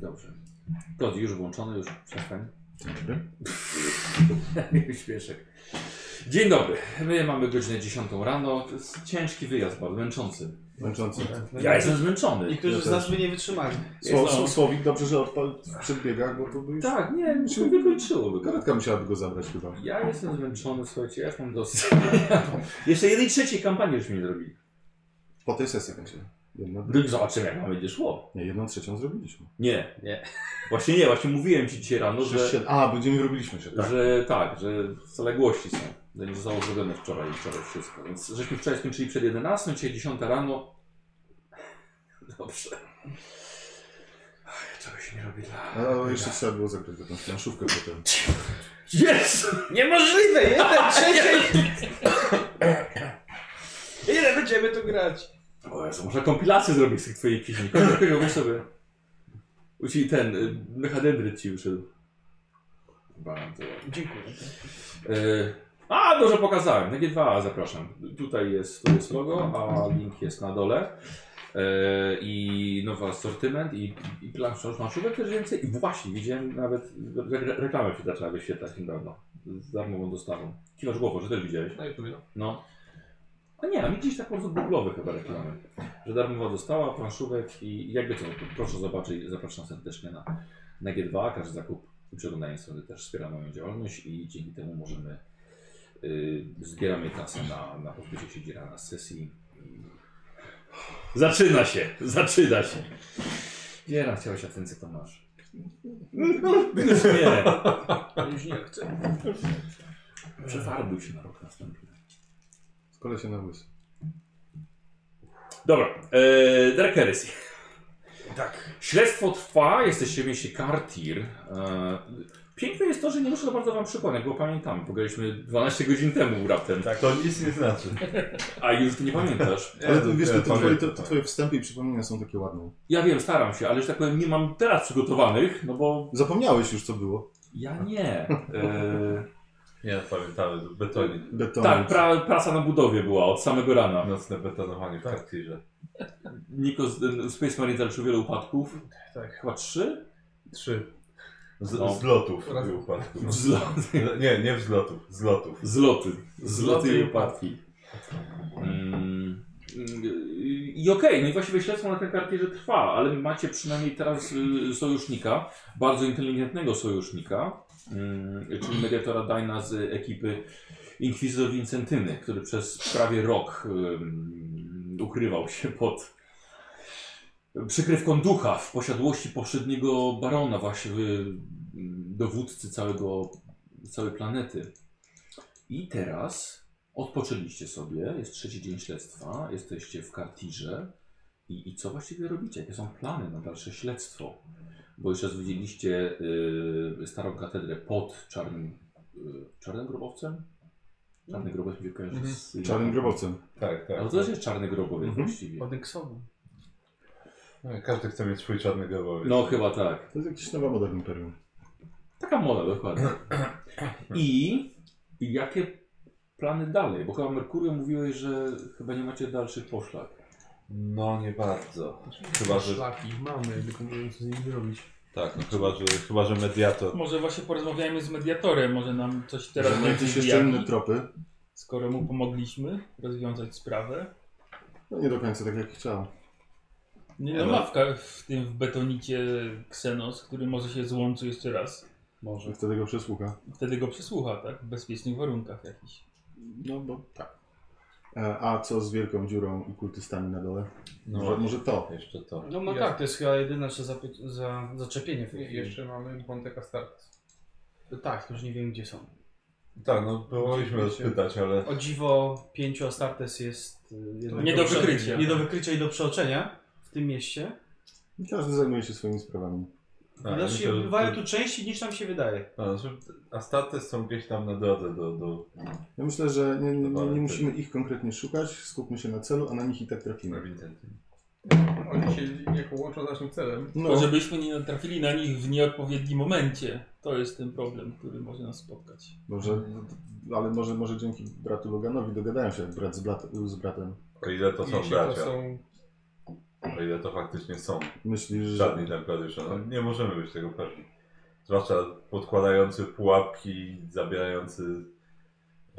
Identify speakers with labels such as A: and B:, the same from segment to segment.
A: Dobrze. Kod już włączony, już przestań. Śmieszek. Dzień dobry. My mamy godzinę 10 rano. To jest ciężki wyjazd, bardzo męczący.
B: Męczący.
A: Ja jestem zmęczony.
C: No Niektórzy
B: Ja
C: z nas by nie wytrzymali.
B: Sło,
A: Jest, no.
B: no. Słowik dobrze, że odpadł w przedbiegach, bo to by już...
A: Tak, nie, już się wykończyłoby.
B: Karetka musiałaby go zabrać chyba.
A: Ja jestem zmęczony, słuchajcie, ja już mam dosyć. Jeszcze jednej trzeciej kampanii już mi nie zrobili.
B: Po tej sesji będzie. Jedna...
A: No i Zobaczymy, jak nam będzie szło.
B: Nie, jedną trzecią zrobiliśmy.
A: Nie, nie. Właśnie nie, właśnie mówiłem ci dzisiaj rano,
B: Przecież
A: że
B: się- A, będziemy robiliśmy się, tak.
A: że tak, że zaległości są. To nie zostało zrobione wczoraj i wczoraj wszystko. Więc żeśmy wczoraj skończyli przed 11, dzisiaj 10 rano. Dobrze. Ach, Czegoś nie robi dla...
B: Ale jeszcze trzeba było zagrać do tą planszówkę potem.
A: Jest!
C: Niemożliwe! Jeden trzeci! Ile będziemy tu grać?
A: O Jezu, można kompilację zrobić z tych twoich piśni. Kogo wiesz sobie? U ci ten, y, mechadendryt ci wyszedł. Baran to...
C: Dziękuję.
A: Y, A, dobrze pokazałem. Na G2 zapraszam. Tutaj jest, tu jest logo, a link jest na dole. Y, I nowy asortyment, i, i plansza planszówek też więcej. I właśnie, widziałem nawet re re- reklamę się zaczęła wyświetlać niedawno. Z darmową dostawą. Kiwasz głową, że też widziałeś.
D: No i powiem.
A: No. A nie, a mi gdzieś tak po prostu googlowy chyba reklamy. Że darmowa dostała planszówek i jakby co, proszę zobaczyć, zapraszam serdecznie na, na G2. Każdy zakup i przeglądanie strony też wspiera moją działalność i dzięki temu możemy, yy, zbieramy kasę na, na pozbycie się dziela na sesji. Zaczyna się, zaczyna się. Giera, chciałeś atencję, to masz. Nie,
D: Już nie chcę.
A: przefarbuj się na rok następny.
B: Kolej się na łys.
A: Dobra, yy, Drakeris.
D: Tak.
A: Śledztwo trwa, jesteście w mieście Kartir. E, Piękne jest to, że nie muszę za bardzo wam przypomnieć, bo pamiętam. Pograliśmy 12 godzin temu raptem,
E: Tak, to nic nie znaczy.
A: a już ty nie pamiętasz.
B: Ale to, wiesz,
A: e,
E: ja
B: to, to, twoje, to,
E: pamiętam.
B: to twoje wstępy i przypomnienia są takie ładne.
A: Ja wiem, staram się, ale że tak powiem, nie mam teraz przygotowanych, no bo
B: Zapomniałeś już, co było.
A: ja nie. E,
E: Nie, pamiętamy, betonie.
B: Beton.
A: tak, pra, praca na budowie była od samego
D: Tak.
A: rana.
E: Nocne betonowanie w traktirze.
A: Niko z ten Space Marine zaliczył wiele upadków.
D: Tak.
A: Chyba trzy?
E: Trzy. Z,
A: No.
E: Zlotów
D: Raz.
E: i upadków.
A: Wzloty.
E: Nie, nie wzlotów, zlotów.
A: Zloty. Zloty i
E: i
A: upadki. Mm, y, I okej, no i właściwie śledztwo na tej karcie, że trwa, ale macie przynajmniej teraz y, sojusznika, bardzo inteligentnego sojusznika, y, czyli mediatora Dajna z ekipy Inkwizytor Wincentyny, który przez prawie rok y, ukrywał się pod przykrywką ducha w posiadłości poprzedniego barona, właśnie y, dowódcy całego, całej planety. I teraz odpoczęliście sobie, jest trzeci dzień śledztwa, jesteście w kartirze. I, I co właściwie robicie? Jakie są plany na dalsze śledztwo? Bo jeszcze zwiedziliście y, starą katedrę pod czarnym, y, czarnym grobowcem? Czarny grobowiec mi się kojarzy
D: Mhm.
A: z...
B: Czarnym grobowcem.
E: Tak, tak.
A: Ale to też jest czarny grobowiec
B: Mhm.
A: właściwie.
C: Odeksową.
E: No, Każdy chce mieć swój czarny grobowiec.
A: No chyba tak.
B: To jest jakaś nowa moda w Imperium.
A: Taka moda dokładnie. I, I jakie plany dalej? Bo chyba Merkurio mówiłeś, że chyba nie macie dalszych poszlak.
E: No nie bardzo. Chyba, że...
D: Szlaki mamy, tylko nie wiem co z nimi zrobić.
E: Tak, no, chyba, że, chyba, że mediator.
F: Może właśnie porozmawiajmy z mediatorem, może nam coś teraz
B: Teraz jakieś
F: będzie
B: jeszcze
F: wyjaśni,
B: inne tropy.
F: skoro mu pomogliśmy rozwiązać sprawę.
B: No nie do końca tak jak chciał.
F: Nie
E: Nie
F: no,
E: no.
F: ławka w tym w betonicie Xenos, który może się złączy jeszcze raz.
B: Może wtedy go przesłucha.
F: Wtedy go przysłucha, tak? W bezpiecznych warunkach jakichś.
B: No bo tak. E, A co z wielką dziurą i kultystami na dole? może,
E: No,
B: może to.
E: jeszcze to.
C: No ma
D: Ja-
C: tak, to jest chyba jedyne nasze zapy- za zaczepienie w tej chwili.
D: Jeszcze mamy Ponte Castartes.
C: No Tak, to już nie wiem gdzie są.
E: Tak, no próbowaliśmy rozpytać, ale...
C: O dziwo, pięciu Astartes jest... y, jednak
F: Nie do wykrycia.
C: Nie do wykrycia i do przeoczenia w tym mieście.
B: Każdy zajmuje się swoimi sprawami.
E: A,
C: Znaczy,
E: myślę, że
C: bywają
E: to-
C: tu częściej niż nam się wydaje.
E: A, że- A staty są gdzieś tam na drodze do... do...
B: Ja myślę, że nie, nie, nie,
E: Dobra,
B: nie
E: tak.
B: musimy ich konkretnie szukać, skupmy się na celu, a na nich i tak trafimy.
D: Oni się jako łączą z naszym celem.
B: No,
F: To żebyśmy nie natrafili na nich w nieodpowiednim momencie. To jest ten problem, który może nas spotkać.
B: może, ale może, może dzięki bratu Loganowi dogadają się jak brat z, brat, z bratem.
E: O ile to są
D: Jeśli
E: bracia?
D: To są
E: O ile to faktycznie są.
B: Myślisz, że...
E: Żadni tam klawisze. No, nie możemy być tego pewni. Zwłaszcza podkładający pułapki, zabierający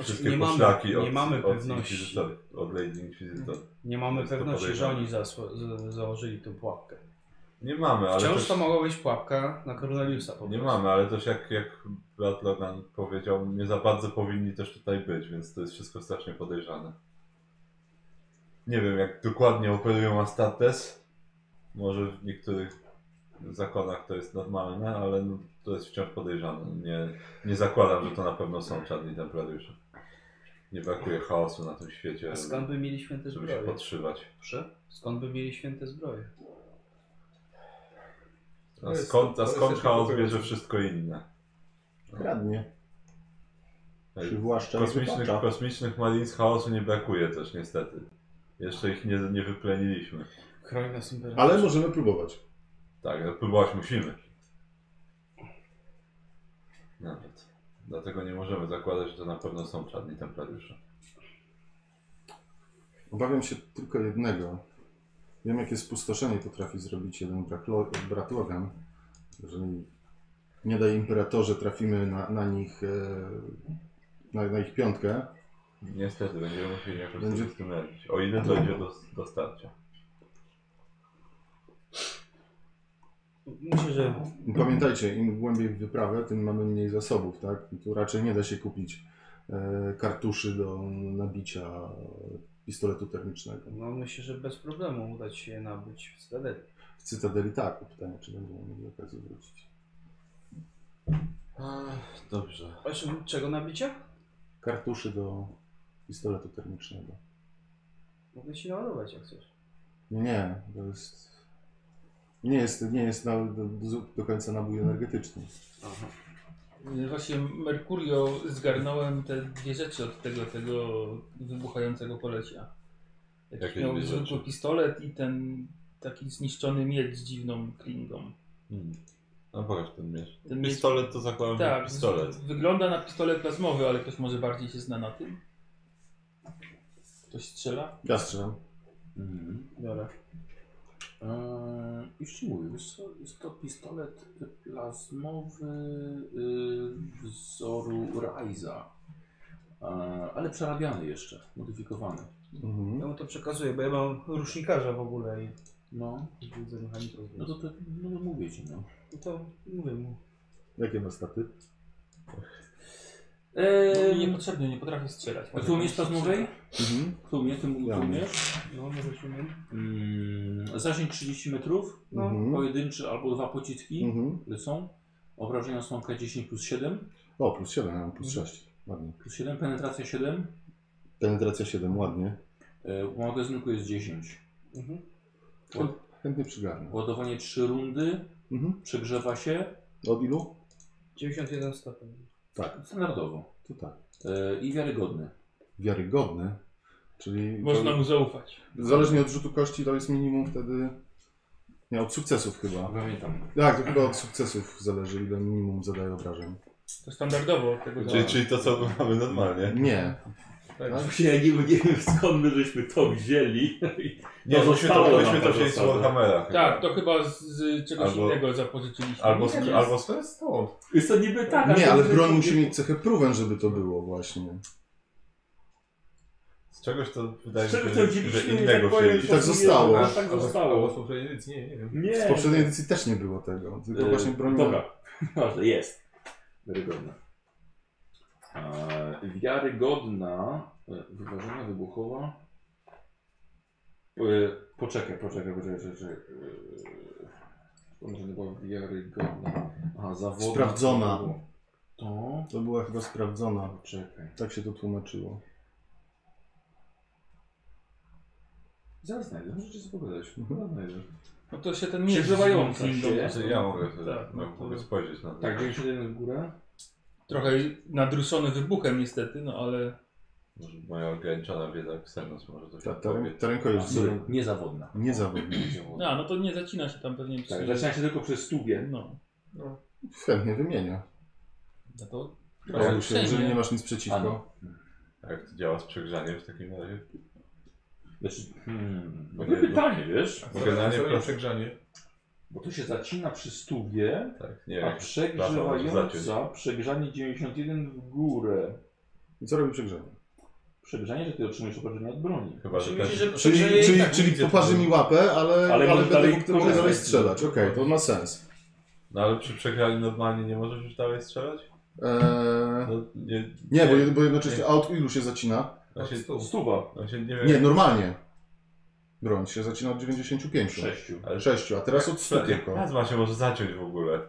E: wszystkie
C: Znaczy, nie mamy-
E: poszlaki
C: nie
E: od,
C: mamy
E: od
C: pewności.
E: Inkwizytor, od Lady Inquisitor.
C: Nie mamy
E: Jest to
C: pewności, że
E: podejrzane.
C: oni zasło- z- założyli tą pułapkę.
E: Nie mamy, ale
C: Wciąż
E: też,
C: to mogła być pułapka na Corneliusa. Po
E: nie
C: prostu.
E: mamy, ale też jak, jak brat Logan powiedział, nie za bardzo powinni też tutaj być, więc to jest wszystko strasznie podejrzane. Nie wiem, jak dokładnie operują Astartes. Może w niektórych zakonach to jest normalne, ale no, to jest wciąż podejrzane. Nie, nie zakładam, że to na pewno są czarni templariusze. Nie brakuje chaosu na tym świecie,
C: A skąd
E: żeby,
C: by mieli święte
E: żeby się
C: zbroje?
E: podszywać.
C: Proszę? Skąd by mieli święte zbroje?
D: To
E: A
D: jest-
E: skąd,
D: to
E: a
D: jest
E: skąd
D: też
E: chaos
D: niepokojące.
E: bierze wszystko inne?
B: Kradnie.
E: Tak.
B: Przywłaszcza i
E: Kosmicznych,
B: wypacza.
E: kosmicznych marin z chaosu nie brakuje też niestety. Jeszcze ich nie, nie wypleniliśmy.
C: Kroj nas imperator.
B: Ale możemy próbować.
E: Tak, no próbować musimy. Nawet. Dlatego nie możemy zakładać, że to na pewno są czarni templariusze.
B: Obawiam się tylko jednego. Wiem, jakie spustoszenie potrafi zrobić jeden brak lo- brat Logan. Jeżeli nie daj imperatorze, trafimy na, na nich, e, na, na ich piątkę.
E: Niestety, będziemy musieli jakoś
B: Będzie-
E: Będzie... z tym radzić. O ile dojdzie do, do starcia.
C: Myślę, że
B: I Pamiętajcie, im głębiej w wyprawę, tym mamy mniej zasobów, tak? I tu raczej nie da się kupić e, kartuszy do nabicia pistoletu termicznego.
C: No myślę, że bez problemu uda ci się nabyć w Cytadeli.
B: W Cytadeli tak, pytanie, czy będziemy mieli okazję wrócić.
E: Ach, dobrze.
C: Właśnie, czego nabicia?
B: Kartuszy do pistoletu termicznego.
C: Mogę ci naładować jak chcesz.
B: Nie, No nie, to jest. Nie jest, nie jest na, do, do, do końca nabój energetyczny.
C: Aha.
F: Właśnie Merkurio zgarnąłem te dwie rzeczy od tego, tego wybuchającego polecia.
E: Jakie
F: Jakiś miał
E: dwie
F: zwykły
E: rzeczy?
F: pistolet i ten taki zniszczony miecz z dziwną klingą.
E: Hmm. No pokaż ten miecz.
F: Ten miecz-
E: Pistolet to zakładam że
F: Tak,
E: pistolet.
F: z- wygląda na pistolet plazmowy, ale ktoś może bardziej się zna na tym. Ktoś strzela?
B: Ja strzelam.
A: Mhm.
C: Dobra.
A: Eee, już ci mówię, wiesz co, jest to pistolet plazmowy y, wzoru Ryza, Eee, ale przerabiany jeszcze, modyfikowany.
C: Ja
B: Mhm.
C: mu to przekazuję, bo ja mam rusznikarza w ogóle i
A: No,
C: widzę mechaników.
A: no to, to no, mówię ci, no.
C: No to mówię mu.
B: Jakie ma staty?
F: No, mi
A: Eee,
F: niepotrzebny, nie potrafię strzelać.
A: a tu umiesz plazmowej?
B: Mhm.
A: Tu mnie, ty
B: Ja
A: tu
B: mam.
A: umiesz?
C: No może się umiem.
A: Mm, zasięg 30 metrów,
C: No.
B: Mhm.
A: pojedynczy albo dwa pociski
B: Mhm.
A: lecą. Obrażenia są K10 plus 7,
B: O, plus 7, ja mam plus
A: Mhm.
B: 6. Ładnie.
A: plus 7, penetracja 7,
B: Penetracja 7, ładnie.
A: e, u magazynku jest 10.
C: Mhm.
B: Chętnie przygarnę.
A: Ładowanie 3 rundy,
B: Mhm.
A: przegrzewa się,
B: Od ilu?
C: 91 stopień.
A: standardowo
B: To tak.
A: e, i wiarygodny.
B: Wiarygodny, czyli.
F: Można
B: to,
F: mu zaufać.
B: Zależnie od rzutu kości, to jest minimum wtedy. Nie, od sukcesów chyba.
A: Pamiętam.
B: Tak, to chyba od sukcesów zależy, ile minimum zadaje obrażeń.
F: To standardowo od tego
E: Czyli,
F: działa.
E: czyli to co mamy normalnie.
B: Nie. Tak?
A: Właśnie ja nie, nie wiem skąd my żeśmy to wzięli.
E: Nie,
B: no,
E: no,
A: To
E: myśmy
A: zostało
E: to,
A: nam
E: myśmy
A: to
E: to wzięli z
A: zostało.
E: Warhammera. chyba.
F: Tak, to chyba z, z czegoś
E: Albo-
F: innego zapożyczyliśmy.
E: Albo,
F: Nie,
E: z,
F: nie.
E: albo z, stąd.
A: Jest to niby tak,
B: Nie, ale
A: to-
B: broń musi mieć cechę proven, żeby to było właśnie.
E: Z czegoś to wydaje
A: Z
E: mi
A: czegoś
E: się,
A: to
E: że
A: wzięliśmy,
E: innego
A: tak powiem,
E: wzięliśmy.
B: I tak zostało.
A: A tak
D: Albo
A: zostało.
D: są nic, nie, nie wiem.
A: Nie.
B: Z poprzedniej edycji też nie było tego, tylko
A: E,
B: właśnie broń...
A: Dobra, ważne, jest. Wiarygodna. E, wiarygodna e, wyważona wybuchowa. E, poczekaj, poczekaj, poczekaj, poczekaj. E, może nie była wiarygodna. A, zawodna.
B: Sprawdzona.
A: To.
B: To była chyba sprawdzona.
A: Poczekaj.
B: Tak się to tłumaczyło.
A: Zaraz znajdę, możecie sobie pogadać.
B: Mhm.
A: Zaraz znajdę.
F: No to się ten miecz
A: Przeżywająca
F: z klingą
A: się.
E: Znaczy, Ja mogę,
F: Tak,
E: no,
F: no to-
E: mogę spojrzeć na to.
A: Tak, 91 w górę.
F: Trochę nadruszony wybuchem niestety, no ale
E: Może moja ograniczona wiedza Xenos może coś
B: Ta,
E: ta,
B: ta,
E: powie.
B: ta rękojeść
A: Sorry,
B: zero-
A: niezawodna.
B: No. niezawodna.
F: a, no to nie zacina się tam pewnie
A: Tak,
F: przy-
A: zaczyna się tylko przez stubie.
F: No,
B: Chętnie wymienia.
F: no to
B: Jakby się,
F: uprzejmie.
B: jeżeli nie masz nic
A: A, no.
B: przeciwko.
E: Jak to działa z przegrzaniem w takim razie?
A: Znaczy, hmm,
B: No,
E: Bo
A: dobre
E: nie, bo-
A: pytanie, wiesz?
E: Mogę na nie
D: nie
E: prosto-
D: przegrzanie.
A: Bo to się zacina przy stówie,
E: Tak, nie
A: a
E: wiem. Plaza może
A: przegrzewająca,
E: zaciąć.
A: przegrzanie 91 w górę.
B: I co robi przegrzanie?
A: Przegrzanie, że ty otrzymujesz obrażenia od broni.
E: Chyba, że tak.
C: Myślę, że
B: Czyli,
C: że-
B: czyli,
C: tak,
B: czyli
E: idzie
B: poparzy
E: to.
B: mi łapę, ale, ale,
A: Ale
B: ale
A: może
B: będę
A: dalej
B: mógł mogę dalej
A: korzystać.
B: strzelać. Okej, to ma sens.
E: No ale przy przegraniu normalnie nie możesz już dalej strzelać?
B: Eee,
E: No, nie,
B: nie, bo, jed- bo jednocześnie
E: Nie.
B: a od ilu się zacina?
E: No się,
D: Stół.
A: Stuwa.
E: no się nie wiem.
B: Nie, normalnie. Broń się zacina od 95.
A: Sześciu.
E: Ale
B: 6, a teraz od 100
E: jak
B: tylko.
E: plazma się może zaciąć w ogóle.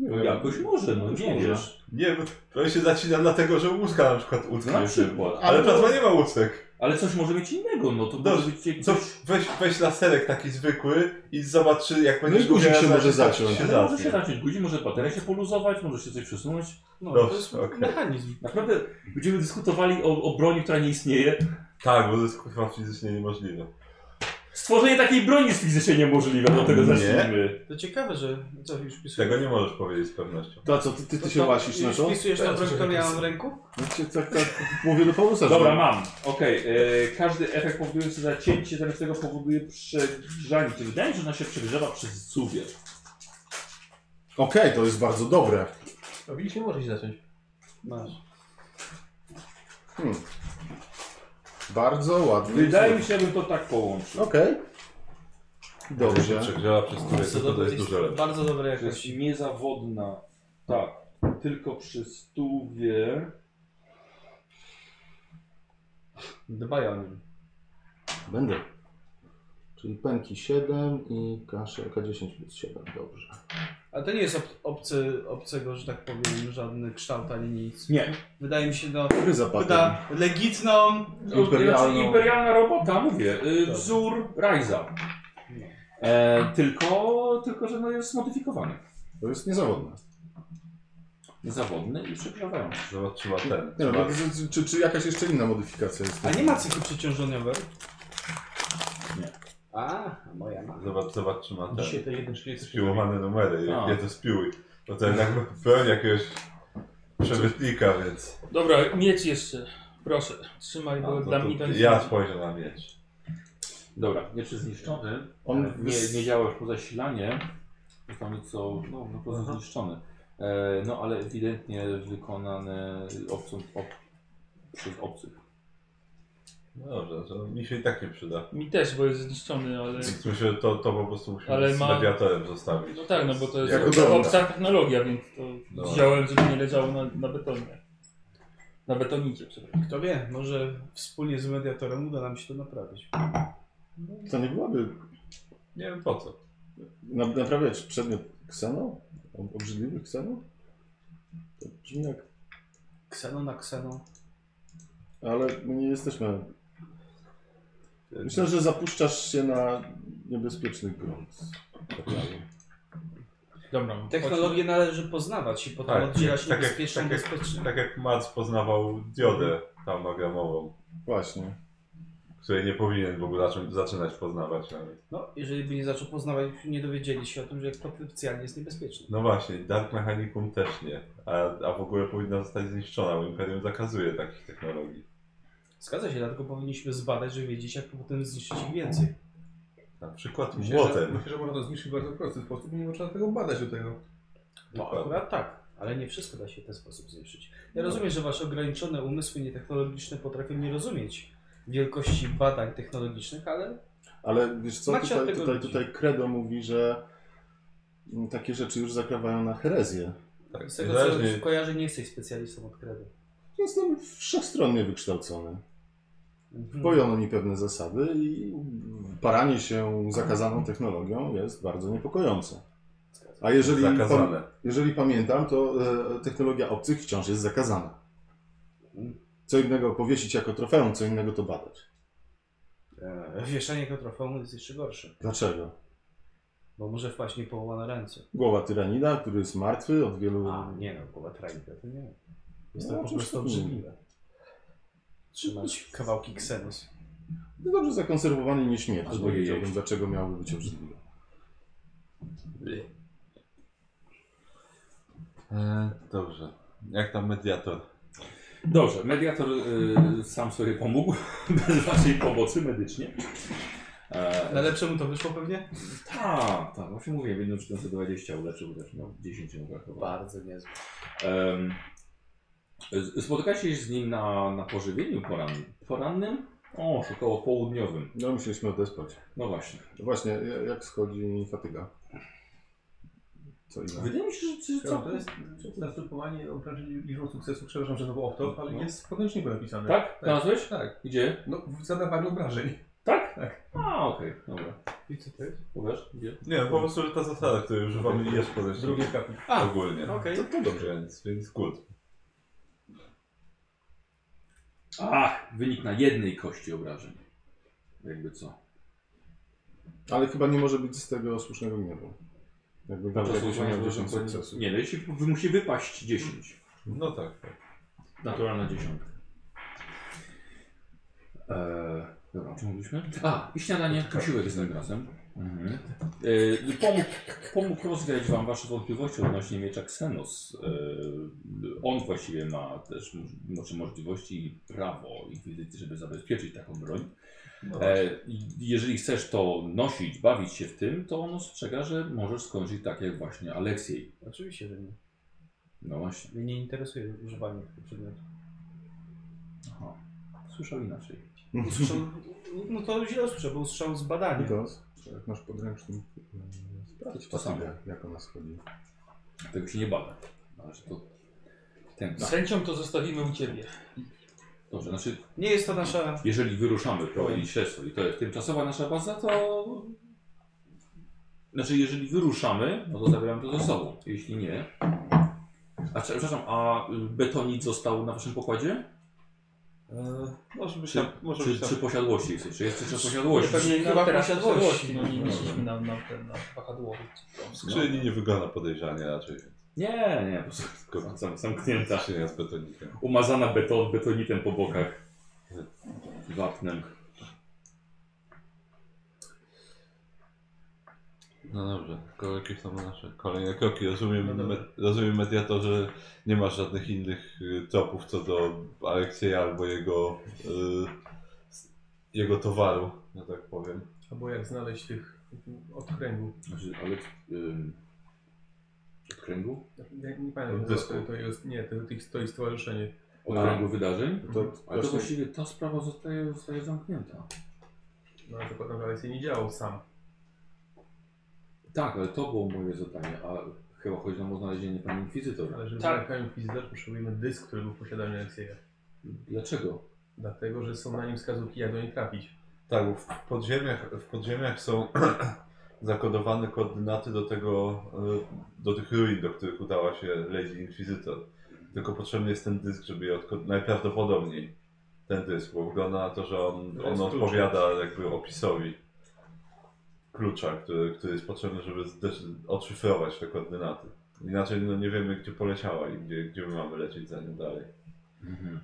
A: No jakoś może, no nie
B: Może.
A: wiesz.
E: Nie, bo to się zacina dlatego, że łódka na przykład utknie.
A: No
B: Znaczy,
A: na przykład.
E: Ale plazma nie ma łódek.
A: Ale coś może mieć innego, no to
E: Dobrze,
A: może być jak-
E: Co, weź, weź laserek taki zwykły i zobacz, czy jak
B: No i
E: będziesz
B: guzik
E: umierać,
B: się może
E: to
B: zaciąć.
E: tak Się
A: Ale może się
E: zacznie.
A: zacząć guzi, może bateria się poluzować, może się coś przesunąć.
C: No,
E: Dobrze,
C: to jest
E: okej.
C: mechanizm.
A: Naprawdę będziemy dyskutowali o, o broni, która nie istnieje.
E: Tak, bo to jest chyba fizycznie niemożliwe.
A: Stworzenie takiej broni jest fizycznie niemożliwe, do tego
E: Nie.
A: zacznijmy.
C: To ciekawe, że no co już wpisujesz.
E: Tego nie możesz powiedzieć z pewnością.
B: To co, ty, ty, ty
C: To-
B: się
C: to-
B: łasisz na
C: już
B: to?
C: Wpisujesz na
D: Teraz
C: broń, którą
D: czekaj,
C: ja mam
D: to-
C: w ręku?
B: No, cię tak, tak mówię do Paulusa, że-
A: Dobra, mam. Okej, e, każdy efekt powodujący zacięcie zamiast tego powoduje przegrzanie. Czyli Wydaje mi się, że ona się przegrzewa przy suwie.
B: Okej, to jest bardzo dobre.
D: No widzisz, nie może się zacząć.
C: Masz.
B: Hmm. Bardzo ładny.
A: Wydaje mi się, bym to tak połączył.
B: Okej.
E: Jak
B: Dobrze.
E: się Przegrzewa przez
C: Bardzo
E: tyle, to, to
C: dobre
E: jest
C: jest-
E: dużo lepsze.
C: Bardzo dobre
A: To jest
C: jakość.
A: niezawodna. Tak. Tylko przy stówie.
D: Dbaj o nim.
B: Będę. Czyli pęki 7 i K6, K10 plus 7. Dobrze.
C: A to nie jest ob obcy, obcego, że tak powiem, żadny kształt ani nic.
A: Nie.
C: Wydaje mi się, no,
B: Który zapadł?
C: wyda legitną.
B: Imperialną.
A: Imperialną. znaczy imperialna robota, mówię. Y, Wzór Rajza. E, tylko, tylko, że no jest zmodyfikowany.
B: To jest niezawodne.
A: Zawodny i przegrzewający.
E: Zobacz, czy ma ten.
B: Nie
E: Czy
B: wiem,
E: ma...
B: czy- czy, czy, czy jakaś jeszcze inna modyfikacja jest?
C: A nie ma cyklu przeciążeniowej?
A: Nie.
C: A, moja ma.
E: Zobacz, zobacz, czy ma ten.
D: Dzisiaj te 1.30.
E: Spiłowane numery,
A: A.
E: jak ja to spiły. Bo to jednak pełni jakiegoś przebytnika, więc.
F: Dobra, mieć jeszcze. Proszę, trzymaj,
E: A,
F: bo
E: to-
F: dla
E: to-
F: mnie to nic
E: ja
F: nie-
E: spojrzę na miecz.
A: Dobra, miecz jest zniszczony.
B: On
A: E, nie,
B: wys-
A: nie działa już po zasilanie. Został nieco, no, no po prostu zniszczony. E, no ale ewidentnie wykonany obcą, ob, przez obcych.
E: No dobrze, to mi się i tak nie przyda.
F: Mi też, bo jest zniszczony, ale...
E: Więc myślę, że to, to po prostu musimy
F: Ale
E: z
F: ma-
E: mediatorem zostawić.
F: No tak, no bo to jest
B: Jako
F: ob-
B: dowód.
F: obca technologia, więc to
E: Dobra.
F: wziąłem, żeby nie leżało na, na betonie. Na betonicie, przepraszam.
C: Kto wie, może wspólnie z mediatorem uda nam się to naprawić.
B: To nie byłaby
E: Nie wiem po co.
B: na- naprawiać przedmiot kseno? Ob- Obrzydliwy kseno? To brzmi jak...
C: Kseno na kseno.
B: Ale my nie jesteśmy... Myślę, że zapuszczasz się na niebezpieczny grunt. Tak dalej.
F: Dobra,
C: Technologię należy poznawać i potem
E: Tak,
C: oddzielać
E: tak jak-
C: niebezpieczną
E: tak jak-
C: bezpieczną.
E: Tak jak Mac poznawał diodę tamnogramową,
B: Właśnie.
E: której nie powinien w ogóle zacząć, zaczynać poznawać nawet.
C: No, jeżeli by nie zaczął poznawać, nie dowiedzieli się o tym, że potencjalnie jest niebezpieczny.
E: No właśnie, Dark Mechanicum też nie. A, a w ogóle powinna zostać zniszczona, bo Imperium zakazuje takich technologii.
C: Zgadza się, dlatego powinniśmy zbadać, żeby wiedzieć, jak potem zniszczyć ich więcej.
E: Na przykład
D: Myślę, że,
E: młotem.
D: myślę, że można to zniszczyć w bardzo prosty sposób i nie trzeba tego badać do tego.
C: No, akurat tak, ale nie wszystko da się w ten sposób zniszczyć.
D: No.
C: Ja rozumiem, że wasze ograniczone umysły nietechnologiczne potrafią nie rozumieć wielkości badań technologicznych, ale
B: Ale wiesz co,
C: Macie od
B: tutaj,
C: tego
B: tutaj,
C: ludzi.
B: tutaj Credo mówi, że mm, takie rzeczy już zakrawają na herezję.
E: Tak,
C: z tego co
E: wyraźnie.
C: kojarzę, nie jesteś specjalistą od kredu.
B: Jestem wszechstronnie wykształcony.
C: Mhm.
B: Pojono mi pewne zasady i paranie się zakazaną technologią jest bardzo niepokojące. A jeżeli, pam,
E: Zakazane.
B: jeżeli pamiętam, to e, technologia obcych wciąż jest zakazana. Co innego powiesić jako trofeum, co innego to badać.
C: E, Wieszanie go trofeum jest jeszcze gorsze,
B: Dlaczego?
C: bo może wpaść mi połowa na ręce.
B: Głowa tyranida, który jest martwy od wielu...
D: Mm.
C: A, nie no, głowa trajka to nie. Jest
B: No,
C: to po
B: oczywiście
C: prostu
B: nie.
C: obrzydliwe. Trzymać kawałki ksenos.
B: No dobrze zakonserwowany nie śmierdzi.
A: Albo
B: Nie
A: jej
B: wiedziałbym,
A: jeść.
B: dlaczego miałoby być obrzydliwe.
E: E, dobrze. Jak tam mediator?
A: Dobrze, mediator y, sam sobie pomógł, bez waszej pomocy medycznie. E,
D: Tak.
C: Na lepsze mu to wyszło pewnie?
A: tak, tak, właśnie mówię, w jednym 420 uleczył, też miał 10 mu brakowało.
C: Bardzo niezłe.
A: Em, z- Spotykacie się z nim na, na pożywieniu porannym. Porannym? O, około południowym.
B: No, musieliśmy odespać.
A: No właśnie.
B: Właśnie, ja- jak schodzi fatyga? Co ile?
A: Wydaje mi się, że, że
D: Co
A: co?
D: Tak. to jest? Zastępowanie obrażeń liczbą sukcesu, przepraszam, że znowu off-top, ale
C: No.
D: jest w podręczniku napisane.
A: Tak? Znalazłeś?
D: Tak.
A: Gdzie?
D: No, w zadawaniu obrażeń.
A: Tak?
D: Tak.
A: A, okej, dobra.
C: I co tak? to jest?
A: Powiesz? Gdzie?
E: Nie, no po prostu że ta zasada, której używamy jest podejście
D: Drugie kapi.
C: A,
E: ogólnie.
C: okej.
E: To, to dobrze, więc, więc good.
A: Ach, wynik na jednej kości obrażeń. Jakby co?
B: Ale chyba nie może być z tego słusznego gniewu. Jakby
A: Prawda,
B: jakby
A: No słusznie,
B: miał
A: że
B: 10
A: powinien-
B: sukcesów.
A: Nie, no jeśli musi wypaść 10.
E: No tak, tak.
A: Naturalna dziesiątka. Eee, dobra, o czym mówiliśmy? A, i śniadanie, posiłek jest tym razem. Mhm. Eee, pomógł, pomógł rozwiać wam wasze wątpliwości odnośnie miecza Xenos. Eee, on właściwie ma też mo- znaczy możliwości i prawo inkwizycji, żeby zabezpieczyć taką broń.
E: No,
A: E, i- jeżeli chcesz to nosić, bawić się w tym, to on ostrzega, że możesz skończyć tak jak właśnie Aleksiej.
C: Oczywiście, że nie.
A: No właśnie.
C: Mnie nie interesuje używanie tego przedmiotu.
A: Aha. Słyszał inaczej.
C: Usłyszał, no to źle usłyszał, bo usłyszał z badania.
B: Nikos, jak masz podręcznik, yy, sprawdź
A: To samo.
B: fatygę, jak ona schodzi.
A: Tego się nie bada. Ale że to ten.
F: Z chęcią to zostawimy u ciebie.
A: Dobrze, znaczy,
C: Nie jest to nasza...
A: jeżeli wyruszamy prowadzić śledztwo i to jest tymczasowa nasza baza, to. Znaczy, jeżeli wyruszamy, no to zabieramy to ze sobą. Jeśli nie. A prze- przepraszam, a y, betonik został na waszym pokładzie?
C: E,
E: może być
A: Czy,
E: tam, może
A: czy,
E: być tak. tam.
A: czy posiadłości chcesz? Czy jest jeszcze posiadłości?
C: pewnie
F: Na
C: chyba
F: teraz
C: posiadłości.
F: posiadłości, No nie myśleliśmy na, na, ten- na wahadłowy.
E: Skrzyni nie wygląda podejrzanie raczej, więc
A: Nie, nie, po prostu zam- zam- zamknięta.
E: skrzynia z betonikiem.
A: Umazana beton, betonitem po bokach. Wapnem.
E: No dobrze, tylko jakie są nasze kolejne kroki? Rozumiem,
C: No dobra.
E: me, rozumiem mediatorze, nie masz żadnych innych y, tropów co do Aleksieja albo jego, y, s- jego towaru, że tak powiem.
D: Albo jak znaleźć tych odkręgu.
A: Znaczy, ale. Ym, od kręgu?
D: Nie, nie pamiętam, to,
E: Dysku.
D: to, to jest, nie, to, to, to jest stowarzyszenie.
A: Od
B: A.
A: kręgu wydarzeń?
B: No. To
A: Ale to
B: właśnie-
A: właściwie ta sprawa zostaje, zostaje zamknięta.
D: No, ale to naprawdę się nie działo sam.
A: Tak, ale to było moje zadanie, a chyba chodzi nam o znalezienie pani inkwizytor.
D: Ale żeby
F: Tak.
D: tak. kamień fizyter potrzebujemy dysk, który był w posiadaniu Aleksieja.
A: Dlaczego?
D: Dlatego, że są na nim wskazówki, jak do niej trafić.
E: Tak, bo w podziemiach, w podziemiach są zakodowane koordynaty do tego, y, do tych ruin, do których udała się Lady Inquisitor. Tylko potrzebny jest ten dysk, żeby je odkod... najprawdopodobniej ten dysk, bo wygląda na to, że on,
D: To
E: on
D: jest klucz.
E: odpowiada jakby opisowi klucza, który, który jest potrzebny, żeby zdecyd... odszyfrować te koordynaty. Inaczej no, nie wiemy, gdzie poleciała i gdzie, gdzie my mamy lecieć za nią dalej.
B: Mhm.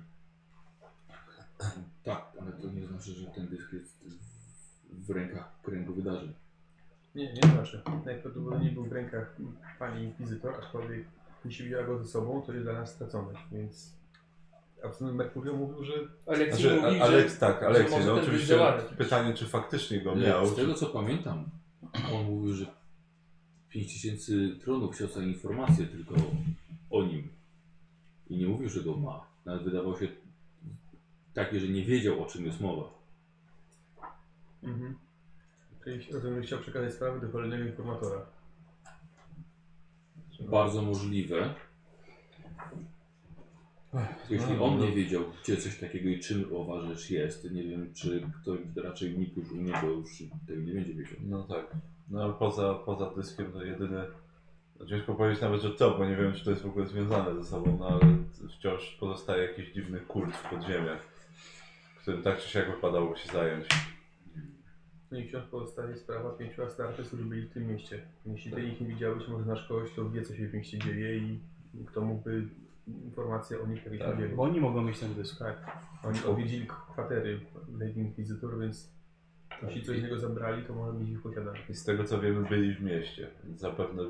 A: Tak, ale to nie znaczy, że ten dysk jest w- w rękach kręgu wydarzeń.
D: Nie, nie znaczy. Najprawdopodobniej był w rękach pani inkwizytor, aczkolwiek jeśli wzięła go ze sobą, to jest dla nas stracony, więc... Absolutny Merkurio mówił, że
F: Aleksiej
E: Znaczy,
F: mówi,
E: a- Aleks,
F: że...
E: tak,
F: że
E: Aleksiej,
F: może
E: no
F: ten dysk
E: oczywiście
F: działać.
E: pytanie, czy faktycznie go
A: Nie,
E: miał,
A: Z
E: czy
A: tego co pamiętam, on mówił, że 5000 tronów siostra informacje tylko o nim. I nie mówił, że go ma. Nawet wydawał się taki, że nie wiedział o czym jest mowa.
D: Mhm. Czyli rozumiem, że chciał przekazać sprawę do kolejnego informatora.
A: Bardzo możliwe. Jeśli
E: no,
A: on
E: no.
A: nie wiedział, gdzie coś takiego i czym owa rzecz jest, nie wiem, czy ktoś raczej nikt już u niego już tego nie będzie wiedział.
E: No tak. No ale poza, poza dyskiem to jedyny. Ciężko powiedzieć nawet, że to, bo nie wiem, czy to jest w ogóle związane ze sobą, no ale wciąż pozostaje jakiś dziwny kult w podziemiach, którym tak czy siak wypadało się zająć.
D: No i wciąż pozostaje sprawa pięciu astartes, którzy byli w tym mieście. Jeśli ty ich nie widziałeś, może znasz kogoś, kto wie, co się w mieście dzieje i kto mógłby informacje o nich jakieś
E: Tak,
D: udzielić.
C: Bo oni mogą mieć ten dysk.
D: Tak, oni odwiedzili kwatery Lady Inquisitor, więc jeśli coś z niego zabrali, to może być ich posiadane.
E: I z tego co wiemy, byli w mieście, więc zapewne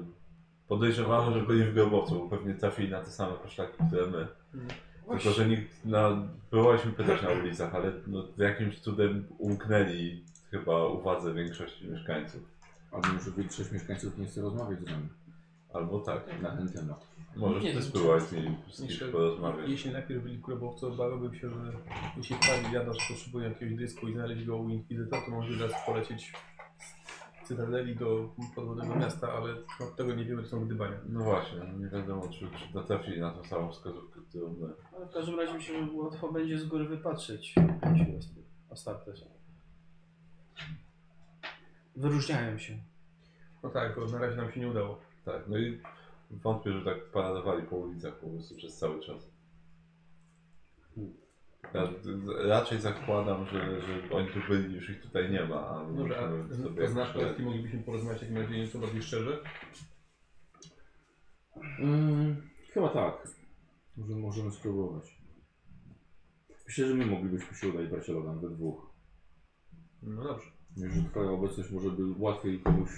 E: podejrzewamy, że byli w grobowcu, bo pewnie trafili na te same poszlaki, które my. Tylko, że nikt na... Próbowaliśmy pytać na ulicach, ale no, jakimś cudem umknęli chyba uwadze większości mieszkańców.
A: Albo może większość mieszkańców nie chce rozmawiać z nami
E: Albo tak.
A: na ten temat.
E: Możesz
F: Nie
E: ty
F: wiem,
E: spróbować z nimi z kimś
D: Jeszcze-
E: porozmawiać.
D: Jeśli najpierw byli grobowcy, obawiałbym się, że jeśli pani wiada, że potrzebuje jakiegoś dysku i znaleźć go u Inkwizytora, to może teraz polecieć z Cytadeli do podwodnego miasta, ale od tego nie wiemy, to są gdybania.
E: No właśnie, no nie wiadomo czy, czy natrafili na tą samą wskazówkę, którą my.
C: Ale w każdym razie myślę, że łatwo będzie z góry wypatrzeć Astartes. Wyróżniają się.
D: No tak, bo na razie nam się nie udało.
E: Tak, no i wątpię, że tak paradowali po ulicach po prostu przez cały czas. Ja, d- raczej zakładam, że, że oni tu byli, już ich tutaj nie ma, a my
D: Dobra,
E: musimy
D: a
E: sobie
D: to znasz,
E: jakoś
D: z kim moglibyśmy porozmawiać w takim razie nieco bardziej szczerze?
A: Mm, chyba tak. Może możemy spróbować. Myślę, że my moglibyśmy się udać brać Logan we dwóch.
D: No dobrze.
A: Myślę, że twoja obecność może by łatwiej komuś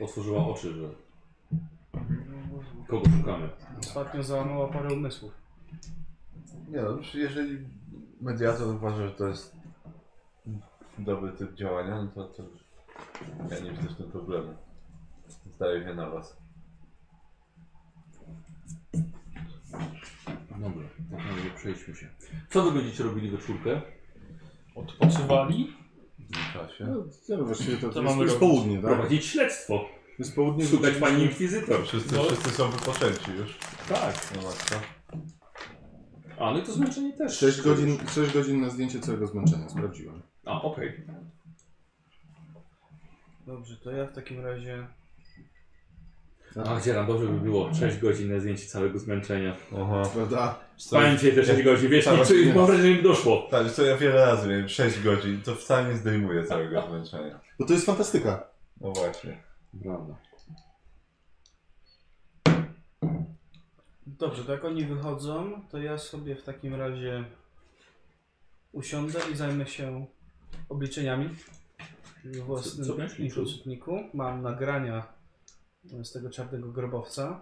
A: otworzyła oczy, że kogo szukamy.
C: Ostatnio załamała parę umysłów.
E: Nie no, czy jeżeli mediator uważa, że to jest dobry typ działania, no to, to ja nie widzę w tym problemu. Zdaję się na was.
A: Dobra, w takim razie przejdźmy się. Co wy będziecie robili we czwórkę?
F: Odpoczywali?
E: W tym czasie.
B: No, nie, no właściwie to,
F: Co
B: to jest,
F: mamy
B: jest
F: robić?
B: południe, tak?
A: Prowadzić śledztwo.
B: To jest południe.
A: Szukać pani
B: wróciliśmy-
A: inkwizytor.
E: Wszyscy,
F: No.
E: wszyscy są wypoczęci już.
A: Tak.
E: No matko.
A: A, no i to zmęczenie też.
B: 6 godzin, 6 godzin na zdjęcie całego zmęczenia, sprawdziłem.
A: A, okej.
C: Dobrze, to ja w takim razie...
A: A, Dzieran, No, dobrze by było 6 godzin na zdjęcie całego zmęczenia.
E: Aha.
B: Prawda?
A: Spałem dzisiaj te 6 godzin, wiesz,
E: Tak,
A: nic,
E: właśnie.
A: mam wrażenie, że mi doszło.
E: Tak, co ja wiele razy miałem 6 godzin, to wcale nie zdejmuje całego zmęczenia.
B: Bo to jest fantastyka.
E: No właśnie.
A: Prawda.
C: Dobrze, to jak oni wychodzą, to ja sobie w takim razie usiądę i zajmę się obliczeniami w
A: co
C: własnym
A: będziesz liczył?
C: liczniku. Mam nagrania z tego czarnego grobowca.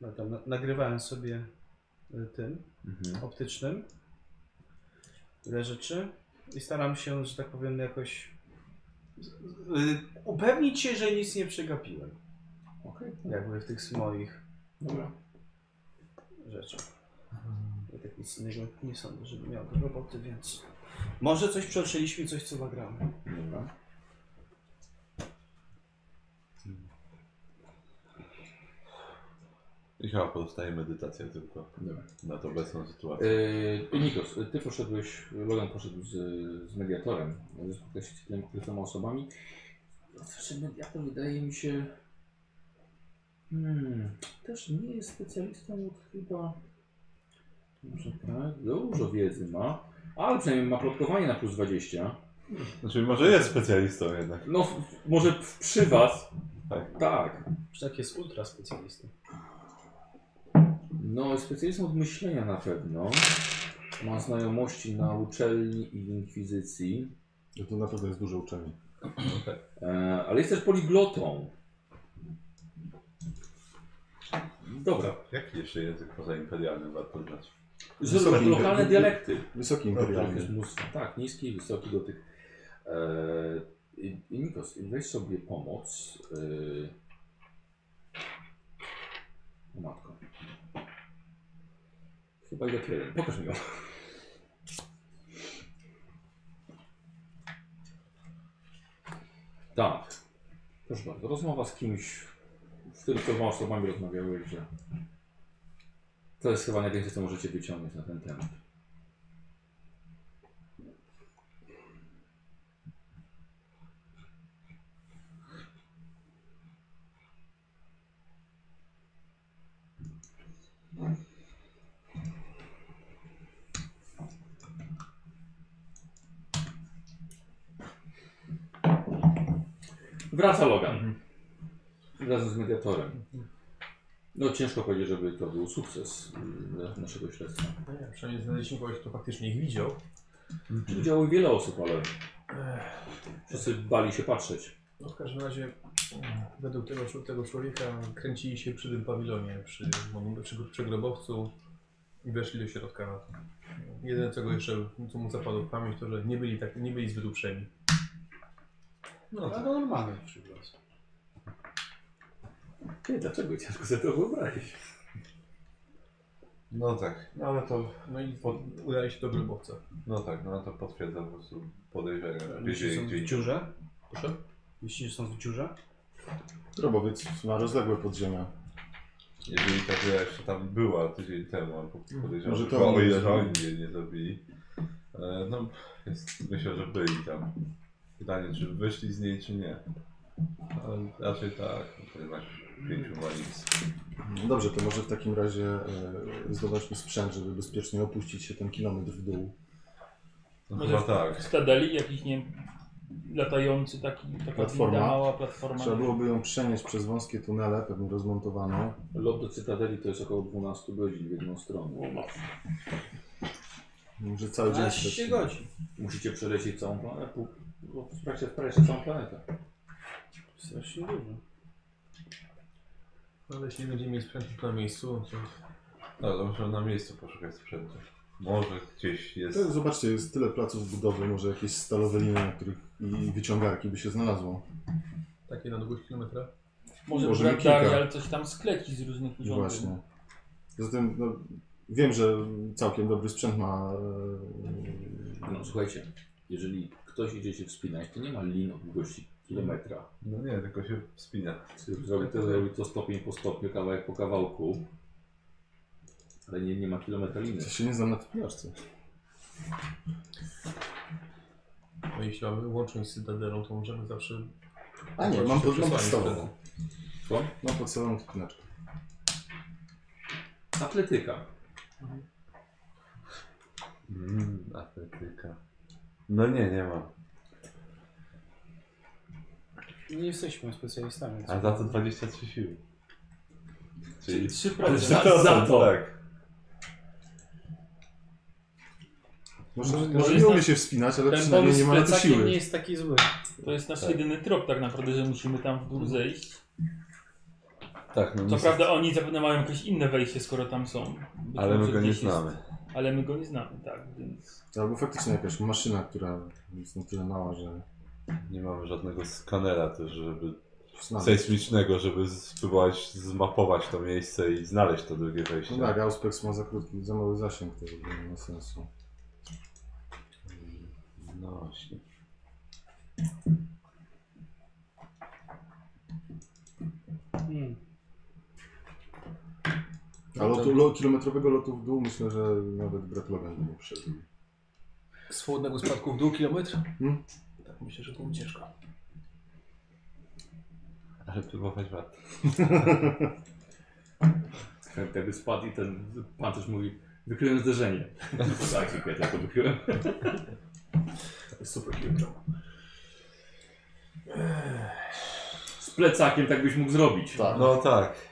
C: No, tam na- nagrywałem sobie y, tym
A: Mhm.
C: optycznym ile rzeczy i staram się, że tak powiem, jakoś z- z- y, upewnić się, że nic nie przegapiłem
A: Okej,
C: jakby w tych moich
A: dobra.
C: rzeczy. Ja tak nic innego nie sądzę, żeby miał do roboty, więc... Może coś przeoczyliśmy, coś co nagramy.
A: Dobra.
E: I chyba pozostaje medytacja tylko
A: Dobra.
E: na tą obecną sytuację.
A: Yy, Nikos, ty poszedłeś, Logan poszedł z, z mediatorem, żeby spotkać się z tymi kilkoma osobami. Zawsze mediator wydaje mi się... Hmm, też nie jest specjalistą od chyba... Może tak, dużo wiedzy ma, ale przynajmniej ma plotkowanie na plus 20.
E: Znaczy może jest specjalistą jednak.
A: No, w, może w, przy was.
E: Tak.
A: Tak.
C: Przecież jest ultra specjalistą.
A: No, specjalistą od myślenia na pewno. Ma znajomości na uczelni i w inkwizycji.
B: Że to na pewno jest duże uczenie.
A: E, ale jest też poliglotą. Dobra.
E: Jaki jeszcze język poza imperialnym warto znać?
A: Zrób
B: Wysoki
A: lokalne
B: imperialny.
A: dialekty.
B: Wysoki
A: Tak, jest
B: imperialny.
A: mnóstwo. Tak, niski i wysoki dotyk. E, i- i Nikos, weź sobie pomoc. E, o matko. Chyba idę jeden. Pokaż mi ją. Tak. Proszę bardzo, rozmowa z kimś, z tym, co osobami rozmawiałeś, że to jest chyba najwięcej, co możecie wyciągnąć na ten temat. Wraca Logan.
E: Mhm.
A: Razem z mediatorem. No ciężko powiedzieć, żeby to był sukces y, naszego śledztwa.
D: No nie, przynajmniej znaleźliśmy kogoś, kto faktycznie ich widział.
A: Mhm. Udziało wiele osób, ale wszyscy bali się patrzeć.
D: No w każdym razie mm, według tego, tego człowieka kręcili się przy tym pawilonie, przy, monu- przy, przy grobowcu i weszli do środka. Jedyne czego jeszcze, co mu zapadło w pamięć, to że nie byli, tak, nie byli zbyt uprzejmi.
C: No
B: tak.
C: to normalny przykład.
A: Okej, dlaczego ciężko sobie to wyobrazić?
E: No tak, no ale to,
D: No i pod, udali się do grobowca.
E: no tak, no to potwierdza po prostu podejrzenia. że
C: Myślisz, że są
E: Wiedzieli,
C: w
E: gdzie
C: dziurze? Proszę? Myślisz, że są w dziurze?
B: Grobowiec ma rozległe podziemia.
E: Jeżeli ta gra jeszcze tam była tydzień temu, albo
F: Mhm.
E: podejrzewam,
B: Może
E: że
B: to
E: to o
B: oni
E: ile że
B: zrobili.
E: oni jej nie zrobili. E, No, jest, myślę, że byli tam. Pytanie, czy wyszli z niej, czy nie. Ale raczej tak, no to jednak pięciu walizów.
B: No dobrze, to może w takim razie e, zdobądźmy sprzęt, żeby bezpiecznie opuścić się ten kilometr w dół.
E: No
F: Może
E: chyba tak.
F: Skadali jakiś, nie wiem, latający taki, taka
B: Platforma.
F: winda, mała platforma.
B: Trzeba byłoby ją przenieść przez wąskie tunele, pewnie rozmontowane.
A: Lot do Cytadeli to jest około 12 godzin w jedną stronę.
B: Może cały dzień
C: się
B: straci.
C: godzin.
A: Musicie przelecieć całą planetę. pół- no, W trakcie prawie że całą planetę.
C: Strasznie dużo.
D: Ale jeśli nie będziemy mieli sprzętu na miejscu, to
E: No to muszę na miejscu poszukać sprzętu. Może gdzieś
B: To,
E: jest.
B: zobaczcie, jest tyle placów budowy, może jakieś stalowe linie, na których i wyciągarki by się znalazło.
D: takie na długość kilometra.
B: Może
F: Może, Może
B: nie kilka.
F: ale coś tam skleci z różnych urządzeń.
B: Właśnie. Zatem no, wiem, że całkiem dobry sprzęt ma. e,
A: No słuchajcie, jeżeli ktoś idzie się wspinać, to nie ma lin o długości kilometra.
E: No nie, tylko się wspina.
A: Zrobi to, zrobi to stopień po stopniu, kawałek po kawałku. Ale nie, nie ma kilometra
B: E,
A: liny.
B: ja się nie znam na typiarce.
D: No jeśli mamy łączność z Cytadelą, to możemy zawsze...
B: A nie, mam, pod, mam podstawową.
A: Co?
B: Mam podstawową typinaczkę.
A: Atletyka.
E: Mmm, atletyka. No nie, nie ma.
C: Nie jesteśmy specjalistami.
E: A za to 23 siły. Czyli
F: Trzy
A: Ale
F: procent.
A: za, za to.
E: Tak.
B: Może,
C: Może to
B: może
F: jest
B: nie umie
F: nasz-
B: się wspinać, ale
F: ten
B: przynajmniej
F: pomysł
B: nie
F: z
B: ma na to
F: plecakiem
B: siły.
C: Nie jest taki zły.
F: To jest nasz
E: Tak. Mhm.
F: jedyny trop tak naprawdę, że musimy tam w dół zejść.
E: Tak, no
F: Co
E: niestety-
F: prawda oni zapewne mają jakieś inne wejście, skoro tam są. Być
E: Ale my
F: może
E: go nie
F: gdzieś jest-
E: znamy.
F: Ale my go nie znamy, tak, więc...
B: Albo faktycznie jakaś maszyna, która jest na tyle mała, że.
E: Nie mamy żadnego skanera też, żeby
B: Znam.
E: sejsmicznego, żeby spróbować zmapować to miejsce i znaleźć to drugie wejście.
B: No tak, Auspex ma za krótki, za mały zasięg, to w ogóle nie ma sensu.
E: No właśnie.
C: Hmm.
B: A lotu, lo, kilometrowego lotu w dół myślę, że nawet Brett Logan by nie przeżył.
D: Z chłodnego spadku w dół kilometr?
B: Hmm?
D: Tak, myślę, że to będzie ciężko.
E: Ale próbować warto.
A: Jakby spadł i ten pan też mówi, wykryłem zderzenie. tak, dziękuję, tak to wykryłem.
D: Super kilometr.
A: Z plecakiem tak byś mógł zrobić.
B: Tak.
E: No tak.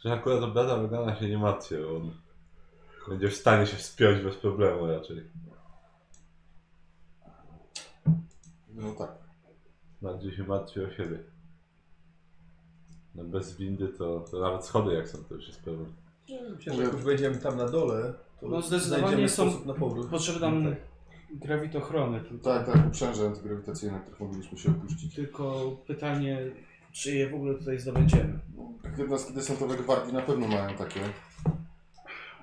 E: Że akurat o Brada Wegana się nie martwię, bo on będzie w stanie się wspiąć bez problemu raczej.
B: No tak.
E: Bardziej się martwię o siebie. No bez windy to, to nawet schody jak są to już jest problem.
D: Myślę, że jak już wejdziemy tam na dole, to
C: No zdecydowanie
D: znajdziemy
C: są-
D: sposób na powrót. Tak.
C: Potrzebny nam grawitochrony.
B: Tak, tak, uprzęże antygrawitacyjne, których mogliśmy się opuścić.
C: Tylko pytanie, czy je w ogóle tutaj zdobędziemy.
B: No, Jednostki desantowego gwardii na pewno mają takie.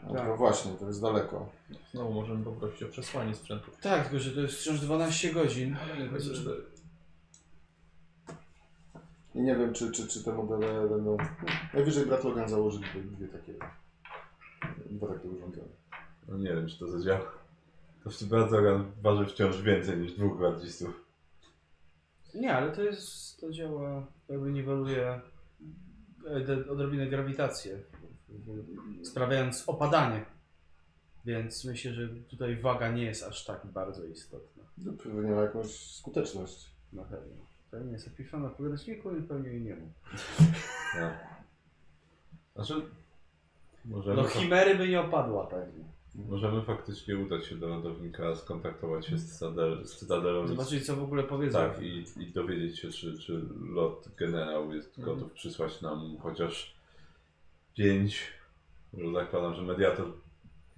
B: No
C: Tak.
B: to właśnie, to jest daleko.
D: Znowu możemy poprosić o przesłanie sprzętu.
C: Tak, tylko że to jest wciąż 12 godzin.
B: I nie wiem, czy, czy, czy te modele będą... Najwyżej brat Logan założy dwie, dwie takie... Dwa takie urządzenia.
E: No nie wiem, czy to zadziała. To w Brada waży wciąż więcej niż dwóch gwardzistów.
C: Nie, ale to jest, to działa, jakby niweluje e, de- odrobinę grawitację, sprawiając opadanie. Więc myślę, że tutaj waga nie jest aż tak bardzo istotna.
B: No, Pewnie ma jakąś skuteczność.
C: Na pewno. Pewnie jest opisana w podręczniku i pewnie jej nie ma.
E: No. Znaczy... Możemy
A: No
C: No chimery by nie opadła pewnie.
E: Możemy faktycznie udać się do lądownika, skontaktować się z, Cytadel, z Cytadelą
C: Zobaczyć, co w ogóle powiedzą.
E: tak, i, i dowiedzieć się, czy, czy lot generał jest
C: Mhm.
E: gotów przysłać nam chociaż pięć. Bo zakładam, że mediator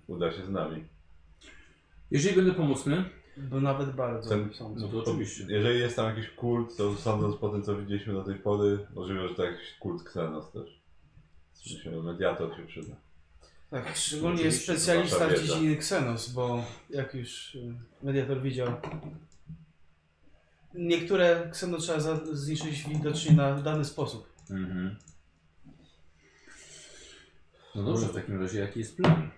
E: uda się z nami.
A: Jeżeli będę pomocny,
C: Bo nawet bardzo
E: Ten-
A: no
C: sądzę.
A: to oczywiście.
E: Jeżeli jest tam jakiś kult, to sądząc po tym, co widzieliśmy do tej pory, możliwe, że to jakiś kult Xenos też. Myślę, że mediator się przyda.
C: Tak, szczególnie jest
E: Oczywiście,
C: specjalista
E: wasza
C: w
E: wiedza.
C: dziedzinie Xenos, bo jak już y, mediator widział, niektóre Xenos trzeba za- zniszczyć widocznie na dany sposób.
A: Mhm. No dobrze, w takim razie jaki jest plan?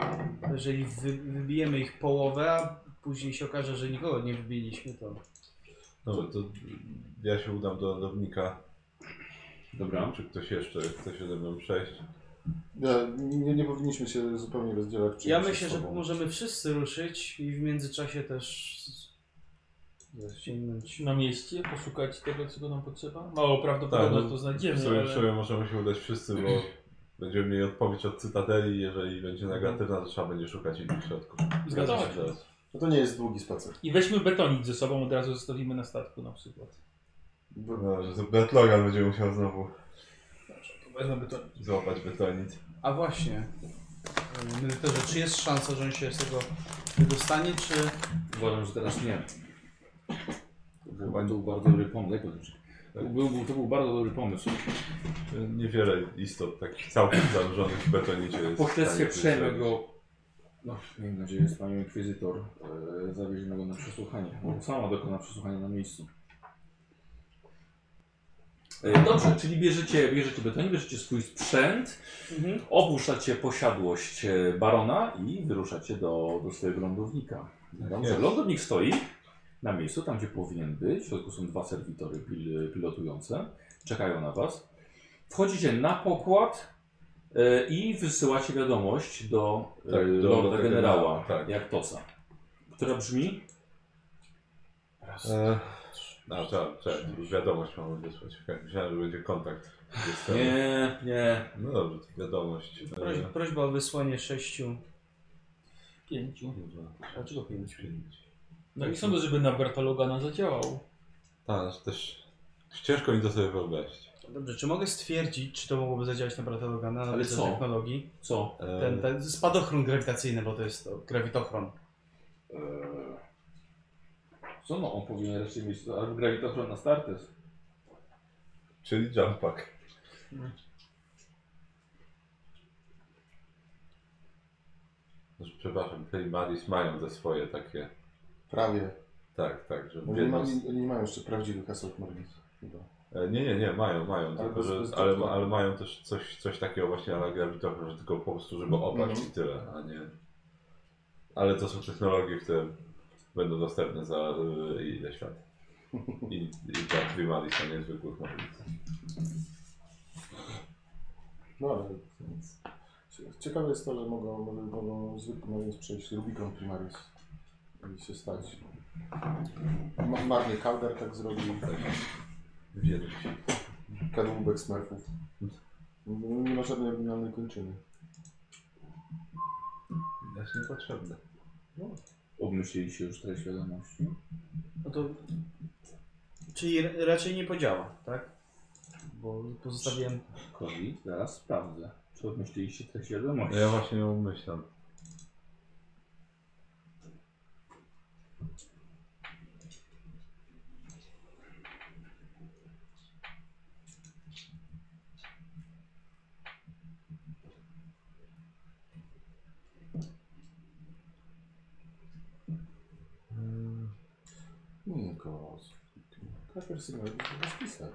C: Jeżeli wy, wybijemy ich połowę, a później się okaże, że nikogo nie wybiliśmy, to
A: No
E: Dobra, to ja się udam do lądownika.
A: Dobra.
E: Czy ktoś jeszcze chce się ze mną przejść?
B: Ja, nie, nie powinniśmy się zupełnie rozdzielać.
C: Ja
B: Przyjdę się
C: myślę,
B: z
C: że
B: tobą.
C: możemy wszyscy ruszyć i w międzyczasie też z- zasięgnąć.
F: Na mieście poszukać tego, czego nam potrzeba? Mało
E: Tak,
F: prawdopodobne,
E: no,
F: że to
E: W
F: znajdziemy,
E: sumie, w
F: ale...
E: sumie możemy się udać wszyscy, bo będziemy mieli odpowiedź od Cytadeli. Jeżeli będzie negatywna, to trzeba będzie szukać innych środków.
F: Zgadzam
E: Ja
F: się.
E: teraz.
B: No to nie jest długi spacer.
F: I weźmy betonik ze sobą, od razu zostawimy na statku na przykład.
B: Bo-
E: No, że to Betlogan będzie musiał znowu
D: To wezmę betonik.
E: złapać betonit.
C: A właśnie, y, Monitorze, czy jest szansa, że on się z tego wydostanie, czy...
A: Uważam, że teraz nie. To był, to był bardzo dobry pomysł. To był, był- to był bardzo dobry pomysł.
E: Niewiele istot takich całkiem zanurzonych w betonicie jest.
A: Po
E: w stanie
A: śledztwie przejmę
E: wytrzymać.
A: go. No, miejmy nadzieję, jest panią inkwizytor. E, zawieziemy go na przesłuchanie. Bo sama dokona przesłuchania na miejscu. E, dobrze, czyli bierzecie, bierzecie beton, bierzecie swój sprzęt,
C: Mhm.
A: opuszczacie posiadłość e, barona i wyruszacie do, do swojego lądownika. Dobrze,
E: jest.
A: lądownik stoi na miejscu, tam gdzie powinien być. W środku są dwa serwitory pil, pilotujące. Czekają na was. Wchodzicie na pokład e, i wysyłacie wiadomość do, e,
E: Tak, do
A: lorda
E: lorda
A: generała
E: generała, tak.
A: Jaktosa, która brzmi
E: E, A, tak, tak, wiadomość mamy wysłać. Okej, Myślałem, że będzie kontakt. z tym.
A: Nie, nie.
E: No dobrze, to wiadomość. E,
C: Proś, prośba o wysłanie sześciu...
F: Pięciu.
E: Dwa,
C: Dlaczego pięciu?
E: pięć.
F: No i sądzę, żeby na Bartologana zadziałał.
E: Tak, znaczy też ciężko mi to sobie wyobrazić.
C: Dobrze, czy mogę stwierdzić, czy to mogłoby zadziałać na brata Logana, na
A: Ale
C: wiedzę
A: co?
C: technologii?
A: Co?
E: E,
C: Ten, ten spadochron grawitacyjny, bo to jest to, grawitochron.
A: E, Co no, on powinien raczej mieć albo grawitochron na startes.
E: Czyli No. jump pack. Znaczy, Przepraszam, Primaris mają te swoje takie.
B: Prawie.
E: Tak, tak, że w
B: No, nie,
E: jedną
B: ma,
E: z-
B: nie, nie mają jeszcze prawdziwych asset margins. Chyba.
E: E, Nie, nie, nie, mają, mają,
B: Ale
E: tylko,
B: bez-
E: że,
B: bez
E: ale,
B: dodatku.
E: ale mają też coś, coś takiego właśnie ale grawitochron, że tylko po prostu, żeby opaść
B: Mhm.
E: i tyle, a nie... Ale to są technologie, które będą dostępne za y, ileś lat. I, i dla Primaris są niezwykłych możliwych.
B: No ale więc. Ciekawe jest to, że mogą, mogą, mogą zwykle mówiąc przejść Rubikon Primaris i się stać. Ma- Marnie Calder tak zrobił,
E: Wielki.
B: kadłubek smurfów. No, Nie ma żadnej oryginalnej kończyny.
E: Widać niepotrzebne.
A: Obmyślili się już treść wiadomości.
C: No to... Czyli ra- raczej nie podziała, tak? Bo pozostawiłem...
A: Kowi, zaraz sprawdzę. Czy obmyśliliście treść wiadomości?
E: No ja właśnie ją myślam.
B: Nie, kos. Kraker sygnał rozpisał.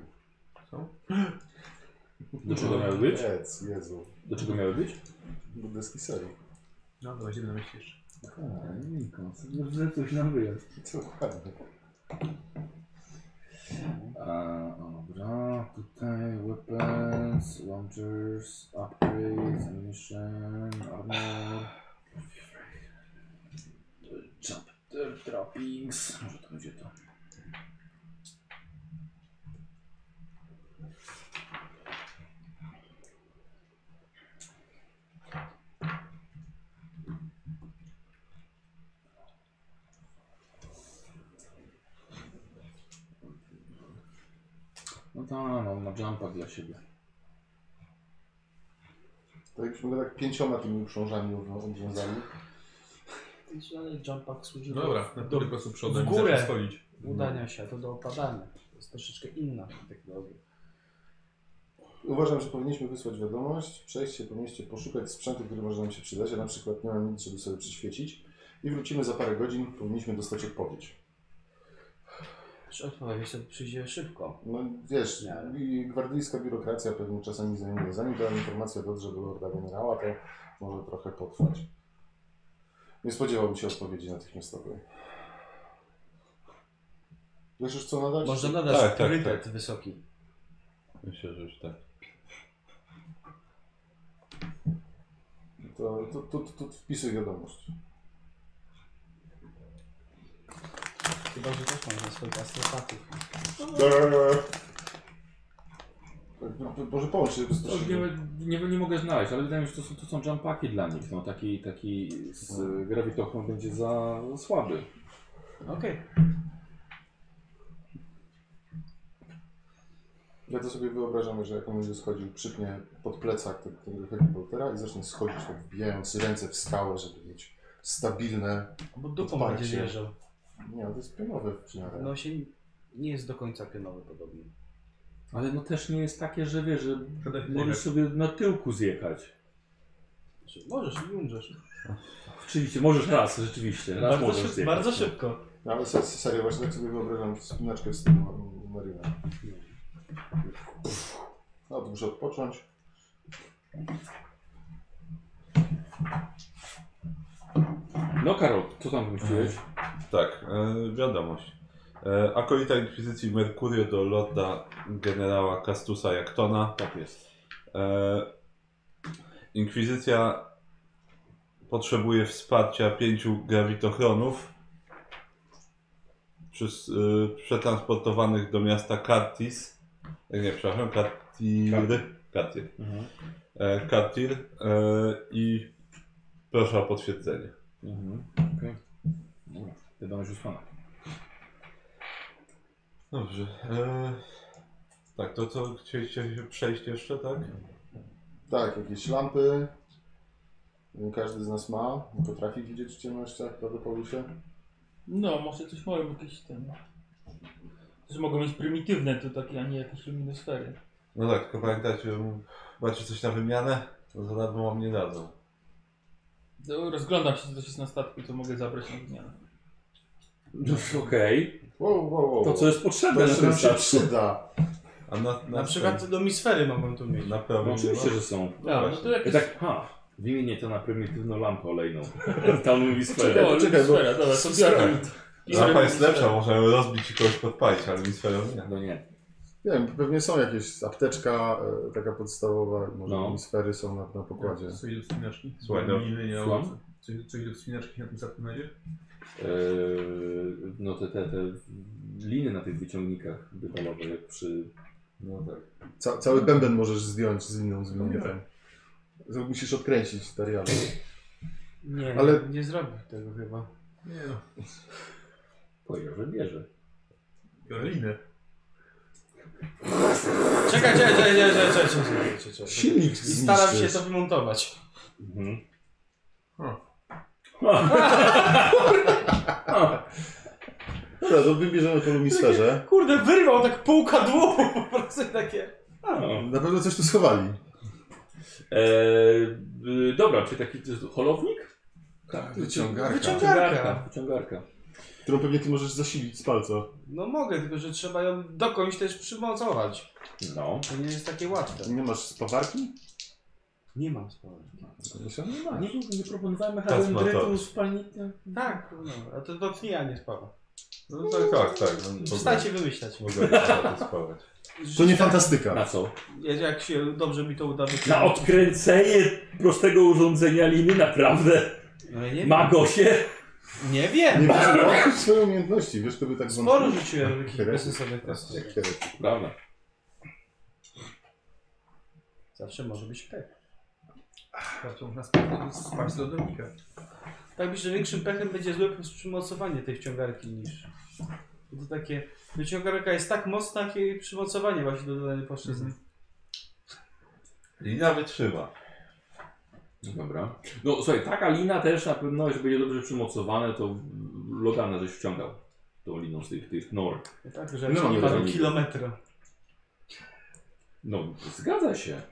A: Do czego No miały być?
B: Jedz, Jezu.
A: Do czego miały być?
B: Do deski serii.
D: No, to będziemy na myśli jeszcze.
A: Zepsuć nam wyjazd.
B: Dokładnie.
A: A, dobra, tutaj weapons, launchers, upgrades, ammunition, armor. Chapter trappings. Może to będzie to. No tak, no, na jumpach dla siebie.
B: Tak jakbyśmy go tak pięcioma tymi uprzążami obwią- obwiązali.
C: Ale jump pack służy
D: No dobra, na
C: do,
D: który
C: do
D: sposób przodem
C: w
D: i
C: górę.
D: zacząć schodzić.
C: udania się, a to do opadania. To jest troszeczkę inna technologia.
B: Uważam, że powinniśmy wysłać wiadomość, przejść się po mieście, poszukać sprzętu, który może nam się przydać, ja na przykład nie mam nic, żeby sobie przyświecić. I wrócimy za parę godzin, powinniśmy dostać odpowiedź.
C: Czy odpowiedź sobie przyjdzie szybko?
B: No wiesz,
C: Nie.
B: i gwardyjska biurokracja pewnie czasami zajmuje. Zanim ta informacja dotrze do lorda generała, to może trochę potrwać. Nie spodziewałbym się odpowiedzi natychmiastowej. Wiesz już co nadać?
C: Można nadać
E: tak, tak,
C: priorytet wysoki.
E: Myślę, że już tak.
B: To, to, to, to, to wpisuj wiadomość.
C: Chyba, że też mam na swoich astropaków.
B: Tak, Może połącz się
A: To już
B: bezpośrednio.
A: nie, nie, nie mogę znaleźć, ale wydaje mi się, że to są, to są jumpaki dla nich. No, taki, taki z y, grawitochron będzie za słaby.
C: Okej.
B: Ja to sobie wyobrażam, że jak on będzie schodził, przypnie pod plecak tego- tego helikoptera i zacznie schodzić, tak wbijając ręce w skałę, żeby mieć stabilne...
C: Bo dupą
B: Odparcie.
C: będzie wjeżdżał.
B: Nie, no to jest pionowe w miarę.
C: No się nie jest do końca pionowy podobnie.
A: Ale no też nie jest takie, że wiesz, że
D: Przede
A: możesz
D: wszystkim.
A: sobie na tyłku zjechać.
C: Znaczy, możesz i umrzesz.
A: Oczywiście, możesz raz, rzeczywiście. Raz
F: Bardzo,
A: możesz
F: szyb,
A: zjechać.
F: bardzo szybko.
B: No, ale se- serio, właśnie tak sobie wyobrażam wspinaczkę w stylu Mar- Marina. No, to muszę odpocząć.
A: No Karol, co tam wymyśliłeś?
E: Tak, e, wiadomość. E, akolita Inkwizycji Mercurio do lorda generała Castusa Jaktona. Tak jest. E, Inkwizycja potrzebuje wsparcia pięciu grawitochronów przez, e, przetransportowanych do miasta Kartis. E, nie, przepraszam, Kartiry. Kartir.
A: Mhm.
E: E, Kartir. E, I proszę o potwierdzenie.
A: Mhm. Okej. Dobra, wiadomość wysłana.
E: Dobrze. E, tak, to co chcieliście się przejść jeszcze, tak?
B: Tak, jakieś lampy. Każdy z nas ma. Potrafi widzieć w ciemnościach, prawda, Paulusie?
F: No, może coś mają jakieś ten. Też mogą mieć prymitywne to takie, a nie jakieś luminosfery.
E: No tak, tylko pamiętajcie, że macie coś na wymianę, to za darmo wam nie dadzą.
F: No, Rozglądam się, co też jest na statku, co mogę zabrać na wymianę.
A: No, Okej.
B: Wow, wow, wow.
A: To co jest potrzebne
B: to
A: na
B: jeszcze
A: tym
B: nam się
A: statku?
B: przyda.
E: A na,
B: No
E: na,
C: Na przykład do misfery mogą tu mieć.
E: Na
A: No,
E: pewno.
A: oczywiście, że są.
F: No, no to
A: Ja
F: jakieś...
A: tak, ha, wymienię to na prymitywną lampę olejną. Tam mówi sferę.
F: O,
B: czekaj, bo-
F: lumisfera, dobra, są piramid.
E: Lampa jest lepsza, można ją rozbić i kogoś podpalić, ale nic swoją nie.
A: No nie.
B: Nie wiem, pewnie są jakieś apteczka e, taka podstawowa, może
A: No.
B: no. sfery są na, na pokładzie.
D: Coś do wspinaczki?
E: Słuchaj, no.
D: Liny, Znaczy, nie
A: Słucham?
D: owoce. Coś, coś do wspinaczki na tym statku znajdziesz?
A: Eee, e, no te, te, te liny na tych wyciągnikach detalowe, jak przy...
E: No tak.
B: Ca cały bęben możesz zdjąć z liną, z
A: No tak.
B: minutą. Musisz odkręcić starialu.
C: Nie,
B: Ale-
C: Ale... nie zrobił tego chyba.
D: Nie no,
A: Powiedział, że bierze.
D: biorę linę.
C: Czekaj, czekaj, czekaj, czekaj, czekaj, czekaj, czekaj, czekaj, czekaj.
B: Silnik
C: I staram się
B: zniszczysz.
C: to wymontować.
A: Mhm.
D: Ha.
B: Dobra, to wybierzemy po lumisferze.
C: Kurde, wyrwał tak pół kadłu po prostu takie.
A: no.
B: Na pewno coś tu schowali.
A: Eee, y, dobra, czy taki to jest holownik?
B: Tak, wyciągarka.
C: Wyciągarka.
A: Wyciągarka.
B: Którą pewnie ty możesz zasilić z palca.
C: No mogę, tylko że trzeba ją dokądś też przymocować.
A: No.
C: To Tak. nie jest takie łatwe.
B: Nie masz spawarki?
C: Nie mam spawarki.
B: Nie
A: A nie, nie proponowałem
E: Tasmator.
A: mechadendrytu spalni...
C: Tak, no, a to do pnia nie spawa.
E: No tak, tak, tak. No,
C: Przestańcie wymyślać.
E: Mogę to spawać.
B: To nie fantastyka.
A: Na co?
C: Ja- Jak się dobrze mi to uda
A: Na
C: wyciągnąć.
A: odkręcenie prostego urządzenia liny, naprawdę.
C: No ja nie
A: Ma go się.
C: wiem. Nie wiem.
B: Nie wiesz, swoje umiejętności, wiesz, to by tak
C: Sporo
B: wątpił.
C: rzuciłem jakichś
B: Krew.
C: bezsensownych testów.
B: Jak kiedyś.
A: Prawda.
C: Zawsze może być pech.
D: Zawsze można spać, spać z lodownika.
C: Tak myślę, że większym pechem będzie złe przymocowanie tej wciągarki niż To takie wyciągarka jest tak mocna, jak jej przymocowanie właśnie do danej płaszczyzny.
E: Lina wytrzyma.
A: Dobra. No słuchaj, taka lina też na pewno, jeżeli będzie dobrze przymocowane, to Logana żeś wciągał tą liną z tych, tych nor.
C: Tak, że
B: No,
C: no, nie
B: ale
C: ma
A: to-
C: kilometra.
A: No, zgadza się.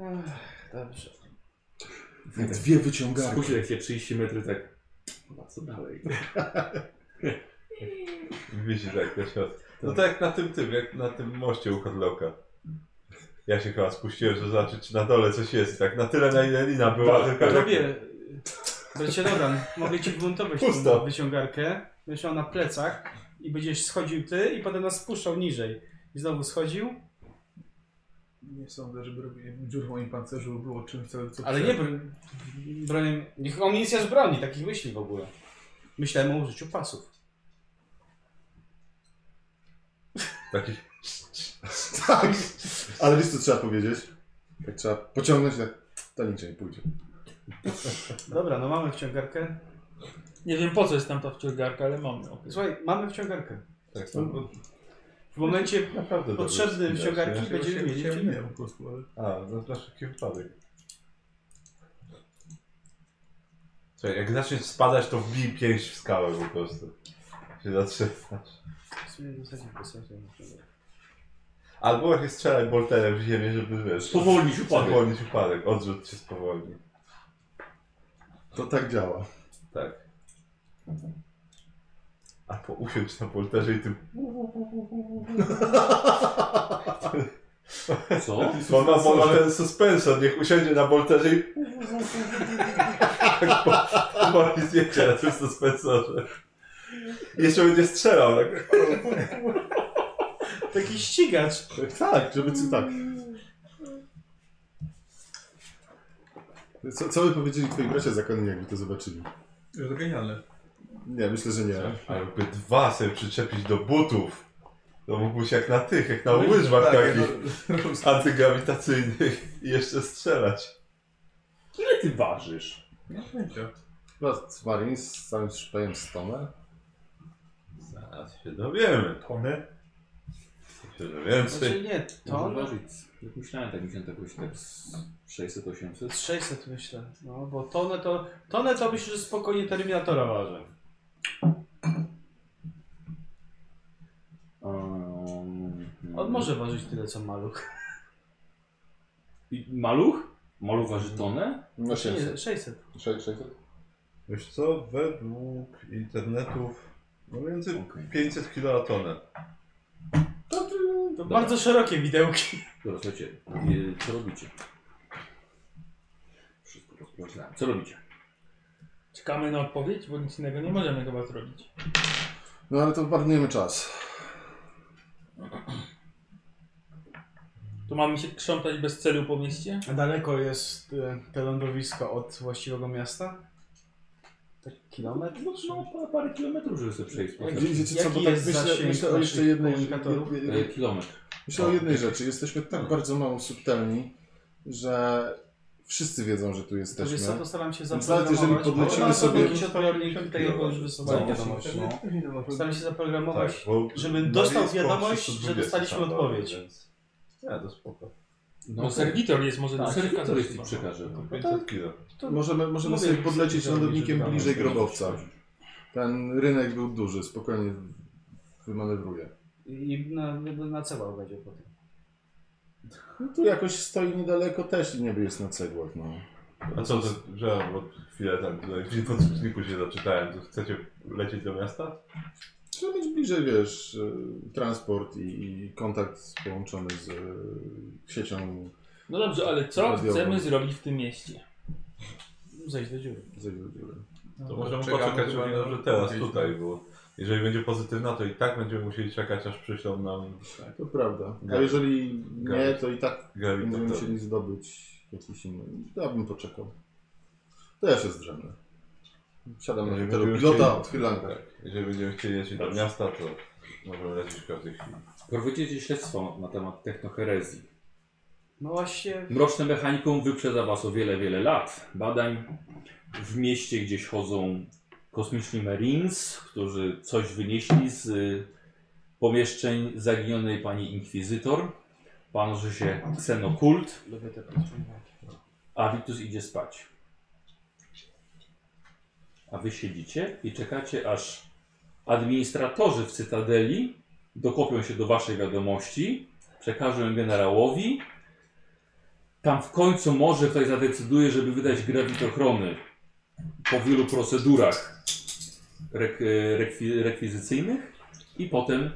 C: Ech, Dobrze.
B: Dwie wyciągarki.
A: Spójrzcie, jak się 30 metry tak... Chyba co dalej?
E: Wisi tak na środku. No tak jak na tym tym, jak na tym moście u Hadlocka. Ja się chyba spuściłem, żeby zobaczyć, czy na dole coś jest. I tak na tyle, na ile lina była,
A: Tak,
E: tylko...
C: Robię. Bracie Logan, mogę ci wmontować
E: Pusto.
C: tą wyciągarkę. Będziesz miał na plecach i będziesz schodził ty i potem nas spuszczał niżej. I znowu schodził,
D: Nie sądzę, żeby robienie dziur w moim pancerzu było czymś, co... co
C: ale nie br bronią. Niech on nie jest aż broni, takich myśli w ogóle. Myślałem o użyciu pasów.
E: Taki
B: Tak. Ale wiesz co trzeba powiedzieć? Jak trzeba pociągnąć, tak, to niczym nie pójdzie.
C: Dobra, no mamy wciągarkę.
F: Nie wiem po co jest tam ta wciągarka, ale mam ją.
C: Słuchaj, mamy wciągarkę.
E: Tak
A: No,
E: samo.
C: W momencie
E: Naprawdę dobrze
C: potrzebnym
E: wspinasz,
C: wciągarki
E: nie?
C: będziemy mieli
D: Chciałem
C: wciągarkę.
D: nie po prostu, ale...
E: A, no na wszelki wypadek. Słuchaj, jak zaczniesz spadać, to wbij pięść w skałę po prostu. Się zatrzymasz.
C: W sumie w no. zasadzie bez sensu mamy wciągarkę.
E: Albo jak strzelaj bolterem w ziemię, żeby wiesz...
A: Spowolnić upadek.
E: Spowolnić upadek, odrzut się spowolni.
B: To tak działa.
E: Tak. Albo usiądź na bolterze i tym...
A: Co?
E: On ma bo ma ten suspensor, niech usiądzie na bolterze i... Tak, bo- bo nic nie chce na tym suspensorze. I Jeszcze będzie strzelał, tak?
C: Taki ścigacz.
B: Tak, żeby ci tak. Co, co by powiedzieli twoi bracia zakonni, jakby to zobaczyli?
D: To genialne.
B: Nie, myślę, że nie.
E: A jakby dwa sobie przyczepić do butów, to mógłbyś jak na tych, jak na łyżwach takich antygrawitacyjnych i jeszcze strzelać.
A: Ile ty ważysz?
B: Chyba No, Marin z całym szpejem stonę.
E: Zaraz się dowiemy.
D: Tony?
E: Myślę, że więcej.
C: Znaczy nie,
A: To
C: to
A: ważyć. Jak myślałem, tak myślałem, tak jakoś tak z 600-800.
C: 600 myślę, no bo tonę to, tonę to myślę, że spokojnie Terminatora waży.
A: Um,
C: On może ważyć tyle co maluch.
A: I Maluch? Maluch waży tonę?
B: No
C: Nie,
B: 600.
C: 600.
B: 600?
E: Wiesz co, według internetów no między
A: Okej.
E: 500 kg na tonę.
C: To, to bardzo szerokie widełki.
A: Dobra, słuchajcie, y, co robicie? Wszystko rozpraszałem. Co robicie?
F: Czekamy na odpowiedź, bo nic innego nie możemy chyba zrobić.
B: No ale to marnujemy czas.
F: To mamy się krzątać bez celu po mieście?
C: A daleko jest e, te lądowisko od właściwego miasta? Tak kilometr?
A: No, no pa- parę kilometrów, żeby sobie przejść.
C: Jak-
A: Jaki,
B: Wie- Wiecie co,
C: jaki
B: bo tak
C: jest
B: myślę,
C: zasięg
B: myślę o jeszcze
C: naszych
B: jednej,
C: komunikatorów?
B: jed-
A: e,
B: jed-
A: kilometr.
B: myślę o jednej rzeczy. Jesteśmy tak bardzo mało subtelni, że wszyscy wiedzą, że tu
C: To wiesz co,
B: jesteśmy.
C: to staram się
B: Nawet
C: zaprogramować.
B: jeżeli podlecimy
C: Ona
B: sobie-
C: jakiś odbiornik
E: Tak,
C: tutaj jego już wysyłałem
A: No,
C: wiadomość.
A: no.
C: Staram się zaprogramować.
E: Tak, bo
C: żeby dostał
E: Maria jest
C: wiadomość,
E: koło
C: że dostaliśmy
E: 320 tam,
C: odpowiedź.
E: no, Więc... Ja, to spoko.
A: No,
F: No,
A: no serwis,
F: serwitor jest może
A: tak, serwis,
F: przekazać
A: który ci
F: chyba.
A: przekaże. no.
E: 500 kg.
B: Możemy, możemy
C: Mówię,
B: sobie
C: że
B: podlecieć
C: chcę zrobić,
B: lądownikiem
C: żeby tam
B: bliżej
C: się
B: grobowca. Ten rynek był duży, spokojnie wymanewruje.
C: I na, na cebał będzie potem.
B: No tu jakoś stoi niedaleko też i niebie jest na cegłach, no.
E: A co, to, że bo chwilę tam tutaj w podręczniku się zaczytałem, to chcecie lecieć do miasta?
B: Trzeba mieć bliżej, wiesz, y, transport i, i kontakt połączony z y, siecią
F: No dobrze, ale co
B: Radiowo.
F: chcemy zrobić w tym mieście? No,
C: Zejść do dziury.
B: zajmowym.
E: To możemy
D: czekamy
E: poczekać
D: chyba
E: równie
D: na
E: dobrze teraz,
D: odpowiedź.
E: tutaj, bo jeżeli będzie pozytywna, to i tak będziemy musieli czekać, aż przyślą nam
B: Tak, To prawda. A
E: Gaz.
B: jeżeli nie,
E: Gaz.
B: to i tak będziemy
E: grawitatory.
B: musieli zdobyć jakiś inny. Ja bym poczekał. To ja się zdrzemnę. Siadam
E: Jeżeli
B: na tego
E: będziemy
B: pilota,
E: chcieli-
B: odchylam go.
E: Tak, jeżeli będziemy chcieli lecieć do
A: Dobrze.
E: miasta, to możemy lecieć w każdej chwili.
A: Prowadzicie śledztwo na temat technoherezji.
C: No właśnie,
A: Mroczne mechanikum wyprzedza was o wiele, wiele lat badań. W mieście gdzieś chodzą kosmiczni Marines, którzy coś wynieśli z y, pomieszczeń zaginionej pani Inkwizytor. Panurzy się Xenokult,
C: Lubię te podsumowania.
A: a Vitus idzie spać. A wy siedzicie i czekacie, aż administratorzy w Cytadeli dokopią się do waszej wiadomości, przekażą ją generałowi. Tam w końcu może ktoś zadecyduje, żeby wydać grawitochrony po wielu procedurach rek, rekwi, rekwizycyjnych i potem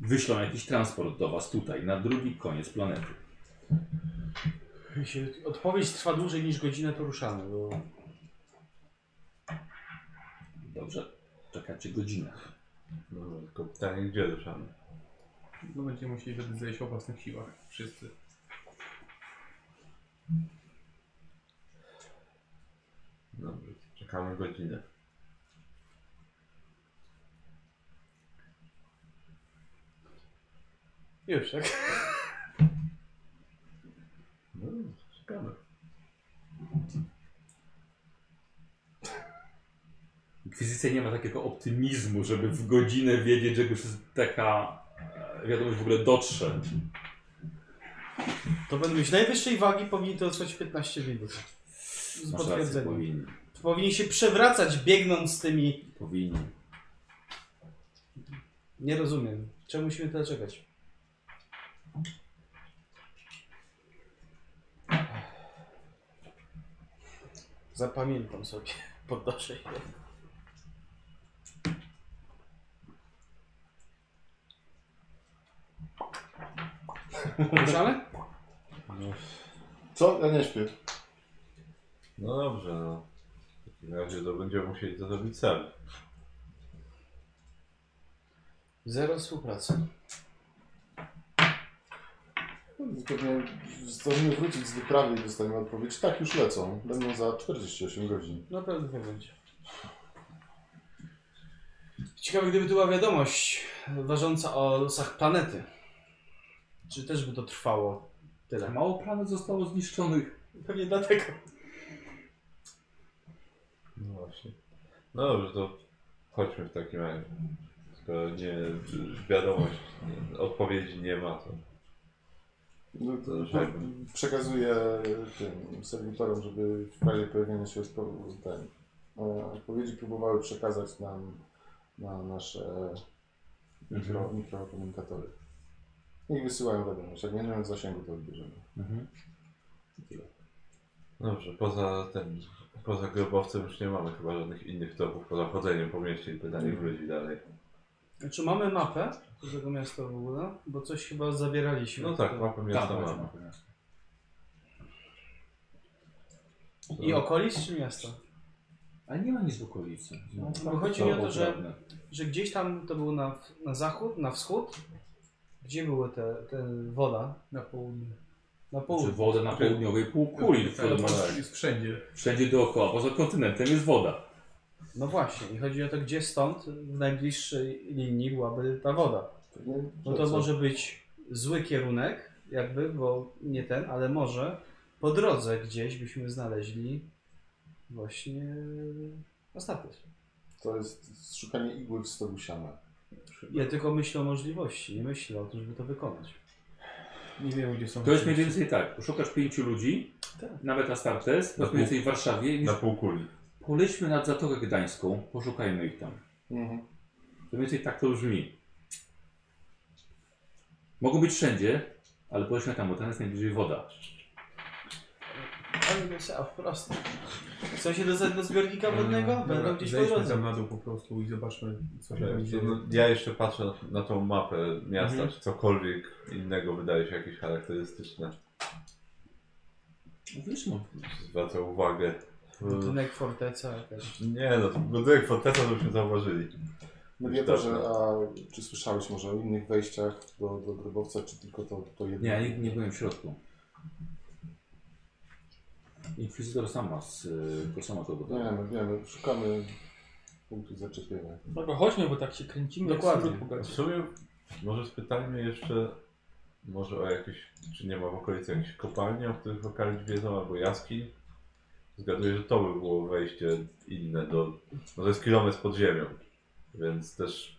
A: wyślą jakiś transport do was tutaj, na drugi koniec planety.
C: Jeśli odpowiedź trwa dłużej niż godzinę, to ruszamy, bo
A: Dobrze, czekacie godzinę.
E: No, tylko pytanie, gdzie ruszamy?
D: No będziemy musieli wtedy zejść o własnych siłach. Wszyscy.
E: Dobrze, czekamy godzinę.
D: Już, tak?
E: No, czekamy.
A: Inkwizycja nie ma takiego optymizmu, żeby w godzinę wiedzieć, że już jest taka e, wiadomość w ogóle dotrze.
C: to będą mieć najwyższej wagi, powinni to trwać 15 minut.
A: Masz
C: Z
A: rację,
C: potwierdzeniem.
A: powinni.
C: Powinni się przewracać biegnąc z tymi...
A: Powinni.
C: Nie rozumiem. Czemu musimy tyle czekać? Zapamiętam sobie. Podnoszę się. Ruszamy?
B: Co? Ja nie śpię.
E: No dobrze, no. W takim razie to będziemy musieli to zrobić sami.
C: Zero współpracy.
B: Pewnie zdążymy wrócić z wyprawy i dostaniemy odpowiedź. Tak, już lecą. Będą za 48 godzin.
C: Na pewno tak będzie. Ciekawe, gdyby to była wiadomość ważąca o losach planety. Czy też by to trwało tyle?
A: Mało planet zostało zniszczonych.
C: Pewnie dlatego.
E: No właśnie. No dobrze, to chodźmy w takim razie. Skoro nie, wiadomość, nie, odpowiedzi nie ma, to
B: No,
E: to
B: to-
E: tak.
B: Przekazuję tym serwitorom, żeby w sprawie pojawienia się odpo- ten, e, odpowiedzi próbowały przekazać nam na nasze mikro, mikrokomunikatory. Niech wysyłają wiadomość. Jak będziemy w zasięgu, to odbierzemy.
C: Mhm.
E: Dobrze, poza tym, poza grobowcem już nie mamy chyba żadnych innych toków, poza chodzeniem po mieście i pytaniem
A: Mhm.
E: ludzi dalej.
C: Czy mamy mapę tego miasta w ogóle? Bo coś chyba zabieraliśmy.
E: No tak, mapę miasta
A: Tak,
E: mamy.
C: I okolic czy miasta?
A: Ale nie ma nic w okolicy. No,
C: Bo chodzi mi o to, że,
A: poprawne.
C: że gdzieś tam to było na, na zachód, na wschód. Gdzie były te, te woda?
D: Na południe.
C: Na
A: Czy
C: południe.
A: Znaczy woda na południowej półkuli,
D: tak,
A: która ma
D: tak, jest wszędzie.
A: wszędzie dookoła, poza kontynentem jest woda.
E: Znaczy-
C: No właśnie, i chodzi o to, gdzie stąd w najbliższej linii byłaby ta woda.
B: Pewnie
C: No to
B: lecą.
C: może być zły kierunek, jakby, bo nie ten, ale może po drodze gdzieś byśmy znaleźli właśnie ostatek.
B: To jest szukanie igły w stogu siana.
C: Ja tylko myślę o możliwości, nie myślę o tym, żeby to wykonać.
D: Nie wiem, gdzie są.
A: To jest mniej więcej tak, szukasz pięciu ludzi,
C: Tak.
A: nawet Astartes, to
E: Na
A: jest mniej więcej w Warszawie. i
E: Na
A: Już
E: półkuli.
A: polećmy nad Zatokę Gdańską, poszukajmy ich tam.
B: Mhm.
A: To mniej więcej tak to brzmi. Mogą być wszędzie, ale polećmy tam, bo tam jest najbliżej woda.
C: Ale myślałem wprost. W sensie do, do zbiornika
E: Mm,
C: wodnego? Będą gdzieś po
D: Zejdźmy tam
C: drodze.
D: na dół po prostu i zobaczmy, co się tam dzieje.
E: No, ja jeszcze patrzę na- na tą mapę miasta,
A: Mhm.
E: czy cokolwiek innego wydaje się jakieś charakterystyczne.
A: No Wiesz, no,
E: Zwraca uwagę.
C: Budynek, forteca jakaś.
E: Nie no, to budynek Fortesa to byśmy zauważyli.
B: No
E: Już
B: wie to,
E: dawno.
B: że a, czy słyszałeś może o innych wejściach do, do grobowca, czy tylko to, to jedno?
A: Nie, ja nigdy nie byłem w środku. Inkwizytor sama, z, y, to sama to
B: Nie
A: gotowa.
B: wiemy, wiemy. Szukamy punktu zaczepienia.
F: Dobra, chodźmy, bo tak się kręcimy. jak
C: Dokładnie.
F: smród po
E: W
F: gacie.
E: sumie może spytajmy jeszcze może o jakieś, czy nie ma w okolicy jakichś kopalni, o których lokali wiedzą, albo jaskiń. Zgaduję, że to by było wejście inne do... No to jest kilometr pod ziemią, więc też...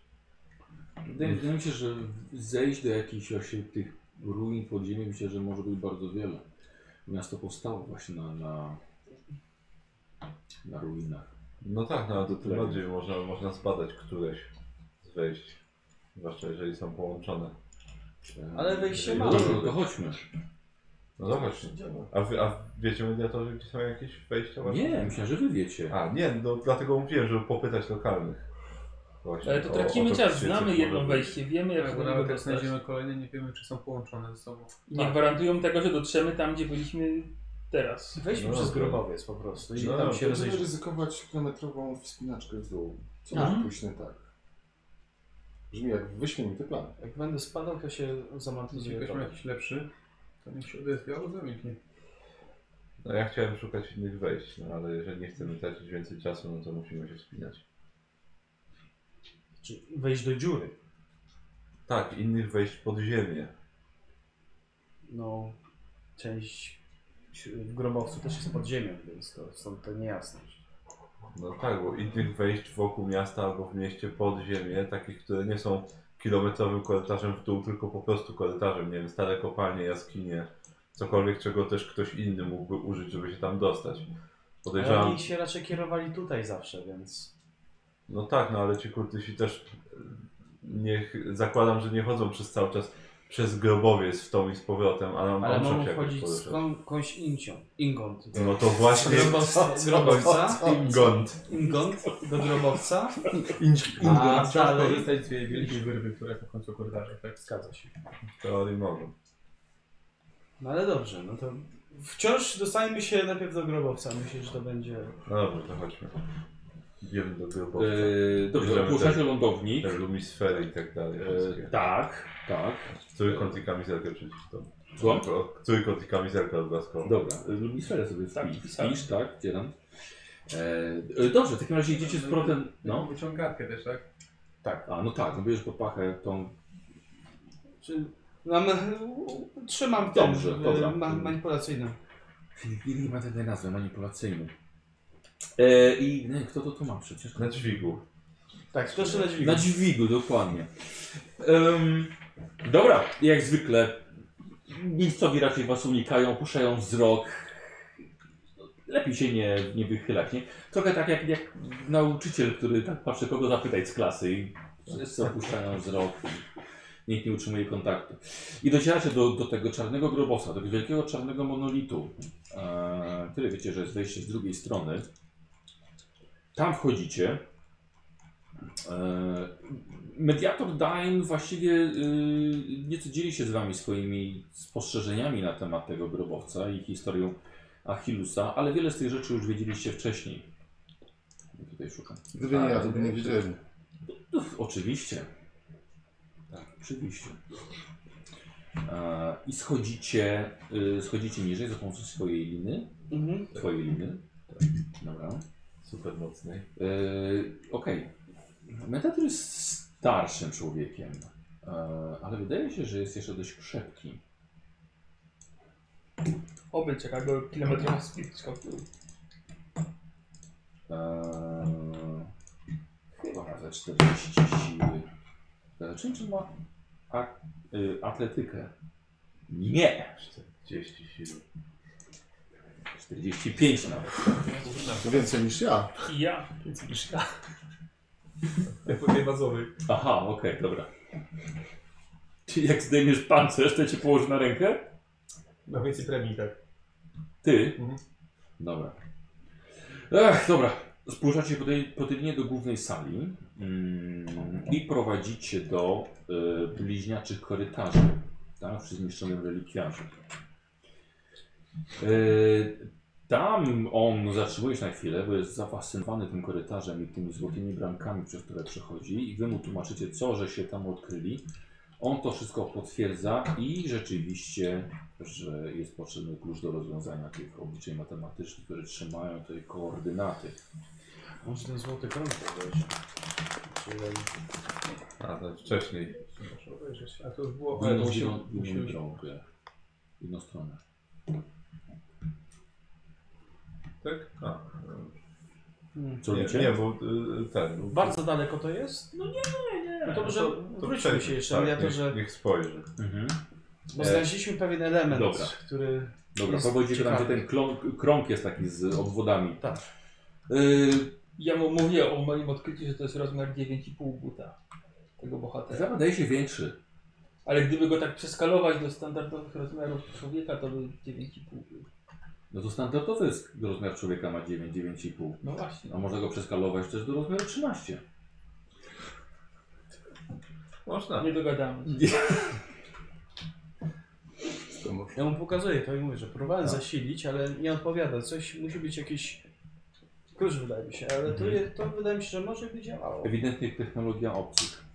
A: Wydaje, wydaje mi się, że zejść do jakichś właśnie tych ruin podziemi myślę, że może być bardzo wiele. Miasto powstało właśnie na, na, na ruinach.
E: No tak, no ale to tym bardziej można, można zbadać któreś z wejść. Zwłaszcza jeżeli są połączone.
C: Ale wejście
A: No
C: ma.
A: dobrze, no to chodźmy.
E: No zobaczcie. A, wy, a wiecie mediatorzy, gdzie są jakieś wejścia? właśnie?
A: Nie, myślę, że wy wiecie. E,
E: A, nie, no dlatego mówiłem, żeby popytać lokalnych. Właśnie
F: Ale to
E: o- o
F: tracimy
E: to,
F: czas,
E: gdzie
F: znamy
E: coś
F: jedno
E: może
F: wejście, wiemy jak
D: Tak, Bo nawet
F: to
D: jak
F: dostać.
D: znajdziemy Tak. kolejne, nie wiemy czy są połączone ze sobą.
F: I nie gwarantują tego, że dotrzemy tam, gdzie byliśmy teraz.
C: Wejdźmy
E: No
C: przez
E: dobra.
C: grobowiec po prostu i
E: No
C: tam
E: dobra,
B: Się
C: się rozejrzymy.
B: ryzykować kilometrową wspinaczkę w dół. Co
C: Aha.
B: może pójść nie tak? Brzmi jak wyśmienity plan.
C: Jak będę spadał, to się
D: Jeśli
C: zamartwię.
D: ktoś ma jakiś lepszy, to niech się odezwie albo zamilknie.
E: być. No ja chciałem szukać innych wejść, no ale jeżeli nie chcemy tracić więcej czasu, no to musimy się wspinać.
C: Czy wejść do dziury.
E: Tak, innych wejść pod ziemię.
C: No, część w grobowcu też jest pod ziemią, więc to stąd ta niejasność.
E: No tak, bo innych wejść wokół miasta albo w mieście pod ziemię, takich, które nie są kilometrowym korytarzem w dół, tylko po prostu korytarzem, nie wiem, stare kopalnie, jaskinie, cokolwiek, czego też ktoś inny mógłby użyć, żeby się tam dostać.
C: Ale
E: Podejrzewam,
C: oni się raczej kierowali tutaj zawsze, więc...
E: No tak, no ale ci kurtysi też e, niech, zakładam, że nie chodzą przez cały czas przez grobowiec w tą i z powrotem, ale on
C: Ale
E: muszą
C: mogą
E: się jakoś
C: wchodzić z
E: poruszać.
C: kąś kąś incią. Ingont.
E: No to właśnie
C: Z grobowca.
E: Ingond.
C: Ingont do grobowca.
D: A,
C: A tak,
D: trzeba
C: dalej...
D: korzystać z tej wielkiej wyrwy, która jest na końcu korytarza, tak?
C: Zgadza się.
E: W teorii mogą.
C: No ale dobrze, no to wciąż dostańmy się najpierw do grobowca. Myślę, że to będzie...
E: No dobrze, to chodźmy. Idziemy do grobowca.
A: Yy, dobrze,
E: Bierzemy
A: opuszczacie
E: ten-
A: lądownik.
E: Te lumisfery i tak dalej.
A: Yy,
E: wszystkie.
A: tak, tak.
E: Trójkąt i kamizelkę przeciw to.
A: Co?
E: Trójkąt i kamizelkę odblaskową.
A: Dobra, lubiferę sobie
F: Tak,
A: wpisz,
F: wpisałem.
A: tak, tak dzielam. E, dobrze, w takim razie idziecie z powrotem,
D: No.
A: no.
D: Wyciągarkę też, tak?
A: A, no tak, no bierzesz pod pachę tą...
C: Czy... Mam... Trzymam ten
A: Dobrze,
C: y,
A: dobra.
C: ma manipulacyjny.
A: Nie ma tej nazwy, manipulacyjną. E, I No nie, kto to tu ma przecież?
E: Na dźwigu.
C: Tak, to jeszcze na dźwigu.
A: Na dźwigu, dokładnie. Em, dobra, jak zwykle miejscowi raczej was unikają, puszają wzrok. Lepiej się nie, nie wychylać, nie? Trochę tak jak, jak nauczyciel, który tak patrzy, kogo zapytać z klasy i wszyscy opuszczają wzrok. I nikt nie utrzymuje kontaktu. I docieracie do, do tego czarnego grobowca, do wielkiego czarnego monolitu. Eee, tyle wiecie, że jest wejście z drugiej strony. Tam wchodzicie. E, Mediator Dain właściwie y, nieco dzieli się z wami swoimi spostrzeżeniami na temat tego grobowca i historią Achillusa, ale wiele z tych rzeczy już wiedzieliście wcześniej. Ja Tutaj szukam.
B: Gdyby nie ja, to by nie wiedzieli.
A: No, oczywiście. Tak, Oczywiście. E, I schodzicie, y, schodzicie niżej za pomocą swojej liny.
C: Mhm.
A: Twojej liny. Tak, Dobra.
E: Super mocnej.
A: Yy, Okej. Metator jest starszym człowiekiem, e, ale wydaje się, że jest jeszcze dość krzepki.
F: Oby czeka go kilometrowa spiczka.
A: E, Chyba ma ze 40 siły. E, Czym czy ma a, y, atletykę? Nie!
E: 40 sił.
A: 45 nawet.
B: To No więcej niż ja.
F: I ja.
D: Jak po tej bazowej.
A: Aha, okej, dobra. Czyli jak zdejmiesz pancerz, to cię położy na rękę?
D: Ma więcej premii, tak?
A: Ty?
D: Mhm.
A: Dobra. Ech, dobra. Spłużacie po tej, po tej linie do głównej sali mm, i prowadzicie do y, bliźniaczych korytarzy, tak, przy zniszczonym relikwiarzu. Y, tam on no zatrzymuje się na chwilę, bo jest zafascynowany tym korytarzem i tymi złotymi bramkami, przez które przechodzi i wy mu tłumaczycie co, że się tam odkryli. On to wszystko potwierdza i rzeczywiście że jest potrzebny klucz do rozwiązania tych obliczeń matematycznych, które trzymają tej koordynaty.
C: Może ten złoty krąg wejść.
E: A, to wcześniej.
D: Muszę obejrzeć. A to już było... Ale
A: Jedną
D: to
A: z
D: musi,
A: jedną
D: musi
A: jedną drogę. Jedną stronę.
E: tak? A,
C: Hmm.
A: Co
E: nie,
A: robicie?
E: nie, bo y, ten.
C: Bardzo daleko to jest? No nie, nie. No to może
E: to
C: wróćmy
E: przejdź-
C: się jeszcze,
E: tak,
C: ja to,
E: niech,
C: że...
E: Niech spojrzy.
A: Mhm.
C: Bo znaleźliśmy pewien element,
A: Dobra.
C: który...
A: Dobra,
C: Jest
A: powodzicie tam, gdzie
C: ciekawy.
A: ten klon- krąg jest taki z obwodami.
C: Tak.
A: Yy,
F: Ja mu mówię o moim odkryciu, że to jest rozmiar 9,5 buta tego bohatera.
A: wydaje się większy.
F: Ale gdyby go tak przeskalować do standardowych rozmiarów człowieka, to by 9,5 był.
A: No to standardowy jest rozmiar człowieka ma 9, 9,5.
F: No właśnie.
A: A można go przeskalować też do rozmiaru 13.
E: Można.
F: no. Nie dogadamy. się.
B: To może.
C: Ja mu pokazuję to i mówię, że próbowałem zasilić, ale nie odpowiada. Coś musi być jakiś klucz, wydaje mi się. Ale to,
A: Mhm.
C: je, to wydaje mi się, że może by działało.
A: Ewidentnie technologia obcych.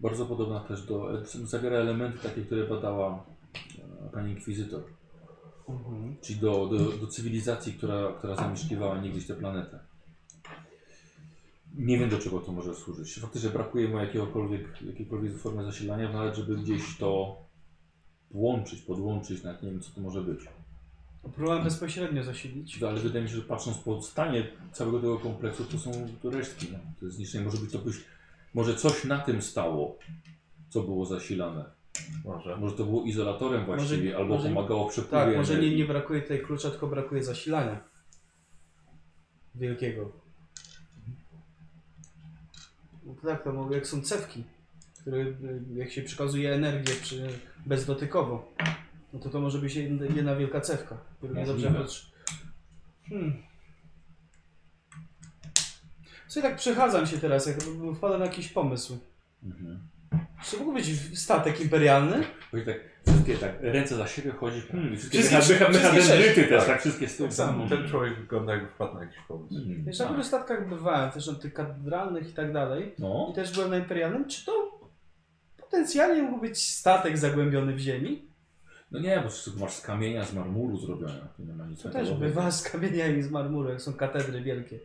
A: Bardzo podobna też do. e, Zawiera elementy takie, które badała e, pani inkwizytor.
C: Mhm.
A: Czyli do, do, do cywilizacji, która, która zamieszkiwała niegdyś tę planetę. Nie wiem do czego to może służyć. Faktycznie brakuje mu jakiegokolwiek, jakiejkolwiek formy zasilania, no ale żeby gdzieś to włączyć, podłączyć, nawet nie wiem co to może być.
C: Próbowałem bezpośrednio zasilić.
A: No, Ale wydaje mi się, że patrząc po stanie całego tego kompleksu, to są resztki. No. To jest zniszczenie. Może być to byś, może coś na tym stało, co było zasilane.
E: Może.
A: Może to było izolatorem właściwie, albo
C: może-
A: pomagało w przepływie.
C: Tak, może nie,
A: energii.
C: nie brakuje tutaj klucza, tylko brakuje zasilania. Wielkiego. No tak, to mogą, jak są cewki, które y, jak się przekazuje energię przy, bezdotykowo, no to to może być jedna, jedna wielka cewka. którą nie dobrze
A: Możliwe.
C: patrzy. Hmm. Słuchaj, tak przechadzam się teraz, jak wpadam na jakiś pomysł.
A: Mhm.
C: Czy mógł być w- statek imperialny?
A: Chodzi tak, wszystkie tak, ręce za siebie chodzi, hmm, i wszystkie
C: Wszystkie-
A: mecha- mecha-
C: wszystkie
A: mechadendryty
C: sześć.
A: też, tak, wszystkie z tym
E: Tak samo. Ten człowiek wygląda jakby wpadł na jakiś pomysł.
A: Mhm.
C: Wiesz, na wielu statkach bywałem, też na tych katedralnych i tak dalej.
A: No,
C: i też byłem na Imperialnym, czy to potencjalnie mógł być statek zagłębiony w ziemi?
A: no nie, bo wszystko masz z kamienia, z marmuru zrobione, tu nie ma nic
C: To
E: Tak,
C: też
A: metalowego.
C: bywa z kamienia i z marmuru, jak są katedry wielkie.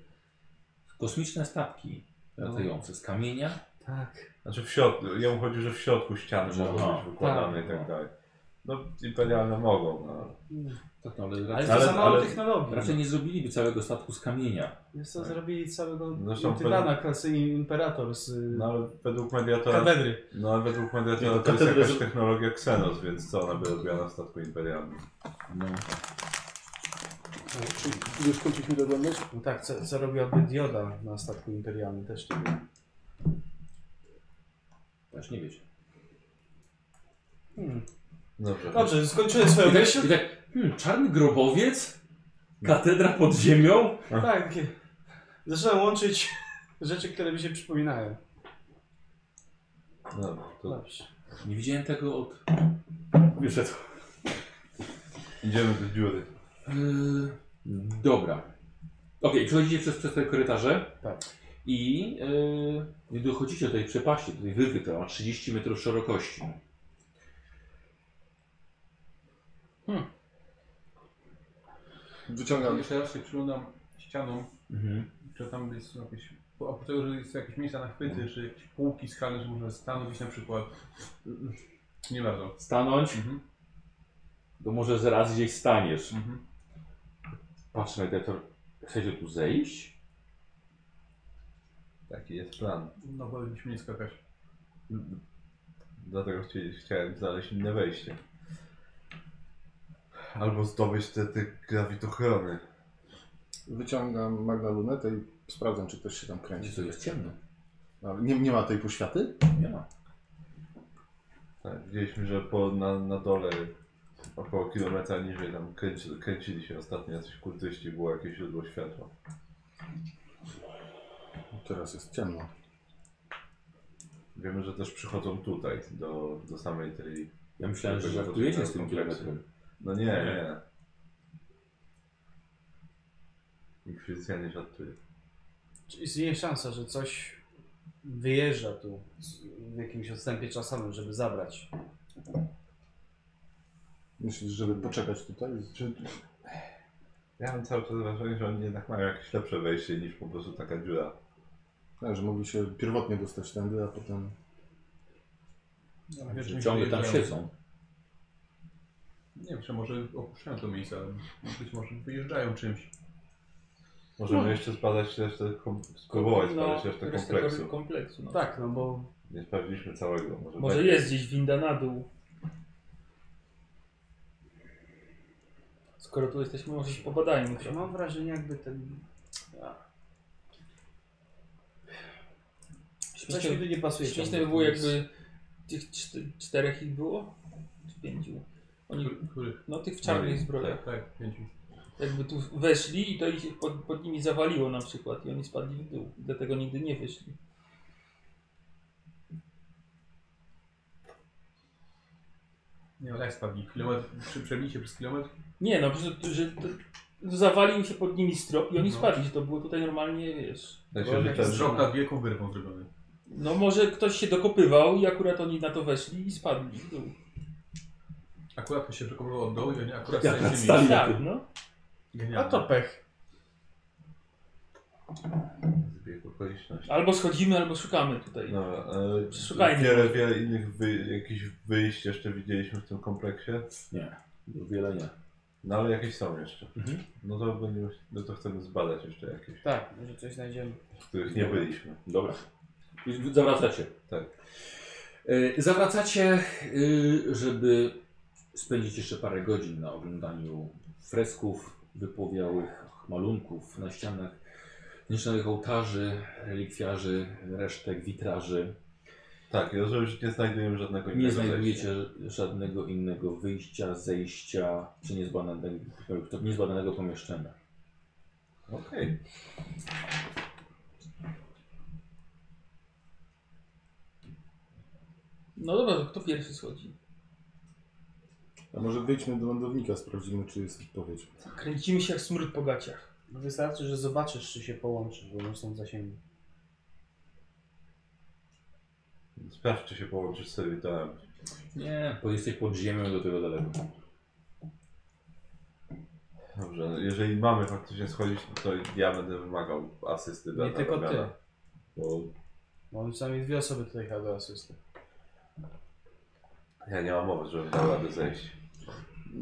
A: Kosmiczne statki latające z kamienia,
C: Tak.
E: Znaczy w środku, jemu chodzi, że w środku ściany
A: Że-
E: mogą
A: aha,
E: być wykładane
A: tak,
E: i tak
A: no.
E: dalej. No imperialne mogą, no.
A: tak, no, ale
C: Ale
A: raczej,
C: to
E: Ale-
C: za mało
E: ale-
C: technologii.
A: raczej nie zrobiliby całego statku z kamienia.
C: Wiesz co, zrobili całego
E: Zresztą
C: Tytana klasy Imperator z y,
E: No ale według mediatora,
C: katedry.
E: no, ale według mediatora
B: Nie, to
E: to jest
B: katedra,
E: jakaś
B: że-
E: technologia Xenos, więc co ona by robiła na statku imperialnym?
A: No.
G: Już skończyliśmy doglądać?
C: No tak, co, co robiłaby dioda na statku imperialnym też nie wiem.
A: Też nie wiecie.
C: Hmm.
E: Dobrze.
C: Dobrze, skończyłem swoją
A: I tak,
C: myśl.
A: i tak hmm, czarny grobowiec? Katedra pod ziemią?
C: Tak, takie. Zaczynam łączyć rzeczy, które mi się przypominają.
E: No, to
C: Dobrze.
A: Nie widziałem tego od... Wyszedł.
E: idziemy do dziury.
A: Yy, dobra. Okej, przechodzicie przez, przez te korytarze.
C: Tak.
A: I yy, dochodzicie do tej przepaści, do tej wyrwy, która ma 30 metrów szerokości.
B: Wyciągam.
D: No, Jeszcze raz się przyglądam ścianą,
A: Mhm.
D: czy tam jest jakieś, oprócz tego, że jest jakieś miejsca na chwyty, czy jakieś półki skalne, że można stanowić na przykład. Nie bardzo.
A: Stanąć,
D: Mhm.
A: to może zaraz gdzieś staniesz.
D: Mhm.
A: Patrz, mediator, chcecie tu zejść?
E: Taki jest plan.
D: No bo byśmy nie skakać.
E: Dlatego chci- chciałem znaleźć inne wejście. Albo zdobyć te, te grawitochrony.
B: Wyciągam Magna lunetę i sprawdzam, czy ktoś się tam
A: Gdzie
B: kręci.
A: to jest ciemno?
B: Ale Nie, nie ma tej poświaty?
A: Nie ma.
E: Tak, widzieliśmy, że po, na, na dole około kilometra niżej tam kręci, kręcili się ostatnio jacyś kultyści, było jakieś źródło światła.
B: Teraz jest ciemno.
E: Wiemy, że też przychodzą tutaj, do, do samej tej...
A: Ja myślałem, że żartujecie z tym kilometrem.
E: No nie, nie. Inkwizycja nie żartuje.
C: Czy istnieje szansa, że coś wyjeżdża tu z- w jakimś odstępie czasowym, żeby zabrać?
B: Myślisz, żeby poczekać tutaj? Czy...
E: Ja mam cały czas wrażenie, że oni jednak mają jakieś lepsze wejście niż po prostu taka dziura.
B: Tak, że mogli się pierwotnie dostać tędy, a potem...
D: No,
A: Że ciągle tam siedzą.
D: Nie wiem, czy może opuszczają to miejsce, ale być może wyjeżdżają czymś.
E: Możemy jeszcze spadać resztę, kom- spróbować spadać No.
F: No,
E: resztę
F: resztę
E: kompleksu.
F: kompleksu no.
C: Tak, no bo
E: Nie sprawdziliśmy całego. Może,
F: Może
E: tak-
F: jest gdzieś winda na dół. Skoro tu jesteśmy, może się pobadajmy
C: ja
F: trochę.
C: mam wrażenie jakby ten... a, Coś mi tu
F: Śmieszne,
C: nie pasuje. ciągle,
F: śmieszne by było
C: więc-
F: jakby tych czty, czterech ich było? Czy pięciu? Oni,
D: Który- Których?
F: no tych w czarnych zbrojach.
D: Tak, tak, pięciu.
F: Jakby tu weszli i to ich pod, pod nimi zawaliło na przykład i oni spadli w dół. Dlatego nigdy nie wyszli.
D: Nie, ale jak spadli? Kilometr, przy przebicie przez kilometr?
F: Nie no, że, że to, zawalił się pod nimi strop i oni
D: No.
F: spadli, że to było tutaj normalnie, wiesz.
E: Tak
D: Bo
E: się, że
D: jak
E: ten,
D: Strzał nad wielką wyrwą zrobiony.
F: No może ktoś się dokopywał i akurat oni na to weszli i spadli w dół.
D: Akurat to się przekopywał od dołu i oni akurat
A: Jak
D: znaleźli
A: nadstali.
D: miejsce.
F: Tak, no.
C: A
D: Genialne.
C: No to pech.
E: zbieg okoliczności.
F: Albo schodzimy, albo szukamy tutaj.
E: No, e,
F: Szukajmy.
E: Wiele, wiele innych wy, jakichś wyjść jeszcze widzieliśmy w tym kompleksie.
A: Wiele nie.
E: No ale jakieś są jeszcze.
A: Mhm.
E: No to, będziemy, no to chcemy zbadać jeszcze jakieś,
C: Tak, może coś znajdziemy.
E: w których nie byliśmy.
A: Dobra. Czyli Zawracacie.
E: Tak.
A: Y, Zawracacie, y, żeby spędzić jeszcze parę godzin na oglądaniu fresków, wypłowiałych malunków na ścianach, zniszczonych ołtarzy, relikwiarzy, resztek, witraży.
E: Tak, ja rozumiem, że nie znajdujemy żadnego innego
A: Nie
E: zejścia.
A: znajdujecie żadnego innego wyjścia, zejścia czy niezbadanego, niezbadanego pomieszczenia.
E: Okej.
F: No dobra, to kto pierwszy schodzi?
B: A może wyjdźmy do lądownika, sprawdzimy, czy jest odpowiedź.
F: Tak, Kręcimy się jak smród po gaciach.
C: No Wystarczy, że zobaczysz, czy się połączysz, bo one są w zasięgu.
E: Sprawdź, czy się połączysz z serwitorem.
A: Nie, bo jesteś pod ziemią do tego daleko.
E: Dobrze, jeżeli mamy faktycznie schodzić, no to ja będę wymagał asysty dla
C: Nie tylko
E: Dragana,
C: ty.
E: Bo
C: Mam sami dwie osoby tutaj do asysty.
E: ja nie mam mowy, żeby dał radę zejść.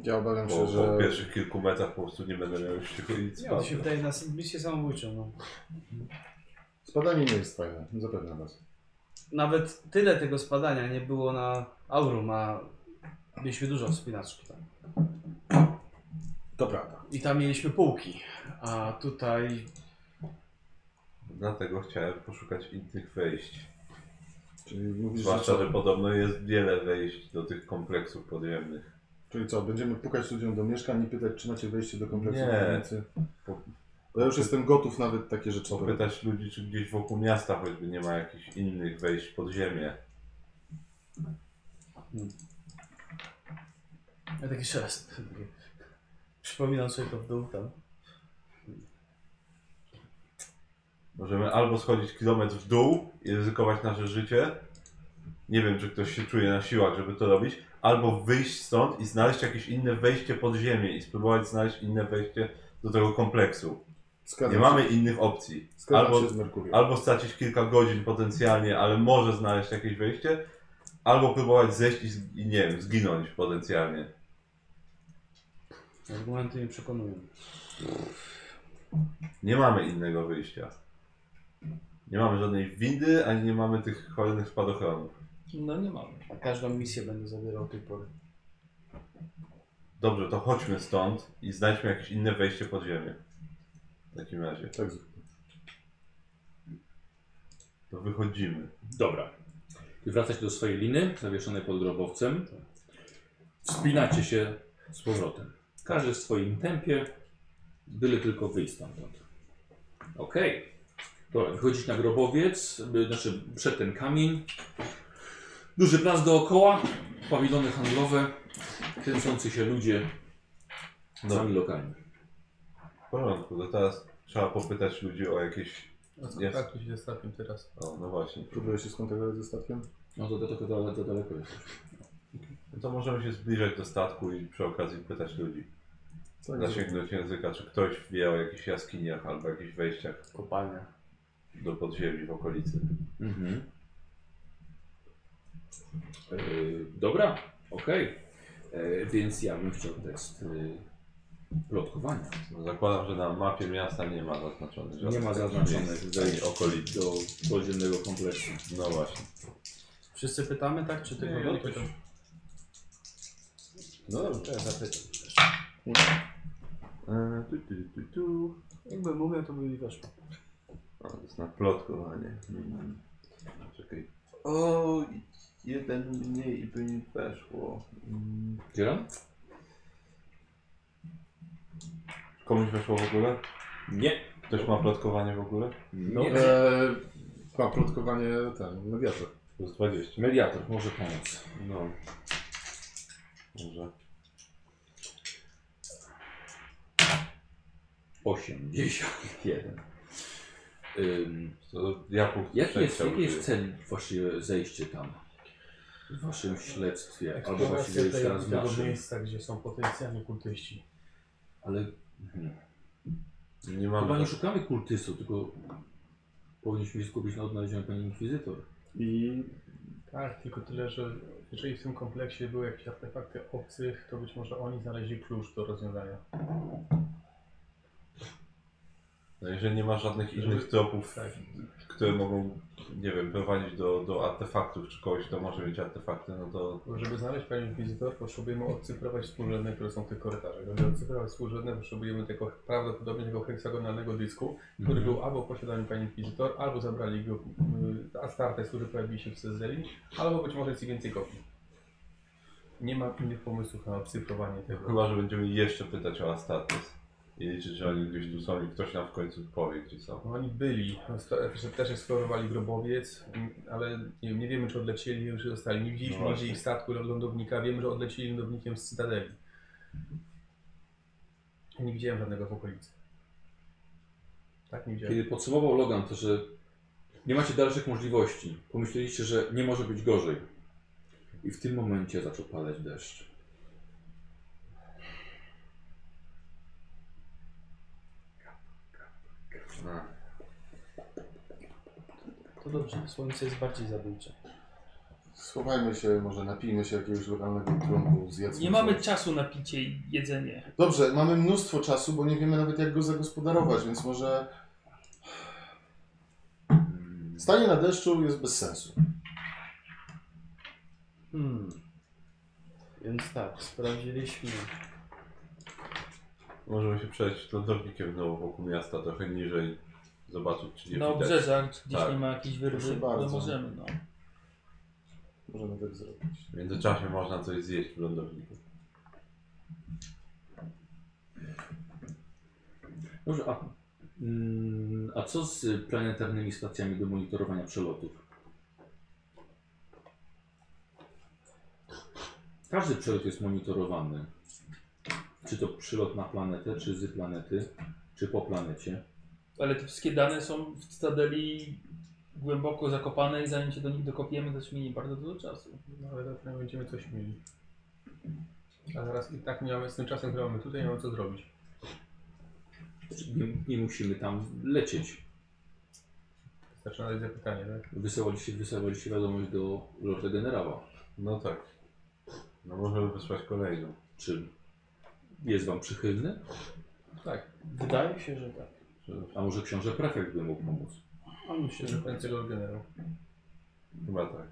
B: Ja obawiam
E: Bo
B: się,
E: po
B: że
E: pierwszych kilku metrach po prostu nie będę miał już tylko nic
C: Nie, to się
E: spadnę.
C: wydaje na misję samobójczą. No.
B: spadanie nie jest fajne, zapewniam was.
C: Nawet tyle tego spadania nie było na Aurum, a mieliśmy dużo wspinaczki. Tam.
B: To prawda.
C: I tam mieliśmy półki, a tutaj
E: Dlatego chciałem poszukać innych wejść.
B: Czyli mówisz, że
E: Zwłaszcza,
B: co?
E: że podobno jest wiele wejść do tych kompleksów podziemnych.
B: Czyli co, będziemy pukać ludziom do mieszkań i pytać, czy macie wejście do kompleksu
E: Nie.
B: piwnicy?
E: Po-
B: Bo ja już jestem gotów nawet takie rzeczy robić.
E: Popytać ludzi, czy gdzieś wokół miasta choćby nie ma jakichś innych wejść pod ziemię.
C: ja tak taki szelest. Takie- Przypominam sobie to w dół tam.
E: Możemy albo schodzić kilometr w dół i ryzykować nasze życie. Nie wiem, czy ktoś się czuje na siłach, żeby to robić. Albo wyjść stąd i znaleźć jakieś inne wejście pod ziemię i spróbować znaleźć inne wejście do tego kompleksu.
B: Zgadzam
E: Nie
B: się-
E: mamy innych opcji.
B: Zgadzam
E: albo-
B: się z Merkurią.
E: Albo stracić kilka godzin potencjalnie, ale może znaleźć jakieś wejście. Albo próbować zejść i, z- i nie wiem, zginąć potencjalnie.
C: Argumenty mnie przekonują.
E: Nie mamy innego wyjścia. Nie mamy żadnej windy, ani nie mamy tych kolejnych spadochronów.
F: No nie mamy.
C: A każdą misję będę zabierał od tej pory.
E: Dobrze, to chodźmy stąd i znajdźmy jakieś inne wejście pod ziemię. W takim razie.
B: Tak, zrób.
E: To wychodzimy.
A: Dobra. I wracacie do swojej liny, zawieszonej pod grobowcem. Wspinacie się z powrotem. Każdy w swoim tempie, byle tylko wyjść stamtąd. Okej. Dobra, wychodzić na grobowiec, by- znaczy przed ten kamień. Duży plac dookoła, pawilony handlowe, kręcący się ludzie,
E: No.
A: sami lokalni.
E: W porządku, to teraz trzeba popytać ludzi o jakieś.
D: A co
E: Jest.
D: tak tu się ze statkiem teraz?
E: O, no właśnie.
B: Próbuję się skontaktować ze statkiem?
A: No to, to, to, to, to daleko jest.
E: No to możemy się zbliżać do statku i przy okazji pytać ludzi.
B: Tak,
E: Zasięgnąć języka, czy ktoś wie o jakichś jaskiniach albo jakichś wejściach
C: Kopalnia.
E: do podziemi w okolicy.
A: Mhm. Yy, dobra, E, okej. E, więc ja bym chciał test y, plotkowania.
E: No, zakładam, że na mapie miasta nie ma zaznaczonych.
A: Nie ma
E: żadnych
A: zaznaczonych
E: miejsc ani
A: wejść
E: okolic.
A: do podziemnego kompleksu.
E: No właśnie.
C: Wszyscy pytamy, tak? Czy tylko
D: Nie, ja nie
C: Dotyś?
D: pytam.
B: No dobra, to ja zapytam.
E: E, tu, tu, tu, tu.
D: Jakbym mówił, to by mi weszło.
E: O, to jest na plotkowanie. Mm. Czekaj. O, jeden mniej i by mi weszło. Mm.
A: Dzielam?
E: Komuś weszło w ogóle?
A: Nie.
E: Ktoś ma plotkowanie w ogóle?
A: No.
B: No, e, ma plotkowanie ten, mediator.
E: Plus 20.
A: Mediator może pomóc.
E: No. Może.
A: 81. Ym,
E: To ja punkt
A: jaki jest,
E: szczęścia
A: jaki jest
E: użyję.
A: cel wasze zejście tam? W waszym śledztwie,
D: Tak,
A: albo właściwie
D: Eksploracja
A: już
D: tego,
A: teraz w
D: tego
A: naszym.
D: miejsca, gdzie są potencjalni kultyści.
A: Ale mhm.
E: Nie mam.
A: chyba nie szukamy kultystu, tylko powinniśmy się skupić na odnalezieniu pani inkwizytor.
B: I
D: Tak, tylko tyle, że jeżeli w tym kompleksie były jakieś artefakty obcych, to być może oni znaleźli klucz do rozwiązania.
E: No jeżeli nie ma żadnych innych tropów,
D: Tak.
E: które mogą, nie wiem, prowadzić do, do artefaktów czy kogoś, kto może mieć artefakty, no to
D: Bo żeby znaleźć panią wizytor, potrzebujemy odcyfrować współrzędne, które są w tych korytarzach. Żeby odcyfrować współrzędne, potrzebujemy tego prawdopodobnie tego heksagonalnego dysku,
A: Mhm.
D: który był albo w posiadaniu pani wizytor, albo zabrali go y, Astartes, którzy pojawili się w Cezeli, albo być może jest i więcej kopii. Nie ma innych pomysłów na odcyfrowanie tego.
E: chyba, że będziemy jeszcze pytać o Astatus i liczyć, że oni gdzieś tu są i ktoś nam w końcu powie, gdzie są.
D: No, Oni byli, No, sta- też- też eksplorowali grobowiec, m, ale nie, nie wiemy czy odlecieli, nie wiemy czy zostali. Nie widzieliśmy
E: No
D: nigdzie ich statku lą- lądownika, wiemy, że odlecieli lądownikiem z Cytadeli. Nie widziałem żadnego w okolicy. Tak, nie widziałem.
A: Kiedy podsumował Logan to, że nie macie dalszych możliwości, pomyśleliście, że nie może być gorzej. I w tym momencie zaczął padać deszcz.
E: A,
C: To dobrze, słońce jest bardziej zabójcze.
B: schowajmy się, może napijmy się jakiegoś lokalnego trunku,
E: Tak,
B: zjedzmy
F: Nie
B: coś.
F: mamy czasu na picie i jedzenie.
B: Dobrze, mamy mnóstwo czasu, bo nie wiemy nawet jak go zagospodarować, więc może... Stanie na deszczu jest bez sensu.
C: Hmm. Więc tak, sprawdziliśmy.
E: Możemy się przejść lądownikiem znowu wokół miasta, trochę niżej, zobaczyć czy nie
D: No,
F: Na
E: widać.
F: obrzeżach, czy gdzieś
E: Tak.
F: nie ma jakiejś
B: Proszę
F: wyrwy,
B: bardzo.
F: to możemy, no.
B: Możemy tak zrobić.
E: W międzyczasie można coś zjeść w lądowniku.
A: Dobrze, a, mm, a co z planetarnymi stacjami do monitorowania przelotów? Każdy przelot jest monitorowany. Czy to przylot na planetę, czy z planety, czy po planecie.
F: Ale te wszystkie dane są w Cytadeli głęboko zakopane i zanim się do nich dokopiemy, to się minie bardzo dużo czasu.
D: No, ale na pewno będziemy coś mieli. A zaraz i tak nie mamy, z tym czasem, który mamy tutaj, nie mamy co zrobić.
A: Nie, nie musimy tam lecieć.
D: Wystarczy nadać zapytanie, tak?
A: Wysyłaliście, wysyłaliście wiadomość do Lorda Generała.
E: No tak. No możemy wysłać kolejną.
A: Czy jest wam przychylny?
D: Tak.
C: Wydaje się, że tak.
A: A może książę prefekt by mógł pomóc?
C: A myślę, że
D: Prędzej do generał.
E: Chyba tak.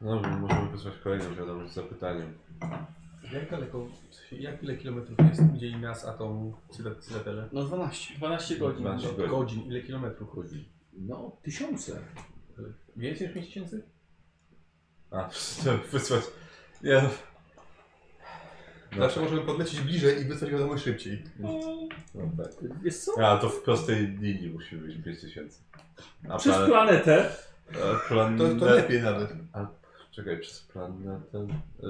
E: Dobrze, możemy No, wysłać kolejną wiadomość z zapytaniem.
D: Jak daleko, jak ile kilometrów jest dzieli nas, a tą cyta- cytatelę?
C: No 12.
F: 12 godzin.
E: 12
F: no.
E: godzin.
D: Godzin, ile kilometrów?
A: Chodzi. No, tysiące.
D: Więcej niż 5 tysięcy?
E: A, wysłać. Nie. No,
D: Zawsze możemy podlecieć bliżej i wysłać wiadomość szybciej.
E: no tak.
A: Wiesz co?
E: A to w prostej linii musi być 5000. A
A: Przez
E: plane-
A: planetę.
E: a plan...
D: To, to lepiej nawet.
E: A, czekaj, przez planetę.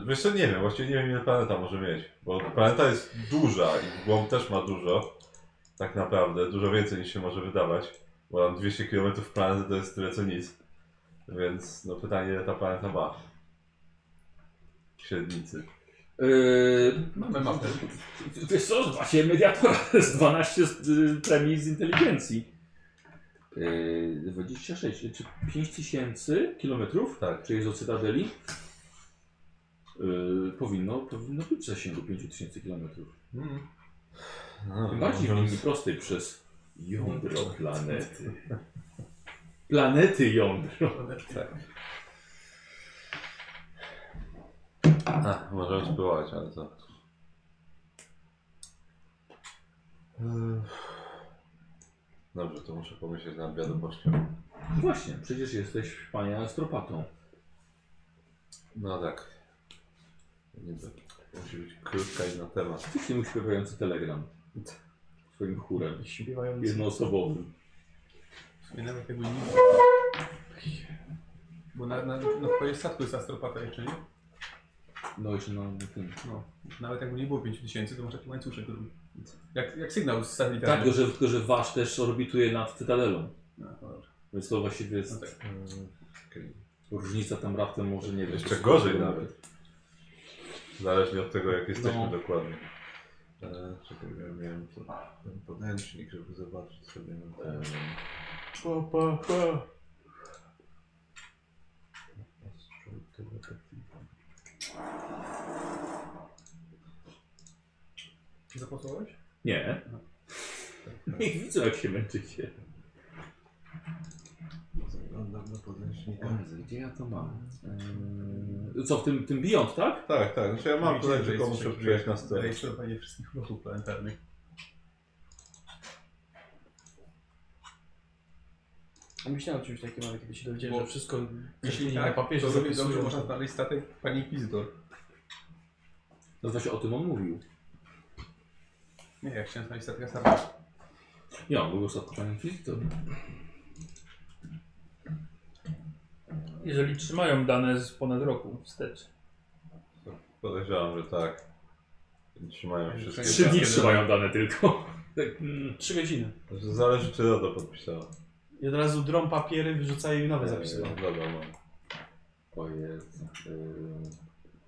E: Wiesz co, nie wiem, właściwie nie wiem ile planeta może mieć. Bo planeta jest duża i w głąb też ma dużo. Tak naprawdę, dużo więcej niż się może wydawać. Bo tam 200 km planety to jest tyle co nic. Więc no pytanie ile ta planeta ma. Średnicy.
A: Yy,
D: Mamy mapę.
A: yy, wiesz co? Macie mediatora z 12 z, y, premii z inteligencji. Yy, 26, czy 5000 kilometrów,
E: Tak.
A: czyli do Cytadeli, yy, powinno, powinno być w zasięgu 5000 kilometrów.
E: Mm. No, no,
A: Tym bardziej w
E: możemy-
A: linii prostej przez jądro planety. Planety jądro.
E: A, możemy spływać, ale to... Yy. Dobrze, to muszę pomyśleć nad wiadomością.
A: No Właśnie, przecież jesteś panie astropatą.
E: No tak. Niby. Musi być krótka i na temat.
A: Oczywiście mu śpiewający telegram. Swoim chórem.
D: Śpiewając.
A: Jednoosobowym.
D: W sumie nawet jakby nie. Bo na, na, na twoim statku jest astropata jeszcze, nie?
A: No jeszcze na na tym.
D: No. Nawet jakby nie było 5000, to masz taki łańcuszek drugi. Jak, jak sygnał z satelita.
A: Tak, tylko że, tylko że wasz też orbituje nad Cytadelą.
D: No, dobra.
A: Więc to właściwie
D: No
A: jest
D: tak.
A: różnica tam raptem może nie wiem.
E: Jeszcze gorzej nawet. Zależnie od tego, jak jesteśmy
D: No.
E: dokładnie. E, czekaj, ja miałem tu ten podręcznik, żeby zobaczyć sobie na ten...
D: Yy.
G: Pa, pa, pa.
D: Zapasowałeś?
A: Nie. Niech widzą jak się męczycie.
E: Zaglądam do podręcznika.
A: Jezu, Gdzie ja to mam? Eee, Co, w tym, tym Beyond, tak?
E: Tak, tak, znaczy ja mam
D: Widzicie,
E: tutaj,
D: że
E: tylko
D: jest
E: muszę
D: taki
E: przyjechać na scenę.
D: Rejestrowanie wszystkich lotów planetarnych.
C: Myślałem o czymś takim, ale kiedy się dowiedziałem,
D: Bo-
C: że wszystko
D: Jeśli
C: jeśli na
D: tak,
C: papierze
D: to zrobię dobrze,
C: zapisują,
D: można
C: to-
D: znaleźć statek Pani Inkwizytor.
A: No właśnie o tym on mówił.
D: Nie, ja chciałem znaleźć statek Astarte.
A: Nie, on był ostatnio panem fizytorem.
F: Jeżeli trzymają dane z ponad roku wstecz.
E: Podejrzewam, że tak. Trzymają wszystkie.
A: Trzy dni
E: dane.
A: trzymają dane tylko. Tak, mm,
C: Trzy godziny.
E: Znaczy, Zależy, czy RODO podpisała.
C: I od razu drą papiery, wyrzucają i nowe zapisy.
E: E, Dobra, mam.
A: O Jezu. Eee,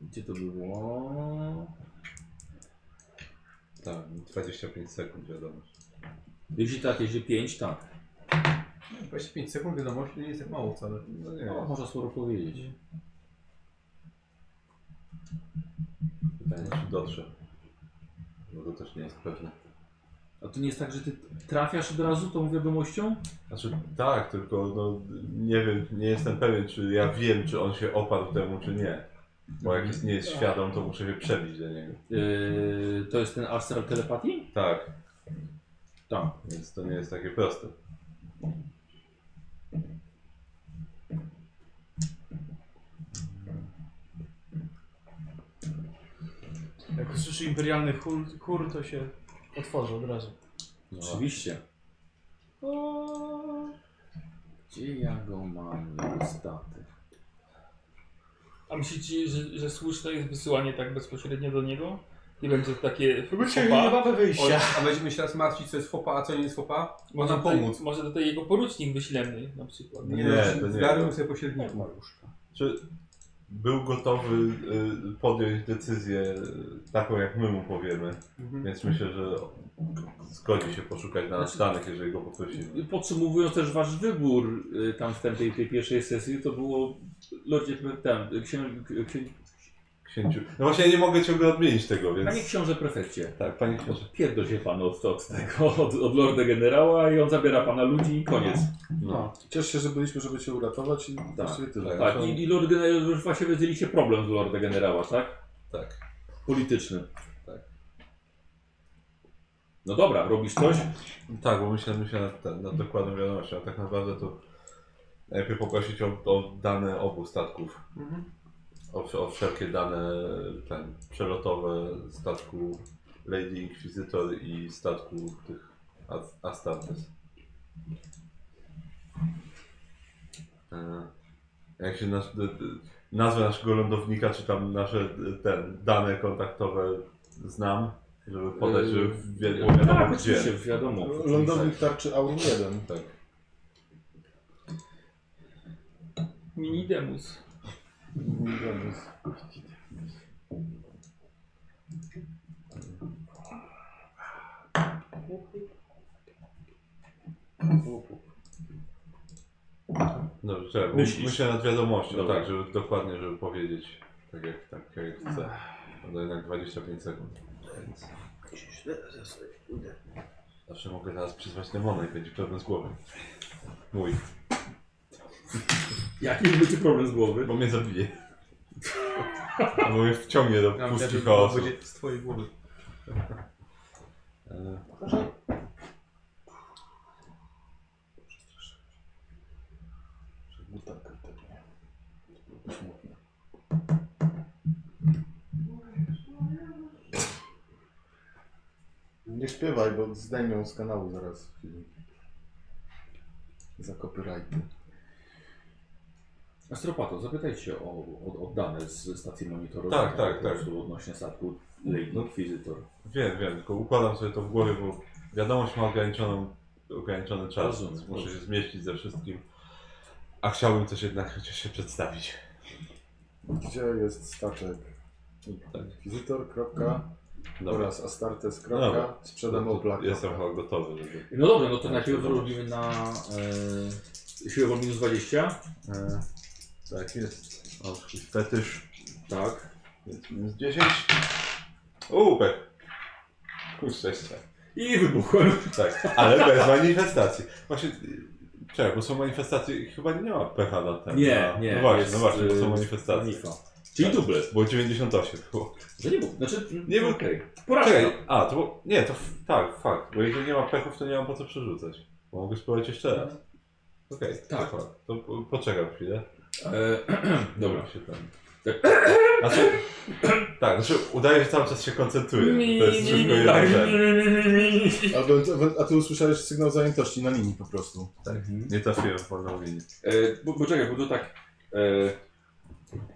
A: Gdzie to było?
E: Tak, 25 sekund wiadomość.
A: Jeśli tak, jeśli 5, tak.
D: 25 sekund wiadomości nie jest tak mało wcale.
E: No nie.
A: No, można sporo powiedzieć.
E: Pytanie, czy dotrze. Bo to też nie jest pewne.
A: A to nie jest tak, że ty trafiasz od razu tą wiadomością?
E: Znaczy tak, tylko no, nie wiem, nie jestem pewien, czy ja wiem, czy on się oparł temu, czy nie. Bo jak jest, nie jest świadom, to muszę się przebić do niego.
A: Eee, to jest ten astral telepatii?
E: Tak,
A: Tak.
E: więc to nie jest takie proste.
C: Jak usłyszy imperialny chór, chór, to się otworzy od razu.
E: No,
A: Oczywiście. Gdzie ja go mam? Staty.
F: A myślicie, że, że słuszne jest wysyłanie tak bezpośrednio do niego? Nie będzie takie fopa?
D: O, a będziemy się teraz martwić, co jest fopa, a co nie jest fopa?
F: Może,
D: Można
F: tutaj,
D: pomóc. No,
F: może tutaj jego porucznik wyślemny na przykład.
E: Nie, to nie.
D: Zgarnął sobie pośredników.
E: Czy był gotowy y, podjąć decyzję y, taką, jak my mu powiemy?
D: Mhm.
E: Więc myślę, że zgodzi się poszukać na nastanek, jeżeli go poprosimy.
A: Podsumowując też wasz wybór y, tam w tej, tej, tej pierwszej sesji, to było Lordzie pre- ten, księ, księ,
E: Księciu. No właśnie ja nie mogę ciągle odmienić tego, więc...
A: Panie książę prefekcie.
E: Tak, panie księże.
A: Pierdol się pan od, od tego, od, od lorda generała i on zabiera pana ludzi i koniec.
E: No.
B: No. Cieszę się, że byliśmy, żeby cię uratować i właściwie tyle.
A: Tak, i, i lord generał, już właśnie wiedzieliście problem z lorda generała, tak?
E: Tak.
A: Polityczny.
E: Tak.
A: No dobra, robisz coś?
E: Tak, bo myślę, myślę nad, ten, nad dokładną wiadomością, a tak naprawdę to najpierw poprosić o, o dane obu statków,
D: Mhm.
E: o, wsz- o wszelkie dane ten, przelotowe statku Lady Inquisitor i statku tych As- Astartes. E, Jak się nasz, d- d- nazwę naszego lądownika, czy tam nasze d- ten, dane kontaktowe znam, żeby podać,
A: Yy,
E: żeby wi- wiadomo
A: tak,
E: gdzie.
A: oczywiście, wiadomo.
B: Lądownik tarczy Aurum 1.
E: Tak.
F: Minidemus.
E: Dobrze, czekaj, bo
A: Myślisz.
E: myślę nad wiadomością,
A: Dobra.
E: tak, żeby dokładnie, żeby powiedzieć tak jak, tak jak chcę. No to jednak 25 sekund, więc zawsze mogę teraz przyzwać demona i będzie problem z głowy. Mój,
A: Jaki będzie problem z głowy?
E: bo mnie zabije. Albo mnie wciągnie do
A: No,
D: Ja myślałem,
E: pustki
D: że
E: chaosu.
D: będzie Z twojej głowy.
E: E,
B: No tak, tak. To było smutne. Nie śpiewaj, bo zdejmą z kanału zaraz film. Za copyrighty.
A: Astropato, zapytajcie o, o, o dane z stacji monitorowania.
E: Tak, tak,
A: po
E: tak.
A: prostu Odnośnie statku Lady Inquisitor.
E: Wiem, wiem, tylko układam sobie to w głowie, bo wiadomość ma ograniczoną, ograniczony czas,
A: Rozumiem,
E: więc muszę się
A: dobrze.
E: zmieścić ze wszystkim. A chciałbym coś jednak chociaż się przedstawić.
B: Gdzie jest statek? Wizytor, kropka,
E: Tak. No, Dobra,
B: oraz Astartes,
E: Dobra.
B: kropka, sprzedam
E: No to
B: Opla,
E: Jestem
B: kropka.
E: chyba gotowy, żeby...
A: No dobra, no to
E: Tak,
A: najpierw
E: to
A: robimy na e, siłę woli minus 20.
E: E, tak jest. O, jakiś fetysz.
A: Tak.
E: Jest minus 10. Łupek. Szczęścia.
A: I wybuchłem.
E: Tak, ale bez manifestacji. Właśnie, y, czekaj, bo są manifestacje, chyba nie ma pecha na ten.
A: Nie,
E: na,
A: nie.
E: No właśnie,
A: jest,
E: no właśnie, bo
A: e,
E: są manifestacje.
A: Nifa. Czyli
E: Tak.
A: dublet.
E: Było 98 było.
A: Że nie był. Znaczy,
E: Nie był.
A: okej.
E: Czekaj,
A: Porażka.
E: a, to było- nie, to f- tak, fakt, bo jeżeli nie ma pechów, to nie mam po co przerzucać, bo mogę spróbować jeszcze raz. Okej,
A: Mhm. Tak.
E: to fakt. To po- poczekam chwilę.
A: E, dobra.
E: Się tam.
A: Tak.
E: Znaczy, tak, znaczy udaje, że cały czas się koncentruję, to jest wszystko
F: mi,
E: jedna
F: tak.
E: rzecz.
B: Albo, a ty usłyszałeś sygnał zajętości na linii po prostu.
E: Nie trafiłem w wolną linię.
A: E, bo, bo czekaj, bo to tak. E,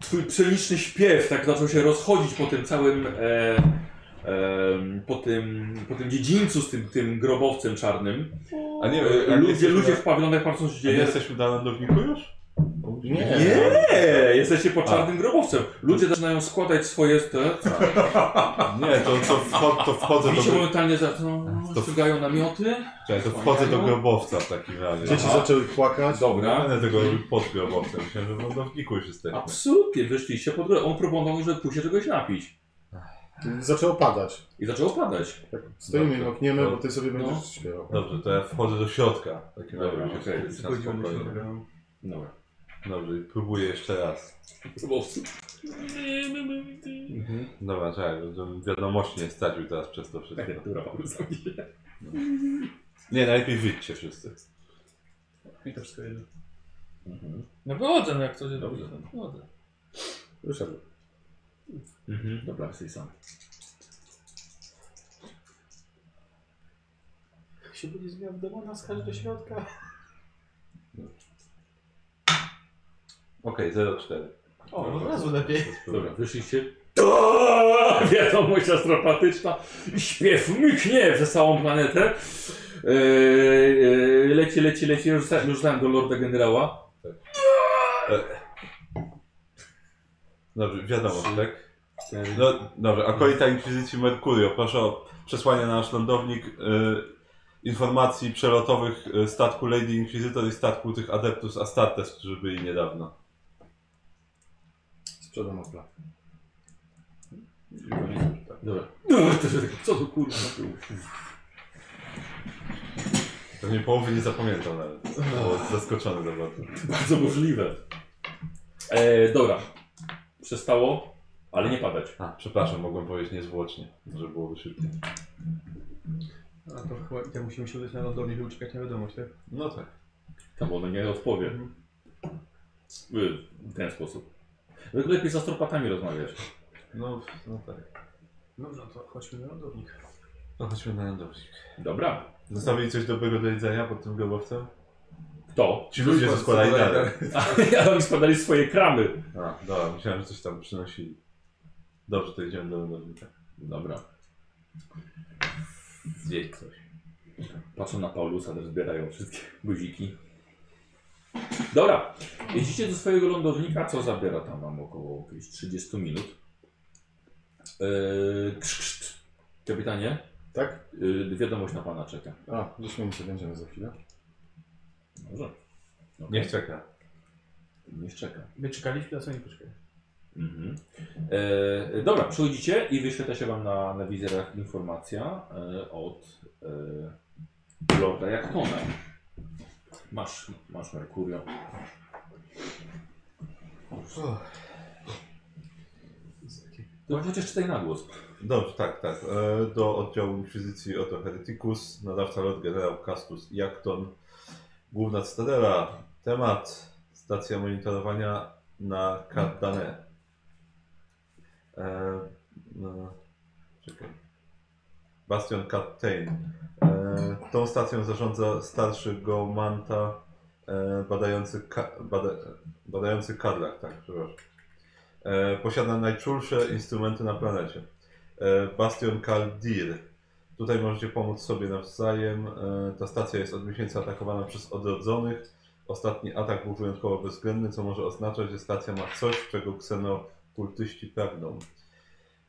A: twój przeliczny śpiew tak zaczął się rozchodzić po tym całym. E, em, po, tym, po tym dziedzińcu z tym, tym grobowcem czarnym.
E: A nie,
A: E,
E: jak
A: ludzie
E: jesteśmy
A: ludzie
E: na-
A: w pawilonach patrzą, co się
E: Nie
A: dzieje.
E: jesteśmy na lądowniku już?
A: Nie, jesteście pod
E: no. A.
A: czarnym grobowcem. Ludzie zaczynają składać swoje te...
E: Nie, to, to, wcho- to wchodzę do...
A: Widzicie momentalnie zaczną...
E: To-
A: no, ściągają namioty.
E: Czekaj, to wchodzę do grobowca w takim razie.
B: Dzieci zaczęły płakać.
E: Ja
A: Dobra.
E: będę tego pod grobowcem, myślałem, że w lądowniku już jesteśmy.
A: Absolutnie, wyszliście pod grobowcem. On proponował, że pójdzie czegoś napić.
B: Zaczęło padać.
A: I zaczęło padać.
B: Stoimy i
E: Dobrze.
B: mokniemy,
E: No.
B: bo ty sobie będziesz
A: No.
B: śpiewał.
E: Dobrze, to ja wchodzę do środka. W takim razie
A: Dobra,
E: będzie
A: okej.
E: wtedy na
D: Przychodzimy do
E: spokojnie.
D: środka.
A: Dobra.
E: Dobrze, i próbuję jeszcze raz.
A: Grobowcy. Mhm.
E: Dobra, czekaj, żebym wiadomości nie stracił teraz przez to wszystko.
A: Dobra, Paweł, zamknij się.
E: Nie, najpierw wyjdźcie wszyscy.
D: I to wszystko jedno.
A: Mhm.
F: No wychodzę, no jak coś robi.
A: Dobrze.
F: Wychodzę.
B: Wyszedł.
A: Mhm. Dobra, jesteś sam.
C: Jak się będzie zmiał w demona, skaż do środka.
E: Okej, 0,4.
C: O, no od razu lepiej.
A: Dobra, wyszliście. To wiadomość astropatyczna. Śpiew mknie przez całą planetę. Eee, eee, leci, leci, leci. Już, za- już znałem do Lorda Generała.
E: Dobrze, wiadomo, tak? No, dobrze, akolita Inkwizycji Merkurio, proszę o przesłanie na nasz lądownik y, informacji przelotowych y, statku Lady Inquisitor i statku tych Adeptus Astartes, którzy byli niedawno.
B: Sprzedam Opla.
A: Dobra. Co to kurwa było?
E: Pewnie połowy nie zapamiętał nawet, bo zaskoczony za bardzo.
A: Bardzo możliwe. E, dobra. Przestało, ale nie padać.
E: A, przepraszam, mogłem powiedzieć niezwłocznie, że byłoby szybciej.
D: A to chyba i tak musimy się udać na lądownik i uczekać na wiadomość, tak?
E: No tak.
A: Tam ono nie odpowie. Y, W ten sposób. Le- Lepiej z astropatami rozmawiać.
E: No, no tak.
D: Dobrze, no to chodźmy na lądownik.
E: No chodźmy na lądownik.
A: Dobra.
E: Zostawili coś dobrego do jedzenia pod tym grobowcem?
A: Kto?
E: Ci ludzie, co składali dalej.
A: A oni składali swoje kramy.
E: A, dobra, myślałem, że coś tam przynosili. Dobrze, to idziemy do lądownika.
A: Dobra.
E: Zjeść coś.
A: Patrzą na Paulusa, też zbierają wszystkie guziki. Dobra. Jeździcie do swojego lądownika, co zabiera tam wam około jakieś 30 minut. Yy, krz, krz. Kapitanie,
B: Tak?
A: yy, wiadomość na pana czeka.
B: A, już się będziemy za chwilę.
A: Dobrze.
E: Niech czeka.
A: Niech czeka.
C: My czekaliśmy, a co nie poczekali.
A: Mhm. E, dobra, przychodzicie i wyświetla się wam na, na wizerach informacja e, od e, Lorda Jaktona. Masz, masz Merkurio. To chociaż czytaj na głos.
E: Dobrze, tak, tak. E, Do oddziału Inkwizycji Otto Hereticus, nadawca lot generał Castus Jakton, główna cytadela, temat, stacja monitorowania na Cardane. E, no, czekaj. Bastion Captain. E, tą stacją zarządza starszy Gomanta, e, badający, ka, bada, badający Kadlak, tak, przepraszam. E, posiada najczulsze instrumenty na planecie. E, Bastion Kaldir. Tutaj możecie pomóc sobie nawzajem. E, Ta stacja jest od miesięcy atakowana przez odrodzonych. Ostatni atak był wyjątkowo bezwzględny, co może oznaczać, że stacja ma coś, czego ksenokultyści pragną.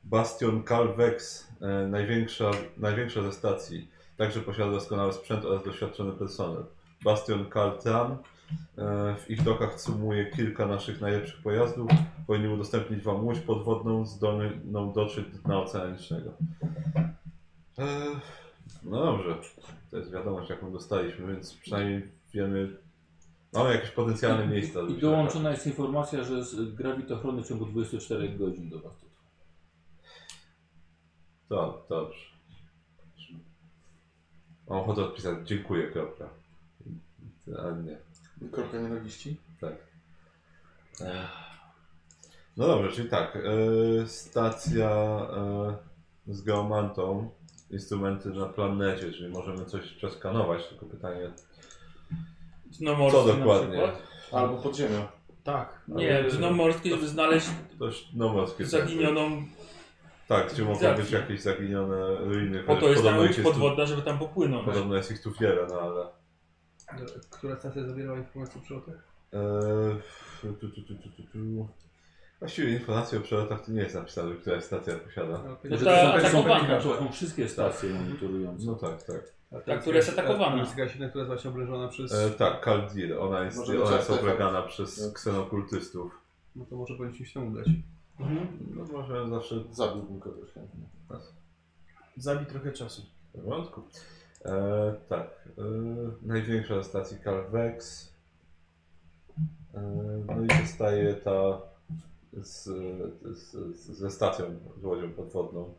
E: Bastion Calvex, e, największa, największa ze stacji, także posiada doskonały sprzęt oraz doświadczony personel. Bastion Caltran, e, w ich dokach sumuje kilka naszych najlepszych pojazdów, powinien udostępnić Wam łódź podwodną zdolną dotrzeć do dna oceanicznego. Eee, no dobrze, to jest wiadomość, jaką dostaliśmy, więc przynajmniej wiemy, mamy jakieś potencjalne miejsca. żeby
A: I
E: się
A: dołączona jest informacja, że z- grawitochrony w ciągu 24 godzin do was tu.
E: Tak, dobrze. Mam ochotę odpisać dziękuję, kropka. A nie,
B: Kropka nienawiści?
E: tak. No dobrze, czyli tak. e, Stacja e, z geomantą, instrumenty na planecie, czyli możemy coś przeskanować, tylko pytanie,
F: Dno
E: co
F: morskie na
E: dokładnie.
F: przykład.
B: Albo podziemia.
C: Tak.
F: Nie, no, dno morskie, żeby znaleźć
E: Dość noworskie.
F: zaginioną...
E: Tak, gdzie mogą
F: cywilizację.
E: być jakieś zaginione ruiny.
F: Po to
E: chociaż
F: jest ta
E: podobno
F: łódź
E: tu-
F: podwodna, żeby tam popłynąć.
E: Podobno jest ich tu wiele, no ale...
D: Która stacja zawierała informacje o przelotach?
E: Eee, tu, tu, tu, tu, tu, tu. Właściwie informacji o przelotach to nie jest napisane, która stacja posiada.
F: No
A: Że
F: ta
A: to są,
F: atakowana.
A: są, są, są wszystkie stacje monitorujące.
E: No tak, tak.
F: Ta, która jest atakowana.
D: Ta, ta, ta, która jest właśnie oblężona przez...
E: E, tak, Kaldir, ona jest,
B: Może być
E: ona jest
B: artefakt.
E: oblegana przez ksenokultystów.
D: No to może powinniśmy się tam udać.
F: Mhm.
E: No może zawsze
B: Zabiłbym kogoś chętnie.
C: Zabij trochę czasu.
E: w porządku. E, tak, e, największa ze stacji Calvex. E, no i zostaje ta z, z, z, ze stacją, z łodzią podwodną.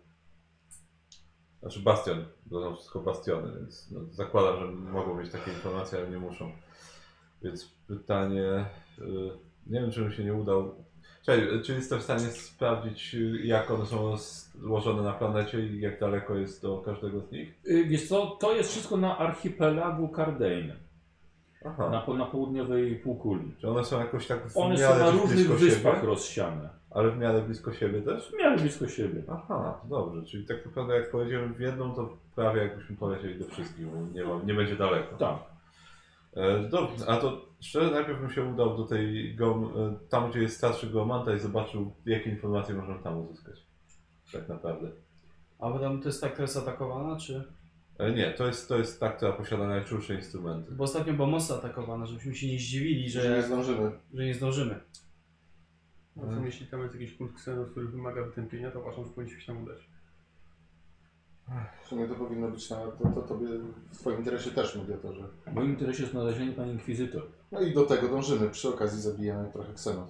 E: Znaczy bastion, bo są wszystko bastiony, więc no, zakładam, że mogą mieć takie informacje, ale nie muszą. Więc pytanie, y, nie wiem czy mi się nie udał. Czekaj, y, czy jestem w stanie sprawdzić y, jak one są złożone na planecie i jak daleko jest do każdego z nich?
A: Y, Wiesz co, to jest wszystko na archipelagu Cardane,
E: Aha.
A: na, po- na południowej półkuli.
E: No. Czy one są jakoś tak w
A: One są
E: miarę
A: na
E: gdzieś
A: różnych
E: blisko
A: wyspach
E: siebie,
A: rozsiane.
E: ale w miarę blisko siebie też?
A: W miarę blisko siebie.
E: Aha, dobrze, czyli tak naprawdę jak pojedziemy w jedną, to prawie jakbyśmy polecieli do wszystkich, bo nie, ma, nie będzie daleko.
A: Tak.
E: E, dobrze, a to szczerze najpierw bym się udał do tej gom, e, tam gdzie jest starszy geomanta i zobaczył jakie informacje można tam uzyskać. Tak naprawdę.
C: A potem to jest ta, która jest atakowana, czy...
E: E, nie, to jest, to jest ta, która posiada najczulsze instrumenty.
C: Bo ostatnio była mocno atakowana, żebyśmy się nie zdziwili,
B: Że nie
C: że,
B: zdążymy.
C: że nie zdążymy.
E: E-
D: Zatem No jeśli tam jest jakiś kult ksenów, który wymaga wytępienia, to uważam, że powinniśmy się tam udać.
B: W sumie to powinno być na... To, to tobie w twoim interesie też mówię to, że...
A: W moim interesie jest znalezienie pani inkwizytor.
B: No i do tego dążymy. Przy okazji zabijamy trochę ksenów.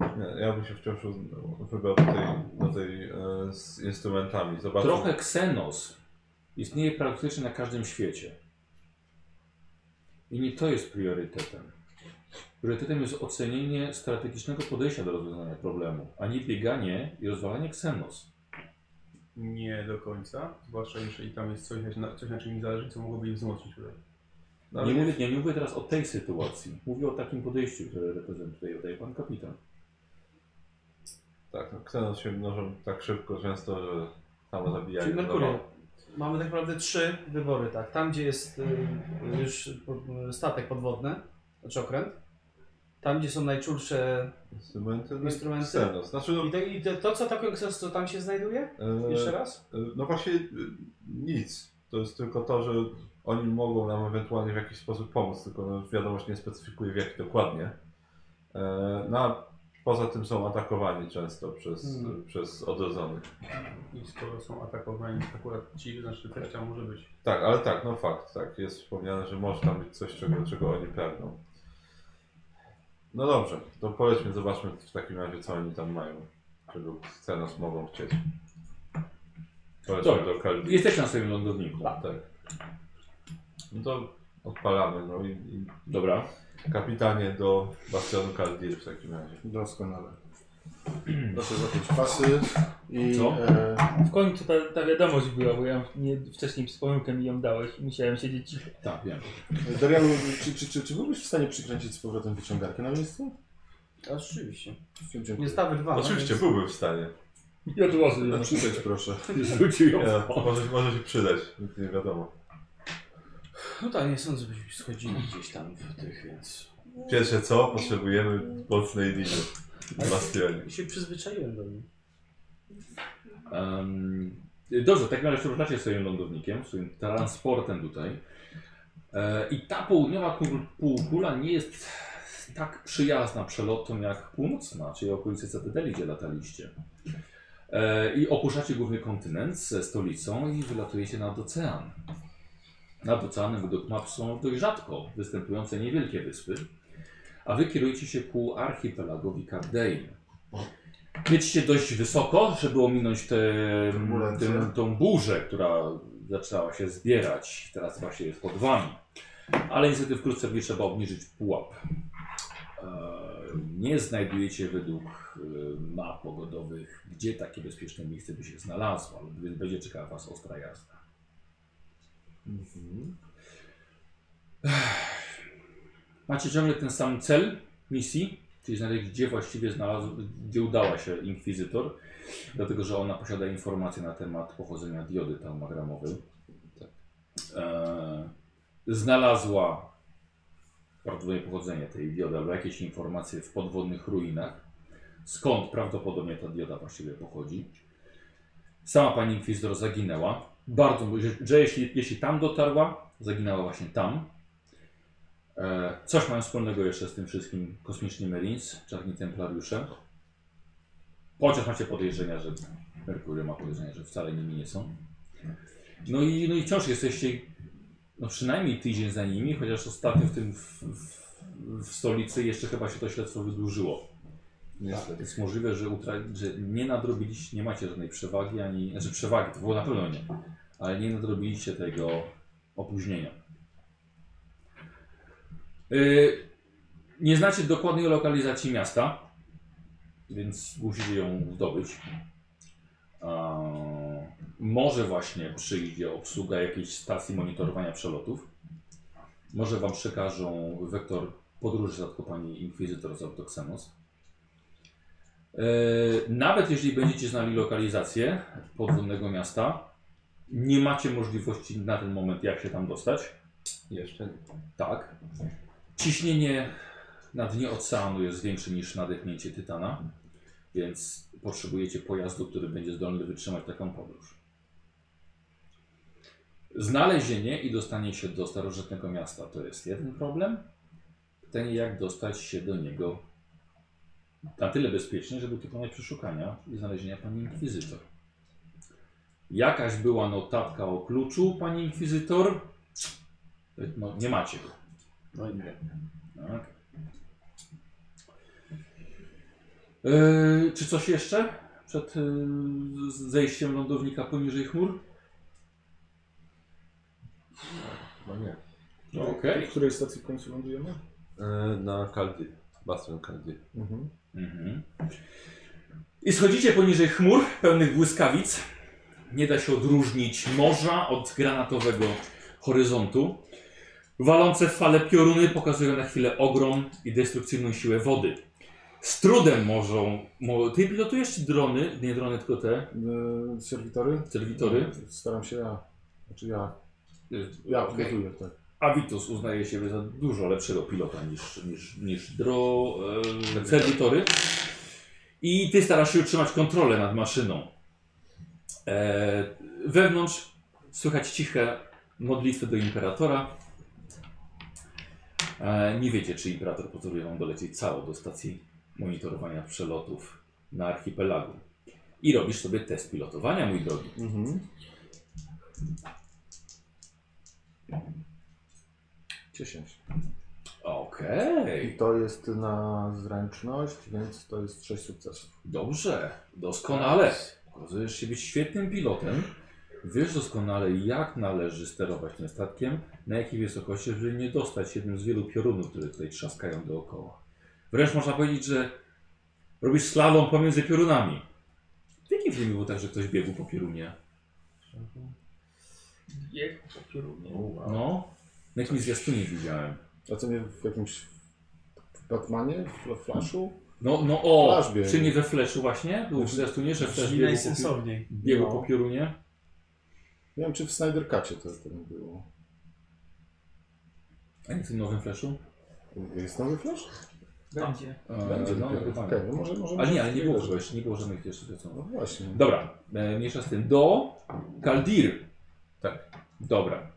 E: Nie, ja bym się wciąż uz- wybrał do tej, do tej e, z instrumentami. Zobaczył,
A: Trochę ksenos istnieje praktycznie na każdym świecie. I nie to jest priorytetem. Priorytetem jest ocenienie strategicznego podejścia do rozwiązania problemu, a nie bieganie i rozwalanie ksenos.
D: Nie do końca, zwłaszcza jeżeli tam jest coś, na, coś na czym im zależy, co mogłoby ich wzmocnić tutaj.
E: No, ale
A: Nie mówię, nie, nie mówię teraz o tej sytuacji. Mówię o takim podejściu, które reprezentuje tutaj pan kapitan.
E: Tak, no, ksenos się mnożą tak szybko często, że samo zabijają.
C: Czyli Merkurio. Mamy tak naprawdę trzy wybory, tak. Tam, gdzie jest y, już po- statek podwodny, znaczy okręt. Tam, gdzie są najczulsze...
E: Instrumenty? No,
C: Instrumenty?
E: Ksenos. Znaczy, no,
C: I te- I te, to, co atakują Xenos, co tam się znajduje?
E: e,
C: Jeszcze raz?
E: e, no właśnie e, nic. To jest tylko to, że oni mogą nam ewentualnie w jakiś sposób pomóc, tylko no, wiadomość nie specyfikuje w jaki dokładnie. E, No a poza tym są atakowani często przez,
C: Hmm.
D: Mhm.
E: przez odrodzonych.
D: I skoro są atakowani, to akurat ci nasze teścia może być.
E: Tak, ale tak, no fakt, tak. Jest wspomniane, że może tam być coś, czego, czego oni pragną. No dobrze, to polećmy, zobaczmy w takim razie, co oni tam mają. Czego chce nas mogą chcieć. Polećmy
A: Dobra.
E: do Kalbi.
A: Jesteś na swoim lądowniku.
E: Tak. No to odpalamy, no i, i
A: Dobra.
E: kapitanie do bastionu Kaldir w takim razie.
B: Doskonale. Proszę zapiąć pasy i
A: Co?
B: E,
F: W końcu ta, ta wiadomość była, bo ja nie, wcześniej z pomyłką mi ją dałeś i musiałem siedzieć cicho.
A: Tak, wiem.
B: Dorian, czy, czy, czy, czy byłbyś w stanie przykręcić z powrotem wyciągarkę na miejscu?
C: Oczywiście.
B: Dziękuję.
C: Nie stawy dwa. no
E: Oczywiście
C: więc-
E: byłbym w stanie.
F: I odłożył ją.
A: Znaczy-
B: No, Przykręć proszę.
A: Rzucił ją.
E: Nie, no, może, może się przydać, nigdy nie wiadomo.
C: No tak, nie sądzę, byśmy schodzili gdzieś tam w tych, więc...
E: Pierwsze co, potrzebujemy mocnej liny w bastionie.
C: Ja się przyzwyczaiłem do niej.
A: Em, dobrze, w takim razie ruszacie swoim lądownikiem, swoim transportem tutaj. E, I ta południowa kul- półkula nie jest tak przyjazna przelotom jak północna, czyli okolice Cytadeli, gdzie lataliście. E, I opuszczacie główny kontynent ze stolicą i wylatujecie nad ocean. Nad oceanem według map są dość rzadko występujące niewielkie wyspy, a wy kierujecie się ku archipelagowi Kardei. Lecicie dość wysoko, żeby ominąć tę
B: Turbulencje.
A: tę- tą burzę, która zaczęła się zbierać. Teraz właśnie jest pod wami. Ale niestety wkrótce będzie trzeba obniżyć pułap. E, Nie znajdujecie według e, map pogodowych, gdzie takie bezpieczne miejsce by się znalazło, ale b- będzie czekała Was ostra jazda.
B: Mhm.
A: Macie ciągle ten sam cel misji, czyli znaleźć, gdzie właściwie znalazł, gdzie udała się Inkwizytor, dlatego że ona posiada informacje na temat pochodzenia diody taumagramowej. E, znalazła prawdopodobnie pochodzenie tej diody, albo jakieś informacje w podwodnych ruinach, skąd prawdopodobnie ta dioda właściwie pochodzi. Sama pani Inkwizytor zaginęła. Bardzo, że, że jeśli, jeśli tam dotarła, zaginęła właśnie tam. E, coś mają wspólnego jeszcze z tym wszystkim kosmiczni Marines, czarni templariusze. Chociaż macie podejrzenia, że Merkury ma podejrzenia, że wcale nimi nie są. No i, no i wciąż jesteście no przynajmniej tydzień za nimi, chociaż ostatnio w tym w, w, w stolicy jeszcze chyba się to śledztwo wydłużyło.
E: Niestety.
A: Jest możliwe, że, utra- że nie nadrobiliście, nie macie żadnej przewagi, ani, znaczy przewagi, to było na pewno nie, ale nie nadrobiliście tego opóźnienia. Yy, nie znacie dokładnej lokalizacji miasta, więc musicie ją zdobyć. A, może właśnie przyjdzie obsługa jakiejś stacji monitorowania przelotów. Może wam przekażą wektor podróży statku pani Inkwizytor z Autoksenos. Yy, Nawet jeśli będziecie znali lokalizację podwodnego miasta, nie macie możliwości na ten moment, jak się tam dostać.
E: Jeszcze nie.
A: Tak. Ciśnienie na dnie oceanu jest większe niż nadechnięcie Tytana, więc potrzebujecie pojazdu, który będzie zdolny wytrzymać taką podróż. Znalezienie i dostanie się do starożytnego miasta to jest jeden problem. Pytanie, jak dostać się do niego na tyle bezpiecznie, żeby dokonać przeszukania i znalezienia pani inkwizytor. Jakaś była notatka o kluczu pani inkwizytor. No, nie macie go.
C: No i nie.
A: Tak. Yy, czy coś jeszcze przed yy, z- zejściem lądownika poniżej chmur?
E: No nie.
A: No, okej.
B: W której stacji w końcu lądujemy?
E: E, na Kaldir. Bastion Kaldir.
B: Mhm.
A: Mhm. I schodzicie poniżej chmur pełnych błyskawic. Nie da się odróżnić morza od granatowego horyzontu. Walące w fale pioruny pokazują na chwilę ogrom i destrukcyjną siłę wody. Z trudem możą. Mo, ty pilotujesz czy drony? Nie drony, tylko te
B: E, serwitory?
A: serwitory.
B: Staram się ja. Znaczy ja. Ja
A: Ja,
B: okay.
A: okay.
B: gotuję, tak.
A: Avitus uznaje siebie za dużo lepszego pilota niż, niż, niż dro, e, servitory. I ty starasz się utrzymać kontrolę nad maszyną. E, wewnątrz słychać ciche modlitwy do imperatora. E, nie wiecie, czy Imperator pozwoli wam dolecieć cało do stacji monitorowania przelotów na archipelagu. I robisz sobie test pilotowania, mój drogi.
B: Mhm. Dziesięć.
A: Okej.
B: I to jest na zręczność, więc to jest sześć sukcesów.
A: Dobrze, doskonale. Okazujesz się być świetnym pilotem. Wiesz doskonale, jak należy sterować tym statkiem, na jakiej wysokości, żeby nie dostać jednym z wielu piorunów, które tutaj trzaskają dookoła. Wręcz można powiedzieć, że robisz slalom pomiędzy piorunami. W jakim filmie było tak, że ktoś biegł po piorunie?
F: Bieg po kierunku.
A: No, na jakimś zwiastunie widziałem.
B: A co nie w jakimś w Batmanie, w Flashu?
A: No, no o,
B: Flash biegł.
A: czy nie we Flashu właśnie? Był w zwiastunie, że Flash
C: Brzmi
A: biegł po, pior-
C: najsensowniej.
A: biegł
B: No.
A: po piorunie?
B: Nie wiem, czy w Snyder Cutie to, to nie było.
A: A nie w tym nowym Flashu?
B: Jest nowy Flash?
F: Będzie.
A: Eee,
B: Będzie
A: no,
B: dopiero.
A: chyba nie.
B: Okej, no może, może
A: Ale
B: może
A: nie, ale nie
B: takiego,
A: było
B: że-
A: chyba jeszcze, nie było żadnych jeszcze rzeczy.
B: No właśnie.
A: Dobra, e, mniejsza z tym. Do Kaldir.
E: Tak.
A: Dobra.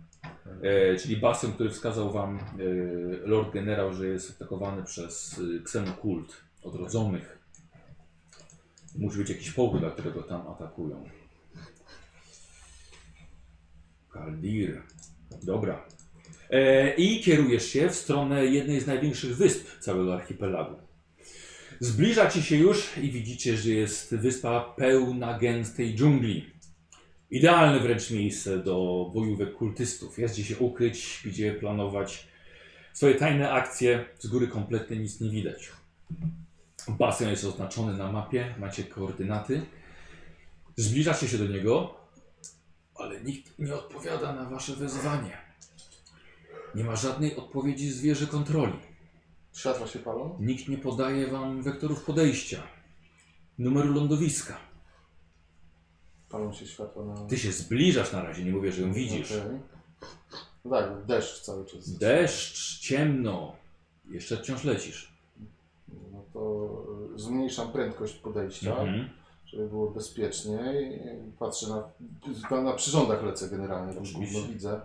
A: E, czyli bastion, który wskazał wam e, Lord Generał, że jest atakowany przez e, ksenokult odrodzonych. Musi być jakiś powód, dla którego tam atakują. Kaldir. Dobra. E, I kierujesz się w stronę jednej z największych wysp całego archipelagu. Zbliża ci się już i widzicie, że jest wyspa pełna gęstej dżungli. Idealne wręcz miejsce do bojówek kultystów. Jest gdzie się ukryć, gdzie planować swoje tajne akcje. Z góry kompletnie nic nie widać. Basen jest oznaczony na mapie, macie koordynaty. Zbliżacie się do niego, ale nikt nie odpowiada na wasze wezwanie. Nie ma żadnej odpowiedzi z wieży kontroli.
B: Światła się palą?
A: Nikt nie podaje wam wektorów podejścia, numeru lądowiska.
B: Palą się światła na...
A: Ty się zbliżasz na razie, nie mówię, że ją widzisz.
B: Okej. No tak, deszcz cały czas.
A: Deszcz, ciemno, jeszcze wciąż lecisz.
B: No to y, zmniejszam prędkość podejścia,
A: Mhm.
B: żeby było bezpieczniej. Patrzę na, na, na przyrządach lecę generalnie, bo
A: Oczywiście.
B: gówno widzę.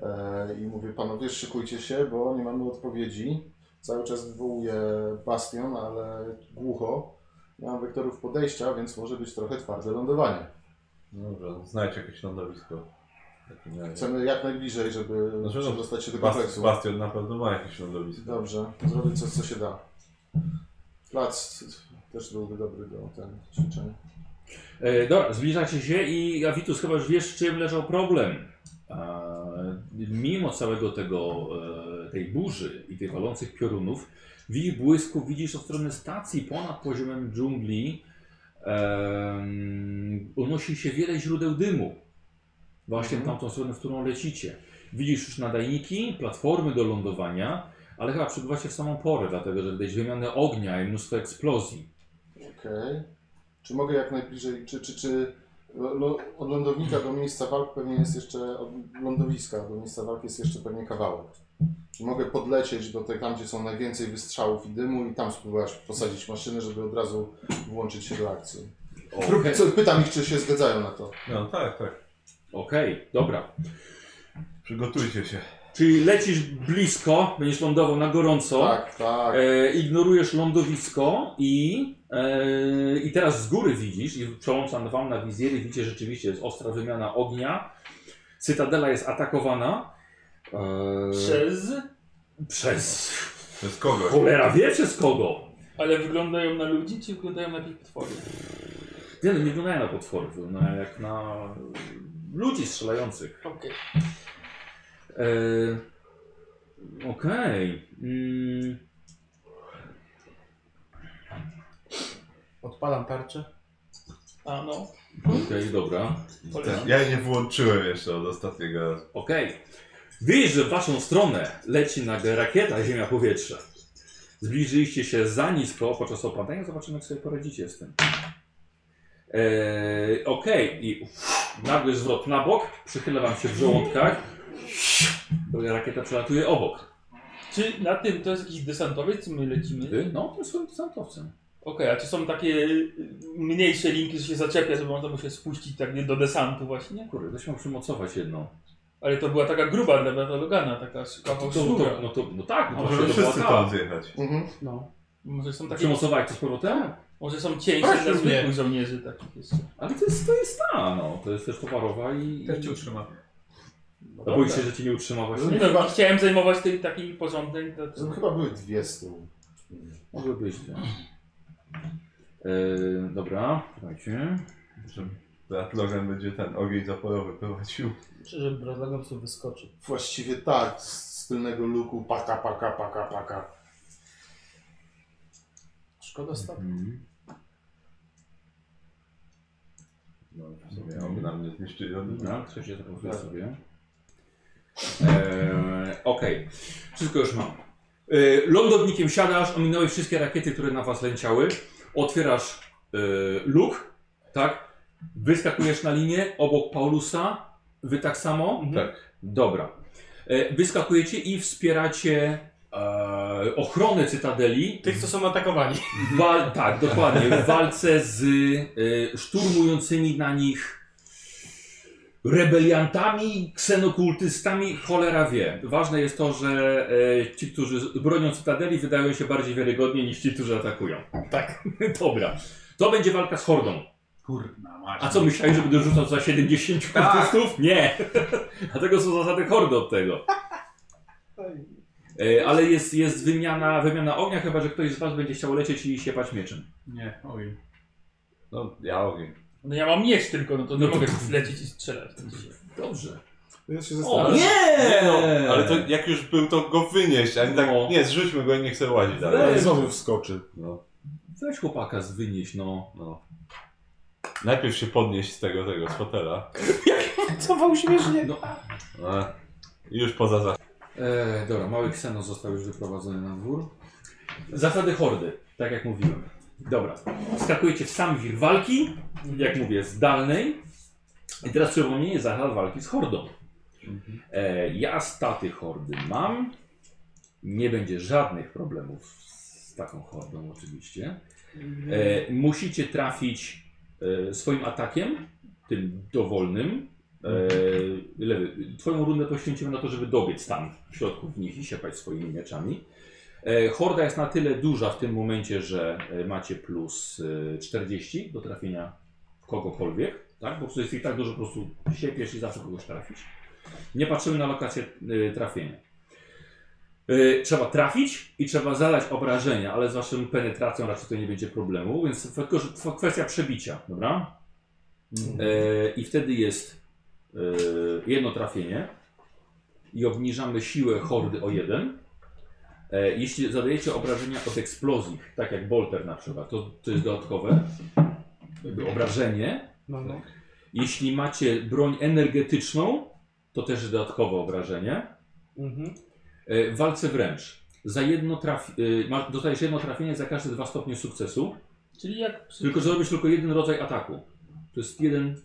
B: E, I mówię, panowie szykujcie się, bo nie mamy odpowiedzi. Cały czas wywołuję bastion, ale głucho. Nie mam wektorów podejścia, więc może być trochę twarde lądowanie.
E: No Dobra, znajdź jakieś lądowisko. Takie miały.
B: Chcemy jak najbliżej, żeby
E: Znaczy, no,
B: dostać się do
E: Bast-
B: kompleksu.
E: Bastion na pewno ma jakieś lądowisko.
B: Dobrze, zrobię coś, co się da. Plac też byłby dobry do ten ćwiczeń.
A: E, dobra, zbliżacie się i Awitus chyba już wiesz, w czym leżał problem. E, mimo całego tego, e, tej burzy i tych walących piorunów, w ich błysku widzisz od strony stacji ponad poziomem dżungli em, unosi się wiele źródeł dymu. Właśnie w tamtą stronę, w którą lecicie. Widzisz już nadajniki, platformy do lądowania, ale chyba przybywacie w samą porę, dlatego że widać wymianę ognia i mnóstwo eksplozji.
B: Okej. Czy mogę jak najbliżej, czy, czy, czy lo, od lądownika do miejsca walk pewnie jest jeszcze, od lądowiska do miejsca walk jest jeszcze pewnie kawałek. Czy mogę podlecieć do tej, tam gdzie są najwięcej wystrzałów i dymu i tam spróbować posadzić maszynę, żeby od razu włączyć się do akcji. Prób, co, pytam ich, czy się zgadzają na to.
E: No tak, tak.
A: Okej, dobra.
E: Przygotujcie się.
A: Czyli lecisz blisko, będziesz lądował na gorąco,
B: Tak, tak.
A: e, ignorujesz lądowisko i, e, i teraz z góry widzisz, i przełączam wam na wizjery, widzicie rzeczywiście jest ostra wymiana ognia, cytadela jest atakowana e,
F: Przez.
A: przez
E: To jest kogoś.
A: cholera wie przez kogo.
F: Ale wyglądają na ludzi, czy wyglądają na jakieś potwory?
A: Nie, no, nie wyglądają na potwory, wyglądają jak na ludzi strzelających.
F: Okej.
A: E, Okej. Mm.
C: Odpalam tarczę.
F: A no,
A: Okej, dobra.
F: polecam.
E: Ja jej nie włączyłem jeszcze od ostatniego razu.
A: Okej. Widzisz, że w waszą stronę leci nagle rakieta Ziemia-Powietrze. Zbliżyliście się za nisko podczas opadania. Zobaczymy, jak sobie poradzicie z tym. Eee, Okej. I uff, nagły zwrot na bok. Przychyla wam się w żołądkach. Bo Rakieta przelatuje obok.
F: Czy na tym to jest jakiś desantowiec, co my lecimy? Okej,
A: Ty? No, tym swoim santowcem.
F: a czy są takie y, mniejsze linki, że się zaczepia, żeby można było się spuścić tak nie do desantu właśnie?
A: Kurde, da się przymocować jedną.
F: Ale to była taka gruba dla Logana, taka
A: To,
F: kawał szczura.
A: to, no, to, no tak, no to
E: Możemy
A: to była ta.
E: wszyscy tam zjechać.
B: Mhm.
C: No.
F: Może są takie...
A: Przymocować to z powrotem?
F: Może są cieńsze dla
C: Proszę
F: zwykłych
C: mnie.
F: żołnierzy takich jeszcze.
A: Ale to jest, to jest ta, no. To jest też towarowa i...
D: Też cię utrzyma.
A: A boisz się, że cię nie utrzyma właśnie?
F: Nie no, nie chciałem zajmować tej takiej porządnej... To,
B: To Chyba były dwie z tyłu.
A: Może być. tak. Yy, dobra, słuchajcie.
E: Że Brat Logan będzie ten ogień zaporowy prowadził.
C: Myślę, że Bradlagon sobie wyskoczy.
B: Właściwie tak, z z tylnego luku paka, paka, paka, paka.
C: Szkoda
B: Hmm.
C: statku.
A: Mhm.
E: No, w sumie on na mnie zniszczyli.
A: Dobra, trzeba tak? się zapoznać sobie. Eee, Okej, wszystko już mam. Eee, lądownikiem siadasz, ominąłeś wszystkie rakiety, które na was lęciały. Otwierasz eee, luk, tak? Wyskakujesz na linię obok Paulusa. Wy tak samo?
E: Tak.
A: Dobra. E, wyskakujecie i wspieracie e, ochronę cytadeli.
C: Tych, co są atakowani.
A: Wal, tak, dokładnie. W walce z e, szturmującymi na nich rebeliantami, ksenokultystami, cholera wie. Ważne jest to, że e, ci, którzy z- bronią cytadeli, wydają się bardziej wiarygodnie niż ci, którzy atakują.
C: Tak.
A: Dobra. To będzie walka z hordą.
G: Kurna mać.
A: A co myślałeś, że będę rzucał za 70 kultystów? Nie. Dlatego są zasady hordy od tego. E, Ale jest, jest wymiana, wymiana ognia, chyba że ktoś z Was będzie chciał lecieć i siepać mieczem.
G: Nie, oj.
E: No, ja ogień.
F: No ja mam miecz tylko, no to nie
A: No to-
F: mogę lecieć i strzelać.
A: Dobrze.
B: Ja się
A: O,
B: zastanawiam.
A: nie!
E: Nie no, ale to jak już był, to go wynieść, a nie tak,
A: No.
E: nie, zrzućmy go, nie chcę łazić
A: Weź.
E: dalej.
B: Ale znowu wskoczy.
E: No,
A: Weź chłopaka z wynieś, no.
E: no. Najpierw się podnieść z tego, tego, z fotela.
C: Cował śmiesznie.
A: no.
E: A, i już poza za...
A: E, dobra, mały kseno został już wyprowadzony na dwór. Zasady hordy, tak jak mówiłem. Dobra, skakujecie w sam wir walki, jak mówię, zdalnej. I teraz przypomnienie zasad walki z hordą. E, ja staty hordy mam. Nie będzie żadnych problemów z taką hordą oczywiście. E, musicie trafić e, swoim atakiem, tym dowolnym. E, lewy. Twoją rundę poświęcimy na to, żeby dobiec tam w środku w nich i siepać swoimi mieczami. E, horda jest na tyle duża w tym momencie, że e, macie plus e, 40 do trafienia w kogokolwiek. Tak? Po prostu jest ich tak dużo, po prostu siepiesz i zawsze kogoś trafić. Nie patrzymy na lokację e, trafienia. E, Trzeba trafić i trzeba zadać obrażenia, ale z waszym penetracją raczej to nie będzie problemu, więc tylko że to kwestia przebicia, dobra? E, I wtedy jest e, jedno trafienie i obniżamy siłę hordy o jeden. E, jeśli zadajecie obrażenia od eksplozji, tak jak bolter na przykład, to, to jest dodatkowe jakby obrażenie.
C: No, no.
A: Jeśli macie broń energetyczną, to też jest dodatkowe obrażenie.
C: Mhm.
A: E, w walce wręcz. Za jedno trafi, e, ma- dostajesz jedno trafienie za każde dwa stopnie sukcesu.
F: Czyli jak... Przy...
A: Tylko zrobisz tylko jeden rodzaj ataku. To jest jeden,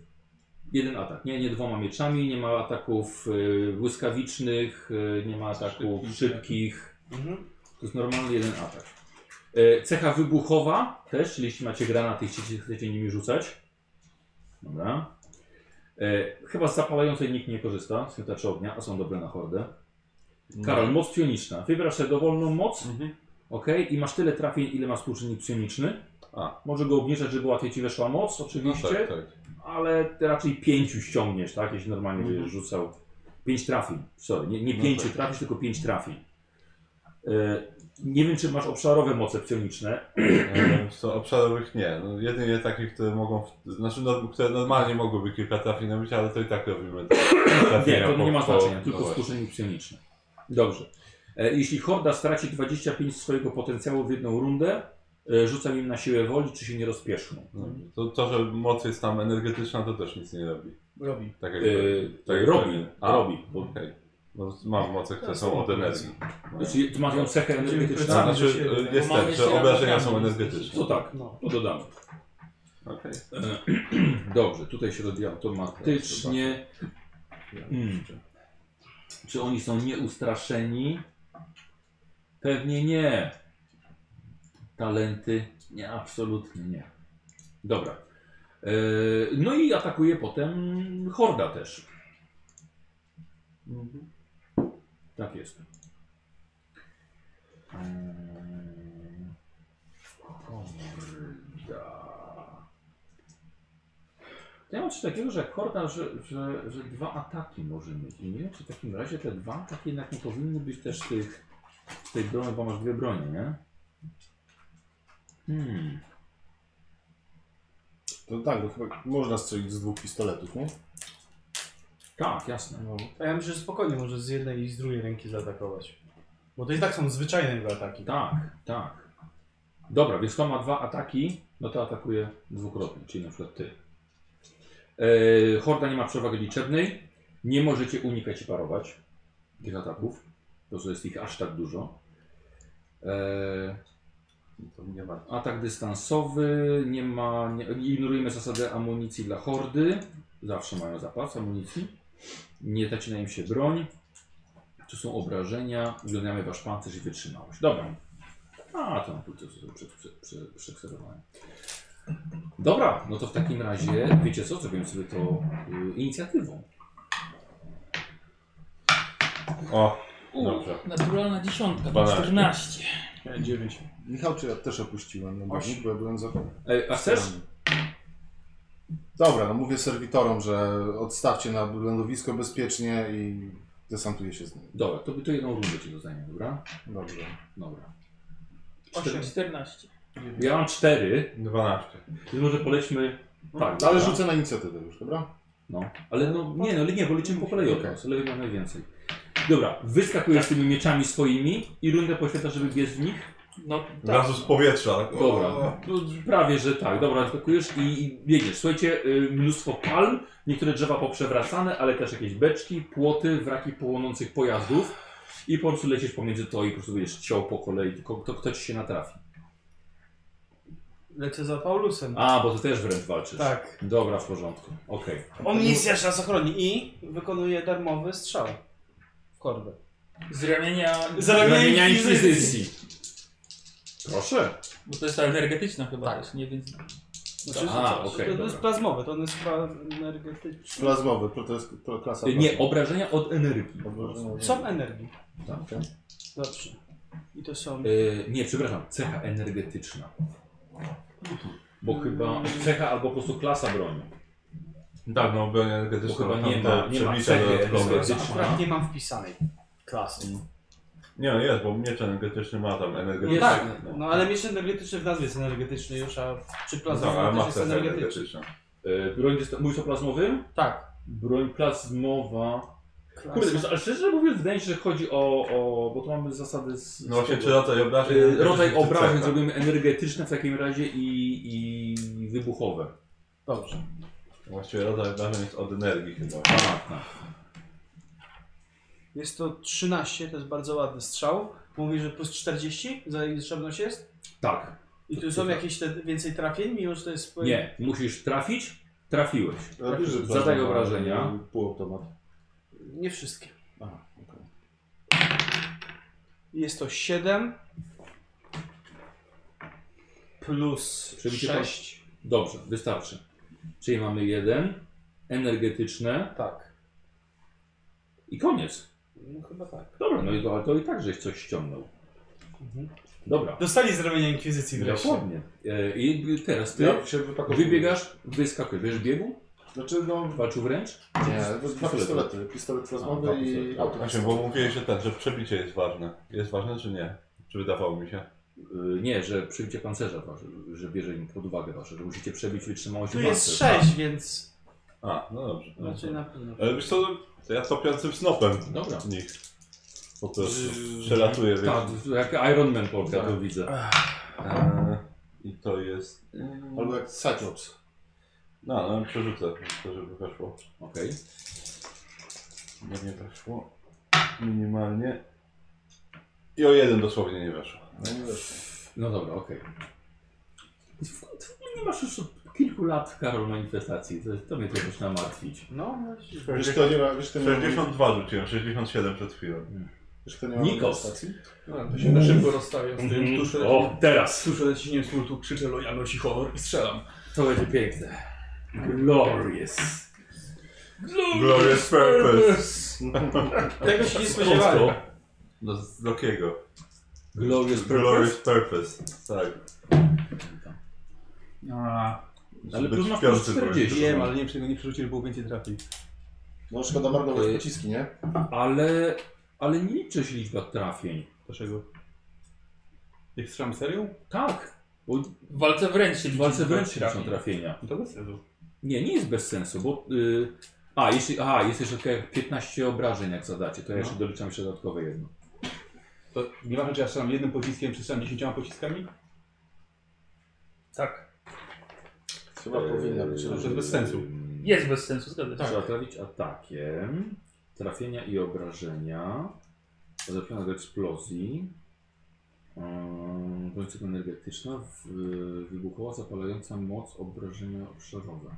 A: jeden atak. Nie, nie dwoma mieczami, nie ma ataków e, błyskawicznych, e, nie ma ataków szybkich.
C: Mhm.
A: To jest normalny jeden atak. E, cecha wybuchowa też, czyli jeśli macie granaty i chcecie, chcecie nimi rzucać. Dobra. E, chyba z zapalającej nikt nie korzysta, z chytaczy ognia, a są dobre na hordę. Karol, moc psioniczna. Wybrasz sobie dowolną moc,
E: No. Mhm.
A: ok, i masz tyle trafień, ile masz współczynnik psioniczny.
E: A.
A: Może go obniżać, żeby łatwiej ci weszła moc,
E: No
A: oczywiście,
E: tak, tak.
A: ale ty raczej pięciu ściągniesz, tak, jeśli normalnie
E: Mhm.
A: będziesz rzucał. Pięć trafień, sorry, nie, nie
E: No
A: pięciu
E: tak.
A: trafisz, tylko pięć trafień. E, nie wiem, czy masz obszarowe moce psioniczne.
E: E, Co, obszarowych nie. No, jedynie takich, które mogą, w... znaczy, no, które normalnie mogłyby kilka trafień robić, ale to i tak robimy.
A: Nie,
E: trafienia
A: to nie ma
E: po- po-
A: znaczenia,
E: no
A: tylko
E: właśnie.
A: współczynnik psioniczny. Dobrze. E, jeśli horda straci 25 swojego potencjału w jedną rundę, e, rzucam im na siłę woli, czy się nie rozpieszczą.
E: No, To, to, że moc jest tam energetyczna, to też nic nie robi.
D: Robi.
E: Tak jak
A: Yy,
E: tak jak
A: robi,
E: pewnie. A,
A: robi. Bo,
E: Okej. No, mam moce, które są od energii. No.
A: znaczy, ty masz ją cechę energetyczną?
E: A,
A: Tak,
E: znaczy, y, jest
F: Mamy
E: tak,
F: się
E: że obrażenia są
F: razem.
E: energetyczne.
A: To tak,
C: No.
A: to dodamy. E,
E: Okej.
A: Dobrze, tutaj się robi automatycznie. Mm. Czy oni są nieustraszeni? Pewnie nie. Talenty? Nie, absolutnie nie. Dobra. E, Eee, No i atakuje potem horda też. Tak jest. E, Ja mam coś takiego, że horda, że, że, że dwa ataki może mieć. I nie wiem, czy w takim razie te dwa ataki jednak nie powinny być też z tych, z tej broni, bo masz dwie bronie, nie? Hmm.
B: To tak, bo chyba można strzelić z dwóch pistoletów, nie?
A: Tak, jasne.
B: No.
C: A ja myślę, że spokojnie może z jednej i z drugiej ręki zaatakować. Bo to i tak są zwyczajne jego ataki.
A: Tak, tak. Dobra, więc to ma dwa ataki, no to atakuje dwukrotnie, czyli na przykład ty. Yy, horda nie ma przewagi liczebnej, nie możecie unikać i parować tych ataków, bo to jest ich aż tak dużo. Yy,
E: To nie ma.
A: Atak dystansowy, nie ma, nie, ignorujemy zasadę amunicji dla hordy. Zawsze mają zapas amunicji. Nie zacina im się broń. Tu są obrażenia, uwzględniamy wasz pancerz i wytrzymałość. Dobra. A, to na płytę sobie prze- prze- prze- przekserowałem. Dobra, no to w takim razie, wiecie co, zrobimy sobie to y, inicjatywą.
E: O,
F: U,
E: Dobrze.
F: naturalna dziesiątka,
E: Dwanaście.
F: 14.
D: e,
G: Ja dziewięć.
B: Michał, czy ja też opuściłem nogownik, bo ja byłem za...
A: E, a chcesz?
B: Dobra, no mówię serwitorom, że odstawcie na lądowisko bezpiecznie i desantuję się z nim.
A: Dobra, to by to jedną rundę ci to zajmie, dobra?
B: Dobrze.
A: Dobra.
F: 8, 14.
A: Ja mam cztery,
E: 12.
A: więc może polećmy... Tak,
B: No, Ale
A: dobra.
B: rzucę na inicjatywę już, dobra?
A: No, ale no, nie, no nie, bo liczymy po kolei od
B: Okej.
A: nas, lewy ma najwięcej. Dobra, wyskakujesz tymi mieczami swoimi i rundę poświęcasz, żeby biec w nich?
F: No
E: Tak.
F: tak.
E: Razu z powietrza. Tak. O,
A: Dobra, no, prawie, że tak, dobra, wyskakujesz i, i biegniesz. Słuchajcie, y, mnóstwo palm, niektóre drzewa poprzewracane, ale też jakieś beczki, płoty, wraki płonących pojazdów i po prostu lecisz pomiędzy to i po prostu będziesz ciął po kolei, tylko kto, kto ci się natrafi.
C: Lecę za Paulusem.
A: A, bo ty też wręcz walczysz.
C: Tak.
A: Dobra, w porządku, okej.
C: Omnisjasz nas ochroni i wykonuje darmowy strzał. W kordę.
F: Z ramienia.
C: Z ramienia-
A: Ramienia
C: Inkwizycji.
A: Inkwizycji. Proszę.
F: Bo to jest ta energetyczna chyba też, nie? Więc.
C: Znaczy,
A: A,
C: co-
A: okej,
C: to, to
A: dobra.
C: jest plazmowy, to on jest chyba energetyczny.
B: Plazmowy, to- to jest to klasa
A: Y, Nie,
B: plazmowa.
A: obrażenia od energii.
B: Obrażenia-
C: Są energii.
A: Tak.
C: Dobrze. I to są...
A: Y, nie, przepraszam, cecha energetyczna. Bo chyba cecha albo po prostu klasa broni.
E: Tak, no broń
A: Bo
E: energetyczna.
A: chyba
E: tam
A: nie
E: to
A: ma, nie ma
E: przebicza
A: cechy
E: dodatkowe.
A: energetyczna.
C: Akurat nie mam wpisanej klasy.
E: Nie, no jest, bo miecz energetyczny ma tam energetyczny.
C: No tak, no ale miecz energetyczny w nazwie jest energetyczny już, a czy
E: No, ale
C: plazmowy
E: ma
C: też jest
E: cechę
C: energetyczny?
E: energetyczną.
A: Y, Broń, dysta- mówisz o plazmowym?
C: Tak.
A: Broń plazmowa. Kurde, wiesz, ale szczerze mówiąc, wydaje mi się, że chodzi o, o... bo tu mamy zasady z...
E: No
A: z
E: właśnie,
A: tego.
E: czy rodzaj obrażeń?
A: Y,
E: energetycznych,
A: Rodzaj
E: czy
A: obrażeń
E: cecha?
A: zrobimy energetyczne w takim razie i, i wybuchowe.
C: Dobrze.
E: Właściwie rodzaj obrażeń jest od energii chyba.
A: Tak, tak.
C: Jest to 13, to jest bardzo ładny strzał. Mówi, że plus 40 za liczebność jest.
A: Tak.
C: I tu są jakieś te więcej trafień, mimo że to jest...
A: Nie, musisz trafić, trafiłeś.
B: Robisz, że
A: Zadaj
B: plazmowa-
A: obrażenia.
B: Półautomat.
C: Nie wszystkie.
B: Aha, okej.
C: Jest to 7 plus
A: Przebicie
C: 6.
A: Dobrze, wystarczy. Czyli mamy jeden, energetyczne
C: Tak.
A: i koniec.
C: No chyba tak.
A: Dobra, no i to, ale to i tak żeś coś ściągnął.
C: Mhm.
A: Dobra.
C: Dostali z ramienia Inkwizycji wreszcie.
A: Dokładnie. E, I teraz ty
C: No.
B: Ja się wypakowuję.
A: wybiegasz, wyskakujesz. Wiesz biegu?
B: Znaczy, no...
A: Walczył wręcz?
B: Nie, to dwa pistolety. Pistolet plazmowy
A: A, dwa
B: i
A: pistolety.
B: auto.
E: Właśnie, bo mówiłeś, że ten, że przebicie jest ważne. Jest ważne czy nie? Czy wydawało mi się?
A: Y, nie, że przybicie pancerza, wasze, że bierze im pod uwagę wasze, że musicie przebić wytrzymałość
C: Tu
A: i
C: jest
A: pancerz.
C: 6, więc
E: A, no dobrze. No.
C: raczej na pewno.
E: Ale wiesz co, to ja topiącym snopem
A: Dobra.
E: nich po prostu
C: Yy,
E: przelatuję, wiesz.
A: Tak, jak Iron Man Polka to widzę.
C: Tak.
E: Eee, I to jest...
C: Yy.
B: Albo jak Cyclops.
E: No, no przerzucę, to żeby weszło.
A: Okej.
E: No nie weszło. Minimalnie. I o jeden dosłownie nie weszło.
B: No nie wiesz.
A: No dobra, okej. Ty w- ty w ogóle nie masz już od kilku lat, Karol, manifestacji. To, to mnie to zaczyna martwić.
C: No, właśnie.
B: Wiesz, kto nie ma... Wiesz, kto nie ma...
E: 62 rzuciłem, 67 przed chwilą.
B: Wiesz, kto nie ma
A: Nikos.
B: manifestacji?
G: No, to się na szybko rozstawiam z tym.
A: Mhm.
G: Tuż przed-
A: O, teraz!
G: Tuż przed naciśnieniem smultu krzyczę lojalność i honor i strzelam.
A: To będzie piękne. Glorious.
E: Glorious purpose.
C: Tego się nie spodziewałem.
A: Ostro.
E: No z Lokiego.
A: Glorious
E: Glorious Purpose. Tak.
G: A,
A: Ale
E: Żeby
A: plus masz
E: piąty
A: plus 40.
E: byłeś.
D: Wiem, ale nie, przy- nie przerzucisz, było więcej trafi.
B: No szkoda marnować
D: Y-
A: Okej.
B: pociski, nie?
A: Ale, ale nie liczy się liczba trafień.
D: Dlaczego? Jak strzelam serią?
A: Tak. Bo
F: W walce wręcz się
A: w walce
F: liczy,
A: wręcz się
F: trafi.
A: liczą trafienia.
D: No to bez sensu.
A: Nie, nie jest bez sensu, bo... y, a, jeśli, aha, jest jeszcze takie 15 obrażeń jak zadacie,
B: No.
A: to ja jeszcze doliczam jeszcze dodatkowe jedno.
D: To nieważne, czy ja strzelam jednym pociskiem, czy strzelam dziesięcioma pociskami?
F: Tak.
B: Chyba
D: y-
B: powinna być
A: Yy,
B: różnica.
D: jest bez sensu.
A: Y,
F: Jest bez sensu, zgadza się.
A: Trzeba trafić atakiem, trafienia i obrażenia, zapiona do eksplozji, końcówka energetyczna, w- wybuchowa, zapalająca moc, obrażenia obszarowe.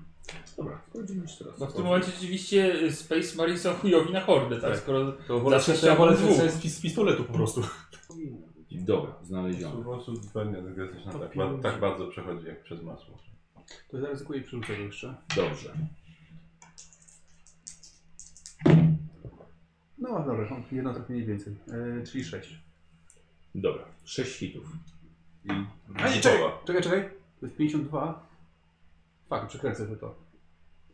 A: Dobra, sprawdzimy jeszcze raz.
F: No w tym momencie rzeczywiście y, Space Marines są chujowi na hordę, tak?
D: Tak.
F: Skoro
D: To wolę
F: Zawsze
D: strzelam wolę
F: strzelam
D: strzelam z pis- z pistoletu po prostu.
A: Dobra,
E: Po
A: znaleziono.
E: prostu zupełnie energetyczna tak, ba- tak bardzo przechodzi jak przez masło.
D: To ja zaryzykuję i przerzucę go jeszcze.
A: Dobrze.
D: No dobra, mam jedno trafienie więcej, e, czyli sześć.
A: Dobra, 6 hitów.
E: I
D: A nie, czekaj,
E: Wybuchowa.
D: czekaj, czekaj. To jest 52. Fakt, przekręcę sobie to.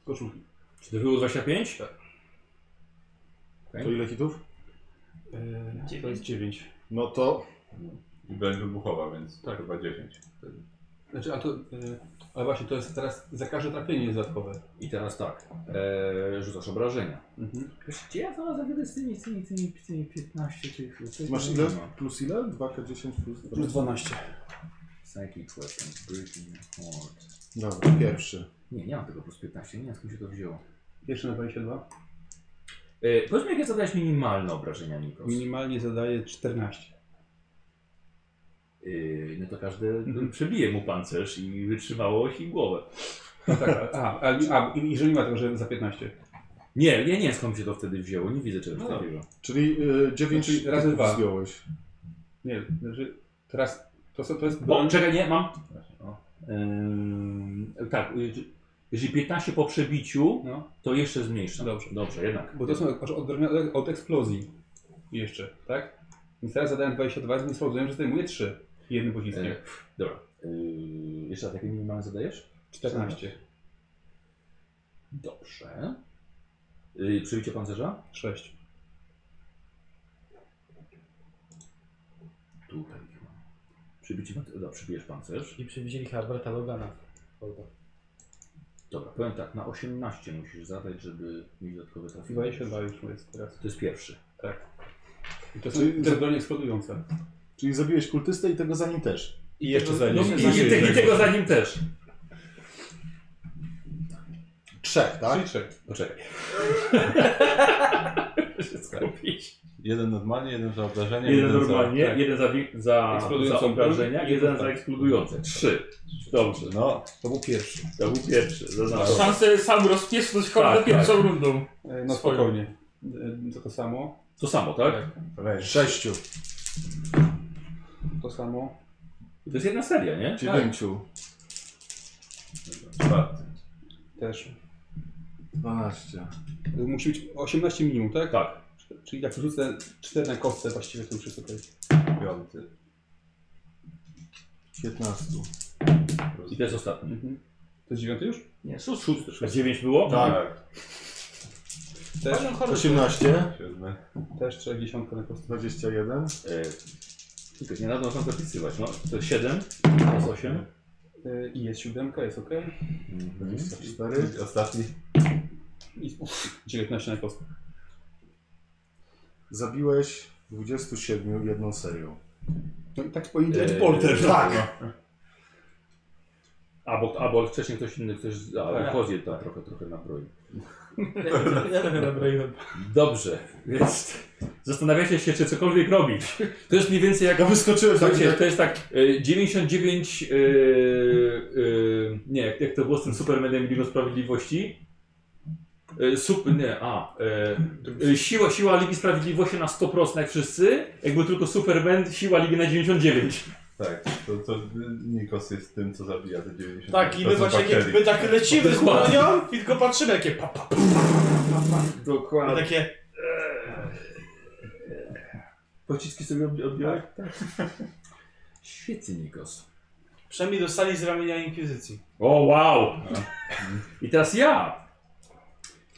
D: Z koszulki.
A: Czy to było 25?
D: Tak.
B: To ile hitów?
D: Eee,
F: Dziewięć.
D: 9.
B: No to
E: I będzie wybuchowa, więc
D: Tak.
E: chyba 10.
D: Znaczy, a to, e, ale właśnie, to jest teraz za każde trafienie jest dodatkowe.
A: I teraz tak, eee, rzucasz obrażenia.
D: Mhm.
A: Wiesz, Gdzie ja znalazłem wtedy z tymi, z tymi, z tymi, z tymi 15 tych... to jest
B: masz
A: tam
B: ile?
A: nie ma.
B: Plus ile? 2K10 plus 12.
D: Plus 12.
A: Psychic weapons, breathing, horde.
B: Dobra, pierwszy.
A: Nie, nie mam tego plus 15, nie wiem skąd się to wzięło.
D: Pierwszy na 22.
A: E, powiedz mi, jakie zadałeś minimalne obrażenia, Nikos.
D: Minimalnie zadaje 14.
A: E, no to każdy przebije mu pancerz i wytrzymałość i głowę.
D: No tak, a, a, a, a i- i że nie ma tego, że za 15.
A: Nie, ja nie wiem skąd się to wtedy wzięło, nie widzę czegoś
D: No.
A: takiego.
B: Czyli y, 9
D: Czyli Znaczy, razy
B: hitów
D: dwa.
B: zdjąłeś.
D: Nie, znaczy teraz to, co- to jest
A: Bo,
D: broń.
A: czekaj, nie, mam. O. Ym, tak, y, czy- jeżeli 15 po przebiciu,
D: No,
A: to jeszcze zmniejszam.
D: Dobrze.
A: Dobrze, jednak.
D: bo to są aż od, od eksplozji. Jeszcze, tak? Więc teraz zadałem 22, więc rozumiem, że zdejmuję 3. Jednym pociskiem.
A: E, dobra. Y, jeszcze raz, jakie minimalne zadajesz?
D: 14.
A: Dobrze. Y, przebicie pancerza?
D: 6.
A: Tutaj. chyba. Przybicie pancerza. Dobra, przybijesz pancerz.
C: I przywidzieli Herberta Logana.
A: Dobra, powiem tak, na 18 musisz zadać, żeby mieć dodatkowe trafienie.
D: 22 już jest teraz.
A: To jest pierwszy.
D: Tak. I to są
B: Czyli-
D: te bronie eksplodujące.
B: Czyli zabiłeś kultystę i tego za nim też.
D: I jeszcze
F: za nim.
A: I, No, i, te, I tego za nim też.
B: Trzech, tak?
D: trzech.
A: Poczekaj. Wszystko kupić.
E: Jeden normalnie, jeden za obrażenie,
A: Jeden
E: za-
A: normalnie,
D: tak.
A: jeden za, wi- za, za
D: Eksplodującą
A: obrażenia,
D: broń,
A: jeden
D: tak.
A: za eksplodujące. Trzy. Dobrze, no.
E: No,
D: To był pierwszy.
A: To był pierwszy.
F: Masz
A: Zaznaczam.
F: szansę sam rozpieszczać hordę
A: Tak,
F: pierwszą rundą.
D: E, No
F: Swoją.
D: spokojnie. E, To to samo.
A: To samo, tak?
E: range.
B: Sześciu.
D: To samo.
A: To jest jedna seria, nie? Tak.
B: Dziewięciu.
E: Czwarty.
D: Też.
B: 12.
D: E, Musi być 18 minimum, tak?
A: Tak.
D: Czyli jak rzucę 4 na kostce właściwie to już jest okej.
E: Piąty.
B: 15.
E: Plus.
A: I to jest ostatni.
D: Mhm. To jest 9 już?
A: Nie, szósty. A dziewięć było?
E: Tak.
D: Też,
B: 18.
E: Siódmy.
D: też 60 na kostce.
B: 21.
A: E, tylko nie nadal można zapisywać. No, to jest siedem, to jest osiem.
D: E, I jest 7, jest ok.
A: Mhm.
B: 24.
E: I Ostatni.
D: I uff, 19 na kostce.
B: Zabiłeś 27 jedną serią.
D: No i tak powinien być
A: E,
D: polter.
B: tak.
A: Albo, albo wcześniej ktoś inny, ktoś z- albo
C: Tak.
A: Kozie tam trochę, trochę nabroi.
C: Ja trochę nabrałem.
A: Dobrze, więc zastanawiacie się, czy cokolwiek robić. To jest mniej więcej jak...
B: Ja wyskoczyłem tak,
A: Słuchajcie,
B: tak.
A: to jest tak e, 99... e, e, nie, jak- jak to było z tym Supermanem i Ligą Sprawiedliwości? E, Sup, nie, a... e, e, Siła, siła Ligi Sprawiedliwości na 100% jak wszyscy, jakby tylko Superman, siła Ligi na 99.
E: Tak, to, to Nikos jest tym, co zabija te 90
C: Tak, i my właśnie
E: bakterii.
C: jak, my tak lecimy z
A: Dokładnie.
C: bronią i tylko patrzymy jakie pa, pa, pa, pa, pa, pa.
A: Dokładnie.
C: I takie... e,
A: Pociski sobie odbi- odbiłeś? Tak. Świetnie, Nikos.
C: Przynajmniej dostali z ramienia Inkwizycji.
A: O, wow! I teraz ja!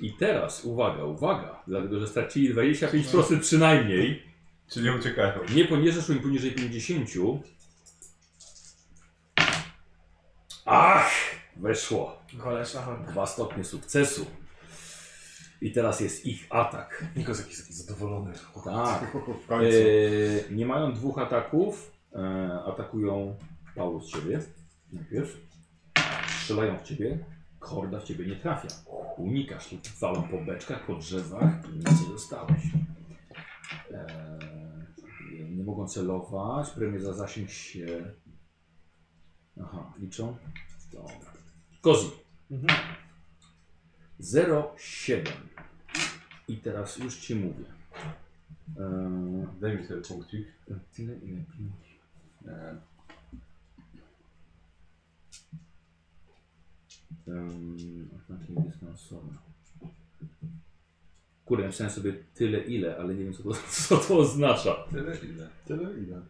A: I teraz, uwaga, uwaga, dlatego że stracili 25% przynajmniej.
E: Czy nie uciekają?
A: Nie poniżesz im poniżej 50. Ach! Weszło.
C: Koleż na hordę.
A: Dwa stopnie sukcesu. I teraz jest ich atak.
B: Nikos jakiś taki zadowolony.
A: Tak.
B: W
A: E,
B: końcu.
A: nie mają dwóch ataków. E, atakują Paulus z ciebie. Najpierw. Strzelają w ciebie. Korda w ciebie nie trafia. Unikasz. Walą po beczkach, po drzewach i nic nie dostałeś. E, nie mogą celować. Premię za zasięg się... Aha, liczą. Dobra. Kozi.
C: Mhm.
A: 0,7. I teraz już ci mówię. E,
E: Daj mi sobie punkcik.
A: Tak, Tyle ile pił. E. Em, Oznaki dystansowe. Kurde, ja myślałem sobie tyle ile, ale nie wiem co to, co to oznacza.
E: Tyle ile.
B: Tyle ile?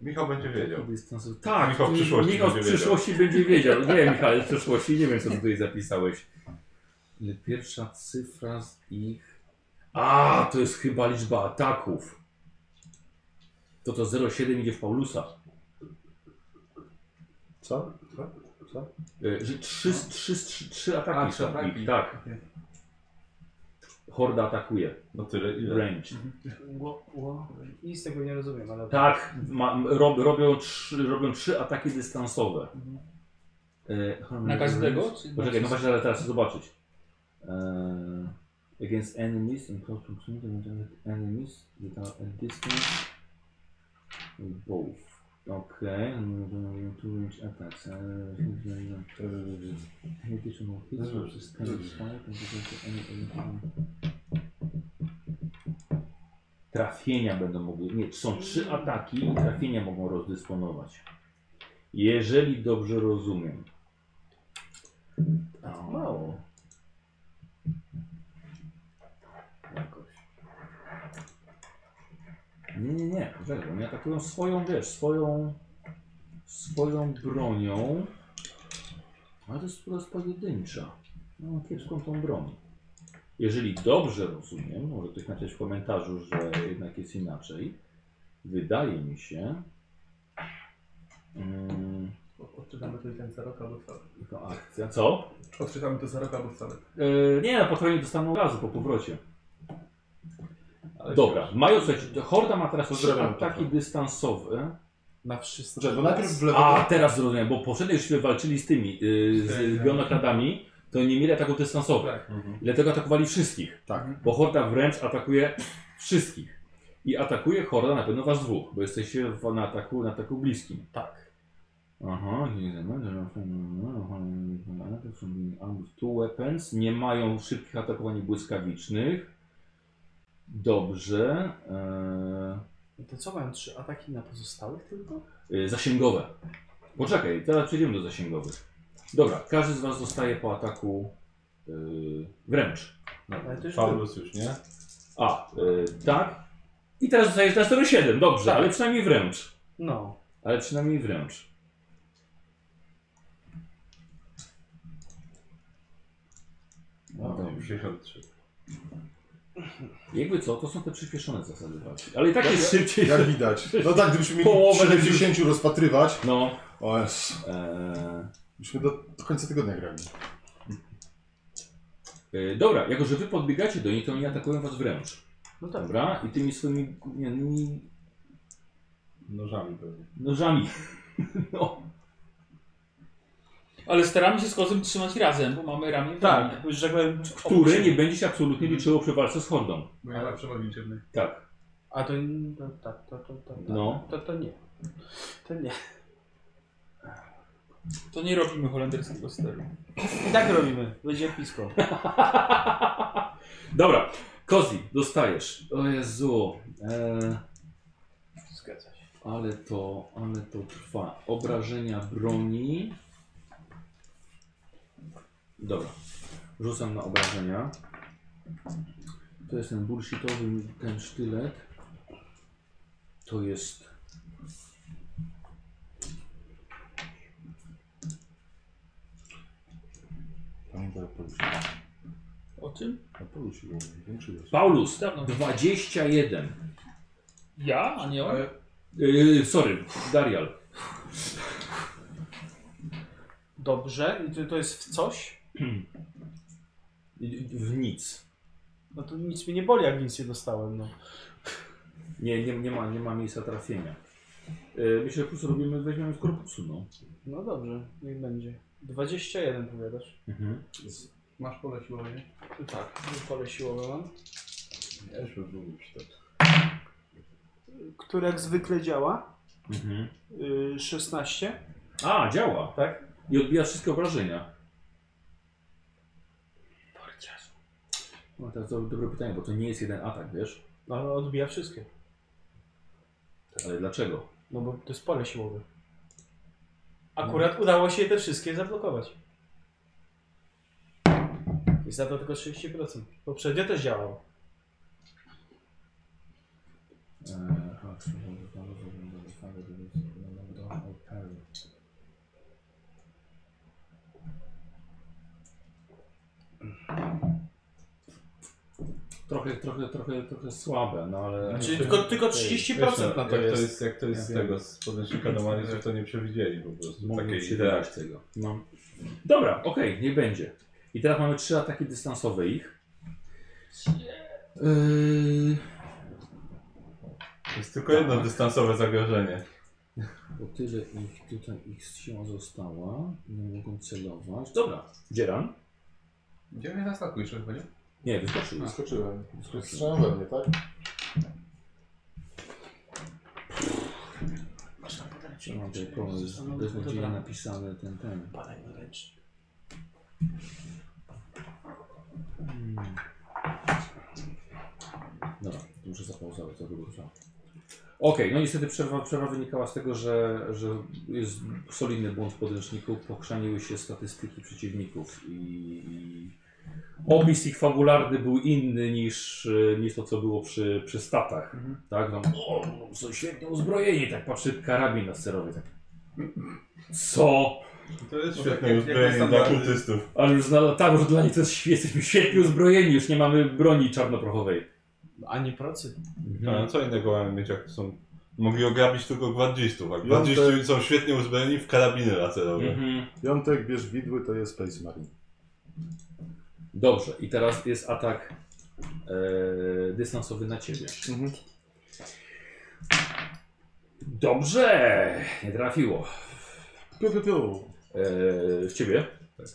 E: Michał będzie wiedział.
A: Dystansowe. Tak,
E: Michał w
A: m-
E: przyszłości
A: Michał w
E: będzie
A: przyszłości będzie wiedział. Nie, Michał, w przyszłości nie wiem co tutaj zapisałeś. Ale Pierwsza cyfra z ich... A, to jest chyba liczba ataków. To to 0,7 idzie w Paulusa.
B: Co? Co? Co?
A: Y, Że trzy, trzy, trzy, trzy ataki.
D: No. A, trzy
A: są
D: ataki.
A: ich, Tak. Horda atakuje.
E: No tyle
D: Mhm.
E: ile.
A: Range.
C: Ło- ło- Nic z tego nie rozumiem, ale...
A: Tak, ma, m- rob, robią, trzy, robią trzy ataki dystansowe.
D: Mhm.
A: Y, hmm,
F: Na każdego? Czy
A: Poczekaj, no właśnie, ale teraz chcę zobaczyć. E, against enemies in close proximity when there are enemies without a distance. Both. Okej. no, Okay. Two range attacks. E,
B: Yy,
A: Any additional hits
E: Dobrze.
A: versus standard strike and against any additional- Trafienia będą mogły. Nie, są trzy ataki i trafienia mogą rozdysponować. Jeżeli dobrze rozumiem. A, Tak Mało. Jakoś. Nie, nie, nie. Poczekaj, oni atakują swoją, wiesz, swoją. swoją bronią. Ale to jest po raz pojedyncza. No, kiepską tą broń. Jeżeli dobrze rozumiem, może ktoś napisać w komentarzu, że jednak jest inaczej. Wydaje mi się. Mm,
D: Odczytamy to ten za rok albo wcale.
A: to akcja. Co?
D: Odczytamy to za rok albo wcale.
A: Yy, nie, na patronie dostaną razu po powrocie.
D: Ale
A: Dobra, mają coś. Horda ma teraz trzy
B: Strzelam
A: ataki
B: trochę.
A: dystansowe.
C: Na wszystko.
B: Poczekaj, bo najpierw w lewo.
A: A, teraz zrozumiałem, bo poprzednio już walczyli z tymi, yy, z bionokradami, to nie mieli ataków dystansowych.
D: Tak.
E: Mhm.
A: Dlatego atakowali wszystkich.
B: Tak.
A: Bo horda wręcz atakuje wszystkich. I atakuje horda na pewno was dwóch, bo jesteście w, na, ataku, na ataku bliskim.
C: Tak.
A: Aha, nie wiem. Two weapons. Nie mają szybkich atakowań błyskawicznych. Dobrze. e,
C: I to co, mają trzy ataki na pozostałych tylko?
A: Eee, y, zasięgowe. Poczekaj, teraz przejdziemy do zasięgowych. Dobra, każdy z was dostaje po ataku yy, wręcz.
C: Ale to już był.
E: No, Paulus już, nie?
A: A, y, tak. I teraz dostajesz na 07, dobrze,
C: Tak.
A: ale przynajmniej wręcz.
C: No.
A: Ale przynajmniej wręcz. No,
E: No,
A: dobrze.
E: 63.
A: Jakby co, to są te przyspieszone zasady walki. Ale i tak jest szybciej.
B: Jak widać. No tak, gdybyśmy mieli
A: Połowę
B: 70 rozpatrywać.
A: No.
B: O jest.
A: E,
B: Byśmy do, do końca tygodnia grali.
A: e, dobra, jako że wy podbiegacie do nich, to oni atakują was wręcz.
C: No tak.
A: Dobra? I tymi swoimi gównianymi
E: Nożami pewnie.
A: nożami. No.
F: Ale staramy się z kozem trzymać razem, bo mamy ramię w
C: Tak,
F: ramię.
C: już żegnałem.
A: Które nie będzie się absolutnie liczyło przy walce z hordą.
D: Bo ja mam przewagi liczebnej.
A: Tak.
C: A to... to tak, to, to, to, to,
A: No.
C: to, to nie. To nie.
F: To nie robimy holenderskiego stylu.
C: I tak robimy. Będzie pisko.
A: Dobra. Kozi, dostajesz. O Jezu. E,
C: Zgadza się.
A: Ale to, ale to trwa. Obrażenia broni. Dobra. Rzucam na obrażenia. To jest ten bullshitowy ten sztylet. To jest.
B: Pamiętaj o Polusiu.
F: O czym?
B: O Polusiu, większy jest.
A: Paulus,
F: Dawno.
A: 21.
F: Ja, a nie on?
G: Ale
A: Yy, sorry, Darial.
C: Dobrze, i to, to jest w coś?
A: Y- W nic.
C: No to nic mi nie boli, jak nic nie dostałem, no.
A: Nie, nie, nie, ma, nie ma miejsca trafienia. Yy, myślę, że po prostu robimy, weźmiemy z korpusu, no.
C: No dobrze, niech będzie. 21 powiadasz.
A: Mhm.
D: Masz pole siłowe, nie?
C: Tak, pole siłowe mam.
E: Ja już bym był przydatny.
C: Które jak zwykle działa.
A: Mhm.
C: Yy, 16.
A: A, działa.
C: Tak.
A: I odbija wszystkie obrażenia. No, to jest do- dobre pytanie, bo to nie jest jeden atak, wiesz?
C: No ale odbija wszystkie.
A: Ale dlaczego?
C: No bo to jest pole siłowe. Akurat udało się te wszystkie zablokować. I za to tylko 30%. Poprzednio też działało.
A: Trochę, trochę, trochę, trochę słabe, no ale...
C: Czyli Znaczy, tylko, tylko 30% na to
E: jak to
C: jest.
E: jest, jak to jest z
B: Ja wiem.
E: tego, z podręcznika do Mariusza, to nie przewidzieli po prostu
A: Mogę
E: takiej
A: się
E: interakcji.
A: dać tego.
B: No.
A: Dobra, okej, nie będzie. I teraz mamy trzy ataki dystansowe ich. Yy,
E: To jest tylko jedno dystansowe zagrożenie.
A: o tyle ich tutaj ich siła została. Nie mogą celować. Dobra, dzieran.
D: Gdzie mnie zaskakujesz chyba, nie?
A: Nie, wyskoczył.
B: Skoczyłem. Strzałem we mnie, tak?
C: Masz na podręcznik.
A: Mam tutaj problem, jest beznadziejnie napisany ten, ten.
C: Badaj na ręcz.
A: Hmm. Dobra, to muszę zapauzować, to długo trwa. Okej, no niestety przerwa, przerwa wynikała z tego, że, że jest solidny błąd w podręczniku, pokrzaniły się statystyki przeciwników i, i opis ich fabularny był inny niż, e, niż to, co było przy, przy statach. Tak, no, o, są świetnie uzbrojeni, tak patrzy karabin na sterowy, tak. Co?
E: To jest
D: No tak,
E: świetne
D: jak- jak
E: uzbrojenie
D: na
E: dla
D: standardy.
E: kultystów.
A: Ale już dla, tam już dla nich to jest, świe- jesteśmy świetnie uzbrojeni, już nie mamy broni czarnoprochowej.
C: Ani procy.
B: Mhm. Tak.
E: A No, co innego mają mieć, jak są... Mogli ograbić tylko gwardzistów, a
B: te-
E: gwardziści są świetnie uzbrojeni w karabiny laserowe.
A: Mhm.
B: Piątek, bierz widły, to jest Space Marine.
A: Dobrze, i teraz jest atak e, dystansowy na ciebie.
B: Mhm.
A: Dobrze! Nie trafiło.
B: Piu, piu, piu.
A: E, w ciebie?
B: Tak.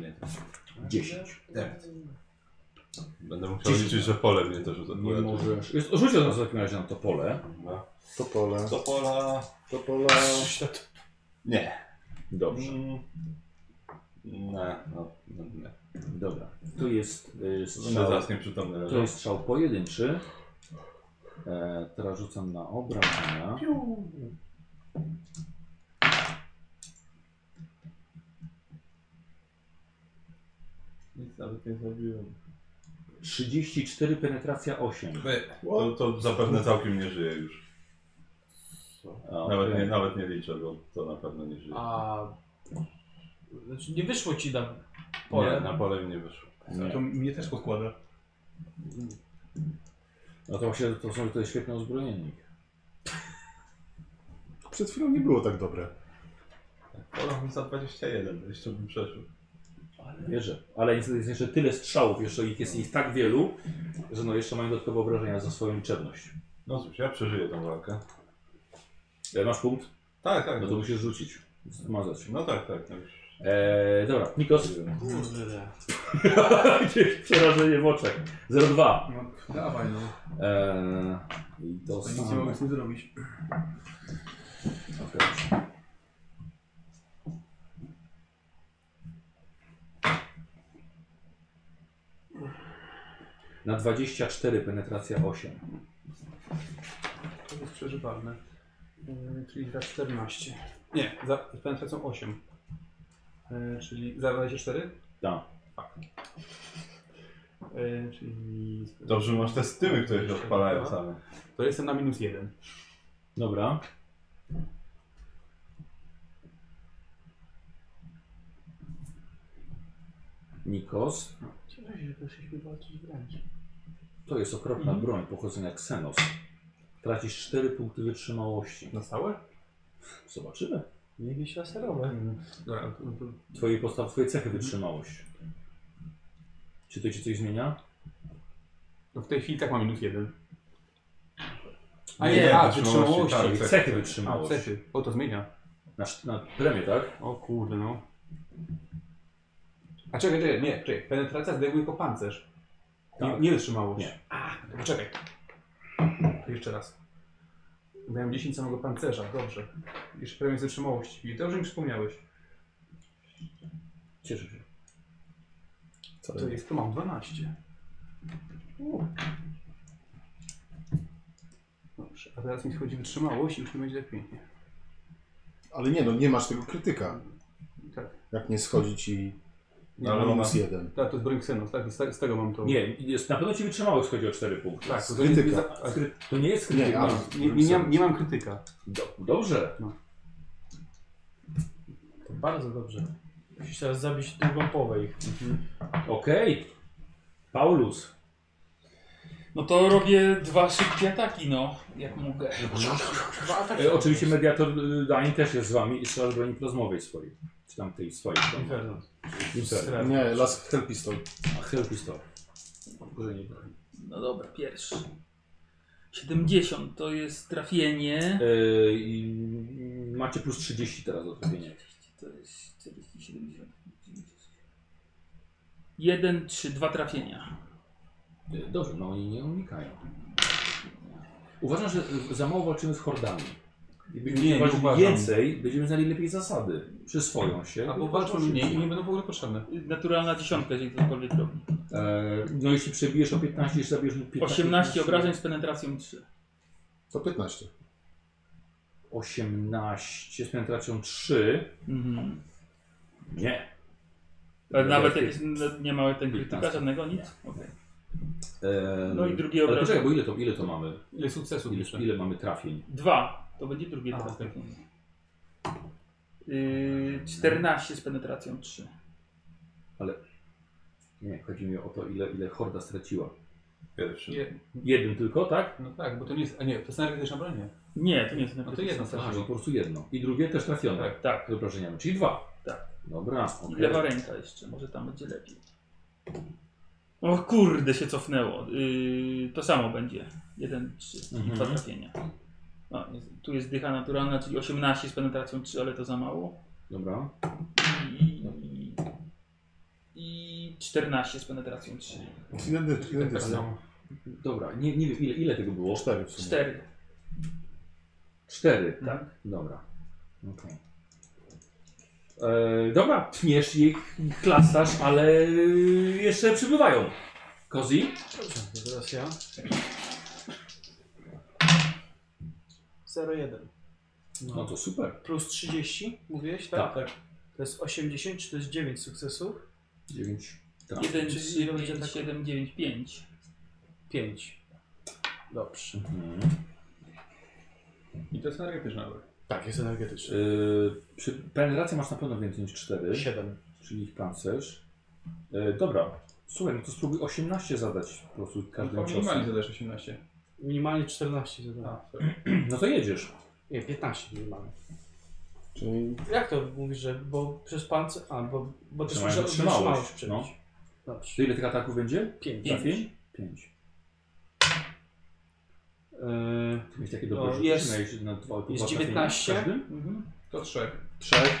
E: Nie.
A: 10.
E: Będę musiał liczyć, że pole mnie też
B: Nie
E: uzatkuje.
B: możesz.
A: Jest, rzuć od razu w takim razie na to pole.
B: To pole.
E: Do pola...
B: To pole.
E: Nie.
A: Dobrze,
E: Nie, no, no nie.
B: Mhm.
A: dobra. To jest e,
E: Będę
A: strzał,
E: zaraz nieprzytomny.
A: to jest strzał pojedynczy. E, teraz rzucam na obrażenia.
E: Nic nawet nie zrobiłem.
A: 34, penetracja 8.
E: To, to zapewne całkiem nie żyje już.
A: A,
E: Nawet
A: okej.
E: nie, nawet nie liczę, bo to na pewno nie żyje.
C: A... Znaczy nie wyszło ci na pole.
E: Nie, na pole mi nie wyszło.
A: Nie.
D: No To mnie też pokłada.
A: No to właśnie to są tutaj świetne uzbrojeni.
B: Przed chwilą nie było tak dobre.
E: Pole mi za 21, jeszcze bym przeszedł.
A: Wierzę. Ale niestety jest jeszcze tyle strzałów, jeszcze ich jest ich tak wielu, że no jeszcze mają dodatkowe obrażenia za swoją liczebność.
E: No cóż, ja przeżyję tą walkę.
A: E, Masz punkt?
E: Tak, tak.
A: No to musisz rzucić. Zmazać.
E: No tak, tak. tak.
A: Eee, dobra, Nikos. Jakieś Przerażenie w oczach. 02.
D: No, dawaj no.
A: Eee, I to
D: To nic nie
A: samo.
D: mogę z tym zrobić.
A: Okej. Na 24 penetracja 8.
D: To jest przeżywalne. Yy, Czyli za 14. Nie, za z penetracją E, 8. Yy, Czyli za 24?
A: Tak.
D: E, czyli...
E: Dobrze, masz te styły, które się odpalają tak? same.
D: To jestem na minus jeden.
A: Dobra. Nikos.
C: Cieszę się, że poszliśmy walczyć w Mhm. ręce.
A: To jest okropna broń pochodzenia Xenos. Tracisz 4 punkty wytrzymałości. No,
D: Na stałe?
A: Zobaczymy.
C: Jakieś laserowe.
D: Dobra, no to, to
A: Twoje podstawowe cechy
C: Mhm.
A: wytrzymałości. Czy to ci coś zmienia?
D: No w tej chwili tak mam minus jeden. A
E: Nie,
D: nie, nie a,
E: wytrzymałości,
D: wytrzymałości.
A: Cechy,
E: tak. cechy.
A: cechy
D: A,
A: wytrzymałości.
D: cechy. O, to zmienia.
A: Na, sz- na premię, tak?
D: O kurde, no. A czekaj, czekaj, nie, czekaj. Penetracja zdejmuje jako pancerz. Nie,
A: Tak.
D: nie wytrzymałość.
A: Nie.
D: A, no to poczekaj. To jeszcze raz. Miałem 10 samego pancerza, dobrze. Jeszcze prawie z wytrzymałości. I dobrze mi przypomniałeś.
A: Cieszę się.
D: Co to jest? To mam 12. U. Dobrze, a teraz mi schodzi wytrzymałość i już nie będzie tak pięknie.
B: Ale nie no, nie masz tego krytyka.
D: Tak.
B: Jak nie schodzi ci
E: No, ale ona...
B: minus jeden.
D: Tak, to jest broń Xenos, tak? Z, te- z tego mam to.
A: Nie, jest, na pewno ci wytrzymałość chodzi o 4 punkty.
D: tak, to, to nie,
B: Krytyka.
D: nie, za- a,
A: Skry- To nie jest krytyk.
B: Nie, a-
D: nie, nie, nie, mam- nie mam krytyka.
A: Do, dobrze.
C: To bardzo dobrze. Musisz teraz zabić drugą połowę ich.
A: Okej. Paulus.
F: No to robię dwa szybkie ataki, no, jak mogę.
C: Dwa ataki.
A: E, oczywiście mediator y, Dani też jest z wami i strzela z broni plazmowej swojej. Czy tam tej swojej. tam.
C: Inferno.
A: Inferno.
C: Strach.
B: Nie, las Hell Pistol.
A: A Hell Pistol. Uderzenie broni.
F: No dobra, pierwszy. 70 to jest trafienie.
A: E, i mm, macie plus 30 teraz do trafienia.
F: To jest 40, 70. 1, 3, 2 trafienia.
A: E, Dobrze, no oni nie unikają. Uważam, że y, za mało walczymy z hordami.
D: Nie, nie
A: Walczyli
D: uważam.
A: więcej, będziemy znali lepiej zasady. Przyswoją się.
D: Albo walczą mniej i nie będą w ogóle potrzebne.
F: Naturalna dziesiątka, jeżeli ktokolwiek robi.
A: E, no jeśli przebijesz o 15, jeszcze zabierz mu 15.
F: 18 obrażeń z penetracją 3.
B: To 15.
A: 18 z penetracją 3.
F: Mhm.
A: Nie.
F: Ale nawet jak jest, n- nie ma ten krytyka
A: 15.
F: żadnego, nic? Okej.
A: E,
F: No i drugie
A: Ale poczekaj,
F: obrażenie.
A: bo ile to, ile to mamy?
D: Ile sukcesów
A: Ile,
D: liczę?
A: ile mamy trafień?
F: Dwa. To będzie drugie
D: A,
F: teraz
D: okej.
F: trafienie. Yy, 14 z penetracją 3.
A: Nie, chodzi mi o to, ile, ile horda straciła.
E: Pierwszy.
D: Nie,
A: Jeden tylko, tak?
D: no tak, bo to nie jest. A nie, to jest energetyczna broń. nie?
F: Nie, to nie jest
D: No to
F: energetyczne.
D: jedna
A: Aha, no
D: straciła.
A: po prostu jedno. I drugie też trafione.
D: Tak.
F: Tak.
A: Z obrażeniami, czyli dwa.
F: Tak.
A: Dobra,
F: I
A: okej.
F: lewa ręka jeszcze, może tam będzie lepiej. O kurde, się cofnęło. Yy, to samo będzie. 1, 3,
A: Mhm.
F: dwa trafienia. No, jest, tu jest dycha naturalna, czyli 18 z penetracją 3, ale to za mało.
A: Dobra.
F: I, i, i 14 z penetracją 3.
B: Identyczny.
D: Tak
B: identyczny.
D: samo.
A: Dobra, nie, nie wiem ile, ile tego było?
B: Cztery w sumie.
F: 4.
A: Cztery.
F: Tak.
A: Dobra. Okej. E, dobra, tniesz ich, klasasz, ale jeszcze przybywają. Kozi?
C: Dobrze, to teraz ja. 0,1.
A: No to super.
C: Plus 30, mówiłeś,
A: Tak.
C: tak? To jest 80, czy to jest 9 sukcesów?
A: Dziewięć.
F: 1,
C: Czyli
F: 3,
C: ile
F: 5,
C: będzie tak?
F: 7, 9, 5.
C: 5. Dobrze.
A: Mhm.
D: I to jest energetyczna broń.
B: Tak, jest energetyczny.
A: Yy, przy penetracji masz na pewno więcej niż 4,
C: 7.
A: czyli ich pancerz. Yy, dobra, słuchaj, no to spróbuj 18 zadać po prostu każdym
D: Tylko
A: ciosem.
D: No Minimalnie zadajesz 18.
C: Minimalnie tak. 14 zadałem.
D: A, sorry.
A: No to jedziesz.
C: Nie, 15 minimalnie.
B: Czyli
C: Jak to mówisz, że bo przez pancerz. A, bo, bo też
A: Trzymają
C: muszę
A: wytrzymałość,
C: wytrzymałość przebić.
F: no.
A: To
C: Dobrze. Tak.
A: ile tych ataków będzie?
C: 5.
A: Trafień? 5. Ty miałeś takie dobre
C: No,
A: rzuty,
C: jest-
A: że miałeś na dwa,
C: jest
A: dwa
C: 19.
A: trafienia w każdym?
F: Mhm.
D: To trzech.
A: Trzech.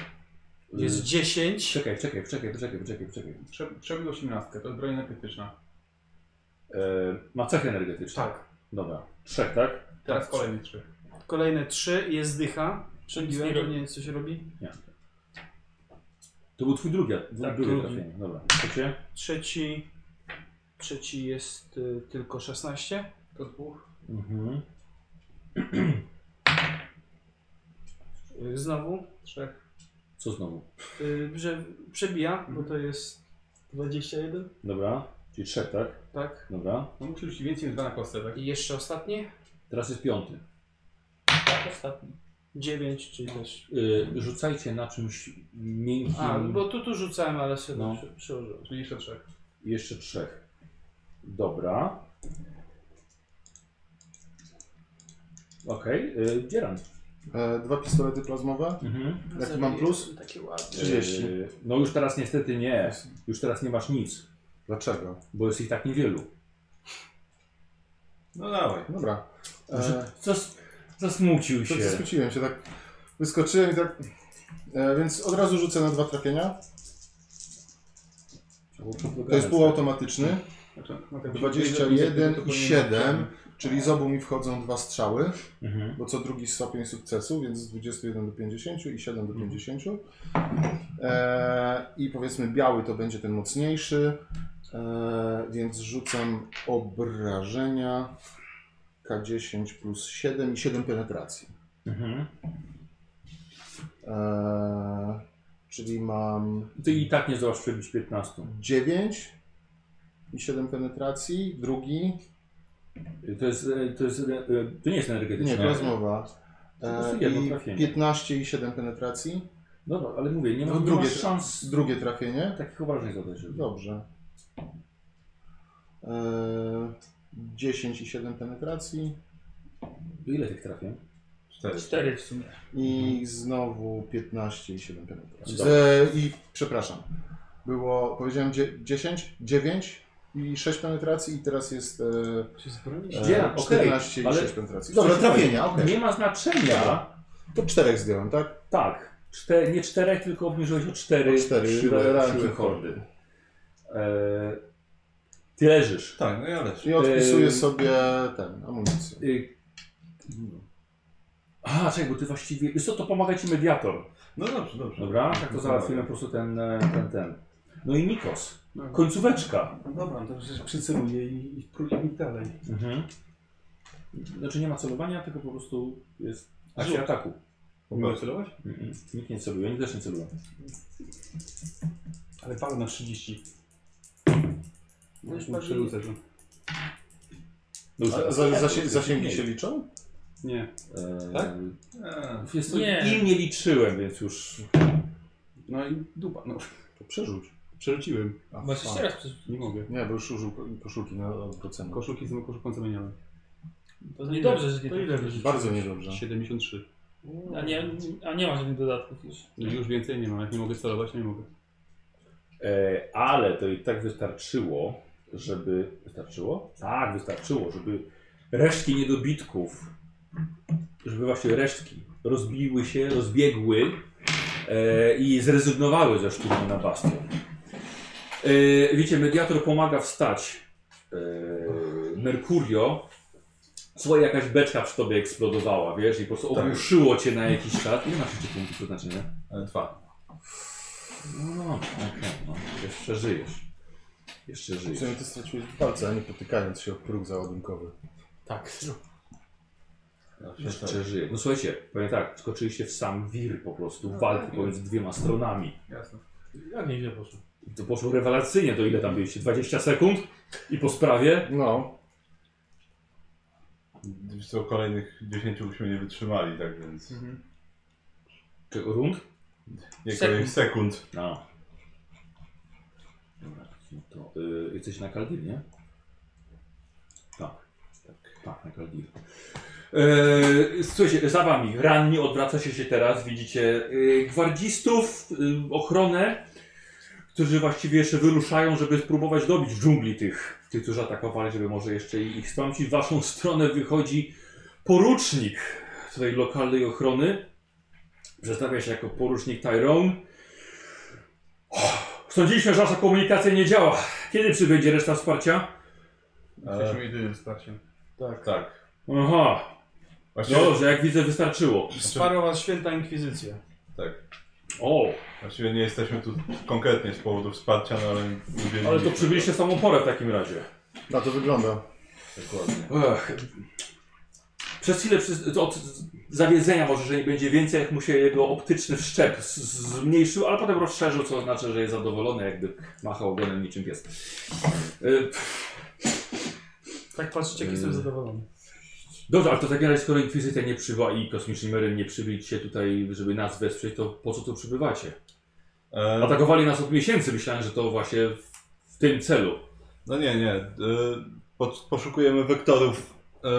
A: Yy,
C: Jest 10.
A: Czekaj, czekaj, czekaj, czekaj, czekaj, czekaj.
D: Trze- Przebił 18, to jest broń energetyczna.
A: Yy, ma cechy energetyczne.
C: Tak.
A: Dobra. Trzech, tak?
D: Teraz kolejny trzy.
C: Kolejne 3 jest dycha.
F: Nic nie
C: Przebiłem, to
F: robi.
C: nie wiem, co się robi.
A: To był twój drugi,
C: Tak,
A: drugie
C: drugi.
A: trafienie. Dobra. Trzecie?
C: Trzeci. Trzeci jest y, tylko 16.
D: To dwóch.
A: Mhm.
C: Y, znowu.
D: Trzech.
A: Co znowu?
C: Y, że przebija, bo to jest 21.
A: Dobra. Czyli Czyli trzech, tak?
G: Tak.
A: Dobra.
D: No musi być więcej niż dwa na kostce, tak?
C: I jeszcze ostatnie?
A: Teraz jest piąty.
F: Tak, ostatni.
C: Dziewięć,
F: No.
C: czyli też...
A: Y, rzucajcie na czymś miękkim.
C: A, bo tu tu rzucałem, ale sobie
A: No.
C: no. przełożyłem.
D: Czyli jeszcze trzech.
A: I Jeszcze trzech. Dobra. Okej, okay. dzieran.
B: E, dwa pistolety plazmowe.
A: Mhm.
C: No,
B: Jaki mam plus?
C: Takie ładne.
B: 30.
A: Y, no już teraz niestety nie. Już teraz nie masz nic,
B: Dlaczego?
A: bo jest ich tak niewielu.
E: No dawaj.
B: Dobra.
A: Że-
B: E,
A: Zas, zasmucił
B: to
A: się.
B: skróciłem się tak. Wyskoczyłem i tak. E, więc od razu rzucę na dwa trafienia. To jest półautomatyczny.
D: Tak. Znaczy, no tak,
B: 21
D: to
B: i
D: powinien-
B: 7, czyli z obu mi wchodzą dwa strzały,
A: Mhm.
B: bo co drugi stopień sukcesu, więc z 21 do 50 i 7
D: Mhm.
B: do 50. E, I powiedzmy biały to będzie ten mocniejszy, e, więc rzucam obrażenia K10 plus 7 i 7 penetracji.
A: Mhm.
B: E, czyli mam
A: Ty i tak nie zdołasz przebić 15.
B: 9 i 7 penetracji, drugi,
A: Y, To jest, y, to jest, y, to nie jest energetyczne.
B: nie, plazmowa.
A: Po
B: E,
A: prostu jedno
B: i
A: trafienie.
B: 15 i 7 penetracji.
A: No, no, ale mówię, nie, ma,
B: No,
A: nie
B: drugie-
A: masz szans
B: Drugie trafienie.
A: takich obrażeń zadać. żeby-
B: Dobrze. E, 10 i 7 penetracji.
A: Ile tych trafię?
E: Cztery.
F: Cztery w sumie.
A: Mhm.
B: I znowu 15 i 7 penetracji.
A: Dobra.
B: E, I przepraszam. Było, powiedziałem dzie- 10, 9 i 6 penetracji i teraz jest e,
G: Czy zbronić?
A: Dzieran,
B: e,
A: okej,
B: 14 i
A: ale-
B: 6 penetracji. Dobra,
A: Słuchaj,
B: trafienia, okej.
A: Nie ma znaczenia.
B: Dobra. To czterech zdjąłem, tak?
A: Tak. Czte, nie czterech, tylko obniżyłeś o cztery,
B: O cztery
A: siłę,
B: ranki.
A: siłę hordy. E, ty leżysz.
E: Tak, no ja lecz.
B: I odpisuję
A: Ym.
B: sobie ten, amunicję.
A: Y, a, czekaj, bo ty właściwie... Wiesz co, to pomaga ci mediator.
E: No dobrze, dobrze.
A: Dobra? Tak to załatwimy po prostu ten, e, ten, ten. No i Nikos. Końcóweczka.
D: No Dobra, to przecież przyceluję i, i próbuję iść dalej.
A: Mhm. Znaczy nie ma celowania, tylko po prostu jest akcja
D: Rzut.
A: ataku.
E: Mogę
D: celować?
A: Mhm. Nikt nie celuje, nikt też nie celuje.
D: Ale palę na 30.
C: No już
D: Muszę
C: bardziej-
D: rzucać. no.
A: Dobrze.
B: A, za, zasi- zasięgi się liczą?
D: Nie.
A: E,
D: Tak?
E: Eee,
A: Jest to,
F: Nie.
A: Im nie liczyłem, więc już...
D: No i dupa, no.
B: To przerzuć.
D: Przerzuciłem.
B: A,
F: Masz
B: fuck.
F: jeszcze raz przecież.
D: Nie mogę.
B: Nie, bo już użył ko- koszulki na odwrócenie.
D: Koszulki z tym koszulką zamieniałem.
F: To niedobrze, że nie
C: To ile
F: trafiłeś.
C: wyrzuciłeś?
B: Bardzo
D: No.
B: niedobrze.
D: 73.
F: A nie, a nie ma żadnych dodatków już.
D: No i już więcej nie mam. Jak nie mogę celować, to nie mogę.
A: E, ale to i tak wystarczyło, żeby. Wystarczyło? Tak, wystarczyło, żeby resztki niedobitków, żeby właśnie resztki rozbiły się, rozbiegły e, i zrezygnowały ze szturmu na bastion. E, wiecie, mediator pomaga wstać e, Mercurio. Słuchaj, jakaś beczka w tobie eksplodowała, wiesz, i po prostu
E: Tak.
A: ogłuszyło cię na jakiś czas. Ile masz jeszcze punktów przeznaczenia?
E: ale dwa.
A: No, no, okej, no. Jeszcze żyjesz. Jeszcze
B: W
A: żyjesz.
B: sumie to straciłeś palce, a nie potykając się o próg załadunkowy.
C: Tak.
E: Zawsze
A: Jeszcze żyjesz. No słuchajcie, powiem tak, skoczyliście w sam wir po prostu, walki pomiędzy dwiema stronami.
D: Jasne.
C: Jak nieźle poszło.
A: To poszło rewelacyjnie, to ile tam byliście? 20 sekund? I po sprawie?
B: No,
E: Wiesz co, kolejnych 10 byśmy nie wytrzymali, tak więc...
A: Czy rund?
E: Nie, kolejnych sekund.
A: No. Dobra, no to y, jesteś na Kaldir, nie? Tak. Tak, tak na Kaldir. E, słuchajcie, za wami ranni odwracacie się teraz, widzicie e, gwardzistów, e, ochronę, którzy właściwie jeszcze wyruszają, żeby spróbować dobić w dżungli tych, tych którzy atakowali, żeby może jeszcze ich stąpić. W waszą stronę wychodzi porucznik tutaj lokalnej ochrony. Przedstawia się jako porucznik Tyrone. Sądziliśmy, że nasza komunikacja nie działa. Kiedy przybędzie reszta wsparcia?
D: Jesteśmy jedynym wsparciem.
E: E, Tak. tak.
A: Aha,
E: Właściwie,
A: dobrze, jak widzę wystarczyło.
C: Znaczy- Wsparła was święta inkwizycja.
E: tak.
A: O,
E: Właściwie nie jesteśmy tu konkretnie z powodu wsparcia, no ale...
A: ale to przybyliście w samą porę w takim razie.
B: na to wygląda.
E: Dokładnie.
A: Ech. Przez chwilę przez, to od zawiedzenia może, że nie będzie więcej, jak mu się jego optyczny wszczep z- z- zmniejszył, ale potem rozszerzył, co oznacza, że jest zadowolony, jakby machał ogonem niczym pies. Y,
C: Tak patrzcie, jak jestem
A: Yy.
C: zadowolony.
A: Dobrze, ale to tak jak skoro Inkwizycja nie przybyła i Kosmiczni Meryn nie przybyli się tutaj, żeby nas wesprzeć, to po co tu przybywacie?
E: E,
A: Atakowali nas od miesięcy, myślałem, że to właśnie w tym celu.
E: No nie, nie. E, po- poszukujemy wektorów e,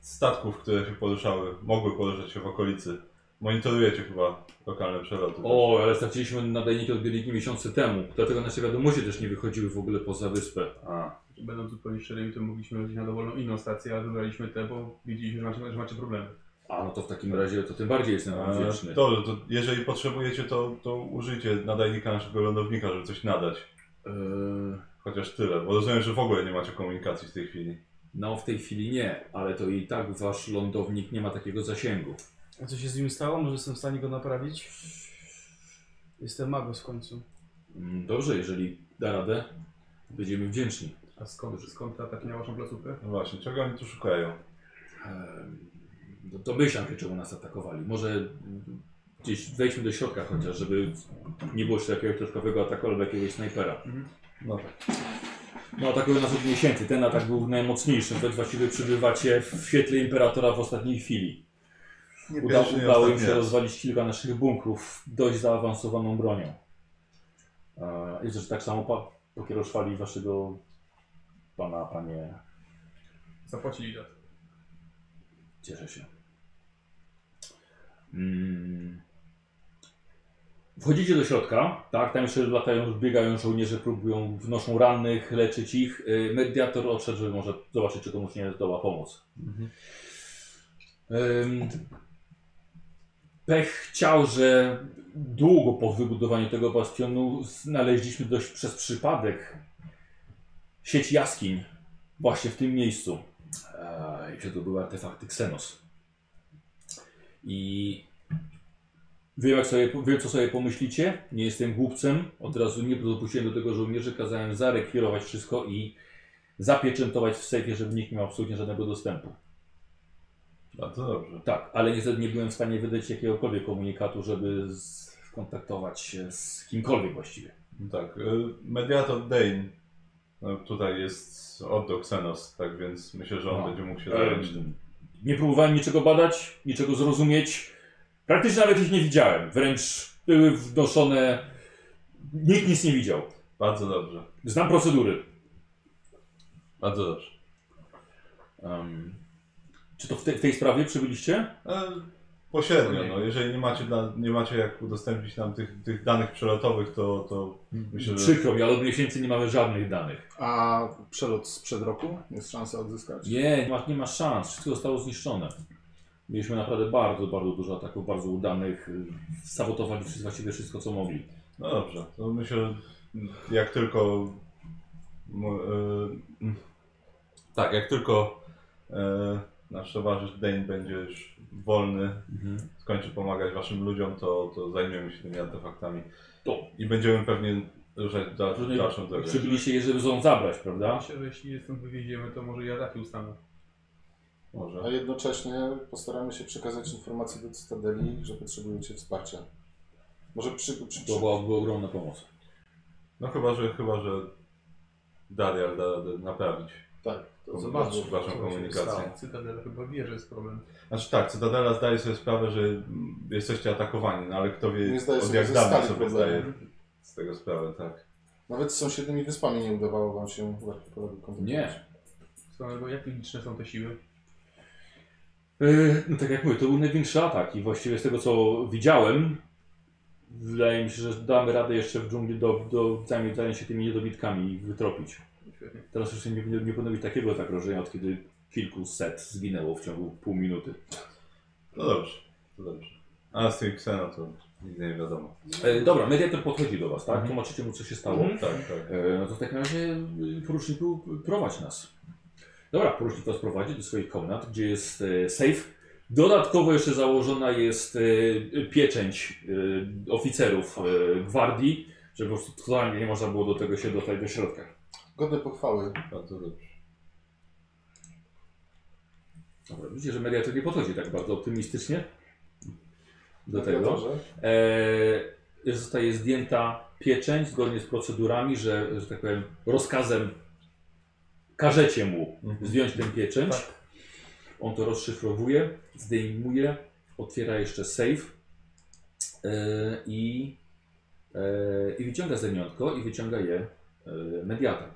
E: statków, które się poruszały, mogły poruszać się w okolicy. Monitorujecie chyba lokalne przeloty.
A: O, ale straciliśmy nadajniki odbiorniki miesiące temu, dlatego nasze wiadomości też nie wychodziły w ogóle poza wyspę.
E: A,
D: Będąc zupełnie szczerymi, to mogliśmy lecieć na dowolną inną stację, ale wybraliśmy tę, bo wiedzieliśmy, że macie, że macie problemy.
A: A no to w takim razie to tym bardziej jestem wam
E: e,
A: wdzięczny.
E: dobrze, to jeżeli potrzebujecie, to, to użyjcie nadajnika naszego lądownika, żeby coś nadać. Chociaż tyle, bo rozumiem, że w ogóle nie macie komunikacji w tej chwili.
A: No w tej chwili nie, ale to i tak wasz lądownik nie ma takiego zasięgu.
C: A co się z nim stało? Może jestem w stanie go naprawić? Jestem magos w końcu.
A: Mm, Dobrze, jeżeli da radę, będziemy wdzięczni.
D: A skąd, skąd ta tak miała waszą placówkę?
E: No właśnie, czego oni tu szukają?
A: Em, no Domyślam się, czemu nas atakowali. Może mm, gdzieś wejdźmy do środka chociaż, żeby nie było jeszcze takiego troszkowego ataku albo jakiegoś snajpera.
E: No tak.
A: No atakują nas od miesięcy. Ten atak był najmocniejszy. Wy właściwie przybywacie w świetle Imperatora w ostatniej chwili.
E: Nie
A: Uda,
E: pierwszy, nie
A: udało im
E: ostatni
A: się
E: raz. tak
A: rozwalić kilka naszych bunkrów dość zaawansowaną bronią. E, I że tak samo pa- pokieroszwali waszego pana, panie...
D: Zapłacili za to.
A: Cieszę się. Mm. Wchodzicie do środka, tak? Tam jeszcze latają, biegają żołnierze, próbują, wnoszą rannych, leczyć ich. Y, Mediator odszedł, żeby może zobaczyć, czy komuś nie zdoła pomóc. Ym, Pech chciał, że długo po wybudowaniu tego bastionu znaleźliśmy dość przez przypadek sieć jaskiń właśnie w tym miejscu. Eee, I to były artefakty Xenos. I wiem, jak sobie, wiem, co sobie pomyślicie. Nie jestem głupcem. Od razu nie dopuściłem do tego żołnierzy. Kazałem zarekwirować wszystko i zapieczętować w sejfie, żeby nikt nie miał absolutnie żadnego dostępu.
E: Bardzo dobrze.
A: Tak, ale niestety nie byłem w stanie wydać jakiegokolwiek komunikatu, żeby skontaktować się z kimkolwiek właściwie.
E: No Tak, y, mediator Dane. No, tutaj jest Otto Xenos, tak więc myślę, że on
A: No.
E: będzie mógł się
A: Em,
E: zająć tym.
A: Nie próbowałem niczego badać, niczego zrozumieć. Praktycznie nawet ich nie widziałem. Wręcz były wnoszone. Nikt nic nie widział.
E: Bardzo dobrze,
A: Znam procedury.
E: bardzo dobrze.
A: Em, czy to w, te, w tej sprawie przybyliście?
E: E, Pośrednio, no, jeżeli nie macie, da- nie macie jak udostępnić nam tych, tych danych przelotowych, to, to myślę, że...
A: Przykro mi, ale od miesięcy nie mamy żadnych danych.
B: A przelot sprzed roku? Jest szansa odzyskać?
A: Nie, nie ma, nie ma szans. Wszystko zostało zniszczone. Mieliśmy naprawdę bardzo, bardzo dużo ataków, bardzo udanych. y, Sabotowali wszyscy- właściwie wszystko, co mogli.
E: No dobrze, to myślę, że jak tylko... mo- e, mm, tak, jak tylko e, nasz towarzysz Dane będzie już wolny,
A: Mhm.
E: skończy pomagać waszym ludziom, to, to zajmiemy się tymi artefaktami.
A: To.
E: I będziemy pewnie ruszać dal,
A: Rozumiem,
E: dalszą drogę.
A: Przybyliście je, żeby ją zabrać, prawda?
D: Myślę, że jeśli je stąd wywieziemy, to może i ataki ustaną.
E: Może.
B: A jednocześnie postaramy się przekazać informacje do Cytadeli, że potrzebujecie wsparcia. Może przy... przy,
A: To
B: przy...
A: była, była ogromna pomoc.
E: No chyba, że chyba, że Darial da radę naprawić.
B: Tak. To
E: Zobaczmy
B: zobaczmy.
E: waszą
D: Co się
E: komunikację.
D: stało. Cytadela chyba wie, że jest problem.
E: Znaczy tak, Cytadela zdaje sobie sprawę, że mm, jesteście atakowani, no ale kto wie,
B: Nie zdaje
E: od
B: sobie
E: jak
B: ze
E: dawna
B: stali
E: sobie
B: problemu.
E: zdaje z tego sprawę, tak.
B: Nawet z sąsiednimi wyspami nie udawało wam się w archipelagu kontaktować.
A: Nie.
D: Co, albo jak liczne są te siły?
A: Yy, no tak jak mówię, to był największy atak i właściwie z tego co widziałem, wydaje mi się, że damy radę jeszcze w dżungli do, do zajmie- zająć się tymi niedobitkami i wytropić.
D: Świetnie.
A: Teraz jeszcze nie, nie, nie powinno być takiego zagrożenia, od kiedy kilkuset zginęło w ciągu pół minuty.
E: No dobrze, to dobrze. A z tym Xeno to nigdy nie wiadomo.
A: E, dobra, mediator podchodzi do was, tak? Tłumaczycie mu co się stało.
E: Tak, tak.
A: E, no to w takim razie y, poruczniku y, prowadź nas. Dobra, porucznik was prowadzi do swoich komnat, gdzie jest e, safe. Dodatkowo jeszcze założona jest e, pieczęć e, oficerów e, gwardii, żeby po prostu totalnie nie można było do tego się dostać do środka.
B: Godne pochwały.
E: Bardzo dobrze.
A: Dobra, widzicie, że mediator nie podchodzi tak bardzo optymistycznie do tego.
H: Mediatorze.
A: E, zostaje zdjęta pieczęć zgodnie z procedurami, że, że tak powiem, rozkazem każecie mu
E: Mhm.
A: zdjąć tę pieczęć. On to rozszyfrowuje, zdejmuje, otwiera jeszcze safe e, i, e, i wyciąga zemiątko i wyciąga je e, mediator. E,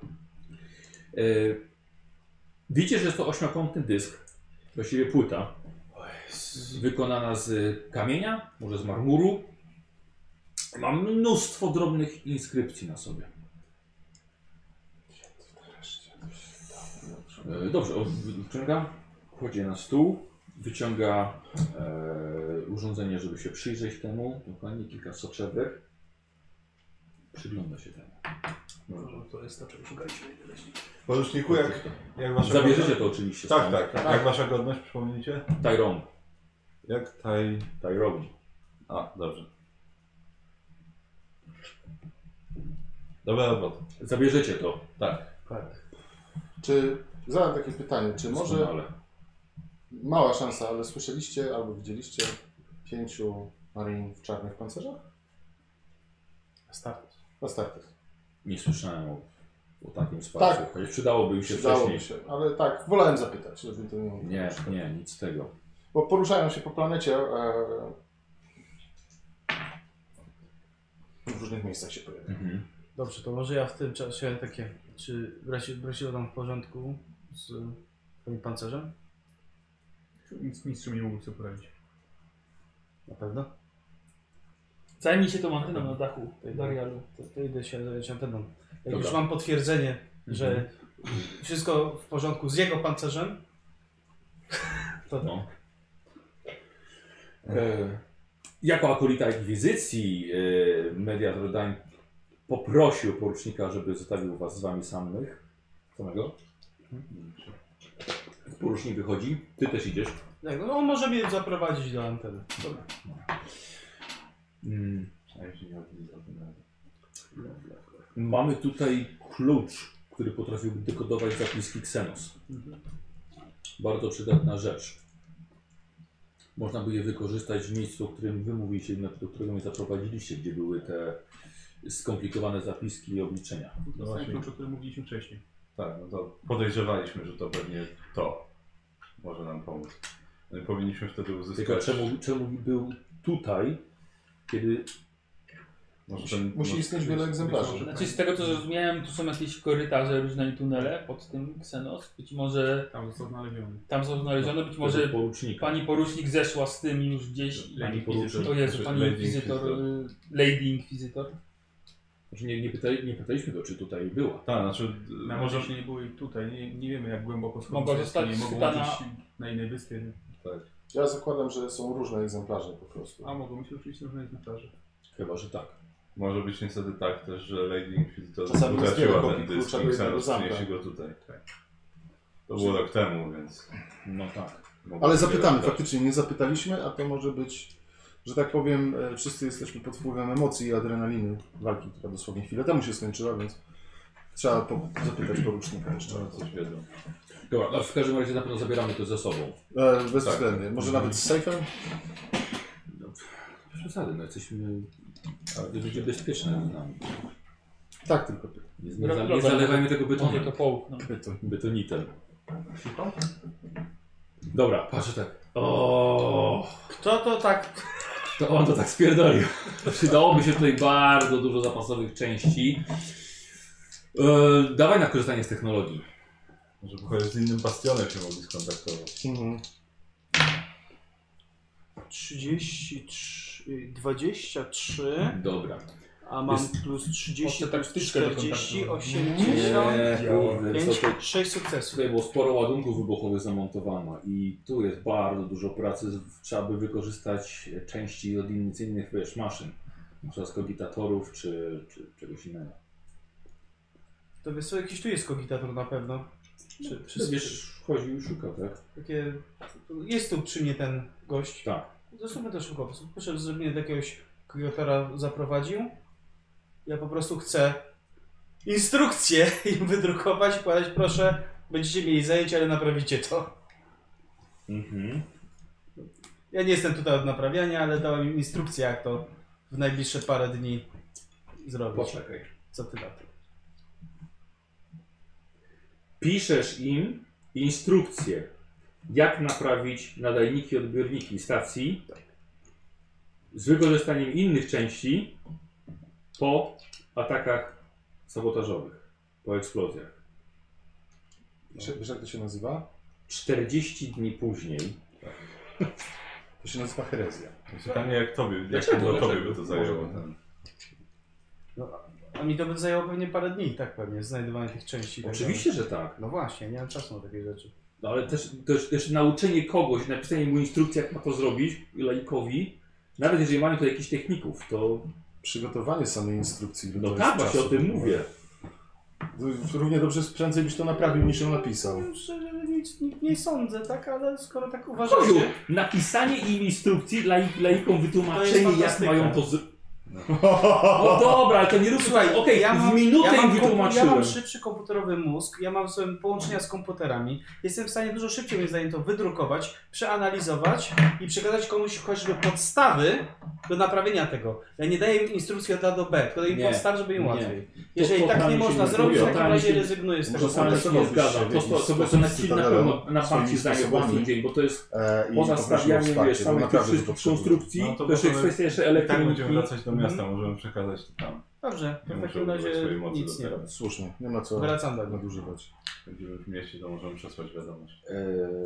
A: widzicie, że jest to ośmiokątny dysk, właściwie płyta, wykonana z kamienia, może z marmuru. Ma mnóstwo drobnych inskrypcji na sobie. E, Dobrze, on wyciąga, kładzie na stół, wyciąga e, urządzenie, żeby się przyjrzeć temu, dokładnie kilka soczewek. Przygląda się temu.
D: No, to jest na czym szukajcie.
E: Poruczniku, jak, jak wasza
A: Zabierzecie
E: godność-
A: to oczywiście.
E: Tak,
A: stąd.
E: tak. Jak wasza godność, przypomnijcie?
A: Tyrone.
E: Jak taj...
A: Tyrone.
E: A, dobrze. Dobra robota.
A: Zabierzecie to.
E: Tak.
B: Czy, zadam takie pytanie, czy może,
A: Doskonale.
B: mała szansa, ale słyszeliście albo widzieliście pięciu marin w czarnych pancerzach?
D: Start.
B: Astartes.
A: Nie słyszałem o, o takim wsparciu.
B: Tak.
A: Chociaż Przydałoby im się
B: Przydałoby
A: wcześniej.
B: się, ale tak, wolałem zapytać, żeby to nie...
A: Nie, nie, nic z tego.
B: Bo poruszają się po planecie. E... W różnych miejscach się pojawiają.
A: Mhm.
C: Dobrze, to może ja w tym czasie takie. Czy wróciło tam w porządku z tym pancerzem?
G: Nic, nic z czym nie mógł sobie poradzić.
C: Na pewno.
F: Zajmij się tą anteną na dachu Darialu.
C: To, to idę się zająć anteną. Jak
A: Dobra.
C: już mam potwierdzenie, że wszystko w porządku z jego pancerzem,
A: No. E, jako akolita inkwizycji e, mediator Dań poprosił porucznika, żeby zostawił was z wami samych. Samego. Porucznik wychodzi, ty też idziesz.
C: tak, no on może mnie zaprowadzić do anteny.
A: Mm,
E: A jeśli nie odwiedzi, to nie.
A: Mamy tutaj klucz, który potrafiłby dekodować zapiski Xenos. Bardzo przydatna rzecz. Można by je wykorzystać w miejscu, o którym wy mówiliście, na- do którego mnie zaprowadziliście, gdzie były te skomplikowane zapiski i obliczenia.
D: No
G: To jest ten klucz, o którym mówiliśmy wcześniej.
E: Tak, no to podejrzewaliśmy, że to pewnie to może nam pomóc. No i powinniśmy wtedy uzyskać...
A: Tylko czemu, czemu był tutaj, kiedy
E: Może ten,
B: Musi
E: może-
B: istnieć wiele egzemplarzy.
F: Znaczy z tego co zrozumiałem, tu są jakieś korytarze różne i tunele pod tym Xenos. Być może
G: Tam został znaleziony.
F: tam są znalezione, być
A: tego
F: może
A: porucznika.
F: pani porucznik zeszła z tym już gdzieś. i-
A: Pani porucznik.
F: To jest pani
E: Lady
F: inkwizytor,
E: Inkwizytor.
F: y, Lady Inkwizytor.
A: Znaczy Nie, nie, pytali, nie pytaliśmy go, czy tutaj była.
E: Tak, znaczy...
G: Nawet
E: może...
G: jeśli nie było ich tutaj, nie, nie wiemy jak głęboko schodzą.
F: Mogła
G: te
F: zostać
G: jaskinie, mogą
F: schwytana-
G: gdzieś na innej wyspie.
B: Ja zakładam, że są różne egzemplarze po prostu.
G: A mogą być oczywiście różne egzemplarze.
A: Chyba, że tak.
E: Może być niestety tak też, że Lady Inquisitor
B: Czasami jest wiele
E: utraciła
B: kopii
E: ten dysk
B: klucza do
E: i
B: jednego
E: Xenos
B: zamka.
E: przyniesie go tutaj. To było rok temu, więc...
A: No tak.
E: mogło
B: Ale
E: się
B: zapytamy,
E: wiele wydarzyć.
B: faktycznie nie zapytaliśmy, a to może być, że tak powiem, e, wszyscy jesteśmy pod wpływem emocji i adrenaliny walki, która dosłownie chwilę temu się skończyła, więc trzeba po, zapytać porucznika jeszcze.
E: No, coś wiedzą.
A: Dobra, no w każdym razie na pewno zabieramy to ze sobą.
B: E,
A: Tak.
B: bezwzględnie.
A: Mhm.
B: Może nawet z sejfem?
A: No, Przesady, no jesteśmy... Ale to będzie bezpieczne z nami.
B: Tak, tylko py-
A: Nie, nie, za- nie zalewajmy tego
F: Może
A: betonem.
F: to połkną.
B: pytań.
A: Betonitem. Dobra, patrzę tak. O,
C: Kto to tak?
A: to on to tak spierdolił. Przydałoby się tutaj bardzo dużo zapasowych części. E, dawaj na korzystanie z technologii.
E: Może chociaż z innym bastionem się mogli skontaktować.
B: Mhm.
H: 33, y, 23,
A: Dobra.
H: a mam
A: Jest-
H: plus 30,
F: Potem tak
H: plus
F: wtyczkę do kontaktu.
H: 40,
F: Nie,
H: 80,
A: E, kurde, co
H: 5,
A: to...
H: 6 sukcesów.
A: Tutaj było sporo ładunków wybuchowych zamontowano i tu jest bardzo dużo pracy. Z- Trzeba by wykorzystać części od innych, z innych wiesz, maszyn. Na przykład z kogitatorów czy, czy czegoś innego.
C: To wiesz, co, jakiś tu jest kogitator na pewno. Czy, czy
A: Przecież No, chodził i szukał, tak?
C: takie, jest tu przy mnie ten gość.
A: Tak.
C: Zresztą będę szukał. po prostu Proszę, żeby mnie do jakiegoś kogitora zaprowadził. Ja po prostu chcę instrukcję im wydrukować, podać proszę, będziecie mieli zajęcie, ale naprawicie to.
A: Mhm.
C: Ja nie jestem tutaj od naprawiania, ale dałem im instrukcję, jak to w najbliższe parę dni zrobić.
A: Poczekaj.
C: Co ty na to?
A: Piszesz im instrukcję, jak naprawić nadajniki, odbiorniki stacji z wykorzystaniem innych części po atakach sabotażowych, po eksplozjach.
B: Wiesz, wiesz jak to się nazywa?
A: 40 dni później
B: To się nazywa herezja.
E: Pytanie jak tobie, jak
A: Dlaczego?
E: długo tobie
A: Dlaczego?
E: by to zajęło?
A: Może.
E: Ten.
C: A mi to by zajęło pewnie parę dni, tak pewnie, znajdowanie tych części. i tak
A: Oczywiście, że tak.
C: dalej. No właśnie, nie mam czasu na takie rzeczy.
A: No ale też, też, też nauczenie kogoś, napisanie mu instrukcji, jak ma to zrobić, laikowi, nawet jeżeli mamy tu jakichś techników, to.
B: Przygotowanie samej instrukcji. ile
A: No
B: to
A: tak,
B: jest
A: właśnie o
B: czasu.
A: tym mówię.
B: To Równie dobrze prędzej byś to naprawił niż ją napisał.
C: No, Szczerze nic, nic nie sądzę, tak, ale skoro tak
A: Koju,
C: uważacie,
A: napisanie im instrukcji, laik, laikom wytłumaczenie, jak
C: fantastyka.
A: mają to zrobić. No dobra, ale to nie róbmy. Okej,
C: ja mam-
A: w minutę
C: ja
A: im
C: mam, kompu- ja
A: wytłumaczyłem.
C: mam szybszy komputerowy mózg, ja mam w sobie połączenia z komputerami, jestem w stanie dużo szybciej, moim zdaniem, to wydrukować, przeanalizować i przekazać komuś choćby podstawy do naprawienia tego. Ja nie daję im instrukcji od A do B, tylko daję im
A: Nie,
C: podstaw, żeby im
A: nie.
C: łatwiej.
A: To
C: Jeżeli tak
A: totalnie
C: nie
A: się
C: można
A: nie
C: zrobić, w
A: zgodzę.
C: takim
A: Totalnie
C: razie
A: się-
C: rezygnuję z
B: Może
C: tego.
A: To sam
B: Totalnie
A: się
B: się
A: nie zgadzam. To,
B: jakiś
A: to, to, to,
B: sposób
A: na,
B: z
A: na
B: Cytadelą,
A: pewno na
B: swoimi
A: parcie zdanie po
B: sposobami.
A: prostu dzień, bo to jest
B: E, i
A: poza
B: poprosił o
A: stawianiem
B: wsparcie,
A: wiesz,
B: bo
A: samych tych
B: naprawdę to
A: wszystkich
B: potrzebuje.
A: konstrukcji,
E: No to
A: to jeszcze
E: możemy-
A: kwestia jeszcze
E: I tak będziemy
A: elektroniki.
E: wracać do miasta, możemy przekazać to tam.
C: Dobrze,
E: Nie
C: w
E: muszę
C: takim razie
E: używać swojej mocy
C: nic
E: do
C: nie
E: tego.
C: robię.
B: Słusznie, nie ma co
C: Wracam do niego.
B: nadużywać.
E: Będziemy w mieście, to możemy przesłać wiadomość.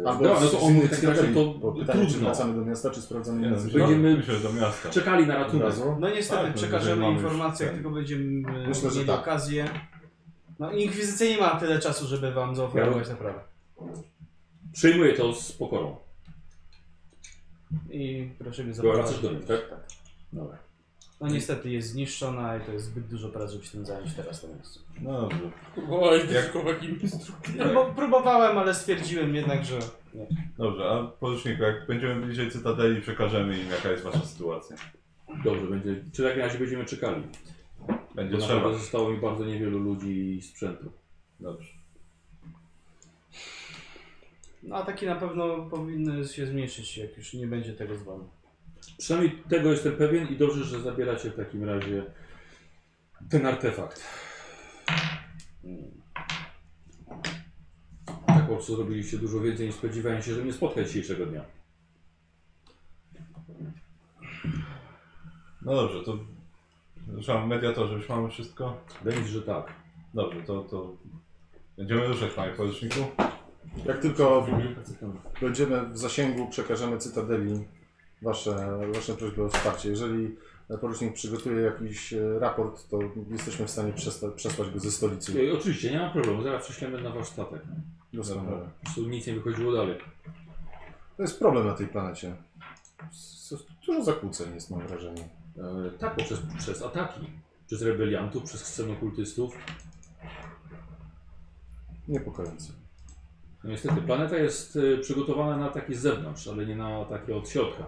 A: Albo no, no to
B: z
A: on
B: innych
A: w takim razie
B: cytadeli,
A: to
B: Eee, bo pytanie, czy
A: trudno.
B: wracamy do miasta, czy sprawdzamy
E: Nie, no,
B: miasto.
A: Będziemy-
E: myślę, że do miasta.
A: Czekali na ratunek.
C: No niestety,
E: Tak, no, jeżeli
C: przekażemy
E: mamy
C: informacje, jak
E: już ten-
C: tylko będziemy e,
B: Myślę, że
C: mieli
B: tak.
C: okazję. No Inkwizycja nie ma tyle czasu, żeby wam zaoferować naprawdę.
A: Przyjmuję to z pokorą.
C: I proszę mnie
A: Dobra,
C: zapraszać.
A: wracasz do mnie, tak? Tak. Dobra.
C: No niestety jest zniszczona i to jest zbyt dużo pracy, żeby się tym zająć teraz to miejsce.
E: No dobrze.
F: Próbowałeś wyszkować im instrukcję.
C: Prób- No próbowałem, ale stwierdziłem jednak, że nie.
E: Dobrze, a poruczniku, jak będziemy bliżej Cytadeli, przekażemy im jaka jest wasza sytuacja.
A: Dobrze, będzie. Czy w takim razie będziemy czekali?
E: Będzie
A: Bo
E: trzeba.
A: naprawdę zostało mi bardzo niewielu ludzi i sprzętu.
E: Dobrze.
C: No ataki na pewno powinny się zmniejszyć, jak już nie będzie tego zwanu.
A: Przynajmniej tego jestem pewien i dobrze, że zabieracie w takim razie ten artefakt. Tak po prostu zrobiliście dużo więcej niż spodziewałem się, że mnie spotka dzisiejszego dnia.
E: No dobrze, to... Ruszamy mediatorze, już mamy wszystko?
A: Wydaje mi się, że tak.
E: Dobrze, to... to... Będziemy ruszać, panie poruczniku.
B: Jak tylko będziemy w zasięgu, przekażemy Cytadeli wasze, wasze prośby o wsparcie. Jeżeli porucznik przygotuje jakiś e, raport, to jesteśmy w stanie przesta- przesłać go ze stolicy.
A: Ej, Oczywiście, nie ma problemu, zaraz prześlemy na wasz statek.
B: Doskonale.
A: Po prostu nic nie wychodziło dalej.
B: To jest problem na tej planecie. S- Dużo zakłóceń jest, mam wrażenie.
A: E, tak, poprzez przez ataki. Przez rebeliantów, przez scenokultystów.
B: Niepokojące.
A: No niestety, planeta jest e, przygotowana na ataki z zewnątrz, ale nie na ataki od środka.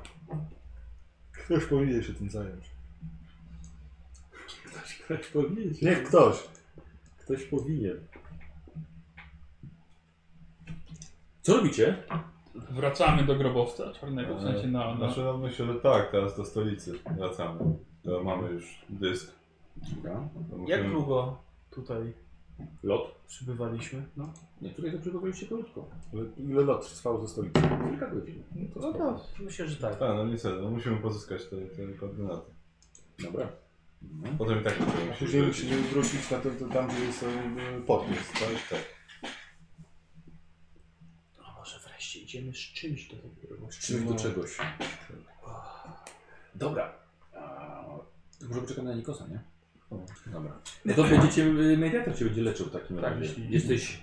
B: Ktoś powinien się tym zająć.
A: Ktoś, ktoś powinien.
B: Niech ktoś.
A: Ktoś powinien. Co robicie?
F: Wracamy do grobowca czarnego, w sensie na... na...
E: Znaczy, no myślę, że tak, teraz do stolicy wracamy. To mamy już dysk. To
C: Jak
E: musimy-
C: długo tutaj
A: Lot?
C: przybywaliśmy? No,
A: Nie, tutaj to przygotowaliście krótko.
B: Ale Ile lot trwał ze stolicy?
A: Kilka godzin.
C: no to myślę, że tak.
E: Tak, no niestety, no musimy pozyskać te, te koordynaty.
A: Dobra. No.
E: Potem i tak będziemy
B: A
E: musieli
B: Później
E: wrócić.
B: musimy wrócić na to, to tam, gdzie jest e, podjazd.
E: Tak, tak.
C: A może wreszcie idziemy z czymś do tego grobowiska.
A: Czymś do czegoś. No. Dobra. A, to może poczekam na Nikosa, nie? Dobra. No to będziecie, y, mediator cię będzie leczył w takim razie.
D: jeśli-
A: Jesteś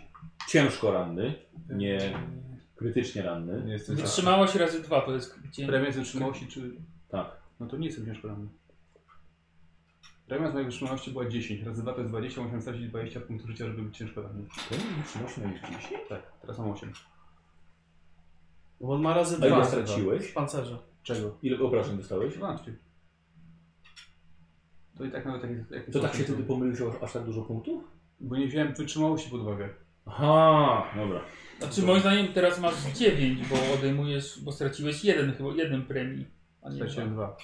A: ciężko ranny, nie krytycznie ranny.
E: Nie
D: tak.
E: jesteś
F: Wytrzymałość razy dwa to jest dzień.
G: Premia z wytrzymałości, czy...
A: Tak.
G: No to nie jestem ciężko ranny. Premia z mojej wytrzymałości była 10, razy 2 to jest 20, musiałem stracić 20 punktów życia, żeby być ciężko ranny.
A: To wytrzymałość na jeździć.
G: Tak, teraz mam 8.
C: No bo on ma razy
A: A ile
C: dwa w
A: straciłeś?
C: pancerze.
G: Czego?
A: Ile obrażeń dostałeś?
G: 12. To i tak nawet jak, jak
D: tak
A: To tak się wtedy pomyliłeś, że aż tak dużo punktów?
G: Bo nie wziąłem wytrzymałości pod uwagę.
A: Aha, dobra.
F: Znaczy moim zdaniem teraz masz 9, bo odejmujesz, bo straciłeś jeden chyba, jeden premii. A nie dwa.
G: Straciłem dwa.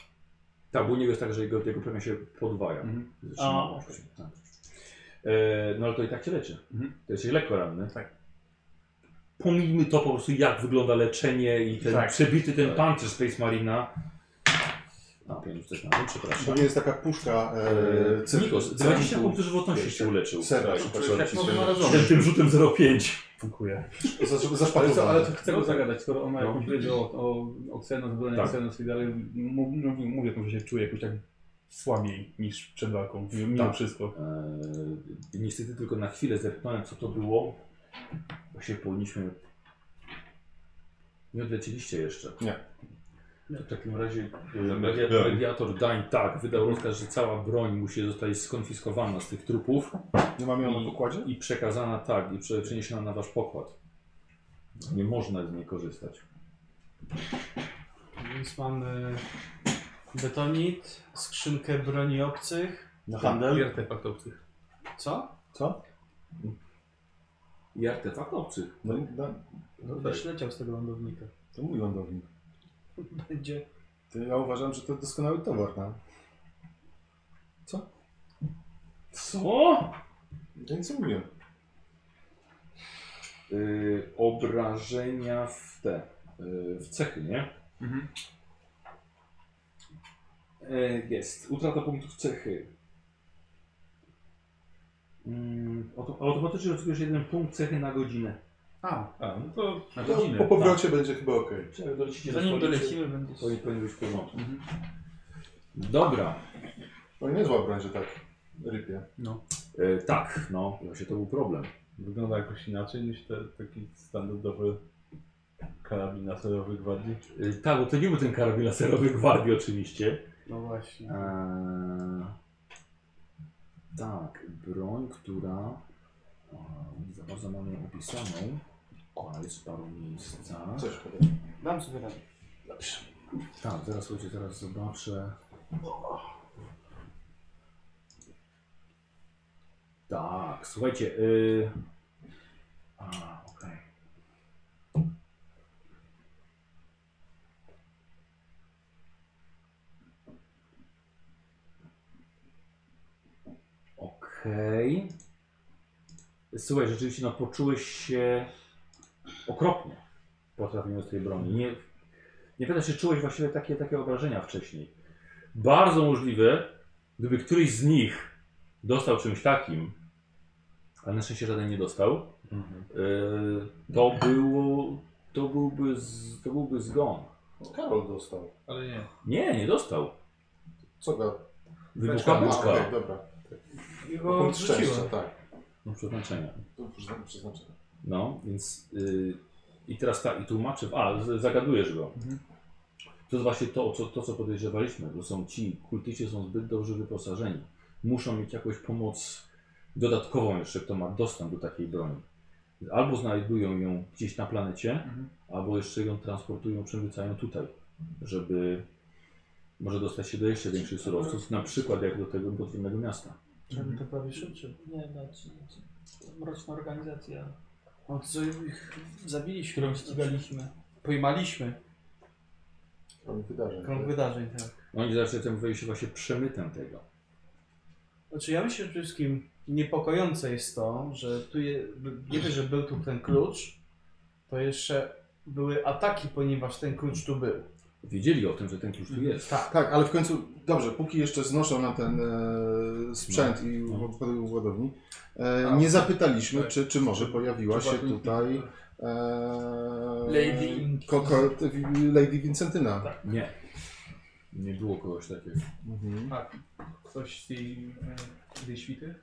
A: Tak, bo u niego jest tak, że jego, jego premia się podwaja.
G: Mhm.
A: Zatrzymało
F: A,
A: się, tak. E, no ale to i tak cię leczy.
G: Mhm.
A: To jesteś lekko ranny.
G: Tak.
A: Pomijmy to po prostu, jak wygląda leczenie i ten
G: Tak.
A: przebity ten
E: Tak.
A: pancerz Space Marina. A, pięć też na tym, przepraszam.
B: To nie jest taka puszka e, cyr-
A: Nikos,
B: cyrku.
A: 20 punktów żywotności się uleczył.
B: Serca, przepraszam.
G: Jak może ma
A: Tym, tym rzutem 0,5.
G: Dziękuję.
B: Zasz-
G: Ale, co, ale
B: Zaszpakowany.
G: to chcę go zagadać, skoro on ma jakąś wiedzę o, o, o Xenos, zbrojeniu
A: No Tak.
G: Xenos i dalej. Mów- mów- Mówię to, że się czuję jakoś tak słabiej niż przed walką, mimo
A: Tak.
G: wszystko.
A: Eee, niestety tylko na chwilę zerknąłem, co to było. Bo się powinniśmy... Nie odlecieliście jeszcze.
B: Nie.
A: To w takim razie e,
E: Zabrać
A: media-
E: broń.
A: mediator Dań tak wydał rozkaz, że cała broń musi zostać skonfiskowana z tych trupów
B: Nie mam ją na
A: I-
B: pokładzie?
A: i przekazana tak, i prze- przeniesiona na wasz pokład. No, Nie można z niej korzystać.
C: Więc mamy betonit, skrzynkę broni obcych.
B: Na handel?
D: I artefakt obcych.
C: Co?
B: Co?
A: I artefakt obcy.
B: No, i- da,
C: No
E: tak.
C: leciał z tego lądownika.
B: to mój lądownik.
C: Będzie.
B: To ja uważam, że to doskonały towar. No.
A: Co?
B: Ja nic nie mówię.
A: Yy, obrażenia w te, yy, w cechy, nie?
G: Mhm.
A: Yy, jest. Utrata punktów cechy. Mm, auto- automatycznie rozwijesz jeden punkt cechy na godzinę.
G: A,
E: A, no to
A: Na
B: No,
A: godzinę,
B: po powrocie będzie chyba ok.
A: tak. Jak dolecicie do
F: Zanim
A: stolicy,
F: dolecimy będzie.
A: To nie powinno być w porządku. Dobra.
B: No i niezła broń, że tak rypie.
A: Yy, tak, no. Właśnie to był problem.
E: wygląda jakoś inaczej niż te, taki standardowy karabin laserowy gwardii.
A: Yy, tak, bo to nie był ten karabin laserowy gwardii oczywiście.
C: No właśnie.
A: Eee, tak, broń, która eee, za bardzo mamy ją opisaną, ale jest w paru miejscach.
B: Coś chyba.
C: Dam sobie radę.
A: Tak, zaraz słuchajcie, zaraz zobaczę. Tak, słuchajcie. Yy... A, okej. Okej. Słuchaj, rzeczywiście no, poczułeś się okropnie po trafieniu z tej broni. Nie, nie pamiętam, czy czułeś właściwie takie, takie obrażenia wcześniej. Bardzo możliwe, gdyby któryś z nich dostał czymś takim, ale na szczęście żaden nie dostał, yy, to, było, to, byłby z, to byłby zgon.
B: Karol dostał.
D: Ale nie.
A: Nie, nie dostał.
B: Co go?
A: Wybuchła
B: A, okej,
A: beczka.
B: dobra.
D: I
C: No,
D: go
B: Punkt szczęścia,
D: odrzuciłem.
B: tak.
A: No, przeznaczenia.
B: Tu przyznam- przeznaczenie.
A: No, więc y, i teraz tak, i tłumaczę, a, z- zagadujesz go. To jest właśnie to, co, to, co podejrzewaliśmy, bo są ci kultyści są zbyt dobrze wyposażeni. Muszą mieć jakąś pomoc dodatkową jeszcze, kto ma dostęp do takiej broni. Albo znajdują ją gdzieś na planecie, albo jeszcze ją transportują, przemycają tutaj, żeby może dostać się do jeszcze większych surowców, na przykład jak do tego podwójnego miasta.
C: Żeby to prawie szybciej.
F: Nie, znaczy, znaczy, mroczna organizacja,
C: No to co ich zabiliśmy.
F: którą ścigaliśmy.
C: Pojmaliśmy.
B: Krąg wydarzeń.
C: Krąg wydarzeń, tak.
A: Oni zawsze zajmowali się właśnie przemytem tego.
C: Znaczy ja myślę, że przede wszystkim niepokojące jest to, że tu je, nie dość, że był tu ten klucz, to jeszcze były ataki, ponieważ ten klucz tu był.
A: Wiedzieli o tym, że ten klucz tu jest.
C: Tak.
B: Tak, ale w końcu, dobrze, póki jeszcze znoszą na ten e, sprzęt i no. ładowni, e, nie zapytaliśmy, czy, czy może pojawiła się tutaj e,
F: Lady Inc.
B: koko, Lady Vincentyna.
F: Tak.
A: Nie. Nie było kogoś takiego.
B: Mhm.
G: coś z tej, e, tej świty?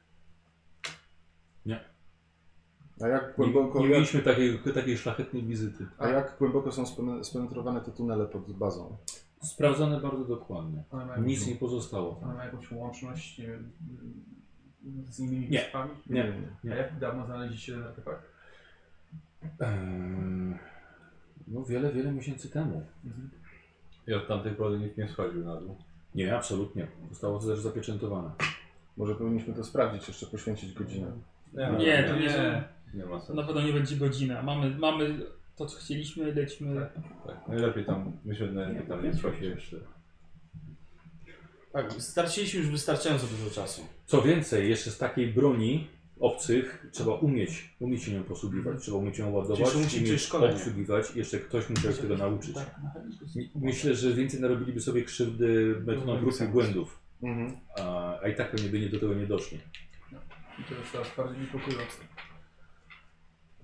B: A jak
A: Nie,
B: głęboko...
A: nie mieliśmy takiej, takiej szlachetnej wizyty.
B: A jak głęboko są spen- spenetrowane te tunele pod bazą?
A: Sprawdzone bardzo dokładnie.
G: Ona ma,
A: Nic nie pozostało.
D: Tak.
G: ona ma jakąś łączność nie wiem, mm, z innymi
A: Nie.
G: wyspami?
A: Nie.
G: A jak dawno znaleźliście ten artefakt?
A: Eee, no wiele, wiele miesięcy temu.
E: I od tamtej pory nikt nie schodził na dół.
A: Nie, absolutnie. Zostało to też zapieczętowane.
B: Może powinniśmy to sprawdzić jeszcze, poświęcić godzinę.
F: Nie, to nie.
E: Nie ma
F: To
E: sensu.
F: na pewno nie będzie godzina. Mamy, mamy to, co chcieliśmy, lećmy.
A: No.
E: Tak. Najlepiej tam, myślę, że najlepiej tam nie trzeba się jeszcze.
C: Tak, straciliśmy już wystarczająco dużo czasu.
A: Co więcej, jeszcze z takiej broni obcych trzeba umieć, umieć się nią posługiwać, trzeba umieć ją ładować,
C: Czyli musi
A: umieć
C: przyjść szkolenie.
A: obsługiwać, jeszcze ktoś musiał się tego nauczyć.
F: Tak, na chemiczny
A: Mi- Myślę, że więcej narobiliby sobie krzywdy metodą prób i błędów,
B: Mhm.
A: a, a i tak pewnie by nie do tego nie doszli.
D: I to jest coraz bardziej niepokojące.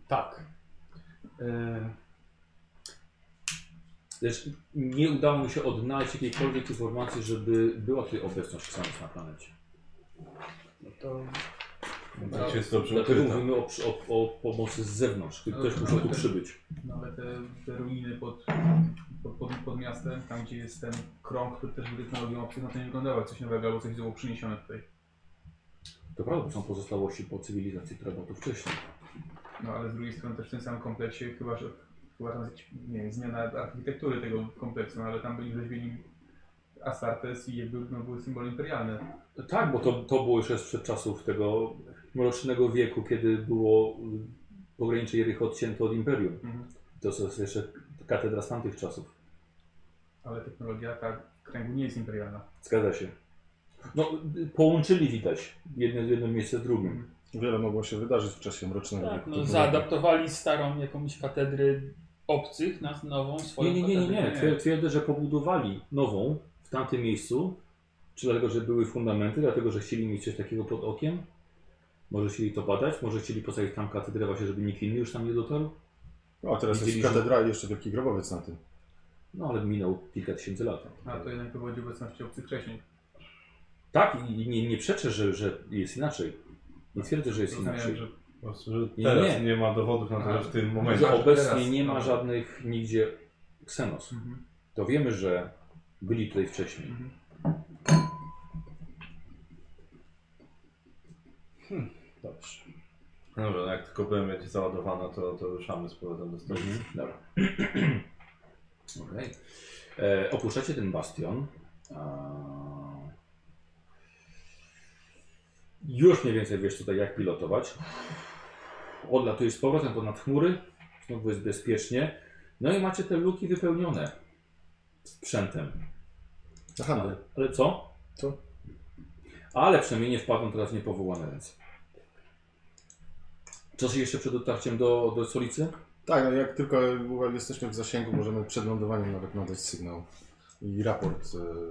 C: Tak. E,
A: Też nie udało mi się odnaleźć jakiejkolwiek informacji, żeby była tutaj obecność Xanów na planecie.
C: no to
A: No.
E: Tak jest dobrze
A: Dlatego
E: ukryta.
A: mówimy o, przy- o, o pomocy z zewnątrz, kiedy ktoś musiał tu przybyć.
D: No ale te, te ruiny pod, pod, pod, pod miastem, tam gdzie jest ten krąg, który też był technologią obcych, no to nie wyglądało jak coś nowego albo coś zło przyniesione tutaj.
A: To prawda, są pozostałości po cywilizacji, która była tu wcześniej.
D: No ale z drugiej strony też w tym samym kompleksie, chyba że chyba tam jest jakaś, nie wiem, zmiana architektury tego kompleksu, no ale tam byli rzeźbieni Astartes i jakby no, były symbole imperialne.
A: Tak, bo to, to było jeszcze sprzed czasów tego mrocznego wieku, kiedy było mm, pogranicze Jericho odcięte od Imperium.
D: Mhm.
A: To jest jeszcze katedra z tamtych czasów.
D: Ale technologia ta kręgu nie jest imperialna.
A: Zgadza się. No, y, połączyli widać jedno, jedno miejsce z drugim.
B: Wiele mogło się wydarzyć w czasie mrocznego.
F: Tak,
B: wieku.
F: no, zaadaptowali starą jakąś katedrę obcych na nową swoją
A: Nie, nie, nie, nie,
F: katedrę.
A: nie. Twier- Twierdzę, że pobudowali nową w tamtym miejscu. Czy dlatego, że były fundamenty, dlatego, że chcieli mieć coś takiego pod okiem? Może chcieli to badać? Może chcieli postawić tam katedrę właśnie, żeby nikt inny już tam nie dotarł?
B: No, a teraz jest
A: Widzieliśmy-
B: katedra i jeszcze wielki grobowiec na tym.
A: No ale minął kilka tysięcy lat.
D: A to jednak powodzi obecności obcych wcześniej.
A: Tak, i i nie, nie przeczę, że, że jest inaczej. Nie twierdzę, że jest
D: Rozumiem,
A: inaczej.
D: że
E: Po prostu, że
A: Nie,
E: Teraz
A: nie. No.
E: nie ma dowodów na to,
D: Aha.
E: że w tym
A: Że,
E: momencie.
A: obecnie
D: teraz-
A: nie ma
D: dobra.
A: żadnych nigdzie ksenos.
D: Mhm.
A: To wiemy, że byli tutaj wcześniej.
D: Mhm.
B: Dobrze.
E: No Dobra, jak tylko byłem będzie załadowana, to, to ruszamy z powrotem do stolicy.
A: Mhm. Dobra. Okej. E, Opuszczacie ten bastion. A... Już mniej więcej wiesz tutaj jak pilotować. Odlatujesz z powrotem ponad chmury. Znowu jest bezpiecznie. No i macie te luki wypełnione sprzętem.
B: Na handel.
A: Ale Tak. co?
B: Co?
A: Ale przynajmniej nie wpadną teraz w niepowołane ręce. Czas jeszcze przed dotarciem do, do stolicy?
B: Tak, no jak tylko jesteśmy w zasięgu, możemy przed lądowaniem nawet nadać sygnał i raport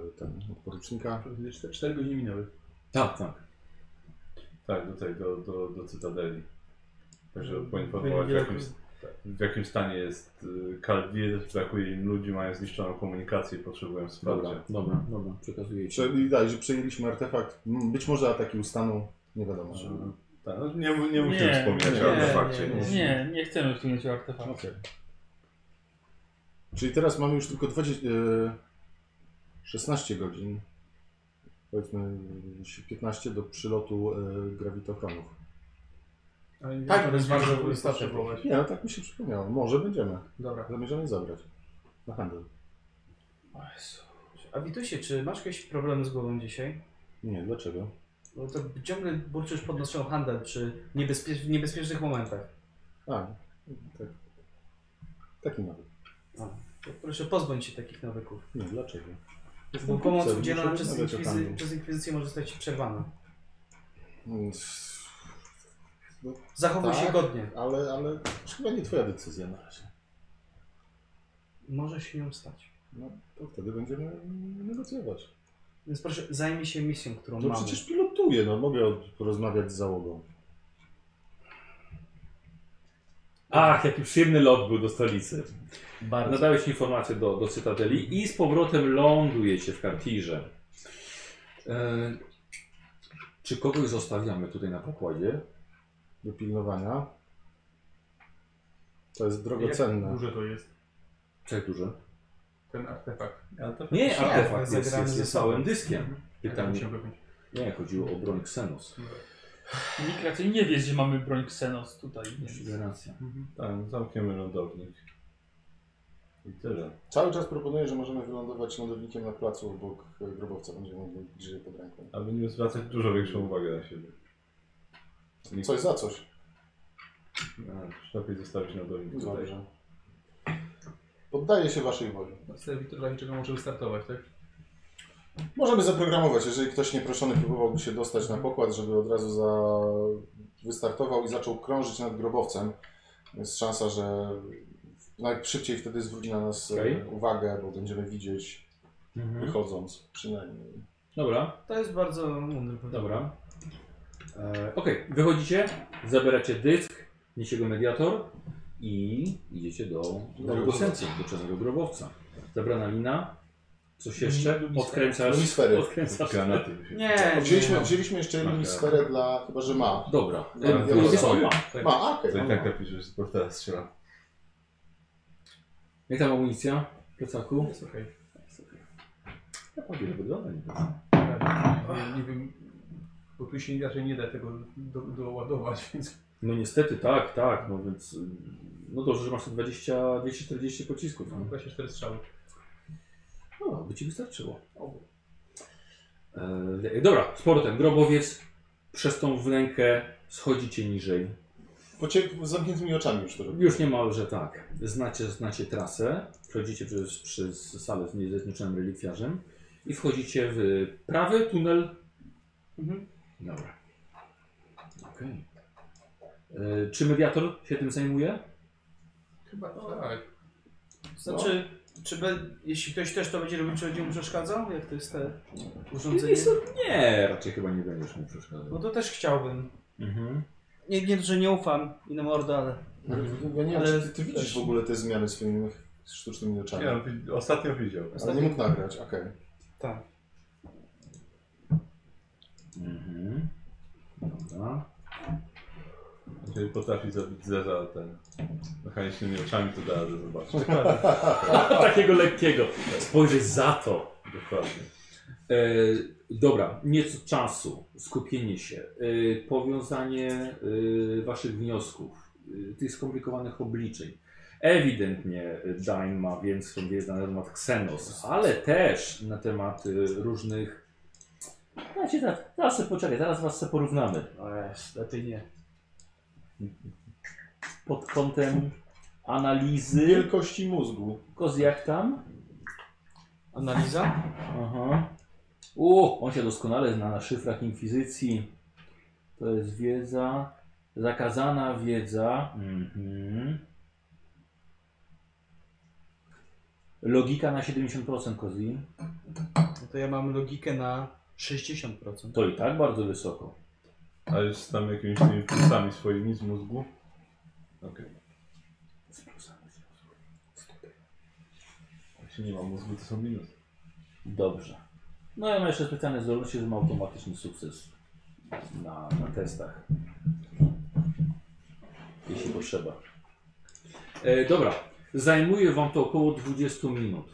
B: e, ten od porucznika.
D: 4, 4 godziny minęły.
A: Tak, tak.
E: Tak, tutaj do, do, do Cytadeli. Także poinformować, w
D: Będzie
E: jakim, tak, w jakim stanie jest y, Kaldir, brakuje im ludzi, mają zniszczoną komunikację i potrzebują wsparcia.
A: Dobra, dobra, dobra, przekazuję ci.
B: Czyli daj, tak, że przejęliśmy artefakt, m, być może ataki ustaną, nie wiadomo. Że...
E: Że- Tak, no, nie, nie musimy
F: Nie,
E: wspominać
B: nie,
E: o artefakcie.
F: Nie, nie, nie chcemy tu mieć artefaktu.
B: Okej. Czyli teraz mamy już tylko 20, e, 16 godzin, powiedzmy e, 15 do przylotu e, grawitochronów.
D: Ale
C: Tak,
D: to
C: to jest bardzo dobry
D: wystarczy
C: statek.
D: wołać.
B: Nie, no tak mi się przypomniało, może będziemy,
D: Dobra.
B: zamierzamy zabrać na handel.
C: o Jezu. A Witusie, czy masz jakieś problemy z głową dzisiaj?
B: Nie, dlaczego?
C: Bo No to ciągle burczysz pod naszą handel przy niebezpiecz- niebezpiecznych momentach.
B: A, tak. Taki nawet.
C: To proszę pozbądź się takich nawyków.
B: Nie, dlaczego? No
C: Bo
B: Jestem
C: pomoc
B: kupcem,
C: udzielona
B: muszę
C: przez,
B: rozmawiać o
C: inkwizy-
B: handlu.
C: przez Inkwizycję może zostać przerwana.
B: Mm,
C: Zachowuj
B: Tak.
C: się godnie.
B: Ale, ale chyba nie twoja decyzja na razie.
C: Może się nią stać.
B: No, to wtedy będziemy negocjować.
C: Więc proszę, zajmij się misją, którą
B: No
C: mamy.
B: przecież pilotuję, no mogę od- porozmawiać z załogą.
A: Ach, jaki przyjemny lot był do stolicy.
C: Bardzo.
A: Nadałeś informację do, do Cytadeli i z powrotem lądujecie w Kartirze. E, czy kogoś zostawiamy tutaj na pokładzie?
B: Do pilnowania. To jest
D: Jak
B: drogocenne.
D: duże to jest,
A: Co jak duże?
D: ten artefakt?
A: Nie, artefakt
C: ale
A: jest,
C: zagramy
A: jest,
C: ze
A: jest całym dyskiem.
D: Jak to się
A: Pytanie.
D: wypełni?
A: Nie, chodziło o broń Xenos.
F: Nikt raczej nie wie, że mamy broń Xenos tutaj. Więc.
A: Racja.
D: Mhm.
E: Tak, zamkniemy lądownik. I tyle.
B: Cały czas proponuję, że możemy wylądować lądownikiem na placu obok e, grobowca. Będziemy mieli bliżej pod ręką.
E: Aby nie zwracać dużo większą uwagę na siebie.
B: Coś za coś.
E: No, już lepiej zostawić na dolinie tutaj.
B: Dobrze. Poddaję się waszej woli.
D: Serwitor dla No, niczego może wystartować, tak?
B: Możemy zaprogramować, jeżeli ktoś nieproszony próbowałby się dostać na pokład, żeby od razu za... wystartował i zaczął krążyć nad grobowcem. Jest szansa, że nawet szybciej wtedy zwróci na nas e,
A: Okej.
B: uwagę, bo będziemy widzieć wychodząc przynajmniej.
A: Mhm. Dobra,
C: To jest bardzo mądry pomysł.
A: dobra. E, Okej, wychodzicie, zabieracie dysk, niesie go mediator i idziecie do grobowca, do czarnego grobowca. Zabrana lina, coś jeszcze, odkręcasz,
B: Lumisfery.
A: odkręcasz.
E: Granaty by się...
C: Nie,
B: Wzięliśmy,
C: nie.
B: wzięliśmy jeszcze jedną sferę dla, chyba że ma.
A: Dobra,
B: Nie,
A: E,
B: nie,
A: wiesz co,
E: nie.
A: ma.
B: Ma, a, okej.
E: To i
B: no,
E: tak
B: no.
E: lepiej, że sport teraz strzela.
A: jak tam amunicja w plecaku?
D: Jest okej.
A: Jak on wiele wygląda? nie wiem.
D: Nie, nie wiem, bo tu się raczej nie da tego do- doładować, więc
A: No niestety tak, tak, no więc y, no dobrze, że masz te 20, 240 pocisków.
F: Mhm.
A: No.
D: właśnie cztery strzały.
A: No, by ci wystarczyło. E, dobra, z portem grobowiec, przez tą wnękę schodzicie niżej.
B: Pociek z zamkniętymi oczami już to robię.
A: Już niemalże tak. Znacie, znacie trasę, przechodzicie przez, przez salę z niezliczonym relikwiarzem i wchodzicie w prawy tunel.
C: Mhm.
A: Dobra. Okej. E, Czy mediator się tym zajmuje?
D: Chyba tak.
B: No.
C: Znaczy, czy be, jeśli ktoś też to będzie robił, czy będzie mu przeszkadzał? Jak to jest te urządzenie?
A: Jest to- Nie, raczej chyba nie będziesz mu
C: No
A: przeszkadzał.
C: to też chciałbym.
A: Mhm.
C: Nie, nie, że nie ufam i na mordę, ale...
B: Ja nie wiem,
C: Ale
B: czy ty, ty widzisz w ogóle te zmiany swoimi sztucznymi oczami.
E: Ja wi- ostatnio widział.
B: Ale nie mógł nagrać, okej.
C: Tak.
A: Mhm. Dobra.
E: Jeżeli potrafi zabić zeza ten mechanicznymi oczami, to da radę zobaczyć.
C: Tak.
A: Takiego lekkiego. Spojrzeć za to.
E: Dokładnie.
A: E, dobra, nieco czasu, skupienie się, e, powiązanie e, waszych wniosków, e, tych skomplikowanych obliczeń. Ewidentnie Dain ma większą wiedzę na temat Xenos, ale też na temat e, różnych... Znaczy, tak, teraz sobie poczekaj, zaraz was sobie porównamy.
C: Ech, No lepiej nie.
A: Pod kątem analizy,
B: Wielkości mózgu.
A: tylko z jak tam?
C: Analiza?
A: Aha. U, on się doskonale zna na szyfrach inkwizycji. To jest wiedza. Zakazana wiedza. Mhm. Logika na 70% Kozi.
C: No to ja mam logikę na 60%.
A: To i tak bardzo wysoko.
E: A już z tam jakimiś tymi plusami swoimi z mózgu? Okej. Jak się nie ma mózgu, to są minusy.
A: Dobrze. No ja mam jeszcze specjalne zdolności, że ma automatyczny sukces na, na testach. Jeśli potrzeba. E, dobra. Zajmuje Wam to około 20 minut.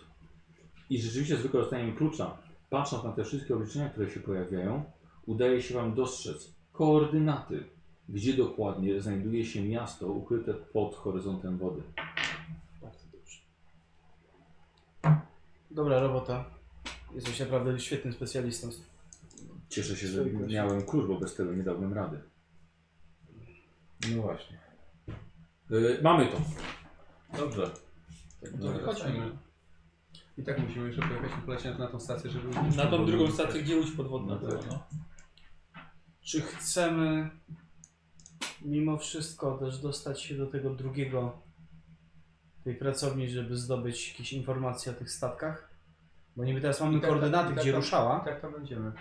A: I rzeczywiście z wykorzystaniem klucza, patrząc na te wszystkie obliczenia, które się pojawiają, udaje się Wam dostrzec koordynaty, gdzie dokładnie znajduje się miasto ukryte pod horyzontem wody.
C: Dobra robota. Jesteś naprawdę świetnym specjalistą.
A: Cieszę się, że miałem klucz, bo bez tego nie dałbym rady.
E: No właśnie.
A: E, mamy to. Tak,
E: Dobrze.
D: No,
E: No,
D: chodźmy. I tak musimy jeszcze pojechać i polecieć na tą stację, żeby...
F: Na tą drugą stację, gdzie łódź podwodna
E: No
F: była,
E: tak.
F: no.
C: Czy chcemy mimo wszystko też dostać się do tego drugiego tej pracowni, żeby zdobyć jakieś informacje o tych statkach? Bo niby teraz mamy
D: I tak,
C: koordynaty,
D: i tak,
C: gdzie
D: tak.
C: ruszała.
D: Tak tam będziemy.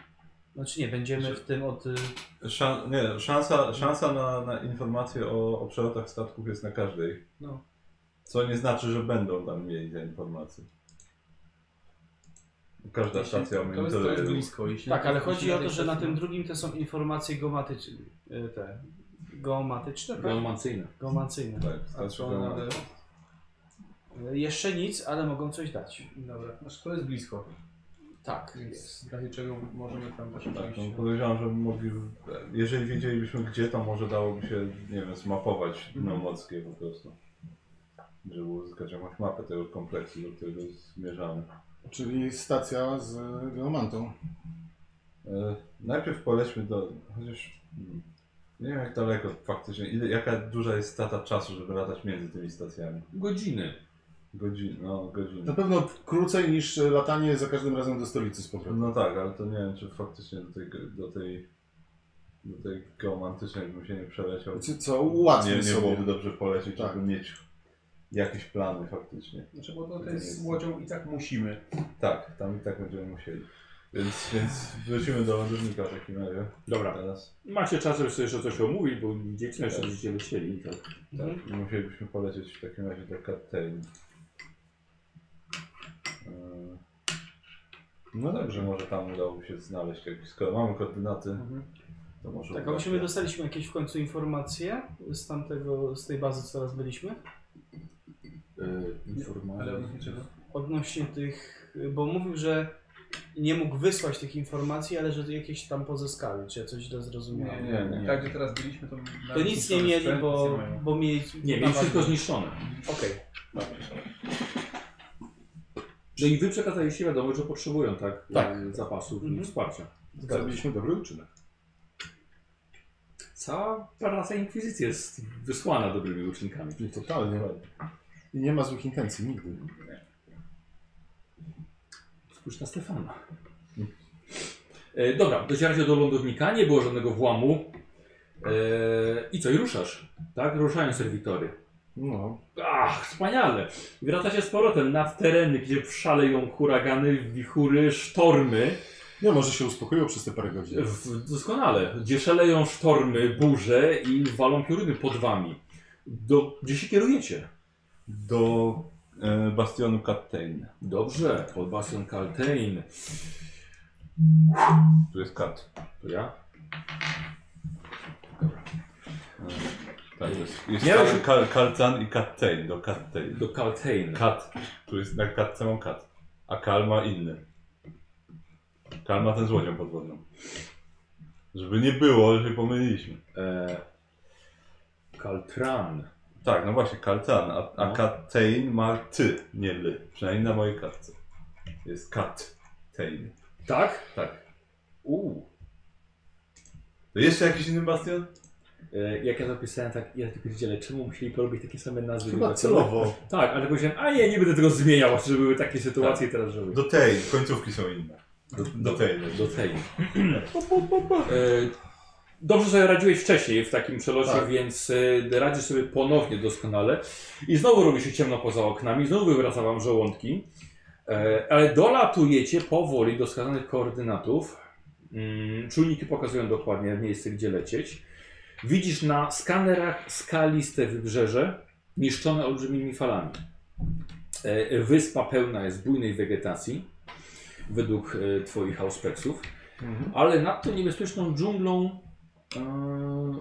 C: Znaczy nie, będziemy
E: Że-
C: w tym od... y,
E: Szan nie, szansa, szansa na, na informacje o, o przelotach statków jest na każdej.
D: No.
E: Co nie znaczy, że będą tam mieli te informacje. Każda stacja
D: to jest, to jest
E: monitoruje.
D: blisko. Jeśli
C: Tak, ale chodzi o
D: tej
C: to, że na
D: stacji-
C: tym drugim to są informacje geomatyczne. y, Te. Geomatyczne, tak?
A: Geomancyjne.
C: Geomancyjne.
E: Tak,
D: A
E: stacja
D: to
E: monitoruje.
D: nawet...
C: Y, Jeszcze nic, ale mogą coś dać.
D: Dobra, znaczy to jest blisko,
C: Tak.
D: więc w razie czego możemy tam też
E: Tak, no,
D: oczywiście...
E: podejrzewam, że mogli, jeżeli wiedzielibyśmy gdzie, to może dałoby się, nie wiem, zmapować Nomockie po prostu. Żeby uzyskać jakąś mapę tego kompleksu, do którego zmierzamy.
B: Czyli stacja z geomantą.
E: E, najpierw polećmy do, chociaż hmm, Nie wiem jak daleko faktycznie, ile, jaka duża jest strata czasu, żeby latać między tymi stacjami.
A: Godziny.
E: Godzin, no
B: Na
E: godziny.
B: pewno krócej niż e, latanie za każdym razem do stolicy z powrotem.
E: No tak, ale to nie wiem czy faktycznie do tej, do tej, do tej geomantycznej bym się nie przeleciał.
B: Wiecie co,
E: Nie,
B: ułatwię
E: nie
B: sobie.
E: byłoby dobrze polecieć,
B: Tak.
E: żeby mieć jakieś plany faktycznie.
G: Znaczy, bo to, to jest z łodzią i tak musimy.
E: Tak, tam i tak będziemy musieli. Więc, więc wrócimy do lądownika w takim razie.
A: Dobra.
E: Teraz
A: Macie czas, żeby sobie jeszcze coś omówić, bo dzieci jeszcze będziecie lecieli. Tak.
E: tak, i musielibyśmy polecieć w takim razie do Cattain.
B: No
E: Także
B: dobrze.
E: Yy, może tam udałoby się znaleźć jakieś. Skoro mamy koordynaty,
D: Mhm.
E: to może.
C: Tak, a
E: uda
C: myśmy
E: się-
C: dostaliśmy jakieś w końcu informacje z tamtego, z tej bazy, co teraz byliśmy,
A: Yy, informacja.
D: Ale odnośnie czego?
C: odnośnie tych, bo mówił, że nie mógł wysłać tych informacji, ale że jakieś tam pozyskali, czy ja coś źle zrozumiałem.
E: nie, nie.
D: Tak, gdzie teraz byliśmy, to...
C: To nic nie mieli, bo, bo mieli...
A: Nie, mieli wszystko zniszczone.
C: No, Okej.
A: No i wy przekazaliście wiadomość, że potrzebują tak,
C: Tak.
A: e, zapasów i
C: Mhm.
A: wsparcia.
B: Zrobiliśmy dobry uczynek.
A: Cała praca inkwizycji jest wysłana dobrymi uczynkami.
B: I Totalnie. I nie ma złych intencji nigdy.
A: Spójrz na Stefana. No. E, dobra, docieracie do lądownika, nie było żadnego włamu. E, I co, i ruszasz? Tak? Ruszają serwitory.
B: No.
A: Ach, wspaniale! Wracacie z powrotem nad tereny, gdzie szaleją huragany, wichury, sztormy.
B: Nie, może się uspokoiło przez te parę godzin.
A: W, doskonale. Gdzie szaleją sztormy, burze i walą pioruny pod wami. Do, gdzie się kierujecie?
E: Do e, bastionu Cattain.
A: Dobrze, pod bastion Caltain.
E: Tu jest kat.
A: To ja?
E: E, Tak, jest. jest
A: Miałeś-
E: Kal- Kal- Kalcan i Cattain. Do Cattain.
A: Do Caltain.
E: Kat. Tu jest na katce mam kat. A kalma inny. Kalma ten z łodzią podwodną. Żeby nie było, że się pomyliliśmy.
A: E, Caltran.
E: Tak, no właśnie, kalcan. A, a
A: No.
E: Cattain ma ty, nie ly. Przynajmniej na mojej kartce. Jest Cattain.
A: Tak?
E: Tak.
A: Uuu.
E: To jeszcze jakiś inny bastion?
A: E, jak ja zapisałem, tak, ja tylko powiedziałem, czemu musieli porobić takie same nazwy?
B: Chyba
A: Tak,
B: celowo.
A: Tak, ale powiedziałem, a nie, nie będę tego zmieniał, żeby były takie sytuacje teraz, żeby...
E: Do tej, końcówki są inne. Do, do tej.
A: do tej. E, Dobrze sobie radziłeś wcześniej w takim przelocie,
B: Tak.
A: więc e, radzisz sobie ponownie doskonale. I znowu robi się ciemno poza oknami, znowu wywraca wam żołądki. E, Ale dolatujecie powoli do wskazanych koordynatów. Mm, Czujniki pokazują dokładnie miejsce, gdzie lecieć. Widzisz na skanerach skaliste wybrzeże, niszczone olbrzymimi falami. E, Wyspa pełna jest bujnej wegetacji, według e, Twoich auspeksów
B: Mhm.
A: ale nad tą niebezpieczną dżunglą e,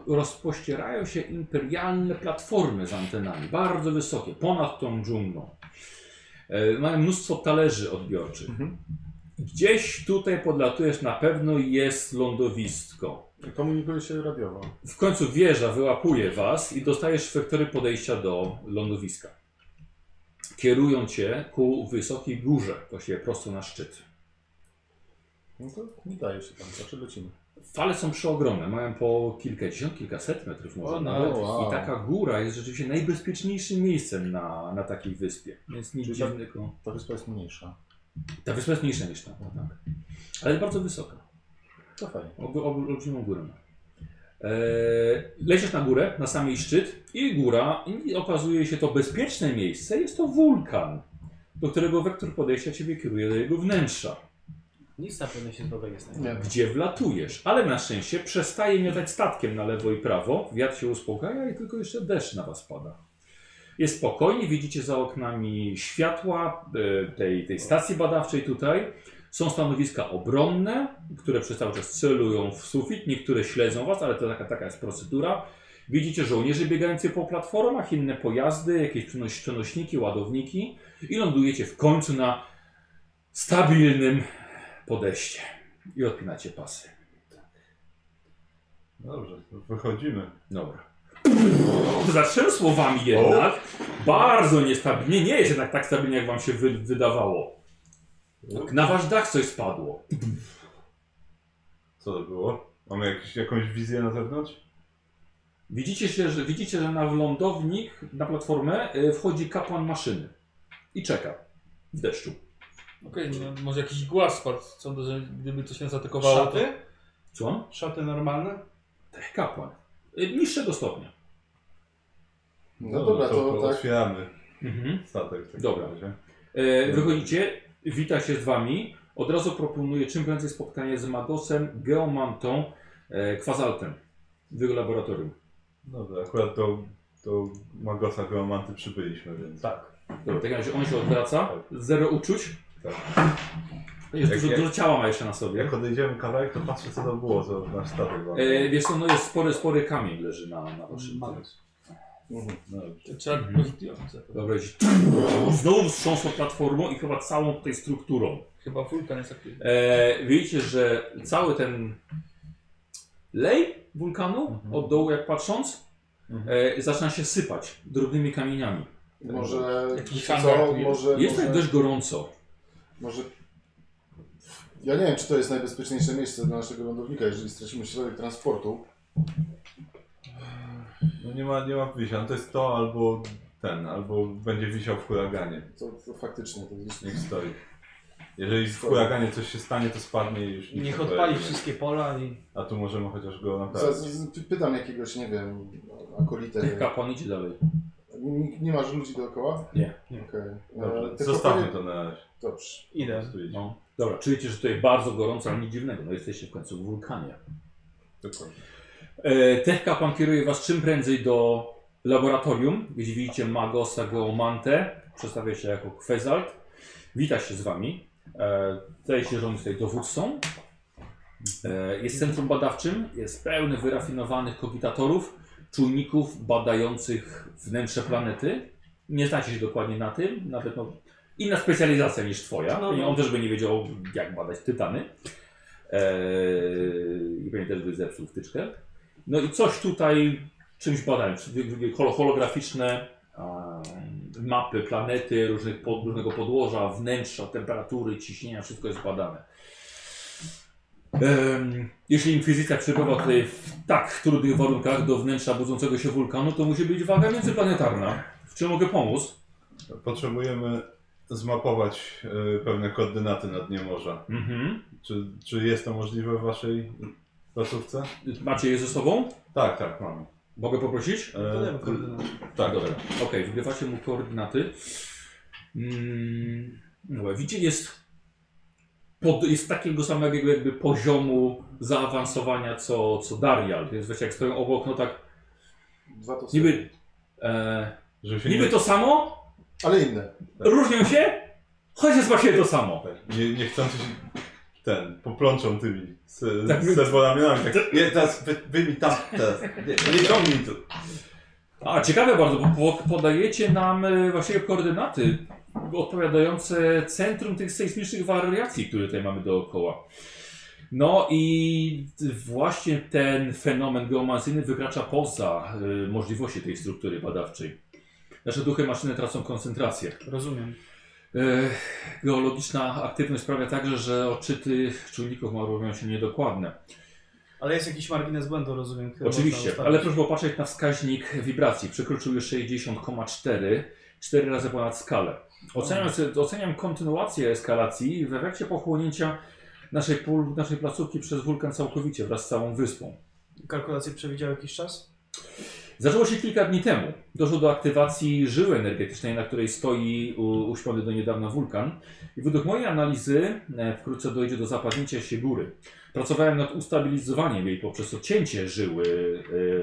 A: rozpościerają się imperialne platformy z antenami, bardzo wysokie, ponad tą dżunglą. E, mają mnóstwo talerzy odbiorczych.
B: Mhm.
A: Gdzieś tutaj podlatujesz, na pewno jest lądowisko.
B: Komunikuje się radiowo.
A: W końcu wieża wyłapuje was i dostajesz wektory podejścia do lądowiska. Kierują cię ku wysokiej górze, właściwie prosto na szczyt.
B: No to nie daje się tam, zawsze lecimy.
A: Fale są przeogromne, mają po kilkadziesiąt, kilkaset metrów może
C: O,
A: nawet.
B: no, wow.
A: I taka góra jest rzeczywiście najbezpieczniejszym miejscem na, na takiej wyspie. Więc nic
B: Czyli tak-
A: dziwnego.
B: Ta wyspa jest mniejsza.
A: Ta wyspa jest mniejsza niż tamta, tak. Ale jest bardzo wysoka.
B: To fajnie.
A: Ob, ob, olbrzymą górę ma. Eee, lecisz na górę, na samej szczyt i góra, i okazuje się to bezpieczne miejsce, jest to wulkan, do którego wektor podejścia Ciebie kieruje do jego wnętrza.
C: Nic na pewno się złego nie stanie.
B: Nie.
A: gdzie wlatujesz, ale na szczęście przestaje miotać statkiem na lewo i prawo, wiatr się uspokaja i tylko jeszcze deszcz na was pada. Jest spokojnie, widzicie za oknami światła e, tej, tej stacji badawczej tutaj. Są stanowiska obronne, które przez cały czas celują w sufit, niektóre śledzą was, ale to taka, taka jest procedura. Widzicie żołnierzy biegających po platformach, inne pojazdy, jakieś przenoś- przenośniki, ładowniki i lądujecie w końcu na stabilnym podejście i odpinacie pasy.
E: Dobrze, to wychodzimy.
A: Dobra. Zaczęłem słowami jednak. Bardzo niestabilnie. Nie jest jednak tak stabilnie, jak wam się wy wydawało. Na wasz dach coś spadło.
E: Co to było? Mamy jakieś, jakąś wizję na zewnątrz?
A: Widzicie, się, że, widzicie, że na lądownik, na platformę y, wchodzi kapłan maszyny i czeka w deszczu.
F: Okej, no, może jakiś głaz spadł, sądzę, że gdyby coś nas atakowało, to...
C: Szaty?
A: Co?
C: Szaty normalne?
A: Kapłan. Y, Niższego stopnia.
B: No, dobra, to, tak.
E: otwieramy
A: Mhm.
E: statek. w takim
A: Dobra.
E: razie.
A: E, wychodzicie, wita się z wami. Od razu proponuję czym prędzej spotkanie z Magosem, Geomantą, e, Kwazaltem w jego laboratorium.
E: Dobra, akurat do, do Magosa Geomanty przybyliśmy, więc...
A: Tak. Dobra, w takim razie on się odwraca. Zero uczuć.
E: Tak.
A: Jest
E: Jak-
A: dużo,
E: jak-
A: dużo ciała ma jeszcze na sobie.
E: Jak odejdziemy kawałek, to patrzę co to było, co nasz statek wam.
A: E, wiesz co, no jest spory, spory kamień leży na, na waszym.
B: Mhm.
E: Dobrze.
F: to trzeba
A: Mhm.
F: pozytywnie za to.
A: Dobra, jest... znowu wstrząsło platformą i chyba całą tutaj strukturą.
F: Chyba wulkan jest aktywny.
A: E, widzicie, że cały ten lej wulkanu od dołu jak patrząc e, zaczyna się sypać drobnymi kamieniami.
B: Może.
F: Jakiś hangar
B: Co?
F: tu jest.
B: Może.
A: Jest
B: może,
A: tak dość gorąco.
B: może... Ja nie wiem, czy to jest najbezpieczniejsze miejsce dla naszego lądownika, jeżeli stracimy środek transportu.
E: No nie ma, nie ma wyjścia, no to jest to albo ten, albo będzie wisiał w huraganie,
B: To, to faktycznie to jest.
E: niech stoi. Jeżeli w huraganie coś się stanie, to spadnie i już nic
C: Niech
E: nie
C: odpali
E: pojedzie.
C: wszystkie pola i
E: A tu możemy chociaż go
B: Za-
E: naprawić.
B: z- z- Pytam jakiegoś, nie wiem, akolitę.
A: Ten kapłan idzie dalej.
B: Nikt nie masz ludzi dookoła?
A: Nie.
B: Okej.
E: Dobrze,
B: E, te
E: zostawmy
B: kopanie-
E: to na razie.
B: Dobrze.
E: Po
C: idę.
E: prostu idź.
A: No. Dobra, czujecie, że tutaj bardzo gorąco, ale nic dziwnego. No jesteście w końcu w wulkanie.
E: Dokładnie.
A: E, Tech kapłan kieruje was czym prędzej do laboratorium, gdzie widzicie Magosa Geomantę. Przedstawia się jako Kwezalt. Wita się z wami. E, Zdaje się, że on jest tutaj dowódcą. E, Jest centrum badawczym, jest pełny wyrafinowanych kogitatorów, czujników badających wnętrze planety. Nie znacie się dokładnie na tym, nawet no, inna specjalizacja niż twoja.
H: No, no.
A: On też by nie wiedział, jak badać tytany. Eee, I pewnie też by zepsuł wtyczkę. No i coś tutaj czymś badają, czy- holo- holograficzne em, mapy, planety, różnych pod, różnego podłoża, wnętrza, temperatury, ciśnienia, wszystko jest badane. Em, Jeśli inkwizycja przebywa tutaj w tak trudnych warunkach do wnętrza budzącego się wulkanu, to musi być waga międzyplanetarna. W czym mogę pomóc?
E: Potrzebujemy zmapować y, pewne koordynaty na dnie morza.
A: Mhm.
E: Czy, czy jest to możliwe w waszej placówce?
A: Macie je ze sobą?
E: Tak, tak, mamy.
A: Mogę poprosić?
E: E, tak,
A: Dobra,
E: dobra.
A: okej, wygrywacie mu koordynaty. Mm, no, widzicie, jest, pod, jest takiego samego jakby poziomu zaawansowania co, co Darial. Więc wiecie, jak stoją obok, no tak
B: Dwa to są.
A: niby, e,
E: Żeby się
A: niby
E: nie,
A: to samo,
B: Ale inne.
A: różnią się, choć jest właśnie to samo.
E: tak, nie, nie chcący się ten, poplączą tymi se,
A: Tak, my-
E: serworamionami. Tak, nie, teraz wy, wy mi tam, teraz. Nie, nie ciągnij tu.
A: A ciekawe bardzo, bo po- podajecie nam e, właściwie koordynaty odpowiadające centrum tych sejsmicznych wariacji, które tutaj mamy dookoła. No i właśnie ten fenomen geomancyjny wykracza poza e, możliwości tej struktury badawczej. Nasze duchy maszyny tracą koncentrację.
C: Rozumiem.
A: E, Geologiczna aktywność sprawia także, że odczyty czujników ma- robią się niedokładne.
C: Ale jest jakiś margines błędu, rozumiem. Który
A: Oczywiście,
C: można
A: ale
C: ustalić.
A: proszę popatrzeć na wskaźnik wibracji. Przekroczył już 60,4, 4 razy ponad skalę. Oceniam, oceniam kontynuację eskalacji w efekcie pochłonięcia naszej, pól, naszej placówki przez wulkan całkowicie wraz z całą wyspą.
C: Kalkulacje przewidział jakiś czas?
A: Zaczęło się kilka dni temu. Doszło do aktywacji żyły energetycznej, na której stoi u- uśpiony do niedawna wulkan. I według mojej analizy e, wkrótce dojdzie do zapadnięcia się góry. Pracowałem nad ustabilizowaniem jej poprzez odcięcie żyły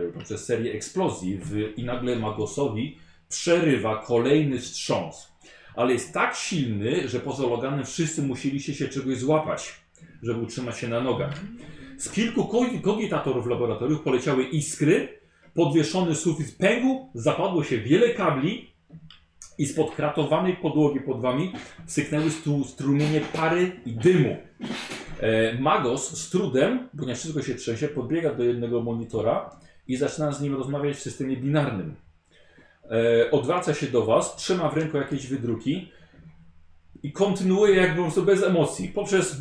A: e, poprzez serię eksplozji w, i nagle Magosowi przerywa kolejny wstrząs. Ale jest tak silny, że poza Loganem wszyscy musieliście się czegoś złapać, żeby utrzymać się na nogach. Z kilku ko- kogitatorów laboratoriów poleciały iskry, podwieszony sufit pękł, zapadło się wiele kabli i spod kratowanej podłogi pod wami syknęły stu, strumienie pary i dymu. E, Magos z trudem, ponieważ wszystko się trzęsie, podbiega do jednego monitora i zaczyna z nim rozmawiać w systemie binarnym. E, odwraca się do was, trzyma w ręku jakieś wydruki i kontynuuje jakby po prostu bez emocji, poprzez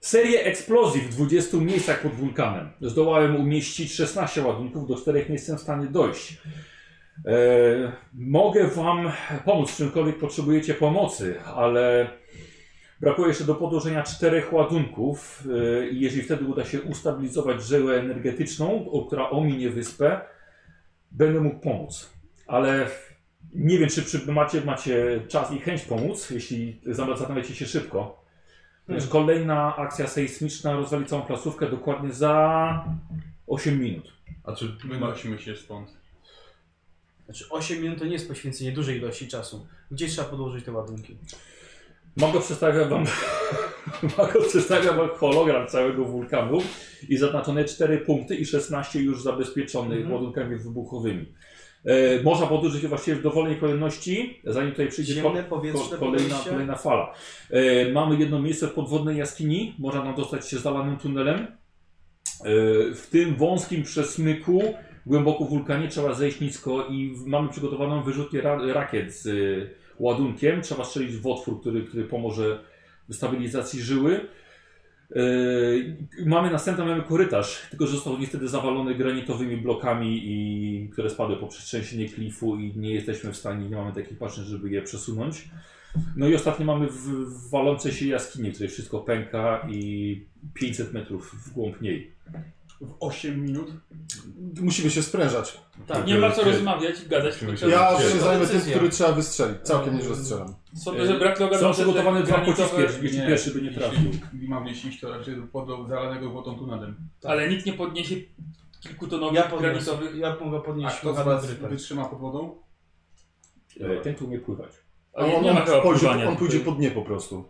A: Serię eksplozji w 20 miejscach pod wulkanem. Zdołałem umieścić 16 ładunków, do których nie jestem w stanie dojść. E, mogę wam pomóc, w czymkolwiek potrzebujecie pomocy, ale brakuje jeszcze do podłożenia czterech ładunków e, i jeżeli wtedy uda się ustabilizować żyłę energetyczną, o- która ominie wyspę, będę mógł pomóc. Ale nie wiem, czy przy, macie, macie czas i chęć pomóc, jeśli zamacacie się szybko. Wiesz, Kolejna akcja sejsmiczna rozwali całą placówkę dokładnie za 8 minut.
E: A czy ma...
D: Wynosimy się stąd.
C: Znaczy 8 minut to nie jest poświęcenie dużej ilości czasu. Gdzie trzeba podłożyć te ładunki?
A: Mago przedstawia wam, Mago przedstawia wam hologram całego wulkanu i zaznaczone 4 punkty i 16 już zabezpieczonych ładunkami wybuchowymi. E, można podłożyć je właściwie w dowolnej kolejności, zanim tutaj przyjdzie kol-
C: Ziemne, powietrzne,
A: Ko- kolejna,
C: podejście?
A: kolejna fala. E, mamy jedno miejsce w podwodnej jaskini. Można tam dostać się zalanym tunelem. E, w tym wąskim przesmyku, głęboko w wulkanie, trzeba zejść nisko i w- mamy przygotowaną wyrzutnię ra rakiet z y, ładunkiem. Trzeba strzelić w otwór, który, który pomoże w stabilizacji żyły. E, mamy następny mamy korytarz, tylko że został niestety zawalony granitowymi blokami, i, które spadły poprzez trzęsienie klifu i nie jesteśmy w stanie, nie mamy takich maszyn, żeby je przesunąć. No i ostatnio mamy w, w walącej się jaskini, w której wszystko pęka i 500 metrów w głąb niej.
D: W 8 minut?
B: Musimy się sprężać.
C: Tak.
F: Nie ma co
E: Gdzie-
F: rozmawiać i gadać, tylko
E: Musimy
F: trzeba-
B: Ja
E: Gdzie?
B: się zajmę tym,
C: Decyzja.
B: który trzeba wystrzelić. Całkiem nieźle strzelam.
F: Sądzę, że brak loga
A: Są
F: dobrze, że
A: przygotowane dwa
F: granitowe-
A: pociski, jeśli pierwszy by nie trafił.
D: Jeśli mam gdzieś iść, to raczej pod zalanego wodą tunelem.
F: Tak. Ale nikt nie podniesie kilkutonowych
C: Ja, podniosę,
F: granitowych.
C: ja mogę
D: A
C: podnieść
D: kto z
C: Johanna
D: Tak, was
C: Dryta.
D: wytrzyma pod wodą?
A: E, Ten tu umie pływać.
F: A
B: on,
F: no, nie ma chyba
B: on, pójdzie,
F: pływania.
B: on pójdzie
F: tutaj.
B: po dnie po prostu.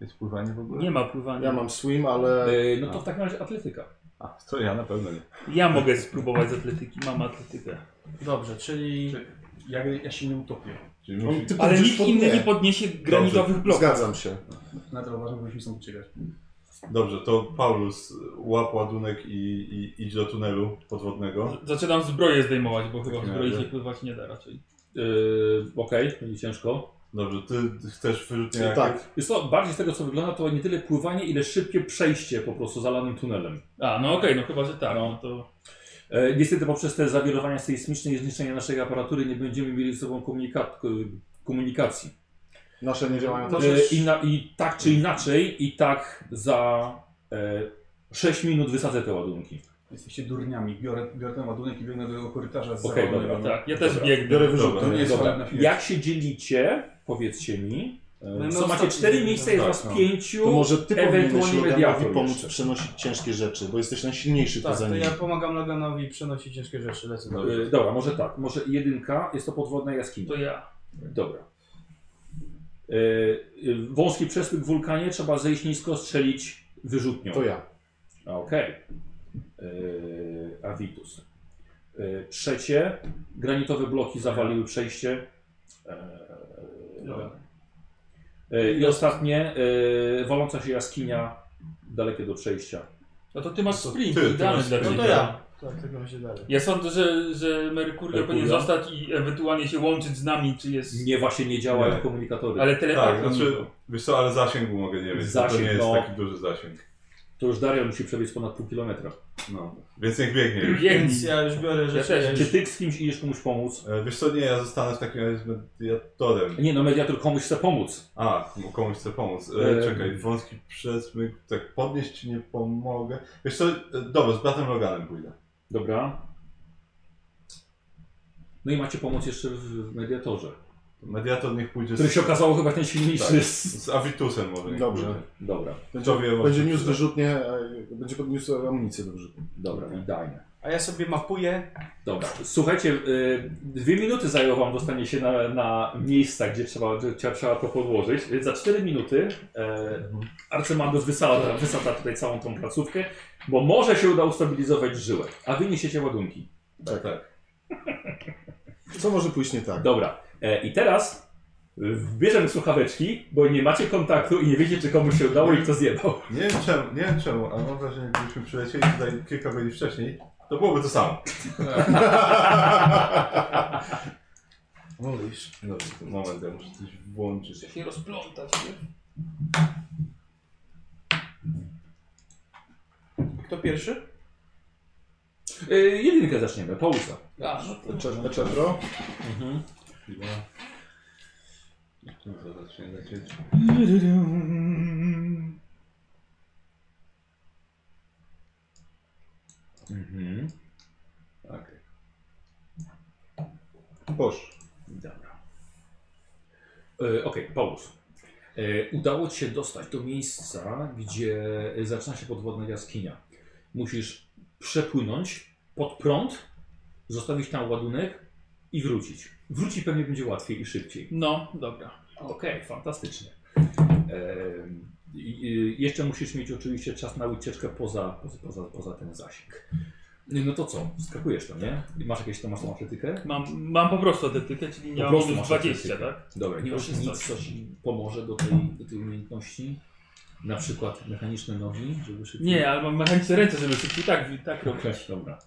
E: Jest pływanie w ogóle?
F: Nie ma pływania.
B: Ja mam swim, ale...
A: E, No to w takim razie atletyka.
E: A, to ja na pewno nie.
F: Ja mogę spróbować z atletyki, mam atletykę.
C: Dobrze, czyli
D: Czy ja, ja się nie utopię.
E: Czyli musi...
B: ty
F: Ale
B: pójdziesz
F: nikt
B: po
F: inny
B: dnie.
F: nie podniesie granitowych bloków.
B: Zgadzam się.
D: Nadal uważam, że musimy stąd uciekać.
E: Dobrze, to Paulus, łap ładunek i, i idź do tunelu podwodnego.
F: Z- Zaczynam zbroję zdejmować, bo chyba w
E: takim
F: zbroi
E: razie.
F: się pływać nie da raczej.
A: E, Okej, będzie ciężko.
E: Dobrze, ty chcesz wyrzutnie
B: Tak.
E: rakiet?
A: Jest to bardziej z tego co wygląda to nie tyle pływanie, ile szybkie przejście po prostu zalanym tunelem.
F: A, no okej, no chyba, że tak. No to...
A: E, Niestety poprzez te zawirowania sejsmiczne i zniszczenia naszej aparatury nie będziemy mieli ze sobą komunikat, komunikacji.
B: Nasze nie działają
A: E,
B: też.
A: I, na, I tak czy inaczej, i tak za e, 6 minut wysadzę te ładunki.
D: Jesteście durniami. Biorę, biorę ten ładunek i biegnę do tego korytarza z
A: Okej,
D: zalonego.
A: dobra,
F: Tak, ja też biegnę.
B: Biorę
D: To nie
B: wyrzutę.
D: jest
A: Dobra.
D: chwalebna chwila.
A: Jak się dzielicie, powiedzcie mi. E,
C: My
A: co macie
C: ostatni
A: 4
C: dzielimy.
A: miejsca, jest
E: Tak,
A: was
E: no.
A: 5.
B: To może ty powinieneś
A: ewentualnie mediator
B: Loganowi pomóc
A: jeszcze.
B: przenosić ciężkie rzeczy, bo jesteś najsilniejszy
C: tak,
B: poza
C: to
B: nim.
C: ja pomagam Loganowi przenosić ciężkie rzeczy, lecę do
A: E, dobra, może tak, może jedynka, jest to podwodna jaskinia.
F: To ja.
A: Dobra. E, e, wąski przesmyk w wulkanie, trzeba zejść nisko, strzelić wyrzutnią.
B: To ja.
A: A, Okej. Yy, Avitus. Yy, trzecie. Granitowe bloki zawaliły przejście. Yy,
C: Dobra.
A: yy, I ostatnie. Yy, waląca się jaskinia. Dalekie do przejścia.
F: No to ty masz sprint,
E: ty, ty
F: idealny
E: masz
F: dla
E: sprint.
F: ciebie.
C: No to ja. Tak, tego będzie dalej.
F: Ja sądzę, że, że Merkurio
A: Merkurio?
F: powinien zostać i ewentualnie się łączyć z nami, czy jest...
A: Nie, właśnie nie działają
E: Nie.
A: komunikatory.
F: Ale telepatią.
E: Tak, znaczy, wiesz co, ale zasięgu mogę nie wiedzieć. to
A: Zasięg,
E: nie jest
A: no.
E: taki duży zasięg.
A: To już Daria musi przebiec ponad pół kilometra.
E: No. Więc niech biegnie już.
F: Więc
C: Więc ja już biorę rzeczy.
F: też.
C: Ja
A: Czy
C: już...
A: ty z kimś idziesz komuś pomóc?
E: E, Wiesz co, nie, ja zostanę w takim razie z mediatorem.
A: Nie, no mediator komuś chce pomóc.
E: A, mu- komuś chcę pomóc.
A: E,
E: E, czekaj, wąski przesmyk, tak podnieść ci nie pomogę. Wiesz co, e, dobra, z bratem Loganem pójdę.
A: Dobra. No i macie pomoc jeszcze w w mediatorze.
E: Mediator niech pójdzie
A: Który
E: z,
A: się okazało chyba ten silniejszy.
E: Tak.
A: z-
E: z Avitusem może. niech
B: Dobrze.
E: pójdzie.
A: Dobra,
E: To
B: Będzie
E: wiem, może
B: niósł
E: przyda.
B: wyrzutnie, e, będzie podniósł amunicję do wyrzutni.
A: dobra, idealnie.
C: A ja sobie mapuję.
A: Dobra, słuchajcie, y, dwie minuty zajęło wam dostanie się na, na miejsca, gdzie trzeba, gdzie trzeba to podłożyć, więc za cztery minuty e, Arcymandos wysadza, wysadza tutaj całą tą placówkę, bo może się uda ustabilizować żyłę, a wy niesiecie ładunki.
E: Tak, tak.
B: Co może pójść nie tak?
A: Dobra, e, i teraz bierzemy słuchaweczki, bo nie macie kontaktu i nie wiecie, czy komuś się udało i kto zjebał.
E: Nie wiem czemu, nie wiem czemu, ale mam wrażenie, gdybyśmy przylecieli tutaj kilka godzin wcześniej, to byłoby to samo.
B: Mówisz.
E: Dobrze, to moment, ja muszę coś włączyć.
F: Muszę się rozplątać, nie?
C: Kto pierwszy?
A: E, jedynkę zaczniemy, Paulusa.
F: A, no to...
B: Cze- Czepro?
A: Mhm.
E: Chwila. To zacznie lecieć.
A: Mhm.
E: Okej.
B: Boż.
A: Dobra. E, Okej, Paulus. E, udało ci się dostać do miejsca, gdzie zaczyna się podwodna jaskinia. Musisz przepłynąć pod prąd, zostawić tam ładunek i wrócić. Wrócić pewnie będzie łatwiej i szybciej.
F: No, dobra.
A: Okej, fantastycznie. Em, i- i jeszcze musisz mieć oczywiście czas na ucieczkę poza, poza, poza, poza ten zasięg. No to co? Skakujesz tam, nie? I Masz jakieś tam masz tą atletykę?
F: Mam, mam po prostu atletykę, czyli nie
A: Po
F: mam
A: prostu
F: minus
A: masz
F: 20,
A: atletykę.
F: tak?
A: Dobra, nie masz nic, co ci pomoże do tej, do tej umiejętności? Na przykład mechaniczne nogi, żeby szybciej...
F: Nie, ale mam mechaniczne ręce, żeby szybciej tak, tak robić.
A: Okej, dobra.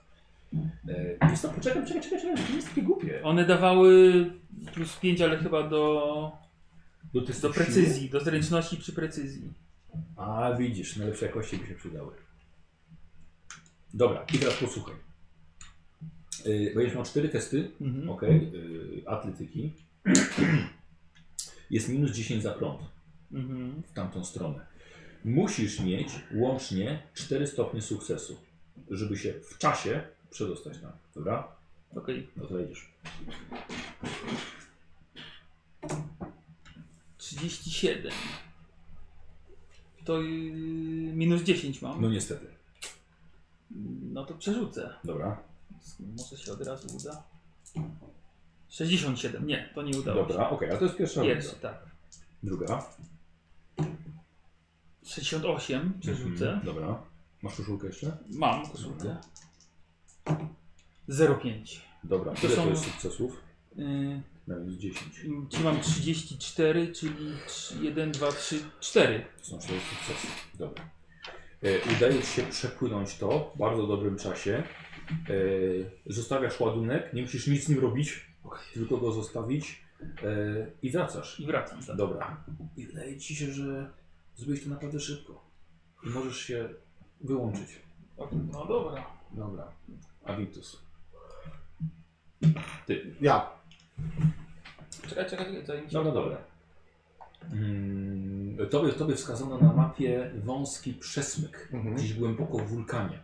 A: E, wiesz co, poczekaj, poczekaj, czekaj, czekaj, to nie jest takie głupie.
F: One dawały plus 5, ale chyba do,
A: Do, testu
F: do precyzji, do zręczności przy precyzji.
A: siły? A, widzisz, najlepsze jakości by się przydały. Dobra, i teraz posłuchaj. E, będziesz miał cztery testy,
F: Mhm.
A: ok, e, atletyki. Jest minus 10 za prąd.
F: Mhm.
A: w tamtą stronę. Musisz mieć łącznie 4 stopnie sukcesu, żeby się w czasie przedostać tam. Dobra?
F: Okej.
A: No to idziesz.
F: 37. To yy, minus 10 mam.
A: No niestety.
F: No to przerzucę.
A: Dobra.
F: Może się od razu uda. 67. Nie, to nie udało
A: Dobra, okej, a to jest pierwsza
F: się.
A: runda.
F: Jest, tak.
A: Druga.
F: 68 przerzucę.
A: Mhm, Dobra. Masz koszulkę jeszcze?
F: Mam koszulkę. 05.
A: Dobra.
F: To
A: Ile
F: są-
A: to jest sukcesów?
F: Yy,
A: Na minus 10.
F: czyli mam 34, czyli 1, 2, 3, 4.
A: To są 4 sukcesy. Dobra. E, udaje ci się przepłynąć to w bardzo dobrym czasie. E, zostawiasz ładunek, nie musisz nic z nim robić, tylko go zostawić e, i wracasz.
F: I wracam. Tak.
A: Dobra. I wydaje ci się, że zrobiłeś to naprawdę szybko. I możesz się wyłączyć.
F: No dobra.
A: Dobra. Avitus.
B: Ja.
F: Czekaj, czekaj, czekaj. zanim się-
A: Dobra, dobra. Mm, tobie, tobie wskazano na mapie wąski przesmyk.
B: Mhm.
A: Gdzieś głęboko w wulkanie.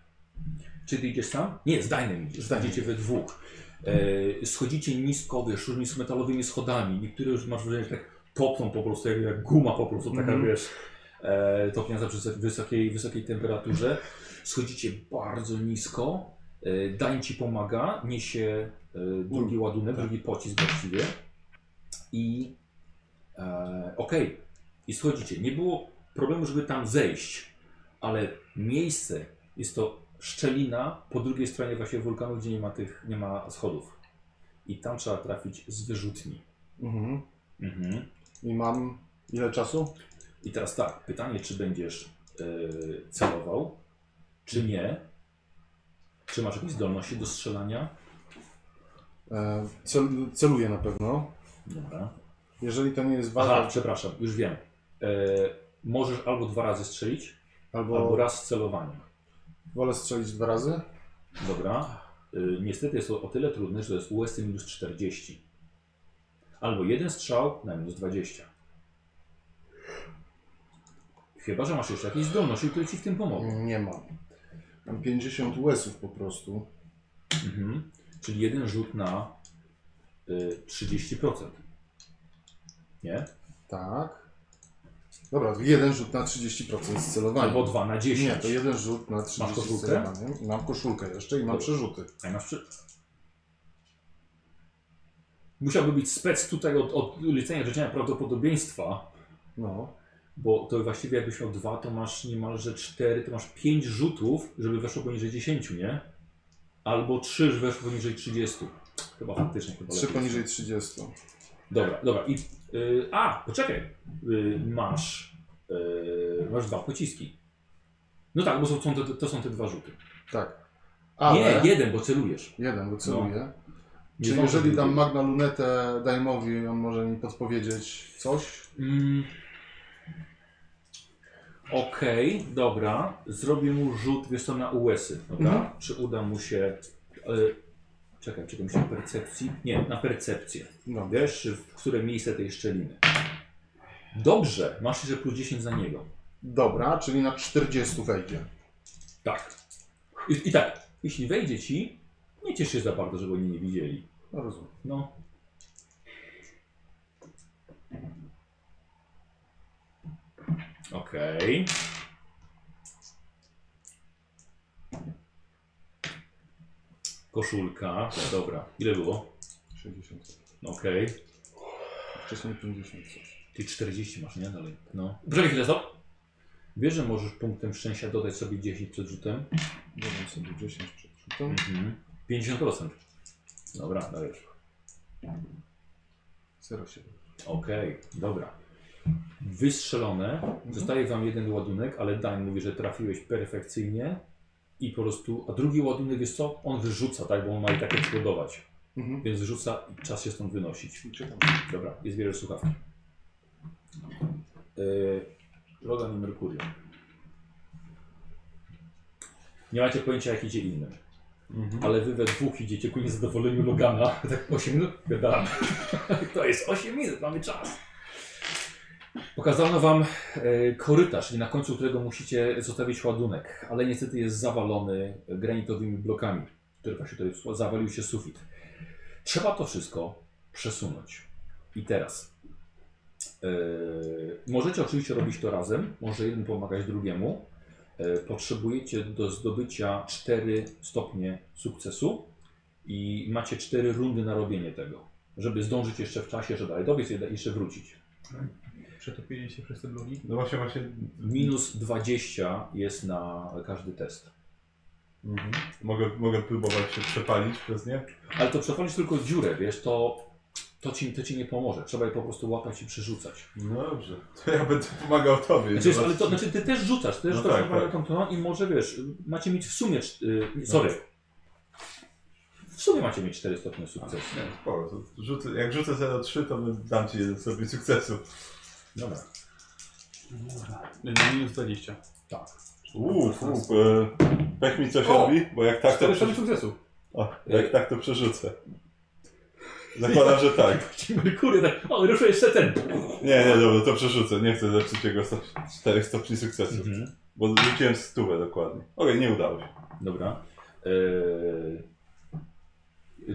A: Czy ty idziesz sam? Nie, z Dajnem idziesz.
B: Z Dajnem.
A: Idziecie we dwóch. E, schodzicie nisko, wiesz, różnic metalowymi schodami. Niektóre już masz wrażenie, że tak topną po prostu, jak, jak guma po prostu, taka
B: Mhm.
A: wiesz, e, topniąca przy wysokiej, wysokiej temperaturze. Schodzicie bardzo nisko. E, Dań ci pomaga, niesie e, drugi ładunek,
B: Tak.
A: drugi pocisk właściwie. I e, okej, i schodzicie. Nie było problemu, żeby tam zejść, ale miejsce jest to szczelina po drugiej stronie właśnie wulkanu, gdzie nie ma tych, nie ma schodów. I tam trzeba trafić z wyrzutni.
B: Mhm.
A: Mhm.
B: I mam ile czasu?
A: I teraz tak, pytanie, czy będziesz yy, celował, czy nie? Czy masz jakieś zdolności do strzelania?
B: E, cel, celuję na pewno.
A: Dobra.
B: Jeżeli to nie jest
A: Aha,
B: walka,
A: przepraszam, już wiem. Yy, możesz albo dwa razy strzelić,
B: albo
A: albo raz z celowaniem.
B: wolę strzelić dwa razy.
A: Dobra. Yy, niestety jest to o tyle trudne, że to jest USC minus 40. Albo jeden strzał na minus 20. Chyba, że masz jeszcze jakieś zdolności, które ci w tym pomogą.
B: Nie mam. Mam 50 łesów po prostu.
A: Mhm. Czyli jeden rzut na y, 30%. Nie?
B: Tak. Dobra, jeden rzut na 30% z celowania.
A: Albo dwa na 10.
B: Nie, to jeden rzut na 30%
A: Masz koszulkę?
B: z celowaniem. Mam koszulkę jeszcze i mam
A: Dobra.
B: przerzuty.
A: A masz przy... Musiałby być spec tutaj od, od liczenia rzeczenia prawdopodobieństwa,
B: No.
A: bo to właściwie jakbyś miał dwa, to masz niemalże cztery, to masz pięć rzutów, żeby weszło poniżej 10, nie? Albo trzy, że weszło poniżej 30. Chyba faktycznie. Chyba
B: 3
A: lepiej.
B: poniżej 30.
A: Dobra, dobra. I, y, a, poczekaj. Y, masz, y, masz dwa pociski. No tak, bo są, są te, to są te dwa rzuty.
B: Tak. Ale
A: Nie, No. jeden, bo celujesz.
B: jeden, bo celuję.
A: Nie
B: Czyli
A: zdążysz
B: jeżeli dam
A: drugiego.
B: Magna Lunetę Dajmowi, on może mi podpowiedzieć coś?
A: Mm. Okej, dobra. Zrobię mu rzut, wiesz co, na USy, dobra? Czy uda mu się... E, czekaj, czekam się percepcji? Nie, na percepcję.
B: No,
A: Wiesz, w które miejsce tej szczeliny. Dobrze, masz jeszcze plus 10 za niego.
B: Dobra, czyli na 40 wejdzie.
A: Tak. I, I tak, jeśli wejdzie ci, nie ciesz się za bardzo, żeby oni nie widzieli.
B: No rozumiem.
A: No. Okej. Koszulka, dobra. Ile było?
B: 60.
A: Okej.
B: Wcześniej 50 coś.
A: Ty 40 masz, nie? Dalej. No. Poczekaj chwilę, stop. Wiesz, że możesz punktem szczęścia dodać sobie 10 przed rzutem?
B: Dodam sobie 10 przed rzutem.
A: Mhm. 50%. Dobra, dajesz.
B: 0,7.
A: Okej, dobra. Wystrzelone. Zostaje wam jeden ładunek, ale Dan mówi, że trafiłeś perfekcyjnie i po prostu. A drugi ładunek jest co? On wyrzuca, tak? Bo on ma i tak eksplodować.
B: Mhm.
A: Więc wyrzuca i czas się stąd wynosić.
B: Czytam.
A: Dobra, i zbierzesz słuchawki. Yy, Logan i Merkurio. Nie macie pojęcia, jak idzie innym. Ale wy we dwóch idziecie ku niezadowoleniu Logana. Mhm. Tak 8 minut gadałem. To jest 8 minut, mamy czas. Pokazano wam e, korytarz, czyli na końcu którego musicie zostawić ładunek, ale niestety jest zawalony granitowymi blokami, które właśnie tutaj wsła- zawalił się sufit. Trzeba to wszystko przesunąć. I teraz. e, możecie oczywiście robić to razem, może jeden pomagać drugiemu, E, potrzebujecie do zdobycia 4 stopnie sukcesu i macie 4 rundy na robienie tego, żeby zdążyć jeszcze w czasie, że dalej dobiec i da- jeszcze wrócić.
D: Przetopili się przez te blogi.
E: No właśnie, właśnie.
A: Minus 20 jest na każdy test.
E: Mhm. Mogę, mogę próbować się przepalić przez nie?
A: Ale to przepalić tylko dziurę, wiesz, to, to, ci, to ci nie pomoże. Trzeba je po prostu łapać i przerzucać.
E: No dobrze. To ja będę pomagał tobie.
A: Znaczy,
E: Zobacz-
A: ale to znaczy ty też rzucasz, ty też
E: No
A: rzucasz
E: tak,
A: na
E: tak.
A: tą toną i może wiesz, macie mieć w sumie. cz- y, Sorry. W sumie macie mieć 4 stopnie sukcesu.
E: Nie, spoko, to Rzucę, jak rzucę 0,3, to dam ci jeden sobie sukcesu.
A: Dobra.
G: Na minus 20.
A: Tak.
E: Uuu, fu, e, Pech mi coś robi, bo jak tak to,
G: Cztery
E: przerzucę,
G: stopnie sukcesu.
E: o, jak tak to przerzucę. Zakładam, że tak.
A: Ci Merkury tak, o, ruszę jeszcze ten.
E: Nie, nie, dobra, to przerzucę. Nie chcę zepsuć jego 4 stopni sukcesu.
A: Mhm.
E: Bo rzuciłem stówę dokładnie. Okej, nie udało się.
A: Dobra. Eee...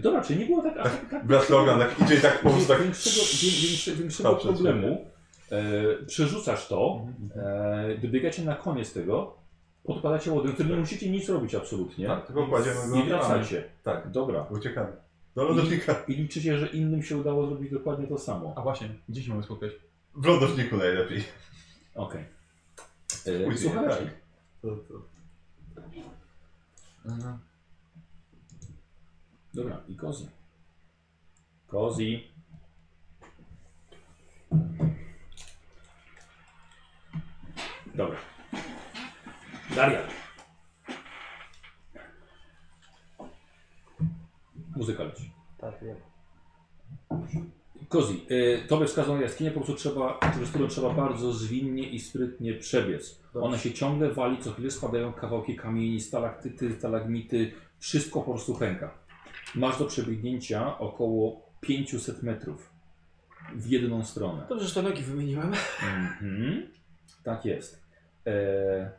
A: Dobra, czyli nie było tak... aż tak, tak
E: Brat Logan tak idzie i tak po prostu tak...
A: Większego, wię- większe- większego
E: Dobrze,
A: problemu. Eee, przerzucasz to,
E: Mhm,
A: eee, dobiegacie na koniec tego, podpadacie łodę, wtedy nie musicie nic robić absolutnie.
E: Tak, tylko kładziemy go
A: Nie
E: na ramę.
A: wracacie.
E: Tak,
A: Dobra.
E: uciekamy. Do lodownika.
A: I liczycie, że innym się udało zrobić dokładnie to samo.
G: A właśnie, gdzie się mamy spotkać?
E: W lodowniku najlepiej.
A: Okej. Eee,
E: Później,
A: Słuchajcie,
E: tak. To, to.
A: Dobra, i kozy. Kozi. Dobra. Daria. Muzyka leci.
C: Tak, wiem.
A: Kozi, y, tobie wskazano jaskinię, po prostu trzeba, przez którą trzeba bardzo zwinnie i sprytnie przebiec. Ona się ciągle wali, co chwilę spadają kawałki kamieni, stalaktyty, stalagmity, wszystko po prostu pęka. Masz do przebiegnięcia około 500 metrów w jedną stronę.
C: Dobrze, że te nogi wymieniłem.
A: Mhm. Tak jest. E...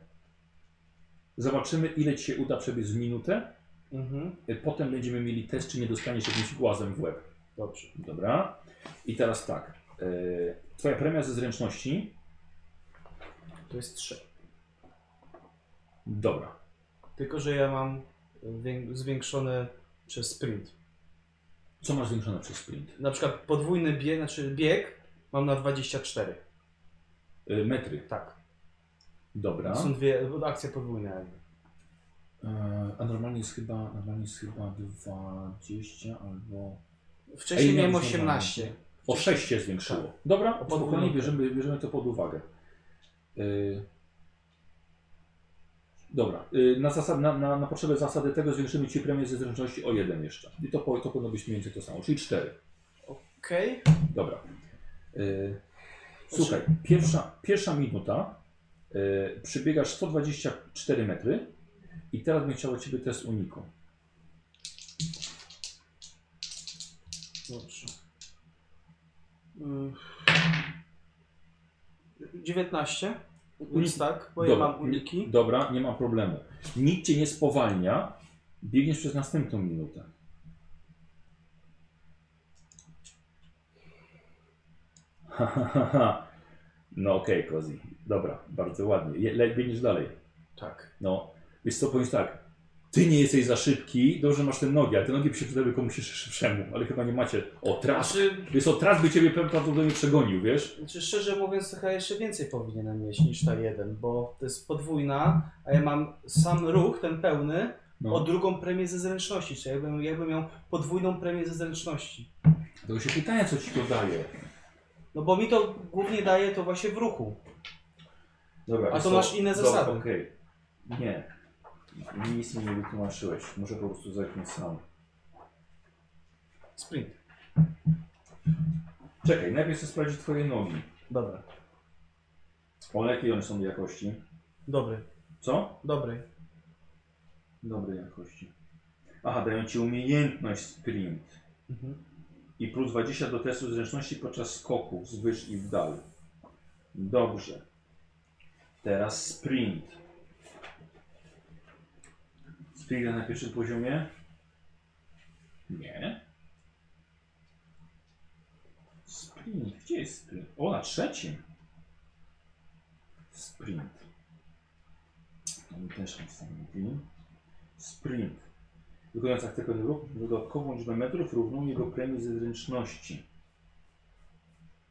A: Zobaczymy, ile ci się uda przebiec w minutę.
C: Mhm.
A: E, Potem będziemy mieli test, czy nie dostaniesz jakimś głazem w łeb.
C: Dobrze.
A: Dobra. I teraz tak. E, twoja premia ze zręczności.
C: To jest 3.
A: Dobra.
C: Tylko, że ja mam wię- zwiększone przez sprint.
A: Co masz zwiększone przez sprint?
C: Na przykład podwójny bieg, znaczy bieg mam na 24.
A: E, metry.
C: Tak.
A: Dobra.
C: Są dwie akcje podwójne. jakby.
A: E, a normalnie jest chyba, normalnie jest chyba 20 albo...
C: Wcześniej
A: Ej, nie,
C: miałem
A: już nie
C: 18.
A: O 6 się zwiększyło. Dobra,
C: O
A: spokojnie
C: podwójną.
A: bierzemy, bierzemy to pod uwagę. Yy... Dobra, yy, na, zasad, na, na, na potrzebę zasady tego zwiększymy Ci premię ze zręczności o jeden jeszcze. I to, po- to powinno być mniej więcej to samo, czyli 4.
C: Okej.
A: Y, Dobra. Yy... Słuchaj, pierwsza, pierwsza minuta E, przybiegasz 124 metry i teraz bym chciał od ciebie test uniku.
C: Dobrze. Mm. 19. Więc tak, bo ja
A: Dobra.
C: mam uniki.
A: Dobra, nie ma problemu. Nikt cię nie spowalnia, biegniesz przez następną minutę. Ha, ha, ha, ha. No okej, Kozi. Dobra, bardzo ładnie. Je- le- Biegniesz dalej.
C: Tak.
A: No, wiesz co, powiedz tak. Ty nie jesteś za szybki, dobrze masz te nogi, a te nogi by się przydały komuś jeszcze szybszemu, ale chyba nie macie. O, tras.
C: Znaczy,
A: Wiesz co, tras by ciebie prawdopodobnie przegonił, wiesz?
C: znaczy, szczerze mówiąc, to chyba jeszcze więcej powinienem mieć niż ta jeden, bo to jest podwójna, a ja mam sam ruch, ten pełny,
A: No.
C: o drugą premię ze zręczności. Czyli jakbym, jakbym miał podwójną premię ze zręczności.
A: Tego się pytania, co ci to daje.
C: No bo mi to głównie daje to właśnie w ruchu.
A: Dobra,
C: A
A: wiesz
C: to
A: co,
C: masz inne
A: dobra,
C: zasady.
A: Okej. Nie. Nic mi nie wytłumaczyłeś. Może po prostu zerknę sam.
C: Sprint.
A: Czekaj, najpierw chcę sprawdzić twoje nogi.
C: Dobra.
A: O jakiej one są jakości?
C: Dobry.
A: Co?
C: Dobry.
A: Dobrej jakości. Aha, dają ci umiejętność sprint.
C: Mhm.
A: I plus 20 do testu zręczności podczas skoku wzwyż i w dal. Dobrze. Teraz sprint. Sprint na pierwszym poziomie? Nie. Sprint, gdzie jest sprint? O, na trzecim. Sprint. Tam też nic tam nie mówi. Sprint. Wykonując aktywny ruch, dodatkową liczbę metrów równą jego premii ze zręczności.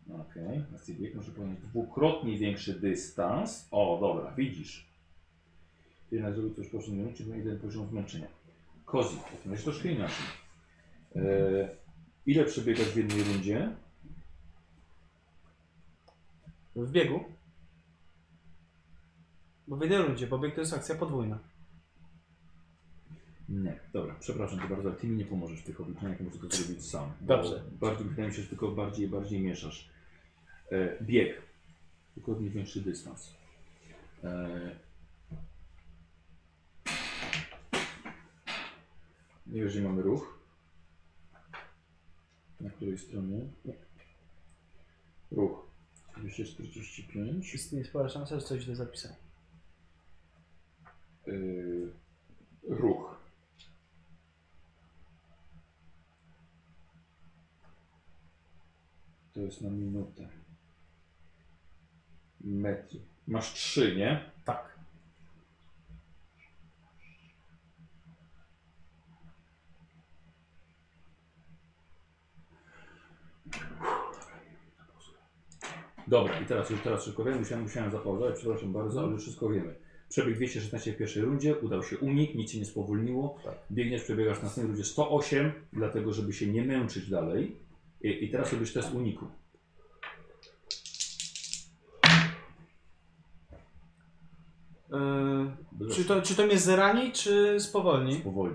A: Okej, okay. na bieg może pokonać dwukrotnie większy dystans. O, dobra, widzisz. Czyli na zrobił coś po prostu czyli na jeden poziom zmęczenia. Kozi, to jest troszkę inaczej. E, ile przebiegasz w jednej rundzie?
C: W biegu. Bo w jednej rundzie, bo bieg to jest akcja podwójna.
A: Nie, dobra, przepraszam cię bardzo, ale ty mi nie pomożesz w tych obliczeniach, muszę to zrobić sam. bo
C: Dobrze.
A: Bardziej wydaje mi się, że tylko bardziej i bardziej mieszasz. E, bieg. Dokładnie większy dystans. E, nie wiesz, że mamy ruch. Na której stronie? Nie. Ruch. 245.
C: Istnieje spora szansa, że coś źle zapisałem.
A: Yy, ruch. To jest na minutę. Metry. Masz trzy, nie?
C: Tak.
A: Dobra, i teraz już teraz wszystko wiem. Musiałem, musiałem zapauzać, przepraszam bardzo, ale już wszystko wiemy. Przebieg 216 w pierwszej rundzie, udał się unik, nic cię nie spowolniło.
C: Tak.
A: Biegniesz, przebiegasz na następnej rundzie 108, dlatego żeby się nie męczyć dalej. I, i teraz robisz test uniku.
C: Yy,
A: Byłeś
C: czy, to, czy to mnie zrani, czy spowolni?
A: powoli.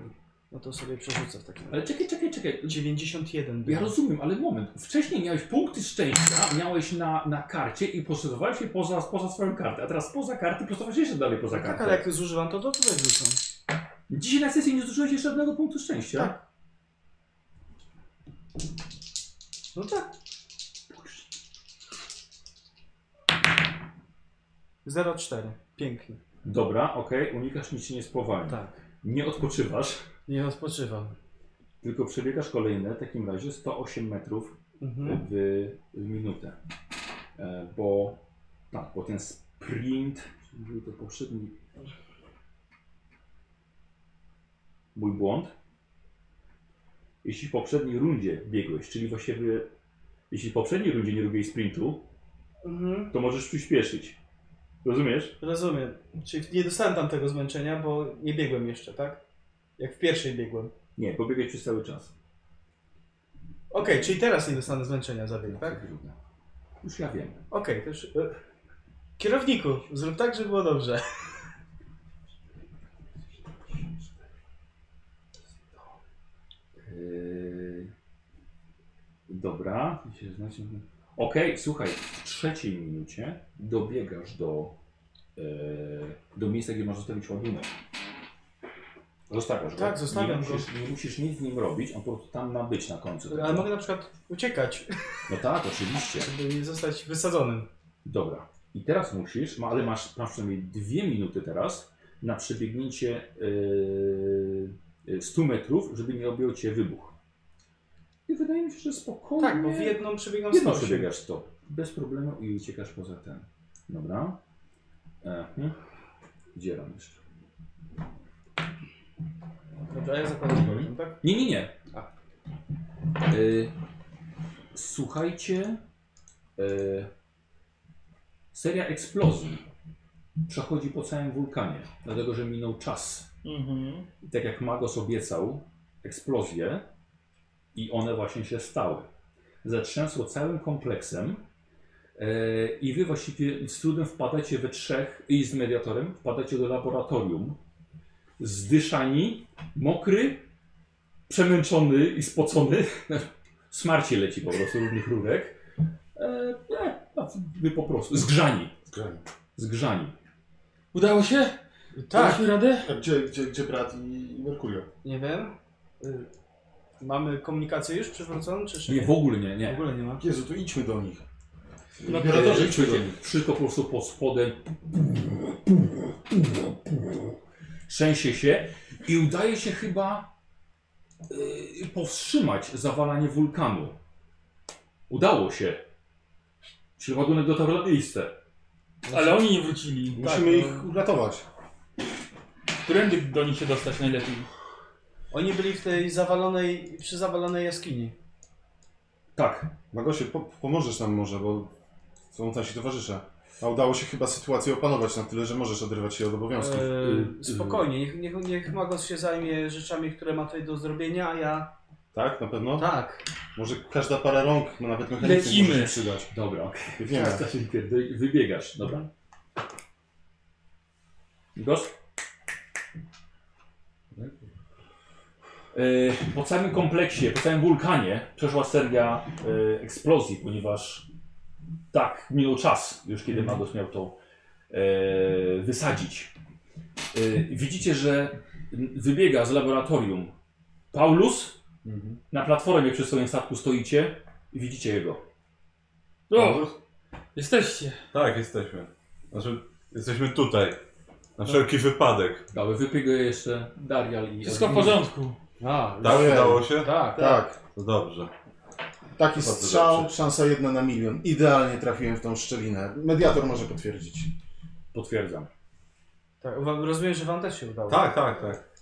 C: No to sobie przerzucę w takim razie.
A: Ale czekaj, czekaj, czekaj.
C: 91
A: Ja
C: był.
A: rozumiem, ale moment. Wcześniej miałeś punkty szczęścia, miałeś na, na karcie i posuwałeś się poza, poza swoją kartę, a teraz poza kartę posuwałeś się jeszcze dalej poza
C: Tak,
A: kartę.
C: ale jak zużywam to, to tutaj wrzucam.
A: Dzisiaj na sesji nie zużyłeś jeszcze żadnego punktu szczęścia.
C: Tak. No tak. 0,4. Pięknie.
A: Dobra, okej, unikasz, nic się nie spowalnia.
C: Tak.
A: Nie odpoczywasz,
C: Nie odpoczywam.
A: tylko przebiegasz kolejne, w takim razie 108 metrów
C: Mhm.
A: w, w minutę. E, bo tak, bo ten sprint, był to poprzedni mój błąd. Jeśli w poprzedniej rundzie biegłeś, czyli właściwie jeśli w poprzedniej rundzie nie robiłeś sprintu,
C: Mhm.
A: to możesz przyspieszyć. Rozumiesz?
C: Rozumiem. Czyli nie dostałem tam tego zmęczenia, bo nie biegłem jeszcze, tak? Jak w pierwszej biegłem.
A: Nie, pobiegaj przez cały czas.
C: Okej, czyli teraz nie dostanę zmęczenia za bieg, tak?
A: Trudno. Już ja wiem.
C: Okej, to już... e, Kierowniku, zrób tak, żeby było dobrze.
A: Yy, Dobra. Się znać- Okej, słuchaj, w trzeciej minucie dobiegasz do e, do miejsca, gdzie masz zostawić ładunek. Zostawiasz go.
C: Tak, zostawiam
A: nie musisz, Nie musisz nic z nim robić, on po prostu tam ma być na końcu. tego.
C: Ale mogę na przykład uciekać,
A: No tak, oczywiście.
C: żeby nie zostać wysadzonym.
A: Dobra. I teraz musisz, ma, ale masz, masz przynajmniej dwie minuty teraz na przebiegnięcie yy, 100 metrów, żeby nie objął cię wybuch. I wydaje mi się, że spokojnie.
C: Tak, bo w jedną przebiegam
A: Jedno
C: 108.
A: przebiegasz to. Bez problemu i uciekasz poza ten. Dobra. Mhm. Dzielam jeszcze.
C: Dobrze, a ja zakładam mhm. tak?
A: Nie, nie, nie. Y, słuchajcie. y, seria eksplozji przechodzi po całym wulkanie, dlatego że minął czas.
F: Mhm.
A: I tak jak Magos obiecał, eksplozje i one właśnie się stały. Zatrzęsło całym kompleksem e, i wy właściwie z trudem wpadacie we trzech i z mediatorem wpadacie do laboratorium zdyszani, mokry, przemęczony i spocony. Smarcie leci po prostu różnych rurek. E, nie, a wy po prostu zgrzani,
B: Zgrani.
A: zgrzani.
F: Udało się?
C: Tak,
F: Daliśmy radę?
B: A Gdzie, gdzie, gdzie brat i i Merkurio?
C: nie wiem. Y, Mamy komunikację już przywróconą, czy jeszcze
A: Nie, w ogóle nie,
C: W
A: nie.
C: ogóle nie ma.
B: Jezu, to idźmy do nich.
F: No
B: Biorę to, że
A: E,
B: idźmy do nich.
A: Wszystko po prostu pod spodem. Trzęsie się i udaje się chyba y, powstrzymać zawalanie wulkanu. Udało się. Czyli ładunek dotarł na miejsce.
F: Ale oni nie wrócili.
B: Musimy ich uratować.
F: Którędy do nich się dostać najlepiej?
C: Oni byli w tej zawalonej, przy zawalonej jaskini.
A: Tak.
B: Magosiu, po, pomożesz nam może, bo są nasi towarzysze. A udało się chyba sytuację opanować na tyle, że możesz oderwać się od obowiązków.
C: E, spokojnie, niech, niech, niech Magos się zajmie rzeczami, które ma tutaj do zrobienia, a ja...
B: Tak, na pewno?
C: Tak.
B: Może każda para rąk, no nawet mechanicznie
F: Lecimy.
B: może się przydać.
A: Dobra, okej.
B: Wiem.
A: Teraz się pierdoli- Wybiegasz, dobra. Gos? E, Po całym kompleksie, po całym wulkanie przeszła seria e, eksplozji, ponieważ tak, minął czas już kiedy Magos miał to e, wysadzić. E, Widzicie, że wybiega z laboratorium Paulus. Na platformie przy swoim statku stoicie i widzicie jego.
F: O! Jesteście.
E: Tak, jesteśmy. Znaczy, jesteśmy tutaj. Na wszelki wypadek.
A: Dobra, wypiega jeszcze Darial i...
F: Wszystko w
A: Admin.
F: porządku.
C: A,
E: Tak,
B: Ojej.
E: udało się?
C: tak.
B: Tak,
E: No dobrze.
B: taki
E: Bardzo
B: strzał,
E: dobrze.
B: szansa jedna na milion. Idealnie trafiłem w tą szczelinę. Mediator może potwierdzić.
A: Potwierdzam.
C: tak. uwa- Rozumiem, że wam też się udało.
E: Tak, tak, tak.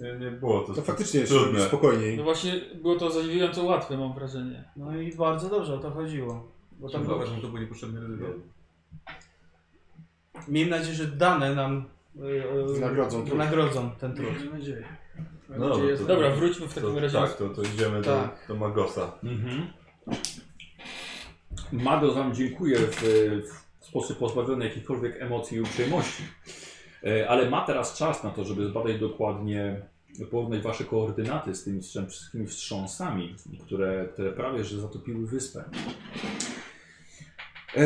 E: Nie, nie było to.
B: To faktycznie jest
E: Trudne.
B: spokojniej.
F: No właśnie było to zadziwiająco łatwe, mam wrażenie.
C: No i bardzo dobrze o to chodziło. Bo tam było...
D: Uważam, że to było niepotrzebne ryzyko.
C: Miejmy nadzieję, że dane nam y, y,
B: Wynagrodzą trud.
C: wynagrodzą ten trud.
G: Miejmy nadzieję. Mam
E: No,
G: nadzieję,
E: to-
G: że-
F: Dobra, wróćmy w takim
E: To,
F: razie.
E: tak, to, to idziemy
C: Tak.
E: do, do Magosa.
A: Mhm. Mado wam dziękuję w, w sposób pozbawiony jakichkolwiek emocji i uprzejmości. E, Ale ma teraz czas na to, żeby zbadać dokładnie, porównać wasze koordynaty z tymi, wstrząs- z tymi wstrząsami, które, które prawie że zatopiły wyspę. E,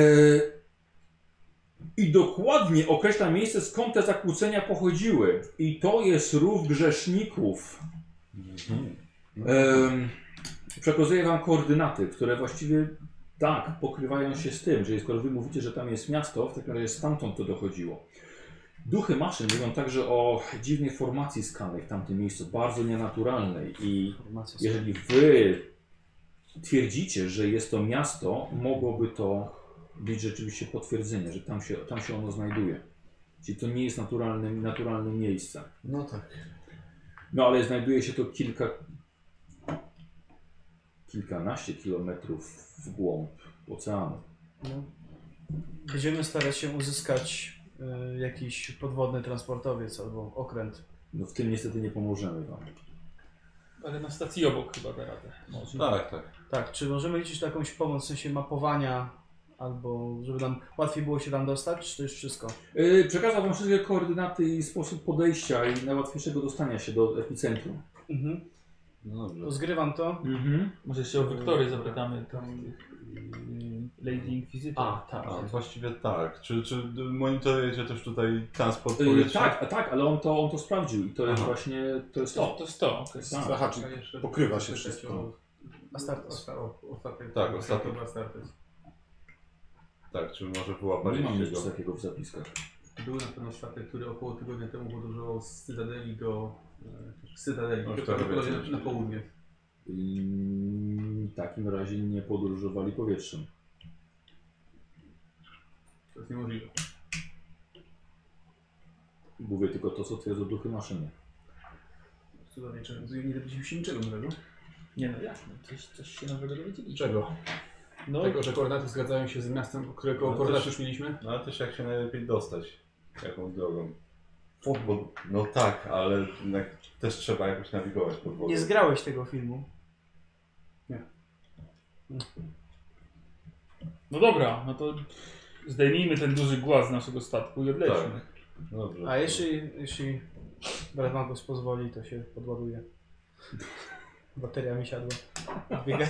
A: I dokładnie określa miejsce, skąd te zakłócenia pochodziły. I to jest rów grzeszników.
E: No.
A: E- Em, przekazuję wam koordynaty, które właściwie tak pokrywają się z tym, że skoro wy mówicie, że tam jest miasto, w takim razie stamtąd to dochodziło. Duchy maszyn mówią także o dziwnej formacji skalnej w tamtym miejscu, bardzo nienaturalnej i
C: Informacja
A: jeżeli wy twierdzicie, że jest to miasto, mogłoby to być rzeczywiście potwierdzenie, że tam się, tam się ono znajduje. Czyli to nie jest naturalne, naturalne miejsce.
B: No tak.
A: No ale znajduje się to kilka, kilkanaście kilometrów w głąb oceanu.
C: No. Będziemy starać się uzyskać y, jakiś podwodny transportowiec albo okręt.
A: No w tym niestety nie pomożemy wam.
F: Ale na stacji obok chyba da radę. Może.
E: Tak, tak.
C: Tak, czy możemy liczyć na jakąś pomoc w sensie mapowania albo żeby nam łatwiej było się tam dostać, czy to już wszystko?
A: Yy, przekazał wam wszystkie koordynaty i sposób podejścia i najłatwiejszego dostania się do epicentrum.
C: Mhm.
E: No dobrze.
C: To zgrywam to.
A: Mhm.
F: Może się o Wiktory zapytamy. Tam, tych, Lady Inquisitor.
C: A, tak.
E: A, właściwie tak. Czy, czy monitorujecie też tutaj transport
A: Yy,
E: powietrzny?
A: tak, a tak, ale on to, on to sprawdził i to jest
E: Aha.
A: właśnie, to jest
F: To,
A: to.
F: to jest to. okej.
A: Tak.
B: Aha, czyli pokrywa się wszystko.
C: Astartes.
D: Ostatnie.
E: Tak, Astartes.
D: Astartes.
E: Tak, czy może
A: Nie mam
E: wyłapaliście
A: nic
E: go?
A: takiego w zapiskach.
D: Był na pewno statek, który około tygodnia temu podróżował z Cytadeli do... e, Z Cytadeli,
E: No,
D: do-
E: tak,
D: do-
E: wiecie,
D: na, na południe.
A: Mm, W takim razie nie podróżowali powietrzem.
D: To jest niemożliwe.
A: Mówię tylko to, co twierdzą duchy maszyny.
D: Cudownie, czy nie dowiedzieliśmy się niczego nowego.
F: Nie no, jasne. Coś, coś się nowego dowiedzieliście.
G: Czego?
F: No,
G: Tego, że koordynaty zgadzają się z miastem, którego
E: No
G: koordynat
E: też-
G: już mieliśmy?
E: No ale też jak się najlepiej dostać? Jaką drogą? Pod wodą. No tak, ale jednak też trzeba jakoś nawigować pod wodą.
C: Nie zgrałeś tego filmu.
F: no dobra, no to zdejmijmy ten duży głaz z naszego statku i odlećmy.
E: Tak. No Dobrze.
C: A jeśli, jeśli brat Magus pozwoli, to się podładuje. Bateria mi siadła. Biega.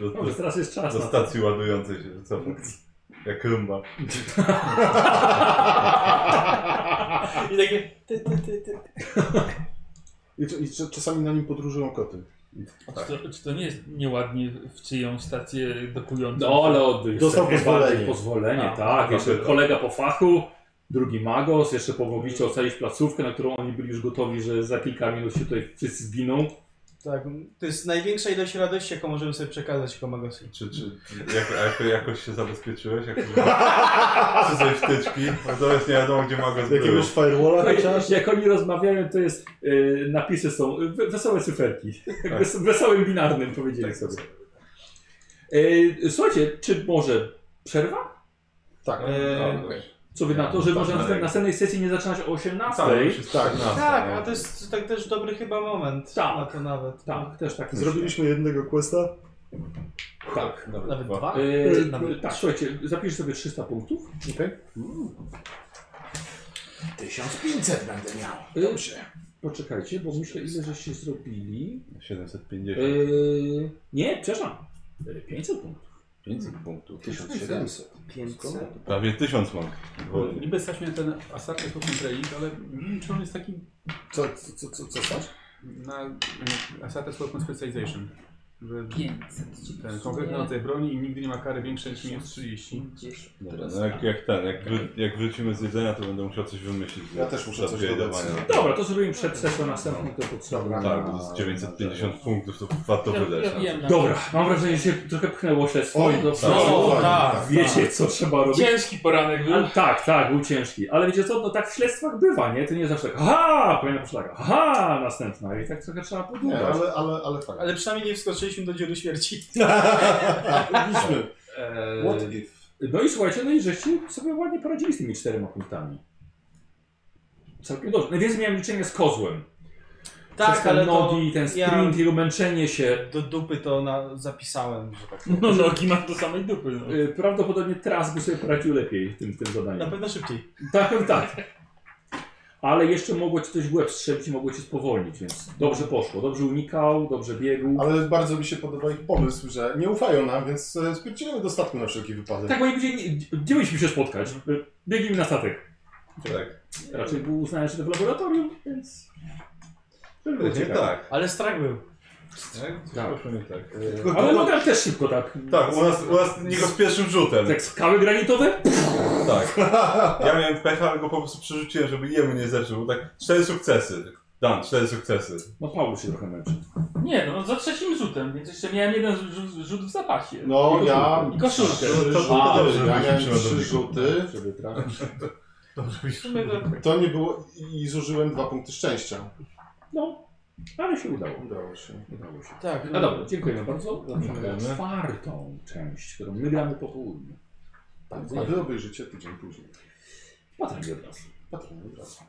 E: Do,
C: No,
E: do, do,
A: teraz jest czas.
E: do stacji ładującej się wycofa. Jak rumba.
C: I takie ty, ty, ty, ty.
B: I, cz- i cz- czasami na nim podróżują koty.
F: A Czy, to, czy to nie jest nieładnie w czyjąś stację dokującą?
A: No ale oddych.
B: Dostał
A: Sobie
B: pozwolenie.
A: bardziej Pozwolenie,
F: A,
A: tak.
E: to
A: Jeszcze
E: tyle.
A: kolega po fachu, drugi magos, jeszcze pomogliście ocalić placówkę, na którą oni byli już gotowi, że za kilka minut się tutaj wszyscy zginą.
C: Tak, to jest największa ilość radości, jaką możemy sobie przekazać Komagosowi.
E: Czy, czy jak, jak, jakoś się zabezpieczyłeś? Jak czy coś wtyczki? Natomiast nie wiadomo, gdzie mogę zbyć.
B: Jakiegoś firewalla chociaż?
A: No Jak oni rozmawiają, to jest, y, napisy są, y, we- wesołe cyferki. Wes, wesołym binarnym powiedzieli sobie. Y, słuchajcie, czy może przerwa?
B: Tak.
C: Eee,
A: Co wy na to, że
E: Tak,
A: może na
E: tak.
A: następnej, następnej sesji nie zaczynać o 18?
E: Tak, już jest
B: Tak.
E: 14,
C: tak,
E: no.
C: a to jest tak też dobry chyba moment
A: Tak.
C: na to nawet.
A: Tak, też tak. myślę.
B: Zrobiliśmy jednego questa.
A: Tak.
E: Nawet
C: Nawet
E: dwa.
C: dwa?
A: Y,
C: Nawet-
A: tak, słuchajcie, zapisz sobie 300 punktów.
B: Okej. 1500 będę miał.
A: Dobrze. Poczekajcie, bo myślę, ile żeście zrobili.
E: 750.
A: Yy, nie, przepraszam. Yy, 500 punktów.
E: 500 punktów.
B: 1700.
H: 500.
E: Prawie 1000 mam.
G: Bo
D: Eee,
G: niby stać mnie ten Asartes po Contraild, ale nie wiem, czy on jest taki
B: Co, co, co, co, co masz?
G: na e, Asartes Weapon Specialization. Że
H: 500. ci
G: ten
H: pasuje.
G: konkretny rodzaj broni i nigdy nie ma kary większej niż minus 30.
H: 50.
E: Dobra, no jak, jak ten, jak, wró- jak wrócimy z jedzenia, to będę musiał coś wymyślić.
B: Ja
E: za-
B: też muszę
E: za
B: coś
E: biedrowanie.
B: dodać.
A: Dobra, to zrobimy przed sesją następną, to potrzebne.
B: Dobra.
E: Tak, bo z 950 punktów to warto
F: Ja,
E: wydać.
F: ja
E: na
F: wiem,
E: to.
F: na
A: Dobra, mam wrażenie, że się trochę pchnęło śledztwo.
B: Oj,
A: No,
E: tak.
A: no,
B: tak,
A: tak, wiecie, co trzeba robić.
F: Ciężki poranek był.
A: Ale tak, tak, był ciężki. Ale wiecie co, no tak w śledztwach bywa, nie? To nie zawsze tak, aha, kolejna poszlaga, aha, następna. I tak trochę trzeba
B: Nie,
A: podłuchać.
B: ale, ale, ale fakt.
C: Ale przynajmniej nie wskoczyliśmy do dziury śmierci.
B: Tak, Mieliśmy. What
A: Eee,
B: if?
A: no i słuchajcie, no i żeście sobie ładnie poradzili z tymi czterema punktami. Całkiem dobrze. Najwięcej miałem liczenia z kozłem.
C: Tak,
A: Przez te nogi, ten sprint, jego męczenie się.
C: do dupy to na, zapisałem. Że tak.
F: No nogi mam do samej dupy. No.
A: Y, Prawdopodobnie teraz by sobie poradził lepiej w tym, w tym
C: Na
A: zadaniu.
C: pewno szybciej.
A: Tak, tak. Ale jeszcze mogło ci coś w łeb strzelić i mogło cię spowolnić, więc dobrze poszło. Dobrze unikał, dobrze biegł.
B: Ale bardzo mi się podoba ich pomysł, że nie ufają nam, więc e, spierdzielamy do statku na wszelki wypadek.
A: Tak, bo nie wiedzieli, gdzie mieliśmy się spotkać. Y, Biegnijmy na statek.
E: Tak,
A: Raczej był uznany, że to w laboratorium, więc...
E: tak. tak.
C: Ale strach był.
A: Tak.
E: Proszę mnie tak.
B: E,
A: Ale
F: no-
A: Logan też szybko tak.
E: Tak, u nas, u nas nie go z pierwszym rzutem.
A: Tak, skały granitowe?
E: Tak. Ja miałem pecha, ale go po prostu przerzuciłem, żeby jemu nie zepsuł. bo Tak, cztery sukcesy. Dan, cztery sukcesy.
A: No Paweł się trochę męczy.
F: Nie no, za trzecim rzutem, więc jeszcze miałem jeden rzut, rzut w zapasie.
B: No, ja...
F: I koszulkę.
E: To, to, to
B: A,
E: dobrze,
B: ja
E: żebyśmy
B: miałem
E: przyjmowali
B: trzy rzuty.
A: Żeby trafić.
B: To nie było... I zużyłem dwa punkty szczęścia.
A: No, ale się udało.
B: Udało się.
A: Udało się.
C: Tak,
A: No dobra, dziękujemy bardzo. Zapraszamy na
E: Dziękujemy.
A: czwartą część, którą my gramy po południu.
B: Tak, A wy obejrzycie tydzień później.
A: Patrz, obraz.
B: Patrony od razu.